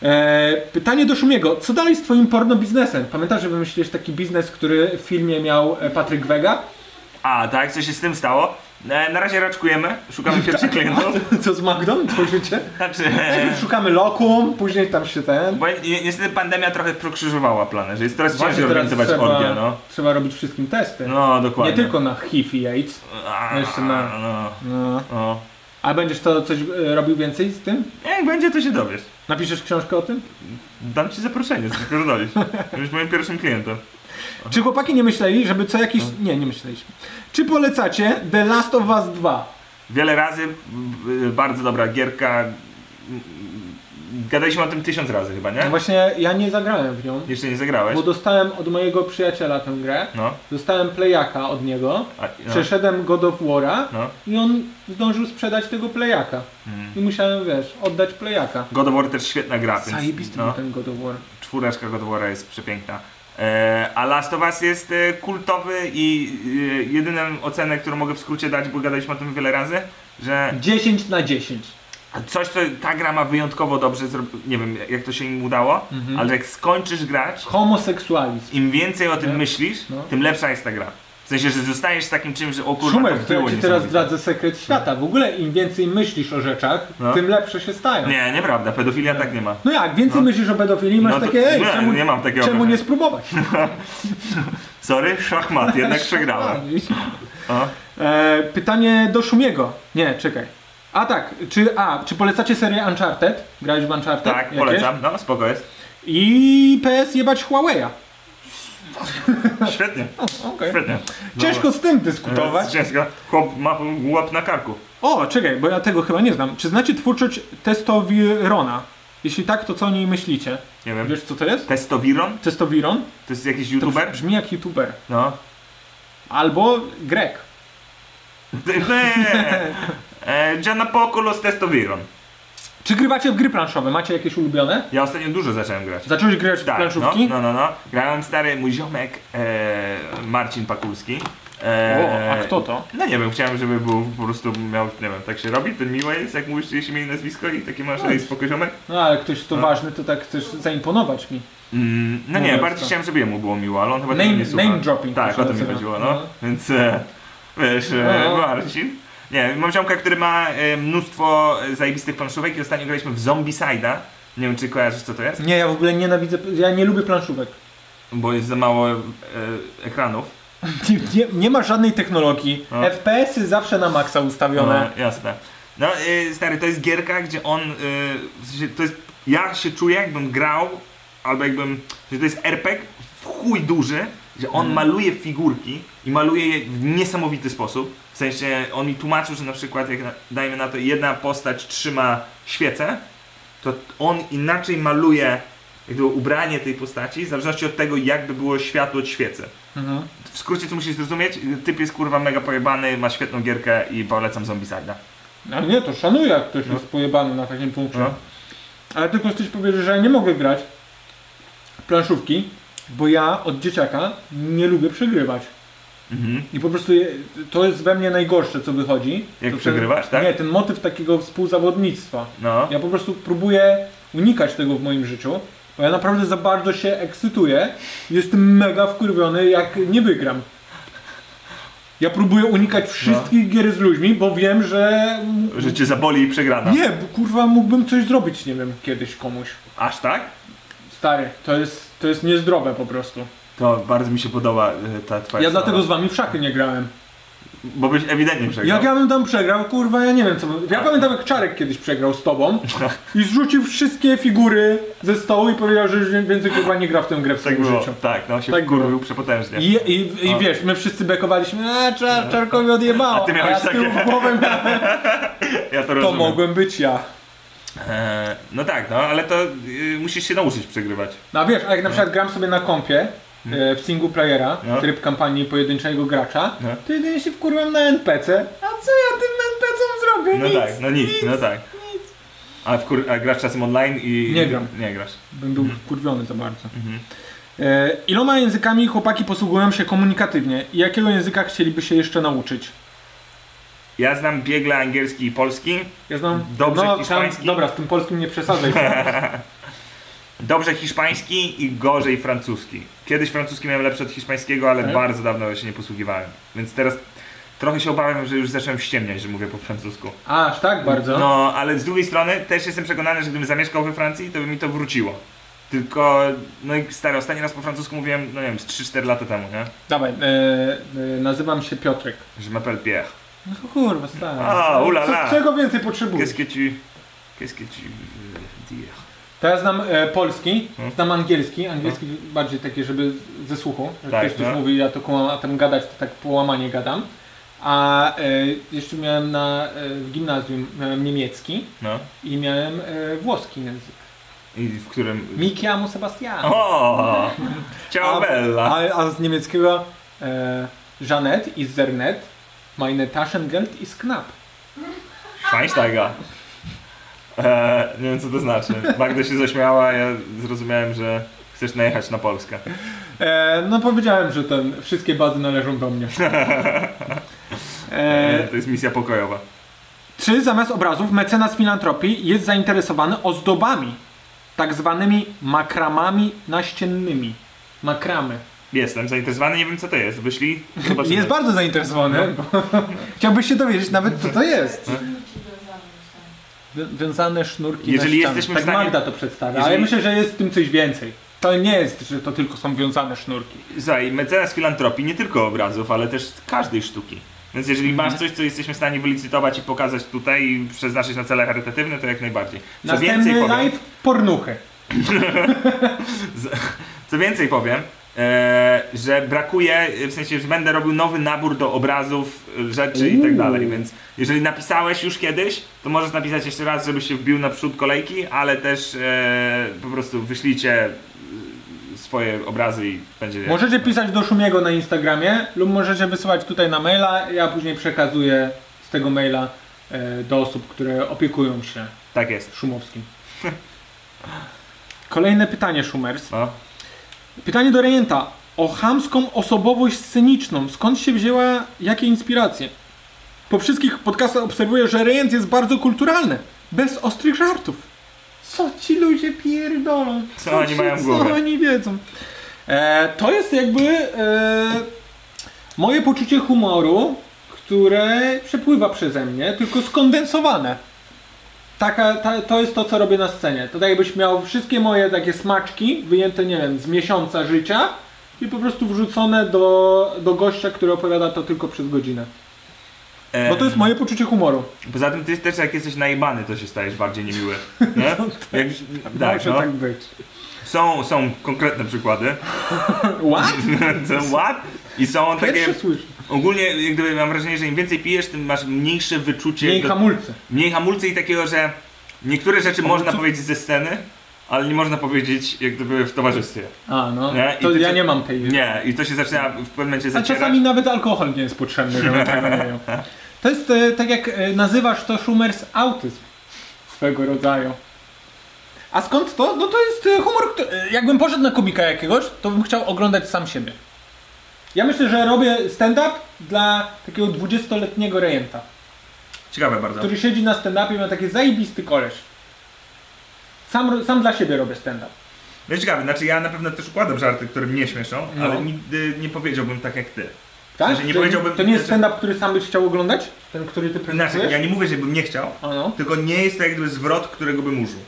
Speaker 4: E, pytanie do Szumiego. Co dalej z twoim porno biznesem? Pamiętasz, że wymyśliłeś taki biznes, który w filmie miał e, Patryk Wega?
Speaker 2: A, tak, co się z tym stało? E, na razie raczkujemy, szukamy pierwszych klientów.
Speaker 4: Co z Magdą? Twoje życie?
Speaker 2: Znaczy,
Speaker 4: Najpierw szukamy lokum, później tam się ten...
Speaker 2: bo ni- niestety pandemia trochę pokrzyżowała plany, że jest teraz ciężej
Speaker 4: Właśnie teraz
Speaker 2: organizować orgie, no.
Speaker 4: trzeba robić wszystkim testy.
Speaker 2: No, dokładnie.
Speaker 4: Nie tylko na HIV i AIDS.
Speaker 2: A,
Speaker 4: jeszcze na-
Speaker 2: No,
Speaker 4: No.
Speaker 2: no.
Speaker 4: A będziesz to coś e, robił więcej z tym?
Speaker 2: Jak będzie, to się dowiesz.
Speaker 4: Napiszesz książkę o tym?
Speaker 2: Dam ci zaproszenie, tylko dolisz. Będziesz moim pierwszym klientem.
Speaker 4: Czy chłopaki nie myśleli, żeby co jakiś...
Speaker 2: No.
Speaker 4: Nie, nie myśleliśmy. Czy polecacie The Last of Us 2?
Speaker 2: Wiele razy, b- b- bardzo dobra gierka. M- m- Gadaliśmy o tym tysiąc razy chyba,
Speaker 4: No
Speaker 2: nie?
Speaker 4: właśnie ja nie zagrałem w nią,
Speaker 2: Jeszcze nie zagrałeś.
Speaker 4: bo dostałem od mojego przyjaciela tę grę.
Speaker 2: No.
Speaker 4: Dostałem playaka od niego,
Speaker 2: A, no.
Speaker 4: przeszedłem God of War'a
Speaker 2: no.
Speaker 4: i on zdążył sprzedać tego playaka.
Speaker 2: Mm.
Speaker 4: I musiałem, wiesz, oddać playaka.
Speaker 2: God of War też świetna gra, więc
Speaker 4: Zajebisty
Speaker 2: no,
Speaker 4: był ten God of War.
Speaker 2: czwóreczka God of War jest przepiękna. E, a Last of Us jest e, kultowy i e, jedyną ocenę, którą mogę w skrócie dać, bo gadaliśmy o tym wiele razy, że
Speaker 4: 10 na 10.
Speaker 2: Coś, co ta gra ma wyjątkowo dobrze zrobić, nie wiem jak to się im udało,
Speaker 4: Mhm.
Speaker 2: ale jak skończysz grać,
Speaker 4: Homoseksualizm.
Speaker 2: im więcej o tym myślisz,
Speaker 4: No.
Speaker 2: tym lepsza jest ta gra. W sensie, że zostajesz z takim czymś, że o kurwa,
Speaker 4: Szumer,
Speaker 2: to
Speaker 4: to ja
Speaker 2: było
Speaker 4: ci teraz
Speaker 2: niesamowite.
Speaker 4: zdradzę sekret świata. W ogóle im więcej myślisz o rzeczach,
Speaker 2: No.
Speaker 4: tym lepsze się stają.
Speaker 2: Nie, nieprawda, pedofilia tak nie ma.
Speaker 4: No jak, więcej myślisz o pedofilii, masz
Speaker 2: No to-
Speaker 4: takie, ej,
Speaker 2: nie,
Speaker 4: czemu,
Speaker 2: nie mam takiego
Speaker 4: czemu
Speaker 2: wrażenia.
Speaker 4: nie spróbować?
Speaker 2: Sorry, szachmat, jednak przegrałem. O.
Speaker 4: Tak. E, pytanie do Szumiego. Nie, czekaj. A tak, czy, a, czy polecacie serię Uncharted? Grałeś w Uncharted?
Speaker 2: Tak,
Speaker 4: Jakieś?
Speaker 2: polecam, no spoko jest.
Speaker 4: I PS jebać Huawei'a.
Speaker 2: Świetnie,
Speaker 4: Okej.
Speaker 2: świetnie. E,
Speaker 4: Ciężko z tym dyskutować.
Speaker 2: Ciężko. Chłop ma łap na karku.
Speaker 4: O, czekaj, bo ja tego chyba nie znam. Czy znacie twórczość Testowirona? Jeśli tak, to co o niej myślicie?
Speaker 2: Nie wiem.
Speaker 4: Wiesz co to jest?
Speaker 2: Testowiron?
Speaker 4: Testowiron?
Speaker 2: To jest jakiś
Speaker 4: To brz-
Speaker 2: youtuber?
Speaker 4: brzmi jak youtuber.
Speaker 2: No.
Speaker 4: Albo Grek.
Speaker 2: Nie. E, Giannopoulos Testowiron.
Speaker 4: Czy grywacie w gry planszowe? Macie jakieś ulubione?
Speaker 2: Ja ostatnio dużo zacząłem grać.
Speaker 4: Zacząłeś grać w
Speaker 2: Tak, no,
Speaker 4: planszówki?
Speaker 2: no, no, no. Grałem stary mój ziomek e, Marcin Pakulski.
Speaker 4: O,
Speaker 2: E,
Speaker 4: a kto to?
Speaker 2: No nie wiem, chciałem, żeby był po prostu miał, nie wiem, tak się robi, ten miły jest, jak mówisz jeśli imię i nazwisko i taki masz, no. spoko ziomek.
Speaker 4: No ale ktoś to
Speaker 2: No.
Speaker 4: ważny, to tak chcesz zaimponować mi.
Speaker 2: Mm, no nie,
Speaker 4: Mówiąc
Speaker 2: bardziej
Speaker 4: to.
Speaker 2: chciałem, żeby jemu było miło, ale on chyba
Speaker 4: Name-
Speaker 2: tego nie słucha.
Speaker 4: name dropping to
Speaker 2: Tak,
Speaker 4: się
Speaker 2: o to mi
Speaker 4: nazywa.
Speaker 2: chodziło, no.
Speaker 4: No.
Speaker 2: Więc, e, wiesz, e,
Speaker 4: No.
Speaker 2: Marcin. Nie, mam ziomka, który ma e, mnóstwo e, zajebistych planszówek i ostatnio graliśmy w Zombicide'a. Nie wiem, czy kojarzysz, co to jest?
Speaker 4: Nie, ja w ogóle nienawidzę, ja nie lubię planszówek.
Speaker 2: Bo jest za mało e, ekranów.
Speaker 4: Nie, nie, nie ma żadnej technologii.
Speaker 2: No.
Speaker 4: FPS-y y zawsze na maksa ustawione.
Speaker 2: No, jasne. No y, stary, to jest gierka, gdzie on. Y, w sensie, to jest. Ja się czuję, jakbym grał, albo jakbym. że to jest RPG w chuj duży, że on maluje figurki i maluje je w niesamowity sposób. W sensie on mi tłumaczył, że na przykład, jak na, dajmy na to, jedna postać trzyma świecę, to on inaczej maluje jakby ubranie tej postaci, w zależności od tego, jakby było światło od świecy. W skrócie, co musisz zrozumieć, typ jest kurwa mega pojebany, ma świetną gierkę i polecam Zombicide'a.
Speaker 4: No. Nie, to szanuję, jak ktoś jest pojebany na takim punkcie.
Speaker 2: No.
Speaker 4: Ale tylko ktoś powie, że ja nie mogę grać w planszówki, bo ja od dzieciaka nie lubię przegrywać.
Speaker 2: Mhm.
Speaker 4: I po prostu je, to jest we mnie najgorsze, co wychodzi.
Speaker 2: Jak
Speaker 4: to
Speaker 2: przegrywasz,
Speaker 4: ten,
Speaker 2: tak?
Speaker 4: Nie, ten motyw takiego współzawodnictwa.
Speaker 2: No.
Speaker 4: Ja po prostu próbuję unikać tego w moim życiu, bo ja naprawdę za bardzo się ekscytuję. Jestem mega wkurwiony, jak nie wygram. Ja próbuję
Speaker 2: No.
Speaker 4: unikać wszystkich gier z ludźmi, bo wiem, że.
Speaker 2: Że cię zaboli i przegrana.
Speaker 4: Nie, bo kurwa mógłbym coś zrobić, nie wiem, kiedyś komuś.
Speaker 2: Aż tak?
Speaker 4: Stary, to jest, to jest niezdrowe po prostu.
Speaker 2: To bardzo mi się podoba e, ta twoja
Speaker 4: Ja
Speaker 2: strona.
Speaker 4: dlatego z wami w szachy nie grałem.
Speaker 2: Bo byś ewidentnie przegrał.
Speaker 4: Jak ja bym tam przegrał, kurwa, ja nie wiem co bym...
Speaker 2: Tak.
Speaker 4: Ja pamiętam jak Czarek kiedyś przegrał z tobą
Speaker 2: No.
Speaker 4: i zrzucił wszystkie figury ze stołu i powiedział, że już więcej kurwa nie gra w tę grę w
Speaker 2: Tak
Speaker 4: swoim
Speaker 2: było.
Speaker 4: życiu.
Speaker 2: Tak, no się
Speaker 4: Tak
Speaker 2: tak
Speaker 4: było.
Speaker 2: kurwił przepotężnie.
Speaker 4: I, i, I wiesz, my wszyscy bekowaliśmy, a czar, czarkowi odjebało,
Speaker 2: No. A ty miałeś
Speaker 4: ja z tyłu
Speaker 2: takie-
Speaker 4: głowę miałem,
Speaker 2: Ja to
Speaker 4: to
Speaker 2: rozumiem.
Speaker 4: mogłem być ja.
Speaker 2: E, no tak, no ale to y, musisz się nauczyć przegrywać.
Speaker 4: No a wiesz, a jak na przykład gram sobie na kompie e, w single playera,
Speaker 2: No.
Speaker 4: tryb kampanii pojedynczego gracza,
Speaker 2: No.
Speaker 4: to jedynie się wkurwam na NPC, a co ja tym NPC-om zrobię?
Speaker 2: No
Speaker 4: Nic.
Speaker 2: tak, no nic, no tak. A, w kur- a grasz czasem online i...
Speaker 4: Nie gram.
Speaker 2: Nie grasz.
Speaker 4: Bym był
Speaker 2: Mhm.
Speaker 4: wkurwiony za bardzo. E, iloma językami chłopaki posługują się komunikatywnie i jakiego języka chcieliby się jeszcze nauczyć?
Speaker 2: Ja znam biegle angielski i polski.
Speaker 4: Ja znam...
Speaker 2: Dobrze
Speaker 4: no, tam,
Speaker 2: hiszpański.
Speaker 4: Dobra, z tym polskim nie przesadzaj.
Speaker 2: Dobrze hiszpański i gorzej francuski. Kiedyś francuski miałem lepszy od hiszpańskiego,
Speaker 4: Tak?
Speaker 2: ale bardzo dawno się nie posługiwałem. Więc teraz trochę się obawiam, że już zacząłem ściemniać, że mówię po francusku.
Speaker 4: Aż tak bardzo?
Speaker 2: No, ale z drugiej strony też jestem przekonany, że gdybym zamieszkał we Francji, to by mi to wróciło. Tylko, no i stary, ostatni raz po francusku mówiłem, no nie wiem, z 3-4 lata temu, nie?
Speaker 4: Dawaj, e, e, nazywam się Piotrek.
Speaker 2: Je m'appelle Pierre.
Speaker 4: No kurwa, stary.
Speaker 2: A, ulala.
Speaker 4: Co- Czego więcej potrzebujesz?
Speaker 2: Qu'est-ce que tu... Qu'est-ce que tu... euh, dire?
Speaker 4: Teraz znam e, polski,
Speaker 2: Hmm.
Speaker 4: znam angielski, angielski bardziej taki, żeby ze słuchu, że
Speaker 2: Tak,
Speaker 4: ktoś coś
Speaker 2: no.
Speaker 4: mówi ja to kumam, a tam gadać, to tak połamanie gadam. A e, jeszcze miałem na, e, w gimnazjum miałem niemiecki
Speaker 2: No.
Speaker 4: i miałem e, włoski język.
Speaker 2: I w którym...
Speaker 4: Mi chiamo Sebastiano.
Speaker 2: O! Ciao
Speaker 4: A-
Speaker 2: bella!
Speaker 4: A, a z niemieckiego e, Janet i Zernet, meine Taschengeld ist knapp.
Speaker 2: Schweinsteiger. E, nie wiem co to znaczy. Magda się zaśmiała, ja zrozumiałem, że chcesz najechać na Polskę.
Speaker 4: E, no powiedziałem, że ten, wszystkie bazy należą do mnie. E,
Speaker 2: E, to jest misja pokojowa.
Speaker 4: Czy zamiast obrazów mecenas filantropii jest zainteresowany ozdobami, tak zwanymi makramami naściennymi? Makramy.
Speaker 2: Jestem zainteresowany, nie wiem co to jest. Wyślij, zobaczymy.
Speaker 4: Jest bardzo zainteresowany.
Speaker 2: No.
Speaker 4: Bo... Chciałbyś się dowiedzieć nawet, co to jest.
Speaker 6: Kilki wiązane już tam.
Speaker 4: Wy- Wiązane sznurki
Speaker 2: No. Jeżeli
Speaker 4: na ścianę.
Speaker 2: jesteśmy w
Speaker 4: Tak
Speaker 2: stanie-
Speaker 4: Magda to przedstawia, ale
Speaker 2: Jeżeli-
Speaker 4: myślę, że jest w tym coś więcej. To nie jest, że to tylko są wiązane sznurki.
Speaker 2: Słuchaj, mecenas filantropii nie tylko obrazów, ale też każdej sztuki. Więc jeżeli
Speaker 4: Mhm.
Speaker 2: masz coś, co jesteśmy w stanie wylicytować i pokazać tutaj i przeznaczyć na cele charytatywne, to jak najbardziej. Co więcej
Speaker 4: Następny
Speaker 2: powiem,
Speaker 4: live pornuchy.
Speaker 2: co więcej powiem e, że brakuje, w sensie, że będę robił nowy nabór do obrazów, e, rzeczy i tak dalej, więc jeżeli napisałeś już kiedyś, to możesz napisać jeszcze raz, żebyś się wbił naprzód kolejki, ale też e, po prostu wyślijcie e, swoje obrazy i będzie...
Speaker 4: Możecie pisać do Szumiego na Instagramie lub możecie wysyłać tutaj na maila. Ja później przekazuję z tego maila e, do osób, które opiekują się
Speaker 2: Tak jest.
Speaker 4: Szumowskim. Kolejne pytanie, Szumers.
Speaker 2: No.
Speaker 4: Pytanie do Rejenta. O chamską osobowość sceniczną. Skąd się wzięła, jakie inspiracje? Po wszystkich podcastach obserwuję, że Rejent jest bardzo kulturalny. Bez ostrych żartów. Co ci ludzie pierdolą?
Speaker 2: Co oni
Speaker 4: ci-
Speaker 2: mają w
Speaker 4: Co
Speaker 2: głowie?
Speaker 4: oni wiedzą? E, to jest jakby e, moje poczucie humoru, które przepływa przeze mnie, tylko skondensowane. Taka, ta, to jest to, co robię na scenie. To tak jakbyś miał wszystkie moje takie smaczki, wyjęte, nie wiem, z miesiąca życia i po prostu wrzucone do, do gościa, który opowiada to tylko przez godzinę.
Speaker 2: E,
Speaker 4: Bo to jest moje poczucie humoru.
Speaker 2: Poza tym ty też jak jesteś najebany, to się stajesz bardziej niemiły. Nie? Jak, tak,
Speaker 4: Może
Speaker 2: no.
Speaker 4: tak być.
Speaker 2: Są, są konkretne przykłady.
Speaker 4: What?
Speaker 2: To Ład. I są
Speaker 4: Pierwszy
Speaker 2: takie.
Speaker 4: słyszę.
Speaker 2: Ogólnie jak gdyby mam wrażenie, że im więcej pijesz, tym masz mniejsze wyczucie.
Speaker 4: Mniej
Speaker 2: do-
Speaker 4: hamulce.
Speaker 2: mniej hamulce i takiego, że niektóre rzeczy można powiedzieć ze sceny, ale nie można powiedzieć jak gdyby w towarzystwie.
Speaker 4: A, no.
Speaker 2: Nie, i
Speaker 4: To
Speaker 2: ty
Speaker 4: ja
Speaker 2: cię-
Speaker 4: nie mam tej
Speaker 2: Nie, i to się zaczyna w pewnym momencie
Speaker 4: A
Speaker 2: zacierać.
Speaker 4: czasami nawet alkohol nie jest potrzebny, żeby tego nie miał. To jest e, tak jak e, nazywasz to Schumers autyzm swego rodzaju. A skąd to? No to jest e, humor, który, e, jakbym poszedł na komika jakiegoś, to bym chciał oglądać sam siebie. Ja myślę, że robię stand-up dla takiego 20-letniego rejenta,
Speaker 2: Ciekawe bardzo.
Speaker 4: który siedzi na stand-upie i ma taki zajebisty koleż. Sam, ro- sam dla siebie robię stand-up.
Speaker 2: No i ciekawe, znaczy ja na pewno też układam żarty, które mnie śmieszą,
Speaker 4: No.
Speaker 2: ale nigdy nie powiedziałbym tak jak ty.
Speaker 4: Tak?
Speaker 2: Znaczy, nie
Speaker 4: Że
Speaker 2: powiedziałbym-
Speaker 4: to nie jest
Speaker 2: znaczy-
Speaker 4: stand-up, który sam byś chciał oglądać? Ten, który ty no.
Speaker 2: Znaczy,
Speaker 4: prezentujesz?
Speaker 2: ja nie mówię, żebym nie chciał,
Speaker 4: Ano.
Speaker 2: Tylko nie jest to jak gdyby zwrot, którego bym użył.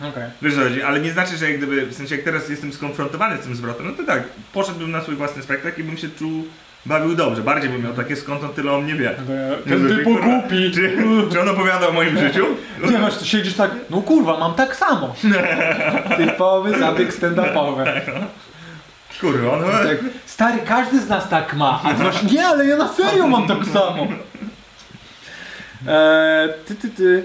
Speaker 4: Okej.
Speaker 2: Wiesz o co chodzi, ale nie znaczy, że jak gdyby, w sensie jak teraz jestem skonfrontowany z tym zwrotem, no to tak, poszedłbym na swój własny spektakl i bym się czuł, bawił dobrze, bardziej bym miał takie skąd on tyle o mnie wie.
Speaker 4: No Ten
Speaker 2: Jezu,
Speaker 4: typu
Speaker 2: kurwa,
Speaker 4: głupi.
Speaker 2: Czy, czy on opowiada o moim życiu?
Speaker 4: Nie masz, siedzisz tak, no kurwa, mam tak samo. Typowy zabieg stand-upowy.
Speaker 2: Kurwa, no
Speaker 4: Tak, stary, każdy z nas tak ma, a ty masz, nie, ale ja na serio mam tak samo. Eee, ty, ty, ty.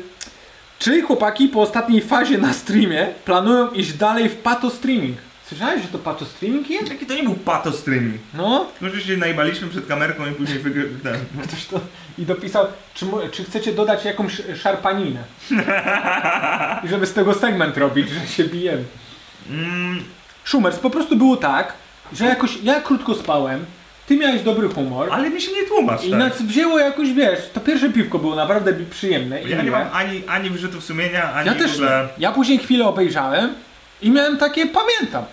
Speaker 4: Czy chłopaki po ostatniej fazie na streamie planują iść dalej w pato streaming? Słyszałeś, że to pato streaming jest?
Speaker 2: jaki to nie był pato streaming.
Speaker 4: No,
Speaker 2: Może się najbaliśmy przed kamerką i później wygrałem.
Speaker 4: ktoś to... I dopisał, czy, mu- czy chcecie dodać jakąś szarpaninę? I żeby z tego segment robić, że się bijemy.
Speaker 2: Mm,
Speaker 4: Szumers, po prostu było tak, że jakoś ja krótko spałem, ty miałeś dobry humor
Speaker 2: ale mi się nie tłumacz,
Speaker 4: i
Speaker 2: tak.
Speaker 4: nas wzięło jakoś, wiesz, to pierwsze piwko było naprawdę bi- przyjemne i
Speaker 2: Ja nie
Speaker 4: miłe.
Speaker 2: mam ani, ani wyrzutów sumienia, ani
Speaker 4: Ja
Speaker 2: w
Speaker 4: też
Speaker 2: ogóle...
Speaker 4: nie. Ja później chwilę obejrzałem i miałem takie, pamiętam.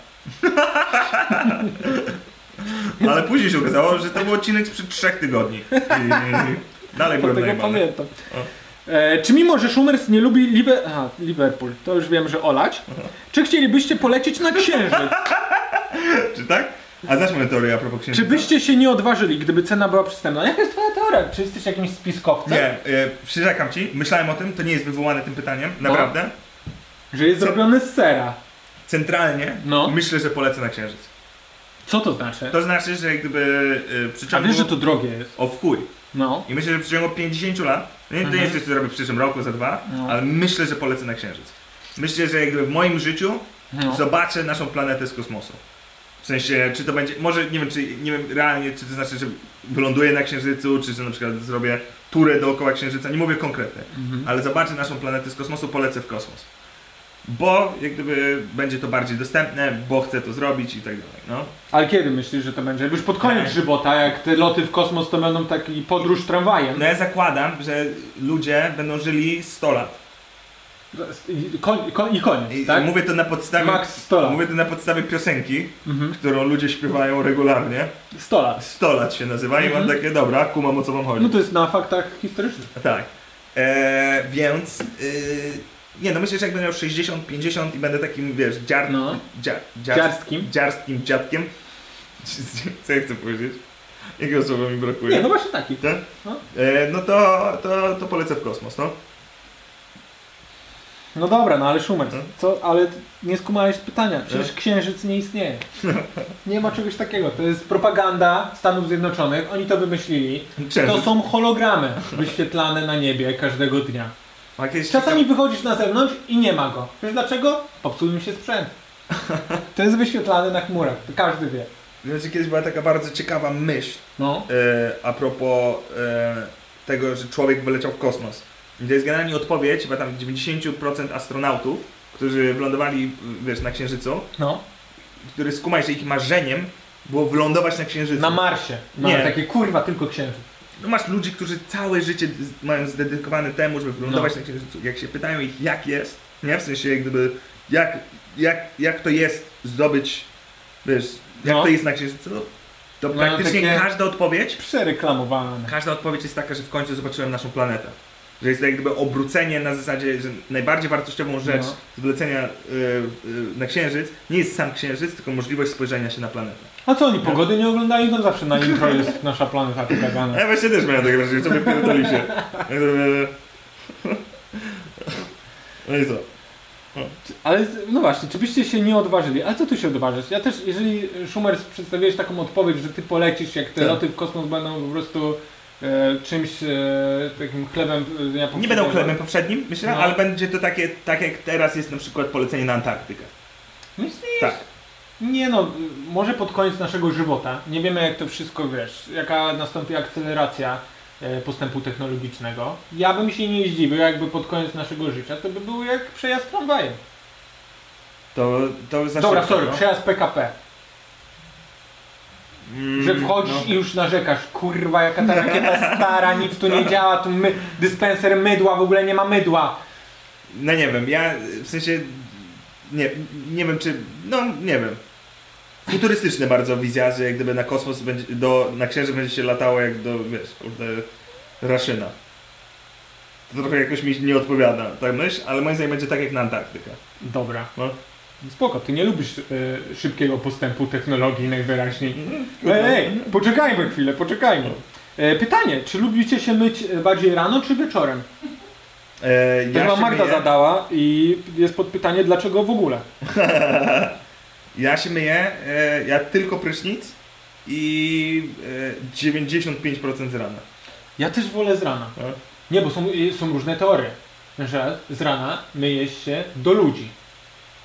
Speaker 2: Ale później się okazało, że to był odcinek sprzed trzech tygodni. I dalej byłem
Speaker 4: Dlatego
Speaker 2: najebany.
Speaker 4: pamiętam. E, czy mimo, że Szumers nie lubi Liver... Aha, Liverpool, to już wiem, że olać. Czy chcielibyście polecieć na Księżyc?
Speaker 2: Czy tak? A znasz moją teorię a propos księżyca?
Speaker 4: Czy byście się nie odważyli, gdyby cena była przystępna? Jaka jest twoja teoria? Czy jesteś jakimś spiskowcem?
Speaker 2: Nie, e, przyrzekam ci, myślałem o tym, to nie jest wywołane tym pytaniem,
Speaker 4: No.
Speaker 2: naprawdę.
Speaker 4: Że jest
Speaker 2: Co?
Speaker 4: zrobiony z sera.
Speaker 2: Centralnie
Speaker 4: No.
Speaker 2: myślę, że polecę na księżyc.
Speaker 4: Co to znaczy?
Speaker 2: To znaczy, że jak gdyby e, przy
Speaker 4: A
Speaker 2: ciągu...
Speaker 4: wiesz, że to drogie jest.
Speaker 2: O w chuj.
Speaker 4: No.
Speaker 2: I myślę, że przy ciągu 50 lat, no nie, to
Speaker 4: Mhm.
Speaker 2: nie jest coś, co zrobię w przyszłym roku, za dwa,
Speaker 4: No.
Speaker 2: ale myślę, że polecę na księżyc. Myślę, że jakby w moim życiu
Speaker 4: No.
Speaker 2: zobaczę naszą planetę z kosmosu. W sensie, czy to będzie, może nie wiem, czy nie wiem realnie, czy to znaczy, że wyląduję na księżycu, czy że na przykład zrobię turę dookoła księżyca, nie mówię konkretnie,
Speaker 4: Mhm.
Speaker 2: ale zobaczę naszą planetę z kosmosu, polecę w kosmos. Bo jak gdyby będzie to bardziej dostępne, bo chcę to zrobić i tak dalej, no.
Speaker 4: Ale kiedy myślisz, że to będzie? Już pod koniec
Speaker 2: Nie.
Speaker 4: żywota, jak te loty w kosmos to będą taki podróż tramwajem.
Speaker 2: No ja zakładam, że ludzie będą żyli 100 lat.
Speaker 4: I, koń, koń, I koniec,
Speaker 2: I
Speaker 4: tak?
Speaker 2: Mówię to na podstawie.
Speaker 4: Max 100 lat. Mhm.
Speaker 2: Mówię to na podstawie piosenki, którą ludzie śpiewają regularnie.
Speaker 4: 100 lat.
Speaker 2: 100 lat się nazywa i
Speaker 4: Mhm.
Speaker 2: mam takie, dobra, kumam o co wam chodzi.
Speaker 4: No to jest na faktach historycznych.
Speaker 2: Tak. Eee, więc. Yy, nie no, myślę, że jak będę miał 60, 50 i będę takim, wiesz, dziar,
Speaker 4: No.
Speaker 2: dzia, dziar,
Speaker 4: Dziarstkim.
Speaker 2: dziarstkim dziadkiem. Co ja chcę powiedzieć? Jakiego słowa mi brakuje?
Speaker 4: Nie, no właśnie taki.
Speaker 2: Tak?
Speaker 4: No.
Speaker 2: Eee, no to, to, to polecę w kosmos, no.
Speaker 4: No dobra, no ale Schumer,
Speaker 2: Hmm?
Speaker 4: co? Ale ty nie skumałeś pytania. Przecież
Speaker 2: Hmm?
Speaker 4: księżyc nie istnieje. Nie ma czegoś takiego. To jest propaganda Stanów Zjednoczonych. Oni to wymyślili.
Speaker 2: Księżyc.
Speaker 4: To są hologramy wyświetlane na niebie każdego dnia.
Speaker 2: A kiedyś
Speaker 4: Czasami wychodzisz na zewnątrz i nie ma go. Wiesz dlaczego? Popsuł mi się sprzęt. To jest wyświetlane na chmurach, to każdy wie.
Speaker 2: Wiecie, kiedyś była taka bardzo ciekawa myśl
Speaker 4: No.
Speaker 2: e, a propos e, tego, że człowiek wyleciał w kosmos. I to jest generalnie odpowiedź, chyba tam 90% astronautów, którzy wylądowali, wiesz, na Księżycu,
Speaker 4: No.
Speaker 2: który skumaj, że ich marzeniem było wylądować na Księżycu.
Speaker 4: Na Marsie.
Speaker 2: Nie.
Speaker 4: Nie. takie kurwa, tylko księżyc.
Speaker 2: no masz ludzi, którzy całe życie z- mają zdedykowane temu, żeby wylądować
Speaker 4: No.
Speaker 2: na Księżycu. Jak się pytają ich, jak jest, nie? W sensie, jak gdyby, jak, jak, jak to jest zdobyć, wiesz, jak
Speaker 4: No.
Speaker 2: to jest na Księżycu, to
Speaker 4: No,
Speaker 2: praktycznie
Speaker 4: takie-
Speaker 2: każda odpowiedź
Speaker 4: Przereklamowane.
Speaker 2: Każda odpowiedź jest taka, że w końcu zobaczyłem naszą planetę. Że jest to jak gdyby obrócenie na zasadzie, że najbardziej wartościową rzecz
Speaker 4: No.
Speaker 2: z wylecenia y, y, na Księżyc nie jest sam Księżyc, tylko możliwość spojrzenia się na planetę.
Speaker 4: A co oni pogody nie oglądali? No zawsze na intro jest nasza planeta pokazana.
Speaker 2: Ja właśnie E, też miałem takie wrażenie, co wypierdoli się. No i co?
Speaker 4: Ale z- no właśnie, czy byście się nie odważyli? Ale co tu się odważysz? Ja też, jeżeli e, Schumer przedstawiłeś taką odpowiedź, że ty polecisz, jak te
Speaker 2: Tak.
Speaker 4: loty w kosmos będą po prostu e, czymś e, takim chlebem e, dnia
Speaker 2: Nie będą
Speaker 4: powszedniego.
Speaker 2: chlebem powszednim, myślę,
Speaker 4: No.
Speaker 2: ale będzie to takie, tak jak teraz jest na przykład polecenie na Antarktykę.
Speaker 4: Myślisz?
Speaker 2: Tak.
Speaker 4: No Nie no, y, może pod koniec naszego żywota. Nie wiemy jak to wszystko wiesz, jaka nastąpi akceleracja e, postępu technologicznego. Ja bym się nie zdziwił, jakby pod koniec naszego życia to by było jak przejazd tramwajem.
Speaker 2: Znaczy- To, to za
Speaker 4: Dobra,
Speaker 2: szybko,
Speaker 4: sorry,
Speaker 2: no.
Speaker 4: przejazd PKP.
Speaker 2: Mm,
Speaker 4: Że wchodzisz i już narzekasz, kurwa jaka ta rakieta stara, nic tu nie działa, tu my, dyspenser mydła, w ogóle nie ma mydła.
Speaker 2: No nie wiem, ja w sensie nie, nie wiem czy. No nie wiem. Futurystyczne bardzo wizja, że jak gdyby na kosmos będzie, do, na księżyc będzie się latało jak do, wiesz, kurde, raszyna. To trochę jakoś mi nie odpowiada ta myśl, ale moim zdaniem będzie tak jak na Antarktykę.
Speaker 4: Dobra.
Speaker 2: No.
Speaker 4: Spoko, ty nie lubisz e, szybkiego postępu technologii najwyraźniej.
Speaker 2: Mhm,
Speaker 4: Ej, ej, poczekajmy chwilę, poczekajmy. E, pytanie, czy lubicie się myć e, bardziej rano czy wieczorem?
Speaker 2: E,
Speaker 4: To chyba
Speaker 2: się
Speaker 4: Magda
Speaker 2: myję-
Speaker 4: zadała i jest podpytanie, dlaczego w ogóle?
Speaker 2: Ja się myję, e, ja tylko prysznic i e, 95% z rana.
Speaker 4: Ja też wolę z rana.
Speaker 2: Tak?
Speaker 4: Nie, bo są, y, są różne teorie, że z rana myjesz się do ludzi,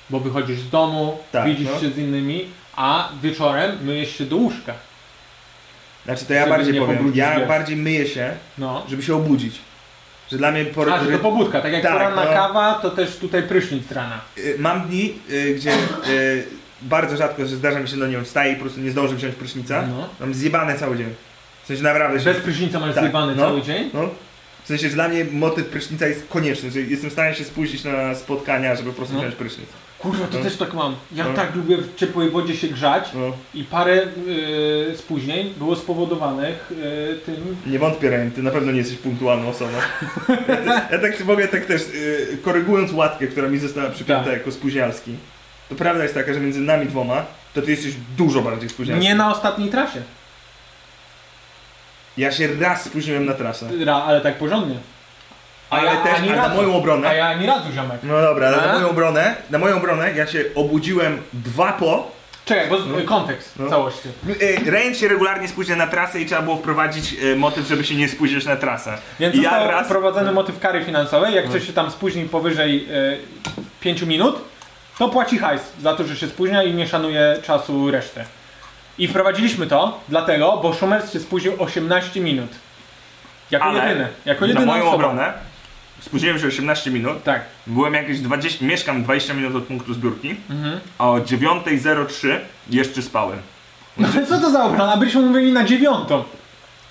Speaker 4: bo wychodzisz z domu,
Speaker 2: Tak,
Speaker 4: widzisz
Speaker 2: no.
Speaker 4: się z innymi, a wieczorem myjesz się do łóżka.
Speaker 2: Znaczy to ja
Speaker 4: Żeby
Speaker 2: bardziej
Speaker 4: nie
Speaker 2: powiem,
Speaker 4: pobrudzić
Speaker 2: ja
Speaker 4: wiatr.
Speaker 2: bardziej myję się,
Speaker 4: No.
Speaker 2: żeby się obudzić. Że dla mnie por-
Speaker 4: A, że
Speaker 2: że-
Speaker 4: to pobudka, tak jak
Speaker 2: Tak,
Speaker 4: poranna
Speaker 2: no.
Speaker 4: kawa, to też tutaj prysznic rana.
Speaker 2: y, mam dni, y, gdzie y, bardzo rzadko, że zdarza mi się do niego wstaje i po prostu nie zdążę wziąć prysznica.
Speaker 4: No.
Speaker 2: Mam zjebane cały dzień. W sensie naprawdę się...
Speaker 4: Bez prysznica masz
Speaker 2: Tak? Tak,
Speaker 4: zjebany
Speaker 2: no.
Speaker 4: cały dzień?
Speaker 2: No. W sensie, że dla mnie motyw prysznica jest konieczny, że jestem w stanie się spóźnić na spotkania, żeby po prostu
Speaker 4: No.
Speaker 2: wziąć prysznic.
Speaker 4: Kurwa, to
Speaker 2: No.
Speaker 4: też tak mam. Ja
Speaker 2: No.
Speaker 4: tak lubię w ciepłej wodzie się grzać
Speaker 2: No.
Speaker 4: i parę yy, spóźnień było spowodowanych yy, tym...
Speaker 2: Nie wątpię, Ryan, ty na pewno nie jesteś punktualną osobą. Ja, ja tak mogę tak też, y, korygując łatkę, która mi została przypięta
Speaker 4: Tak.
Speaker 2: jako spóźnialski, to prawda jest taka, że między nami dwoma, to ty jesteś dużo bardziej spóźnialski.
Speaker 4: Nie no. na ostatniej trasie,
Speaker 2: Ja się raz spóźniłem na trasę.
Speaker 4: Ra, ale tak porządnie. A
Speaker 2: Ale
Speaker 4: ja
Speaker 2: też,
Speaker 4: ani
Speaker 2: ale na
Speaker 4: razu.
Speaker 2: moją obronę...
Speaker 4: A ja ani razu, ziomek.
Speaker 2: No dobra, ale
Speaker 4: A?
Speaker 2: na moją obronę, na moją obronę ja się obudziłem dwa po.
Speaker 4: Czekaj, bo z, kontekst
Speaker 2: No.
Speaker 4: całości.
Speaker 2: Y, Rejent się regularnie spóźnia na trasę i trzeba było wprowadzić y, motyw, żeby się nie spóźnić na trasę.
Speaker 4: Więc
Speaker 2: I
Speaker 4: został
Speaker 2: ja raz... no.
Speaker 4: wprowadzony motyw kary finansowej. Jak ktoś się tam spóźni powyżej 5 minut, to płaci hajs za to, że się spóźnia i nie szanuje czasu reszty. I wprowadziliśmy to dlatego, bo Schumer się spóźnił 18 minut. Jako
Speaker 2: Ale
Speaker 4: jedyny. Jako
Speaker 2: na
Speaker 4: jedyny
Speaker 2: moją
Speaker 4: osoba.
Speaker 2: obronę spóźniłem się 18 minut.
Speaker 4: Tak.
Speaker 2: Byłem jakieś 20, mieszkam 20 minut od punktu zbiórki,
Speaker 4: Mhm.
Speaker 2: a o 9.03 jeszcze spałem.
Speaker 4: No
Speaker 2: Znaczy-
Speaker 4: ale co to za obrona? Byliśmy mówili na dziewiątą.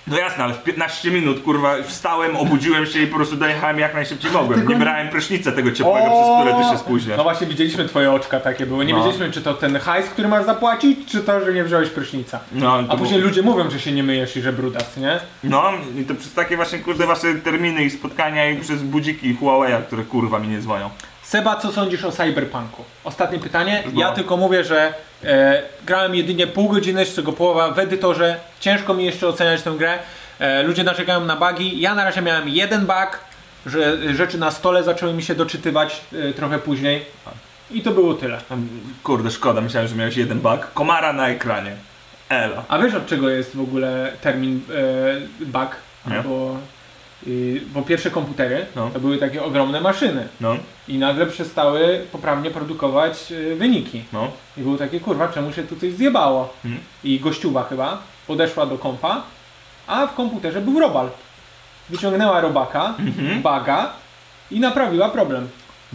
Speaker 2: No jasne, ale w 15 minut, kurwa, wstałem, obudziłem się i po prostu dojechałem jak najszybciej mogłem. Nie brałem prysznica tego ciepłego,
Speaker 4: O!
Speaker 2: przez które ty się spóźniasz.
Speaker 4: No właśnie widzieliśmy twoje oczka takie były. Nie
Speaker 2: No.
Speaker 4: wiedzieliśmy czy to ten hajs, który masz zapłacić, czy to, że nie wziąłeś prysznica.
Speaker 2: No, ale to
Speaker 4: A później
Speaker 2: było-
Speaker 4: ludzie mówią, że się nie myjesz i że brudas, nie?
Speaker 2: No, i to przez takie właśnie, kurde, wasze terminy i spotkania i przez budziki Huawei'a, które kurwa mi nie dzwonią.
Speaker 4: Seba, co sądzisz o Cyberpunku? Ostatnie pytanie. Ja
Speaker 2: była.
Speaker 4: tylko mówię, że e, grałem jedynie pół godziny, z czego połowa w edytorze. Ciężko mi jeszcze oceniać tę grę. E, ludzie narzekają na bugi. Ja na razie miałem jeden bug, że e, rzeczy na stole zaczęły mi się doczytywać e, trochę później. I to było tyle.
Speaker 2: Kurde, szkoda, myślałem, że miałeś jeden bug. Komara na ekranie. Elo.
Speaker 4: A wiesz od czego jest w ogóle termin e, bug?
Speaker 2: Nie.
Speaker 4: Bo, y, bo pierwsze komputery
Speaker 2: No.
Speaker 4: to były takie ogromne maszyny
Speaker 2: No,
Speaker 4: i nagle przestały poprawnie produkować y, wyniki.
Speaker 2: no.
Speaker 4: I było takie, kurwa, czemu się tu coś zjebało?
Speaker 2: Mhm.
Speaker 4: I gościuwa chyba podeszła do kompa, a w komputerze był robal. Wyciągnęła robaka,
Speaker 2: Mhm.
Speaker 4: baga i naprawiła problem.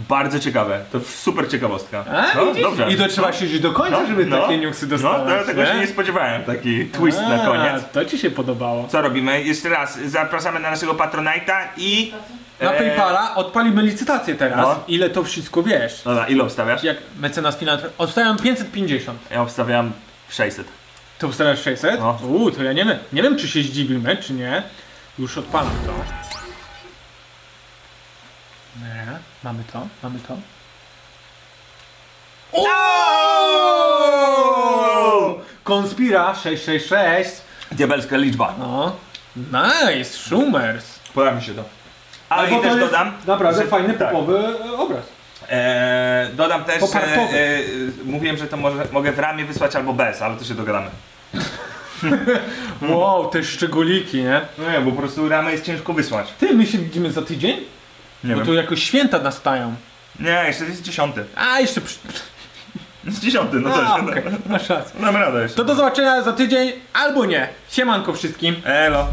Speaker 2: Bardzo ciekawe. To super ciekawostka.
Speaker 4: A,
Speaker 2: no,
Speaker 4: widzisz? I to trzeba siedzieć do końca, żeby takie newsy dostawać.
Speaker 2: No, to, tego się
Speaker 4: nie?
Speaker 2: nie spodziewałem. Taki twist
Speaker 4: A,
Speaker 2: na koniec.
Speaker 4: To ci się podobało.
Speaker 2: Co robimy? Jeszcze raz, zapraszamy na naszego Patronite'a i...
Speaker 4: Na
Speaker 2: e,
Speaker 4: Paypala odpalimy licytację teraz.
Speaker 2: No.
Speaker 4: Ile to wszystko wiesz?
Speaker 2: Dobra, ile obstawiasz?
Speaker 4: Jak mecenas finansowy. Odstawiam 550.
Speaker 2: Ja obstawiam 600.
Speaker 4: To obstawiasz 600?
Speaker 2: No.
Speaker 4: Uuu, to ja nie wiem. Nie wiem, czy się zdziwimy, czy nie. Już odpalam to. Dobra, Mamy to, mamy to.
Speaker 2: Oooo!
Speaker 4: Konspira 666.
Speaker 2: Diabelska liczba.
Speaker 4: No. Nice, Schumers.
Speaker 2: Podoba mi się to. Ale i też dodam.
Speaker 13: Naprawdę
Speaker 2: że-
Speaker 13: fajny,
Speaker 2: tak.
Speaker 13: popowy e, obraz.
Speaker 2: Eee, dodam też, że
Speaker 4: Popartowy.
Speaker 2: eee, mówiłem, że to może, mogę w ramie wysłać albo bez, ale to się dogadamy.
Speaker 4: Wow, te szczególiki, nie?
Speaker 2: No nie, bo po prostu ramę jest ciężko wysłać.
Speaker 4: Ty, my się widzimy za tydzień?
Speaker 2: Nie
Speaker 4: Bo tu jakoś święta nastają.
Speaker 2: Nie, jeszcze jest dziesiąty.
Speaker 4: A, jeszcze przy...
Speaker 2: Jest dziesiąty, no
Speaker 4: A,
Speaker 2: coś.
Speaker 4: okej, masz rację. No
Speaker 2: Dam radę jeszcze.
Speaker 4: To do zobaczenia za tydzień albo nie. Siemanko wszystkim.
Speaker 2: Elo.